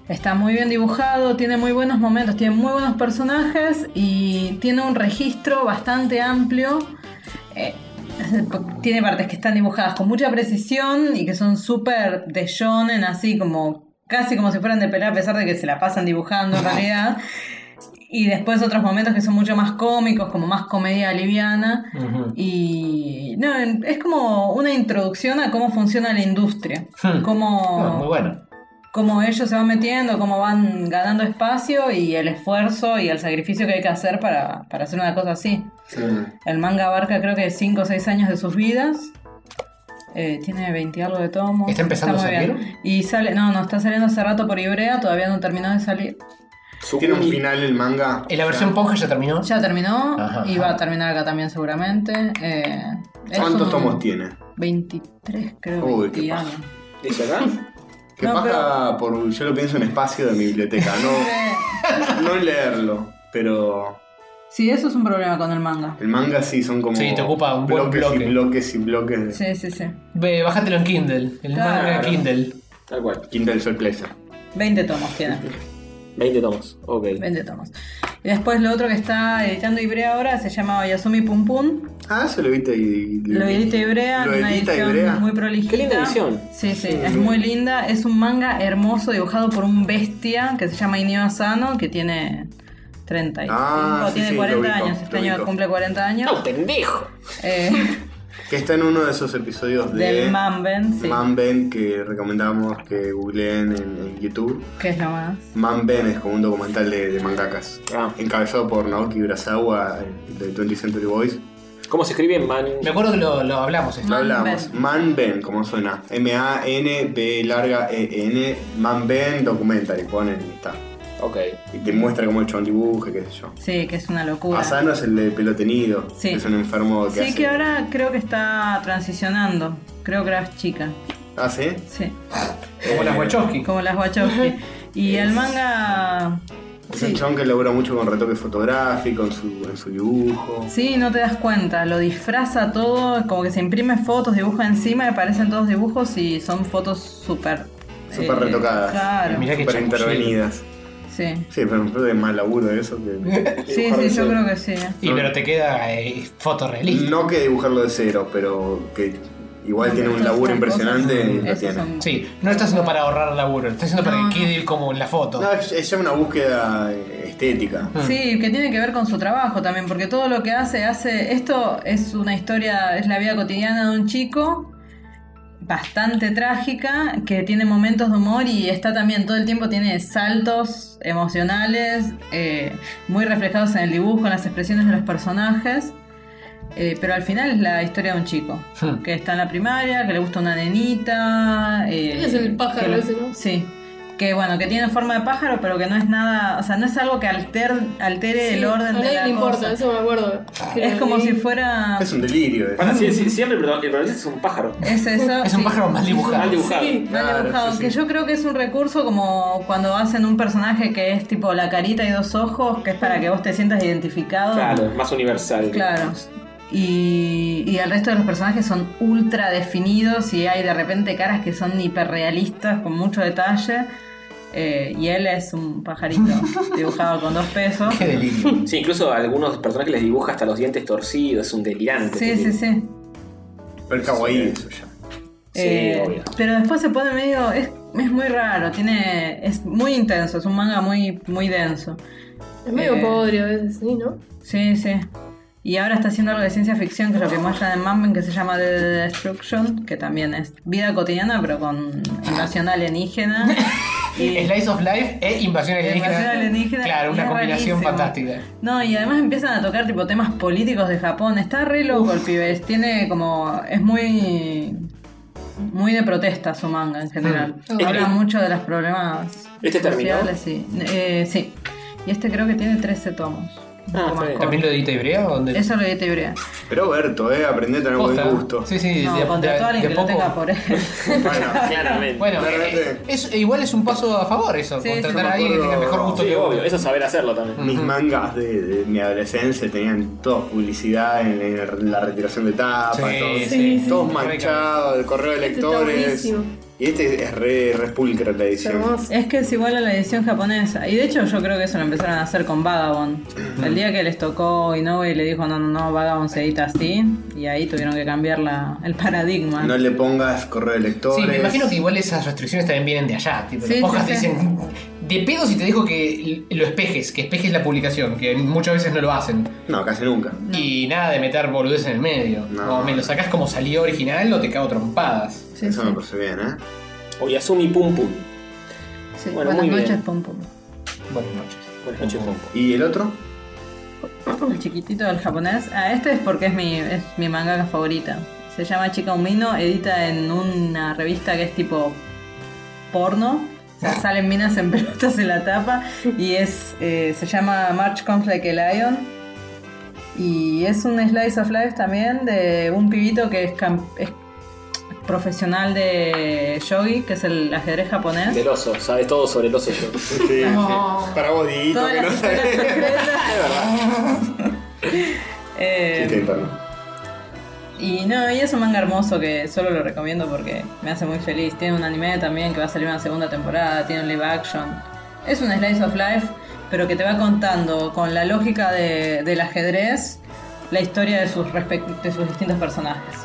Está muy bien dibujado, tiene muy buenos momentos, tiene muy buenos personajes y tiene un registro bastante amplio. Eh, tiene partes que están dibujadas con mucha precisión y que son súper de shonen, así como casi como si fueran de pelea, a pesar de que se la pasan dibujando en realidad. Y después otros momentos que son mucho más cómicos, como más comedia liviana.
Ujú.
Y no, es como una introducción a cómo funciona la industria.
Hmm.
Cómo,
Ah, muy bueno.
cómo ellos se van metiendo, cómo van ganando espacio y el esfuerzo y el sacrificio que hay que hacer para, para hacer una cosa así. El manga abarca creo que 5 o 6 años de sus vidas. Eh, tiene 20 y algo de tomos.
¿Está empezando
muy
a
bien.
salir?
Y sale, no, no, está saliendo hace rato por Ibrea, todavía no terminó de salir.
Tiene un final el manga.
¿En Eh, la versión ponja ya terminó?
Ya terminó
Ajá,
y
ajá.
va a terminar acá también seguramente. Eh, es
¿Cuántos
un
tomos tiene?
23 creo.
Uy, qué
20
paja.
algo.
¿Dice acá?
Que
No,
pasa por. Yo lo pienso en espacio de mi biblioteca, no, no leerlo. Pero
Sí, eso es un problema con el manga.
el manga sí son como.
Sí, te ocupa un buen
bloques
bloque.
y bloques y bloques de
Sí, sí, sí.
Ve, bájatelo en Kindle. El
Claro.
manga Kindle.
Tal cual.
Kindle Surprise.
20 tomos tiene.
20 tomos, ok.
20 tomos. Y después lo otro que está editando Ibrea ahora se llama Yasumi Pum Pum.
Ah, eso lo viste y.
Lo edita Ibrea,
Lo
una
edita
edición
Ibrea.
muy prolijita.
Qué linda edición.
Sí, sí,
Sí.
es muy linda. Es un manga hermoso dibujado por un bestia que se llama Inio Asano, que tiene 35,
Ah, sí,
tiene
sí, lo
40
ubico,
años. Este
lo
año
ubico.
cumple 40 años. Eh,
¡No, pendejo!
Que está en uno de esos episodios de.
del Manben, sí,
Manben que recomendamos que googleen en, en YouTube.
que es lo más.
Manben es como un documental de, de mangakas.
Ah.
Encabezado por Naoki Urasawa eh, de 20th Century Boys.
¿Cómo se escribe Man?
Me acuerdo que lo, lo hablamos. esto.
Lo hablamos. Manben, como suena. M-A-N-B larga E-N. Manben documentary, ponen y está.
Ok.
Y te muestra cómo el chabón dibuja, qué sé yo.
Sí, que es una locura.
Asano es el de pelo tenido.
Sí.
que Es un enfermo que
sí,
hace.
que ahora creo que está transicionando. Creo que ahora es chica.
Ah, sí. Eh,
Sí.
Como las Wachowski.
Como las Wachowski. y el manga.
Es un chabón que labura mucho con retoque fotográfico, en su, en su dibujo.
Sí, no te das cuenta, lo disfraza todo, es como que se imprime fotos, dibuja encima, y aparecen todos dibujos y son fotos súper...
Súper
eh,
retocadas.
Claro.
Súper intervenidas.
Sí.
Sí, pero creo que es más laburo de eso que.
Sí, sí, yo creo que sí. eh.
Y pero te queda eh, fotorrealista.
No que dibujarlo de cero, pero que igual tiene un laburo impresionante. lo tiene.
Sí, no lo está haciendo para ahorrar laburo, lo está haciendo para que quede como en la foto.
No, es, es ya una búsqueda eh, estética.
Sí, que tiene que ver con su trabajo también, porque todo lo que hace, hace. Esto es una historia, es la vida cotidiana de un chico bastante trágica, que tiene momentos de humor y está también todo el tiempo, tiene saltos emocionales, eh, muy reflejados en el dibujo, en las expresiones de los personajes. eh, pero al final es la historia de un chico
Hmm.
que está en la primaria, que le gusta una nenita. eh,
Él es el pájaro
que lo-
ese, ¿no?
Sí. Que bueno, que tiene forma de pájaro, pero que no es nada. O sea, no es algo que alter, altere
Sí,
el orden
a
de
nadie
la
le importa,
cosa.
eso me acuerdo. Que
Es
lo
como
leí.
si fuera.
Es un delirio. eh.
Ah.
Bueno, sí, sí, siempre el protagonista el protagonista es un pájaro.
Es eso.
Es un
sí.
pájaro mal dibujado.
Mal dibujado.
Sí, mal
Claro,
dibujado,
sí, sí.
que yo creo que es un recurso como cuando hacen un personaje que es tipo la carita y dos ojos, que es para que vos te sientas identificado.
Claro, es más universal.
Claro. Y, y el resto de los personajes son ultra definidos y hay de repente caras que son hiperrealistas con mucho detalle. Eh, y él es un pajarito dibujado con dos pesos.
Sí, incluso a algunos personajes les dibuja hasta los dientes torcidos, es un delirante. este
Sí, sí, sí.
Pero es kawaii eso ya.
Sí,
Eh,
obvio.
pero después se pone medio. Es, es muy raro, tiene es muy intenso, es un manga muy, muy denso.
Es medio
Eh,
podrio a veces, ¿sí, no?
Sí, sí. Y ahora está haciendo algo de ciencia ficción, que es lo que muestra en Mamben, que se llama The Destruction, que también es vida cotidiana, pero con invasión alienígena.
Slice of Life e Invasión Alienígena.
Invasión alienígena,
Claro, una
es
combinación
rarísimo.
fantástica.
No, y además empiezan a tocar tipo temas políticos de Japón. Está re loco el pibe. es- Tiene como. es muy. muy de protesta su manga en general.
Mm.
Habla
Este-
mucho de las problemas
¿Este terminó?
sociales y- eh, sí. Y este creo que tiene 13 tomos. Un
Ah,
poco más corto.
¿También lo edita Ibrea? o dónde?
Eso lo edita Ibrea.
Pero Berto, eh, aprendí a tener
Posta.
buen gusto.
Sí, sí,
No, contrató a alguien que lo tenga por él.
Bueno,
claramente.
Bueno,
Claramente.
eh, es, igual es un paso a favor eso,
Sí,
contratar
sí.
a alguien que tenga mejor gusto
Sí,
que
obvio, eso es saber hacerlo también.
Mis mangas de, de mi adolescencia tenían toda publicidad en, en la retiración de tapas,
Sí,
todo,
sí.
todos
Sí, sí.
manchados, el correo de
Este está
lectores.
buenísimo.
y este es re, re pulcra la edición.
Es que es igual a la edición japonesa. Y de hecho yo creo que eso lo empezaron a hacer con Vagabond. El día que les tocó Inoue y le dijo, no, no, no, Vagabond se edita así. Y ahí tuvieron que cambiar la, el paradigma.
No le pongas correo de lectores.
Sí, me imagino que igual esas restricciones también vienen de allá. Tipo,
Sí,
las hojas
sí,
te
sí.
dicen de pedo si te dijo que lo espejes, que espejes la publicación, que muchas veces no lo hacen.
No, casi nunca.
Y nada de meter boludez en el medio.
No.
O me lo sacás como salió original o te cago trompadas.
Eso me parece bien, ¿eh?
Oyasumi Pum Pum.
Sí,
Bueno,
buenas
muy
noches,
bien.
Pum Pum.
Buenas noches.
Buenas noches, Pum Pum.
¿Y el otro?
El chiquitito del japonés. Ah, este es porque es mi, es mi mangaka favorita. Se llama Chica Umino, edita en una revista que es tipo porno. O sea, salen minas en pelotas en la tapa. Y es eh, se llama March Comes Like a Lion. Y es un slice of life también de un pibito que es, cam- es profesional de yogi, que es el ajedrez japonés.
Del oso, sabes todo sobre el oso. yo.
Sí,
No.
sí. Este, Para vos, Dieguito,
Todas
que no
las historias
sabés.
secretas. Eh,
Chiste interno.
Y no, y es un manga hermoso que solo lo recomiendo porque me hace muy feliz. Tiene un anime también que va a salir una segunda temporada, tiene un live action. Es un slice of life, pero que te va contando con la lógica de- del ajedrez la historia de sus, respec- de sus distintos personajes.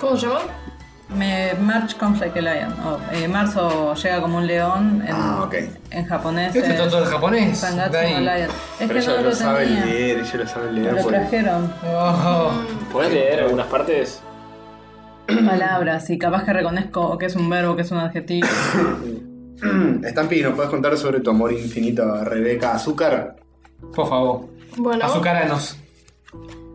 ¿Cómo se llama?
Me, March comes like a lion. o, eh, marzo llega como un león en,
Ah, ok.
en japonés.
Este
Esto está
es
todo en japonés,
Sangatsu
Dani.
no lion. Es
Pero
que
ella
no
lo
lo
sabe
tenía.
leer, ella lo sabe leer.
Lo
por-
trajeron.
Oh,
¿Puedes leer algunas partes?
Palabras, y capaz que reconozco que es un verbo, que es un adjetivo.
Estampi, Mm, ¿nos puedes contar sobre tu amor infinito a Rebeca Azúcar?
Por favor.
Bueno,
Azucaranos.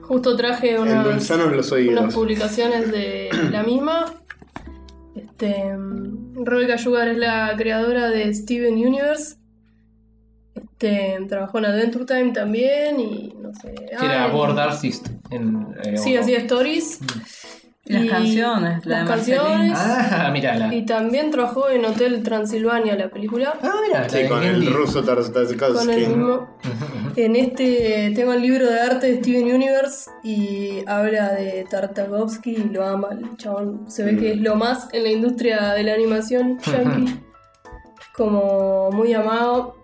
justo traje unas,
Endulzanos los
unas
oídos.
publicaciones de la misma. Este, mm, Rebecca Sugar es la creadora de Steven Universe. Este, trabajó en Adventure Time también y no sé.
Que era
ah, en-
Board Artist. En, eh,
Sí,
o-
así Stories.
Mm. Las canciones, la
Las
de
canciones.
Ah, mirala.
Y también trabajó en Hotel Transilvania la película.
Ah, mira.
Sí, con el ruso
Con el
Tarzakovsky.
mismo. En este tengo el libro de arte de Steven Universe y habla de Tartakovsky y lo ama el chabón. Se ve
Mm.
que es lo más en la industria de la animación yankee. Como muy amado.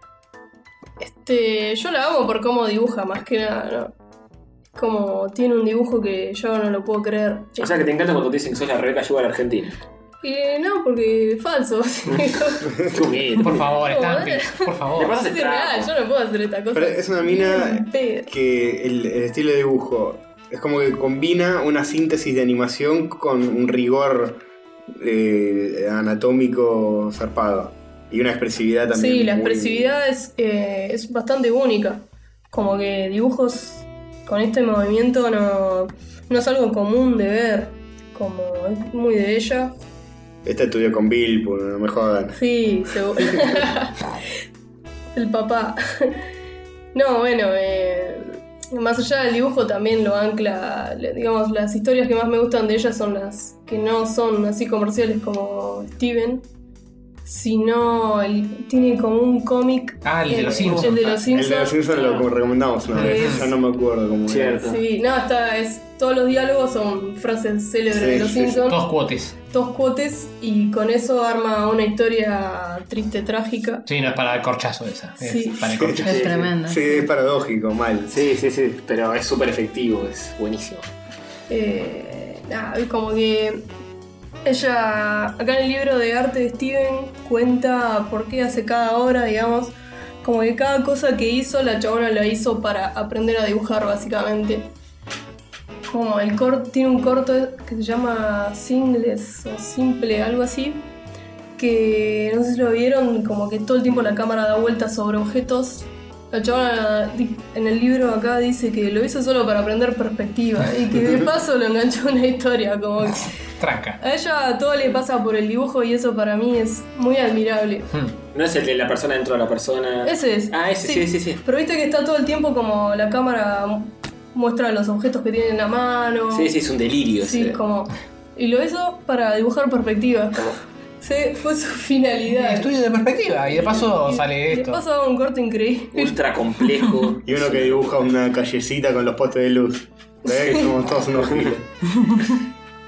Este, yo la amo por cómo dibuja, más que nada. ¿no? Como tiene un dibujo que yo no lo puedo creer.
O sea que te encanta cuando te dicen que sos la Rebeca Yuga de Argentina.
Eh, no, porque es falso.
Qué humilde.
Por favor,
No,
Stampi. Por favor.
Le pasas
es
el trapo.
real, yo no puedo hacer esta cosa.
Pero es una mina
Pero-
que el, el estilo de dibujo es como que combina una síntesis de animación con un rigor eh, anatómico zarpado. Y una expresividad también.
Sí, la
muy-
expresividad es, eh, es bastante única. Como que dibujos con este movimiento no, no es algo común de ver. Como es muy de ella.
Esta estudió Este con Bilbo, no me jodan.
Sí, seguro. El papá. No, bueno, eh, más allá del dibujo también lo ancla, le- digamos, las historias que más me gustan de ella son las que no son así comerciales como Steven, sino el- tiene como un cómic. Eh,
Ah, el de los Simpsons.
El de los
El de los
Simpsons.
Simpsons lo como recomendamos una vez.
Sí.
Ya no me acuerdo cómo era.
Cierto.
Sí, no, está, es, todos los diálogos son frases célebres
Sí,
de los
sí, sí.
Simpsons,
Dos cuotes.
dos cuotes, y con eso arma una historia triste, trágica.
Sí, no es para el corchazo esa. Es
Sí.
para el corchazo.
Es tremenda.
Sí, es paradójico, mal.
Sí, sí, sí, pero es súper efectivo, es buenísimo.
Eh, nada, es como que ella, acá en el libro de arte de Steven, cuenta por qué hace cada obra, digamos, como que cada cosa que hizo, la chabona la hizo para aprender a dibujar, básicamente. Como el corto, tiene un corto que se llama Singles o Simple, algo así, que no sé si lo vieron, como que todo el tiempo la cámara da vueltas sobre objetos. La chabona di- en el libro acá dice que lo hizo solo para aprender perspectiva y que de paso lo enganchó a una historia. Como que
Tranca.
a ella todo le pasa por el dibujo y eso para mí es muy admirable.
No es el de la persona dentro de la persona.
Ese es.
Ah, ese, sí, sí, sí.
Pero viste que está todo el tiempo como la cámara muestra los objetos que tiene en la mano.
Sí, sí, es un delirio.
Sí,
ese.
como. Y lo hizo para dibujar perspectivas. Como, se, fue su finalidad.
Estudio de perspectiva. Y de paso sale
Le
esto.
pasa un corte increíble.
Ultra complejo.
Y uno que dibuja una callecita con los postes de luz. ¿Ves? Que somos todos unos giles.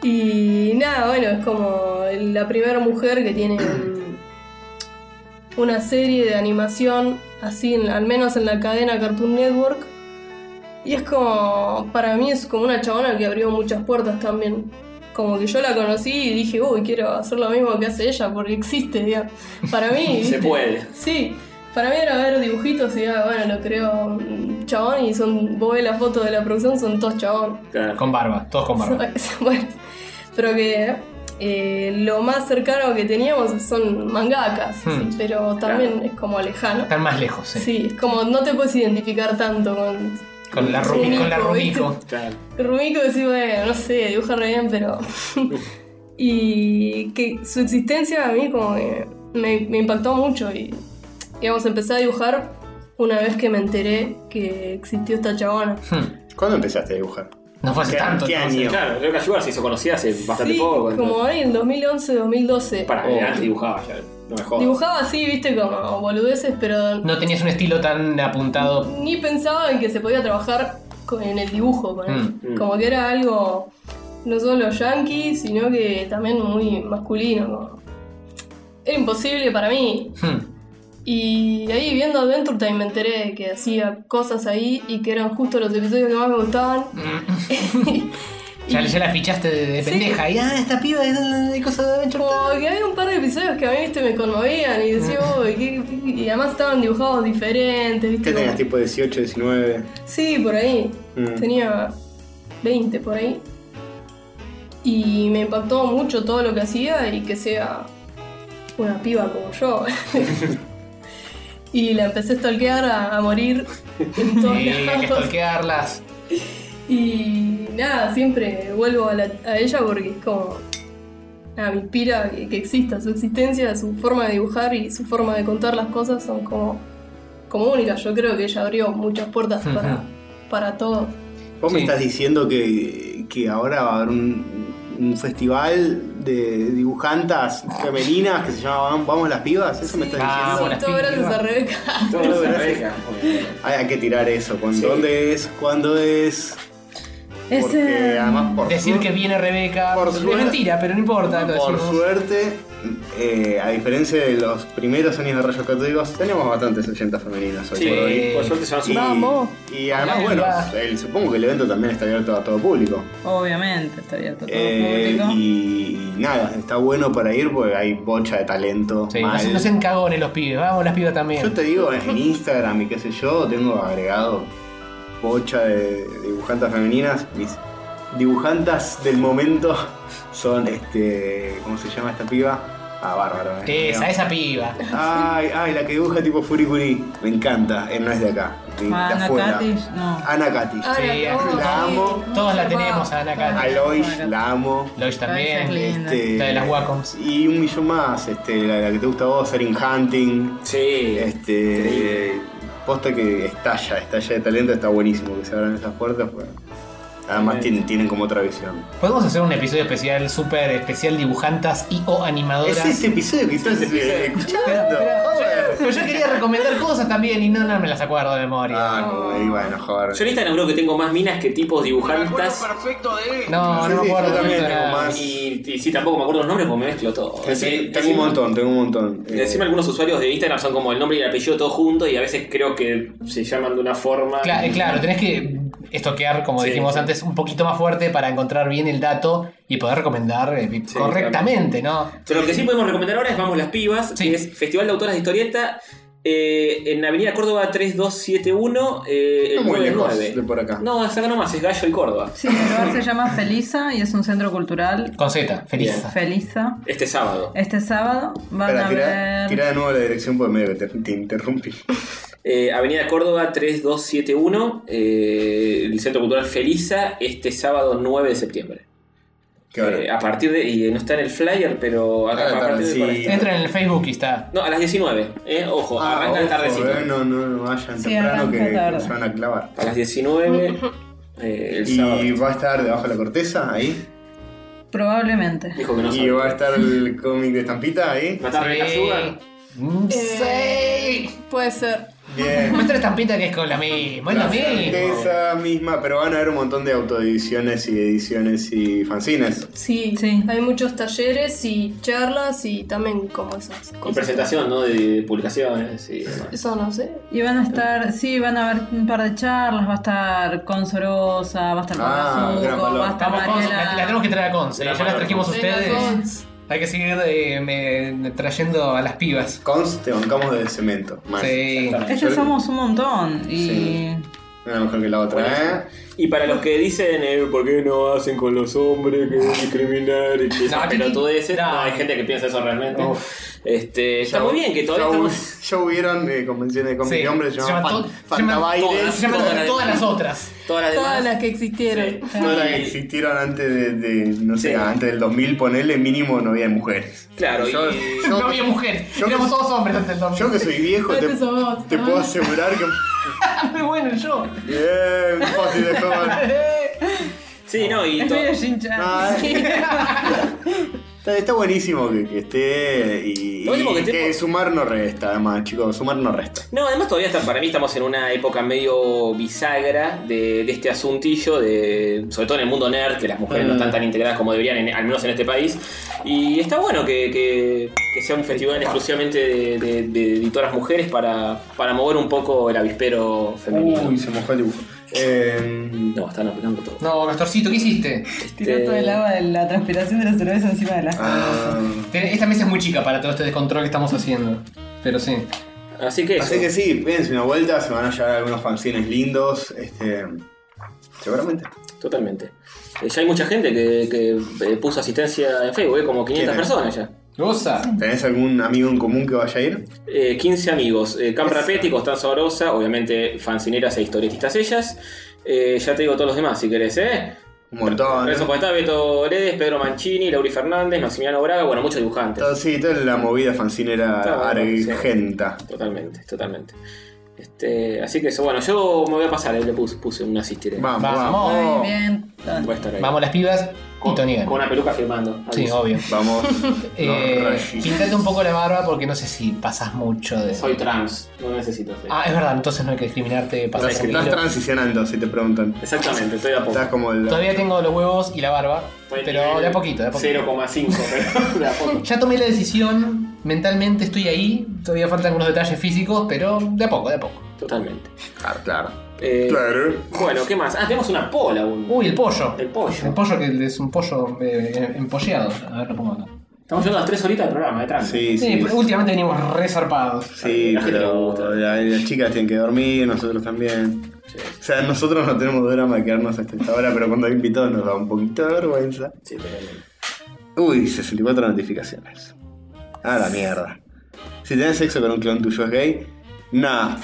Y nada, bueno, es como la primera mujer que tiene un- una serie de animación, así, en la- al menos en la cadena Cartoon Network. Y es como, para mí es como una chabona que abrió muchas puertas también. Como que yo la conocí y dije, uy, quiero hacer lo mismo que hace ella, porque existe, ya. Para mí...
Se puede.
Sí, para mí era ver dibujitos y ya, bueno, lo creo un chabón y son, vos ves la foto de la producción, son todos chabón.
Claro.
Con barba. Todos con barba.
Bueno, pero que eh, lo más cercano que teníamos son mangakas,
Hmm.
sí, pero también es como lejano.
Están más lejos, eh. sí.
Sí, es como no te puedes identificar tanto con
Con la, Rumi, con la Rumico.
claro.
Rumiko, decís, bueno, no sé, dibuja re bien, pero. y que su existencia a mí como que me, me impactó mucho y, digamos, empecé a dibujar una vez que me enteré que existió esta chabona.
Hmm.
¿Cuándo empezaste a dibujar?
No fue hace
¿Qué-
tanto.
qué
entonces.
año?
Claro, creo que Ayugar se hizo conocida hace bastante
Sí,
poco. entonces.
como ahí en 2011, 2012.
Para,
Oh.
antes dibujaba ya. No me jodas.
Dibujaba así, viste, como boludeces, pero
No tenías un estilo tan apuntado.
ni pensaba en que se podía trabajar con- en el dibujo. con él.
Mm, mm.
Como que era algo no solo yankee, sino que también muy masculino. como- Era imposible para mí.
Hmm.
Y ahí viendo Adventure Time me enteré que hacía cosas ahí y que eran justo los episodios que más me gustaban.
Ya, ya la fichaste de, de
Sí.
pendeja. Y ah, esta piba es de, de cosas de Adventure
Porque había un par de episodios que a mí viste, me conmovían y decía, "Uy, qué- qué-". y además estaban dibujados diferentes,
¿Qué
¿viste?
tenías?
como-
Tipo 18, 19.
Sí, por ahí.
Mm.
Tenía 20 por ahí. Y me impactó mucho todo lo que hacía y que sea una piba como yo. y la empecé a stalkear a, a morir en todos
Sí, hay que
lados.
stalkearlas.
Y nada, siempre vuelvo a, la- a ella porque es como. Nada, me inspira que, que exista. Su existencia, su forma de dibujar y su forma de contar las cosas son como, como únicas. Yo creo que ella abrió muchas puertas para, para todos.
Vos me estás diciendo que, que ahora va a haber un, un festival de dibujantas femeninas que se llama Vam- Vamos las pibas, eso me estás
Sí, Ah,
diciendo.
todo gracias a Rebeca.
Todo gracias. Ay, hay que tirar eso, ¿cuándo- ¿dónde es? ¿Cuándo es?
Es,
Porque
eh,
además por
Decir que viene Rebeca. Es
suerte-
mentira, pero no importa. Lo
Por
decimos.
suerte, eh, a diferencia de los primeros años de Rayos Católicos, tenemos bastantes oyentas femeninas hoy
Sí,
por hoy.
por suerte se van
Y-
sumando.
Y además,
Hola,
bueno,
hola.
el- supongo que el evento también está abierto a todo público.
Obviamente, está abierto a todo
Eh,
público.
y, y nada, está bueno para ir porque hay bocha de talento.
Sí, no, se- no sean cagones los pibes. Vamos, las pibas también.
Yo te digo, en Instagram y qué sé yo, tengo agregado bocha de dibujantas femeninas. Mis dibujantas del momento son este. ¿Cómo se llama esta piba? Ah, bárbaro. eh.
Esa, esa piba.
Ay, ay, la que dibuja tipo Furikuri. Me encanta, eh, no es de acá. de- de
Ah, Ana
afuera.
Katis, no.
Ana Katis.
Ana, Sí, no,
la
sí,
amo.
no Todos la zarpada. tenemos a Ana Katis.
A Lois, la amo. Este,
Lois
también. Lois es linda.
La de las
Wacoms. Y un millón más. Este, la, la que te gusta a vos, Erin Hunting.
Sí.
Este. eh, Posta que estalla, estalla de talento, está buenísimo que se abran esas puertas. pues. Además tienen, tienen como otra visión.
Podemos hacer un episodio especial, súper especial, dibujantas y o animadoras.
Es este. ese episodio que estás eh, escuchando.
Pero yo quería recomendar cosas también y no, no me las acuerdo de memoria.
Ah, bueno, joder.
Yo en Instagram creo que tengo más minas que tipos dibujantes.
Perfecto de él.
No, no me acuerdo. de nada.
Y, y sí, tampoco me acuerdo los nombres porque me mezclo todo.
Sí, tengo un montón, tengo un montón. Eh,
Encima algunos usuarios de Instagram son como el nombre y el apellido todo junto y a veces creo que se llaman de una forma.
Cla- eh, claro, tenés que estoquear, como
Sí,
dijimos
sí.
antes, un poquito más fuerte para encontrar bien el dato y poder recomendar eh, correctamente, ¿no?
Pero lo que sí podemos recomendar ahora es Vamos las Pibas, que es Festival de Autoras de Historieta eh, en Avenida Córdoba 3271. Eh,
No
el
muy lejos
99.
de por acá.
No, es acá nomás, es Gallo y Córdoba.
Sí, el lugar se llama Felisa y es un centro cultural.
Con Z,
Felisa.
Felisa.
Este sábado.
Este sábado van
Espera,
a
tira,
ver.
tira de nuevo la dirección por medio que te, te interrumpí.
Eh, Avenida Córdoba 3271, eh, el Centro Cultural Feliza, este sábado 9 de septiembre. Eh, a partir de. Y eh, no está en el flyer, pero
Ah,
acá a partir de por ahí.
Entra en el Facebook y está.
No, a las 19, eh, ojo,
Ah,
arranca
ojo,
de tardecito.
eh, no, no, no vayan
Sí,
temprano
arranca
que, que
tarde.
se van a clavar.
A las 19, eh, el
y
sábado.
va a estar debajo de la corteza ahí.
Probablemente.
Dijo que no
y
sabía.
va a estar el cómic de estampita ahí.
¿Va a estar Sí. Rebeca Sugar?
Eh, Puede ser.
Bien.
Mm, Muestra estampita que es con la misma, es lo
La
mismo.
corteza misma, pero van a haber un montón de autoediciones y ediciones y fanzines.
Sí, hay muchos talleres y charlas y también como esas
Con
cosas.
presentación, ¿no? De publicaciones y demás.
Eso no sé.
Y van a estar, sí, van a haber un par de charlas, va a estar con Sorosa, va a estar con
Ah,
Azuko,
gran valor.
va a estar
Vamos, Cons,
Mariela.
la, la tenemos que traer a Cons, eh, ya las trajimos
Venga,
ustedes.
Cons.
Hay que seguir eh, me- trayendo a las pibas.
Cons te bancamos de cemento. Más.
Sí.
Ellos somos un montón y
Una mejor que la otra, ¿eh?
Y para los que dicen, eh, ¿por qué no hacen con los hombres? Que es discriminar y que esas pelotudeces. No, hay gente que piensa eso realmente. Este, está
Ya-
muy bien que todavía
ya,
estamos.
hu- ya hubieron eh, convenciones de cómic
Sí,
de hombres,
se
se llaman
llaman
Fan-
to-
Fantabailes.
todas, se llaman todas Todas las otras. Todas las
Todas
demás.
las que existieron.
No las que existieron antes de, de, no sé, antes del 2000, ponele mínimo no había mujeres.
Claro,
yo,
no había mujer, éramos todos hombres antes del domingo.
yo que soy viejo te, te puedo
Ah.
asegurar que...
Muy bueno yo.
Bien, fácil de joven.
Sí, no, y
Es
to-
medio Shin-chan.
Ah,
Sí.
Está, está buenísimo que, que esté y,
Lo último que
y que sumar no resta, además, chicos, sumar no resta.
No, además todavía está, para mí estamos en una época medio bisagra de, de este asuntillo, de, sobre todo en el mundo nerd, que las mujeres no
Mm.
están tan integradas como deberían, en- al menos en este país. Y está bueno que, que- que sea un festival exclusivamente de, de- de editoras mujeres para, para mover un poco el avispero femenino.
Uy, se mojó el dibujo. Em,
no, están apretando todo.
No, Castorcito, ¿qué hiciste?
eh,
Tiró todo el agua de la transpiración de la cerveza encima de la.
ah,
Ten- Esta mesa es muy chica para todo este descontrol que estamos haciendo. Pero sí.
Así que
Así que sí, pédense una vuelta, se van a llevar algunos fanzines lindos, este, seguramente.
Totalmente. Eh, ya hay mucha gente que, que, eh, puso asistencia en Facebook, eh, como 500
¿Quién es?
personas ya.
Rosa.
¿Tenés algún amigo en común que vaya a ir?
Eh, 15 amigos. Eh, Cam Rapetti, Constanza Orosa, obviamente fancineras e historietistas ellas. Eh, ya te digo todos los demás si querés, ¿eh?
Un montón.
Renzo Podestá, Beto Oredes, Pedro Mancini, Lauri Fernández, Maximiliano Braga, bueno, muchos dibujantes.
Todo- sí, toda la movida
Está bueno,
fancinera argenta.
Totalmente, totalmente. Este, así que eso, bueno, yo me voy a pasar, eh, le puse, puse un asistir. eh.
Vamos,
Vamos. vamos. Muy
bien.
Voy a estar ahí.
Vamos las pibas y Tony Gunn.
Con una peluca firmando.
Sí,
Aviso.
obvio.
Vamos.
Eh,
No, rayos.
pintate un poco la barba porque no sé si pasas mucho de.
Soy trans, no necesito ser.
Ah, es verdad, entonces no hay que discriminarte. Pasas
Estás,
un
estás
kilo.
transicionando, si te preguntan.
Exactamente, estoy a poco.
Estás como el...
Todavía tengo los huevos y la barba,
Estoy
pero de a poquito, de a poquito.
0,5, pero de a poco.
Ya tomé la decisión, mentalmente estoy ahí, todavía faltan algunos detalles físicos, pero de a poco, de a poco.
Totalmente.
Claro, claro.
Eh,
Claro.
Bueno, ¿qué más? Ah, tenemos una pola. un-
Uy, el pollo.
El pollo.
El pollo que es un pollo eh, empolleado. A ver, lo pongo acá.
Estamos llevando las 3 horitas de programa, de tranca.
Sí,
Sí, sí.
pero últimamente venimos re zarpados.
pues,
Sí,
La gente le
pero la- las chicas tienen que dormir, nosotros también. O sea, nosotros no tenemos drama de quedarnos hasta esta hora, pero cuando hay invitados nos da un poquito de vergüenza.
Sí, pero-
Uy, 64 notificaciones. A la mierda. Si tenés sexo con un clon tuyo es gay, nah.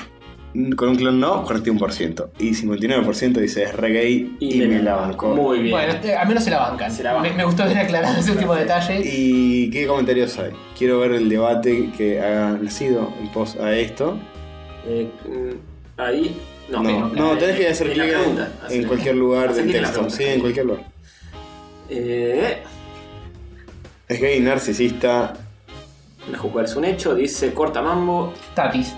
Con un clon no, 41%. Y 59% dice es re gay y,
Y me
me
la
la bancó.
Muy bien.
Bueno, eh, al menos se la bancan.
Se la bancan.
Me, me gustó haber aclarado ese último detalle.
¿Y qué comentarios hay? Quiero ver el debate que ha nacido en pos a esto.
Eh, mm, ahí. No,
No, no,
eh,
tenés que hacer
en la
clic en,
pregunta.
en
Hacer-
cualquier lugar
hacer
del
clic en la
texto.
pregunta.
Sí, en cualquier lugar.
Eh,
Es gay, narcisista.
la jugada es un hecho, dice corta mambo.
Tatis.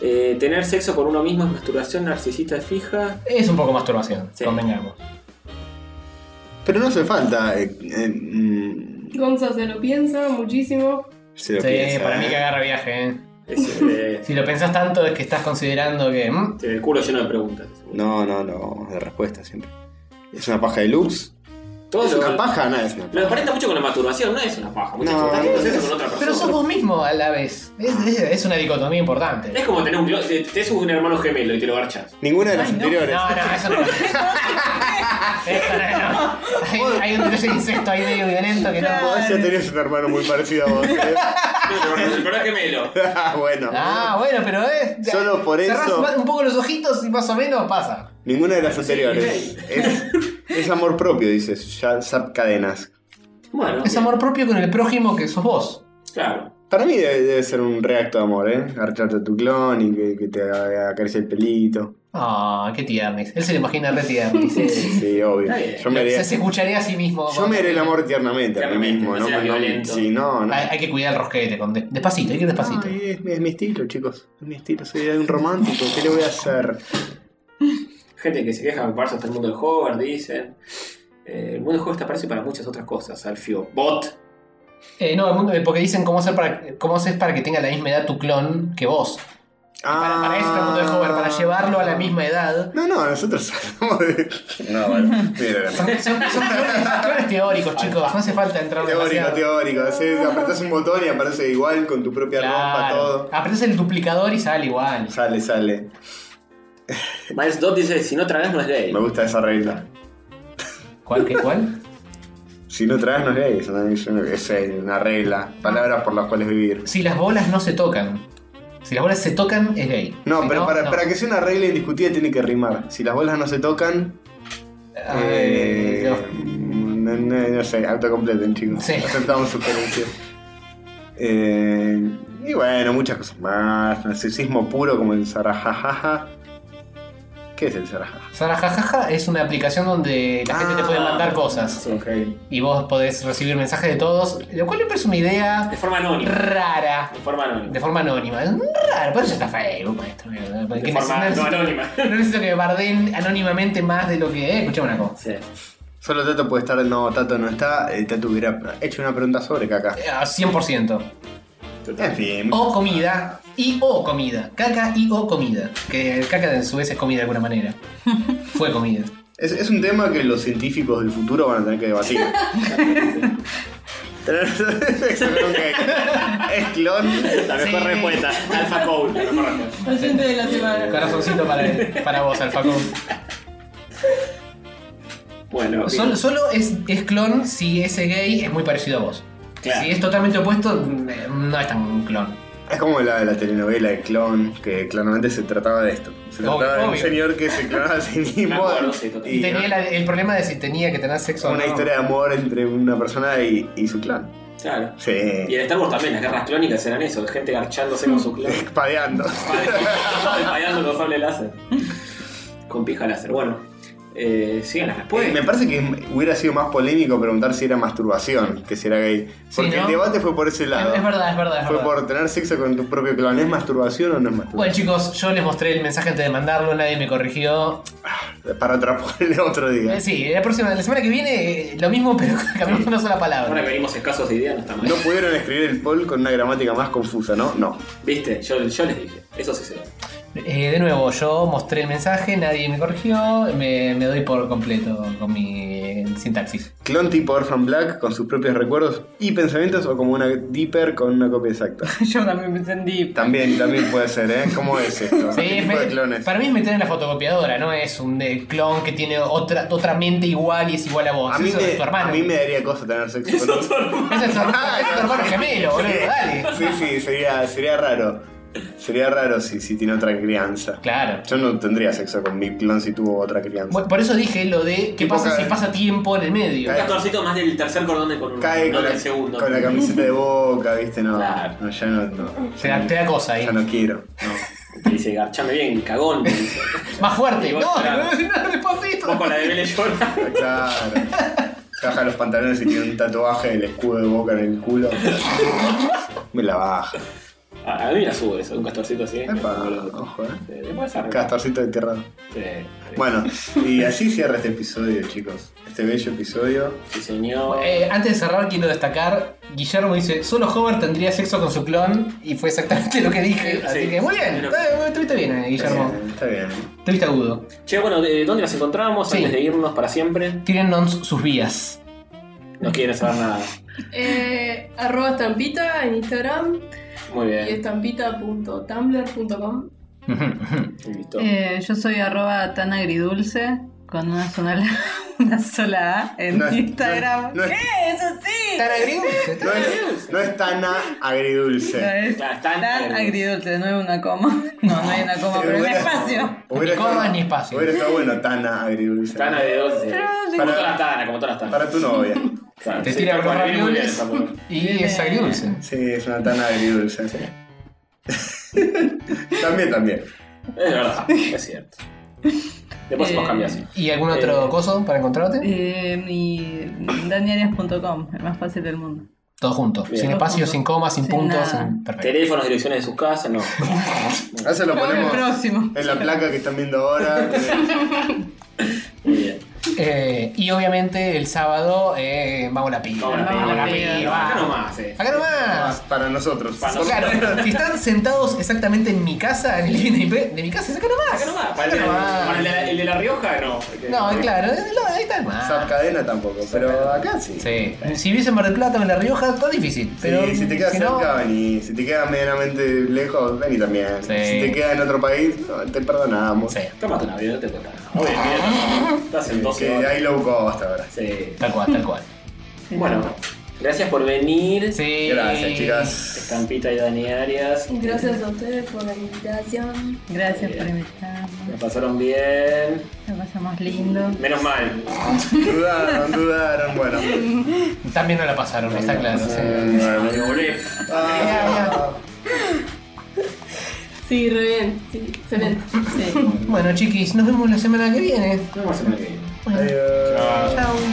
Eh, tener sexo con uno mismo es masturbación narcisista fija.
Es un poco masturbación,
Sí.
convengamos.
Pero no hace falta. eh, eh, mm,
Gonza se lo piensa muchísimo.
se lo
sí,
piensa,
para
eh.
mí que agarra viaje, ¿eh?
Es, eh,
Si lo pensás tanto es que estás considerando que. mm,
tiene el culo lleno de preguntas.
No, no, no. De respuesta siempre. ¿Es una paja de luz?
Todo
¿Es
lo-
una paja? Nada, es una
Lo
paja.
aparenta mucho con la masturbación, no es una paja. Muchas
No,
veces estás teniendo
no,
sexo con otra persona.
Pero sos vos mismo a la vez. Es, es- es una dicotomía importante.
Es como tener un clon, te, te un hermano gemelo y te lo garchas.
Ninguna de las anteriores.
No, no, eso no. Eso no, no. Hay, hay un detalle de incesto ahí medio violento que no.
Vos ya tenías un hermano muy parecido a vos. ¿eh?
No, no, no, el hermano gemelo.
bueno.
Ah, bueno, pero es.
Solo por
cerrás
eso-
ma- un poco los ojitos y más o menos pasa.
Ninguna de las anteriores. Es, es amor propio, dices. Ya zap cadenas.
Bueno,
Es amor propio con el prójimo que sos vos.
claro.
Para mí debe, debe ser un reacto de amor, ¿eh? Archarte a tu clon y que, que te acaricie el pelito.
Ah, qué tiernis. Él se lo imagina re tiernis.
Sí, obvio.
Está bien.
Yo me haría,
Se, se escucharía a sí mismo.
yo me haré el amor tiernamente a mí
Tiernamente,
mismo,
no
¿no?
seas
me- no-
violento.
sí, no, no.
Hay, hay que cuidar el rosquete. Con de- despacito, hay que ir despacito.
Ay, es, es mi estilo, chicos. Es mi estilo. Soy un romántico. ¿Qué le voy a hacer?
Gente que se queja que parece hasta el mundo del hover, dicen. Eh, el mundo del hover te aparece para muchas otras cosas, Alfio. Bot.
Eh, no, el mundo- eh, porque dicen cómo, hacer para, cómo haces para que tenga la misma edad tu clon que vos. Para, para eso está el mundo del hover, para llevarlo a la misma edad.
Ah. No, no, nosotros somos de. No, bueno. Mira,
Son, son- son clones, clones teóricos, chicos. No hace falta entrar
Teórico,
demasiado.
teórico. Así, apretás un botón y aparece igual con tu propia ropa,
Claro.
todo.
Apretás el duplicador y sale igual.
Sale, sale.
Miles Dot dice: si no tragas no es gay.
Me gusta esa regla.
¿Cuál? ¿Qué cuál?
Si no traes, no es gay. Eso no- eso no- Es eh, una regla. Palabras por las cuales vivir.
Si las bolas no se tocan. Si las bolas se tocan, es gay.
No,
Si
pero para,
no.
para que sea una regla indiscutida tiene que rimar. Si las bolas no se tocan.
Ay,
eh,
Dios.
no, no- no sé, autocompleten, chicos.
Sí.
Aceptamos sugerencias. Eh, y bueno, muchas cosas más. Narcisismo puro como el Zarajajaja. ¿Qué es el Sarajaja?
Sarajajaja es una aplicación donde la gente te
Ah.
puede mandar cosas. Y vos podés recibir mensajes de todos, lo cual me parece una idea. De
forma anónima.
Rara.
De forma anónima.
De forma anónima. Es raro, por eso está Facebook, maestro. De
forma no anónima.
No necesito que me barden anónimamente más de lo que. Eh, escuchame una cosa.
Solo Tato puede estar, no, Tato no está, eh, Tato hubiera hecho una pregunta sobre caca.
Eh, A 100%.
En fin.
O comida. Y o comida. Caca y o comida. Que el caca de su vez es comida de alguna manera. Fue comida.
Es, es un tema que los científicos del futuro van a tener que debatir. es clon.
La mejor
Sí.
respuesta. Alpha Cole. La mejor respuesta.
Oyente
Eh,
de la semana.
Corazoncito para, para vos, Alfacón.
Bueno,
Solo,
bien.
solo es, es clon si ese gay es muy parecido a vos.
Claro.
Si es totalmente opuesto, mm, no es tan clon.
Es como la de la telenovela de Clon, que claramente se trataba de esto. Se
Obvio,
trataba de un
obvio.
señor que se clonaba a sí
Me
mismo.
acuerdo, sí, total.
Y
tenía la- el problema de si tenía que tener sexo o
una
no.
historia de amor entre una persona y, y su clan.
Claro. Y
Sí.
en Star Wars también, las guerras clónicas eran eso, gente garchándose con su clon.
Padeando.
Fallando con sable láser. Con pija láser. Bueno, eh, siguen las respuestas.
Pues, Me parece que hubiera sido más polémico preguntar si era masturbación que si era gay. Porque
¿no?
el debate fue por ese lado.
Es, es verdad, es verdad, es
Fue
verdad.
por tener sexo con tu propio clan. ¿Es masturbación o no es masturbación?
Bueno chicos, yo les mostré el mensaje antes de mandarlo, nadie me corrigió.
Para atrapar el otro día.
Eh, Sí, la próxima, la semana que viene eh, lo mismo pero cambiando una sola
Ahora
palabra.
que venimos escasos de ideas, no está mal.
No pudieron escribir el poll con una gramática más confusa, ¿no? No.
Viste, yo, yo les dije, eso sí se da.
Eh, de nuevo, yo mostré el mensaje, nadie me corrigió, me, me doy por completo con mi eh, sintaxis.
Clon tipo Orphan Black con sus propios recuerdos y pensamientos o como una Deeper con una copia exacta.
Yo también pensé en Deep.
También, también puede ser, ¿eh? ¿Cómo es esto?
Sí,
¿Qué
es
tipo de
me-
clones?
para mí es meter en la fotocopiadora, no es un eh, clon que tiene otra, otra mente igual y es igual a vos.
A mí,
Eso es tu
me,
hermano.
a mí me daría cosa tener sexo con otro.
Eso es tu hermano,
Ah,
es tu hermano gemelo, boludo,
Sí,
dale.
Sí, sí, sería, sería raro. Sería raro si, si tiene otra crianza.
Claro.
Yo no tendría sexo con mi clon si tuvo otra crianza.
Bueno, por eso dije lo de qué
Tipo
pasa
cada-
si pasa tiempo en el medio.
Un castorcito más del tercer cordón de con un
Cae
no
con
del
la,
segundo.
con la camiseta de boca, ¿viste? No,
Claro.
no, ya no. no.
Te da, te da cosa ahí.
Ya no quiero.
Te dice, garchame bien, cagón. te dice.
Más fuerte.
Y
No,
vos,
no,
claro.
no, despacito.
Vos con la de Vélez llora.
Claro. Baja los pantalones y tiene un tatuaje del escudo de boca en el culo. Me la baja.
A, a mí me la sube eso, un castorcito así.
Epa, ojo, eh.
Te- te puedes arreglar.
Castorcito de tierra.
Te-
Bueno, y así cierra este episodio, chicos. Este bello episodio.
Sí, señor.
Eh, antes de cerrar, quiero destacar: Guillermo dice, solo Homer tendría sexo con su clon, y fue exactamente lo que dije. Así
Sí.
que muy bien,
Pero-
eh, estuviste bien, eh, Guillermo.
Eh, Está bien.
Estuviste agudo.
Che, bueno, ¿de ¿dónde nos encontramos
Sí.
antes de irnos para siempre?
Tírennos sus vías.
No quieren saber nada.
Eh, arroba estampita en Instagram
Muy
y
bien.
estampita.tumblr.com.
Ujú, ujú.
Listo.
Eh, yo soy arroba tan agridulce con una sola, una sola A en
No es-
Instagram.
no es- no es-
¿Qué? ¡Eso sí!
Tan agridulce,
No
tan-
es, no es tan a-
No,
agridulce.
es
Claro, tan
tan, agridulce, no es una coma. No, no hay una coma, pero un
Hubiera-
espacio.
hubiera
Ni coma
estado-
ni espacio.
Hubiera estado bueno tan a- agridulce.
Tana de 12. Como
Para-
todas las tanas, como todas las tanas.
Para tu novia.
Claro,
Te
sí,
tira
tal
unos
cual, viene muy bien
ravioles
esa forma.
y es agridulce.
Sí, es una tan agridulce. también, también.
Es verdad, es cierto. Después
Eh,
hemos cambiado así.
¿Y algún otro
Eh.
coso para encontrarte?
Eh, mi daniarias.com, el más fácil del mundo.
Todo junto.
Bien.
Sin
Todo
espacio,
junto.
sin comas, sin
Sin
puntos.
nada.
sin- Perfecto.
Teléfonos, direcciones de sus casas, no.
A eso lo
Pero el
ponemos
próximo.
en la placa que están viendo ahora.
Muy bien.
Eh, y obviamente el sábado eh, vamos a la piba.
Vamos a la piba,
Vamos a
vamos a la
piba.
Acá nomás, eh.
Acá nomás.
Más para nosotros.
Para
Por-
Claro, si están sentados exactamente en mi casa, en el living de mi, pe- de mi casa, saca nomás.
Acá nomás. Para el,
Acá nomás.
para el de la- el de La Rioja, no. porque-
No, eh, claro, eh, no, ahí está nomás.
Zap cadena tampoco, pero acá sí.
Sí. Si vives en Mar del Plata o en La Rioja, está difícil. Pero
Sí, si te quedas
si no-
cerca, vení. Si te quedas medianamente lejos, vení también.
Sí.
Si te quedas en otro país, no, te perdonamos.
Sí,
Tómate una vida, no te cuesta nada. Muy bien, bien. Estás en 12
que
horas.
hay low cost ahora.
Sí.
tal cual, tal cual.
Bueno, gracias por venir.
Sí.
Gracias, chicas.
Estampita y Dani Arias.
Gracias a ustedes por la invitación.
Gracias por invitarme.
Me pasaron bien.
Lo pasamos lindo.
Menos mal.
Dudaron, dudaron, bueno.
También no la pasaron, está claro. sí.
Mm, bueno.
Me volví.
Ah.
Sí,
Sí, re bien. Sí, excelente. Sí.
Bueno, chiquis, nos vemos la semana que viene.
Nos vemos la semana que viene.
Bueno.
Adiós.
Chao.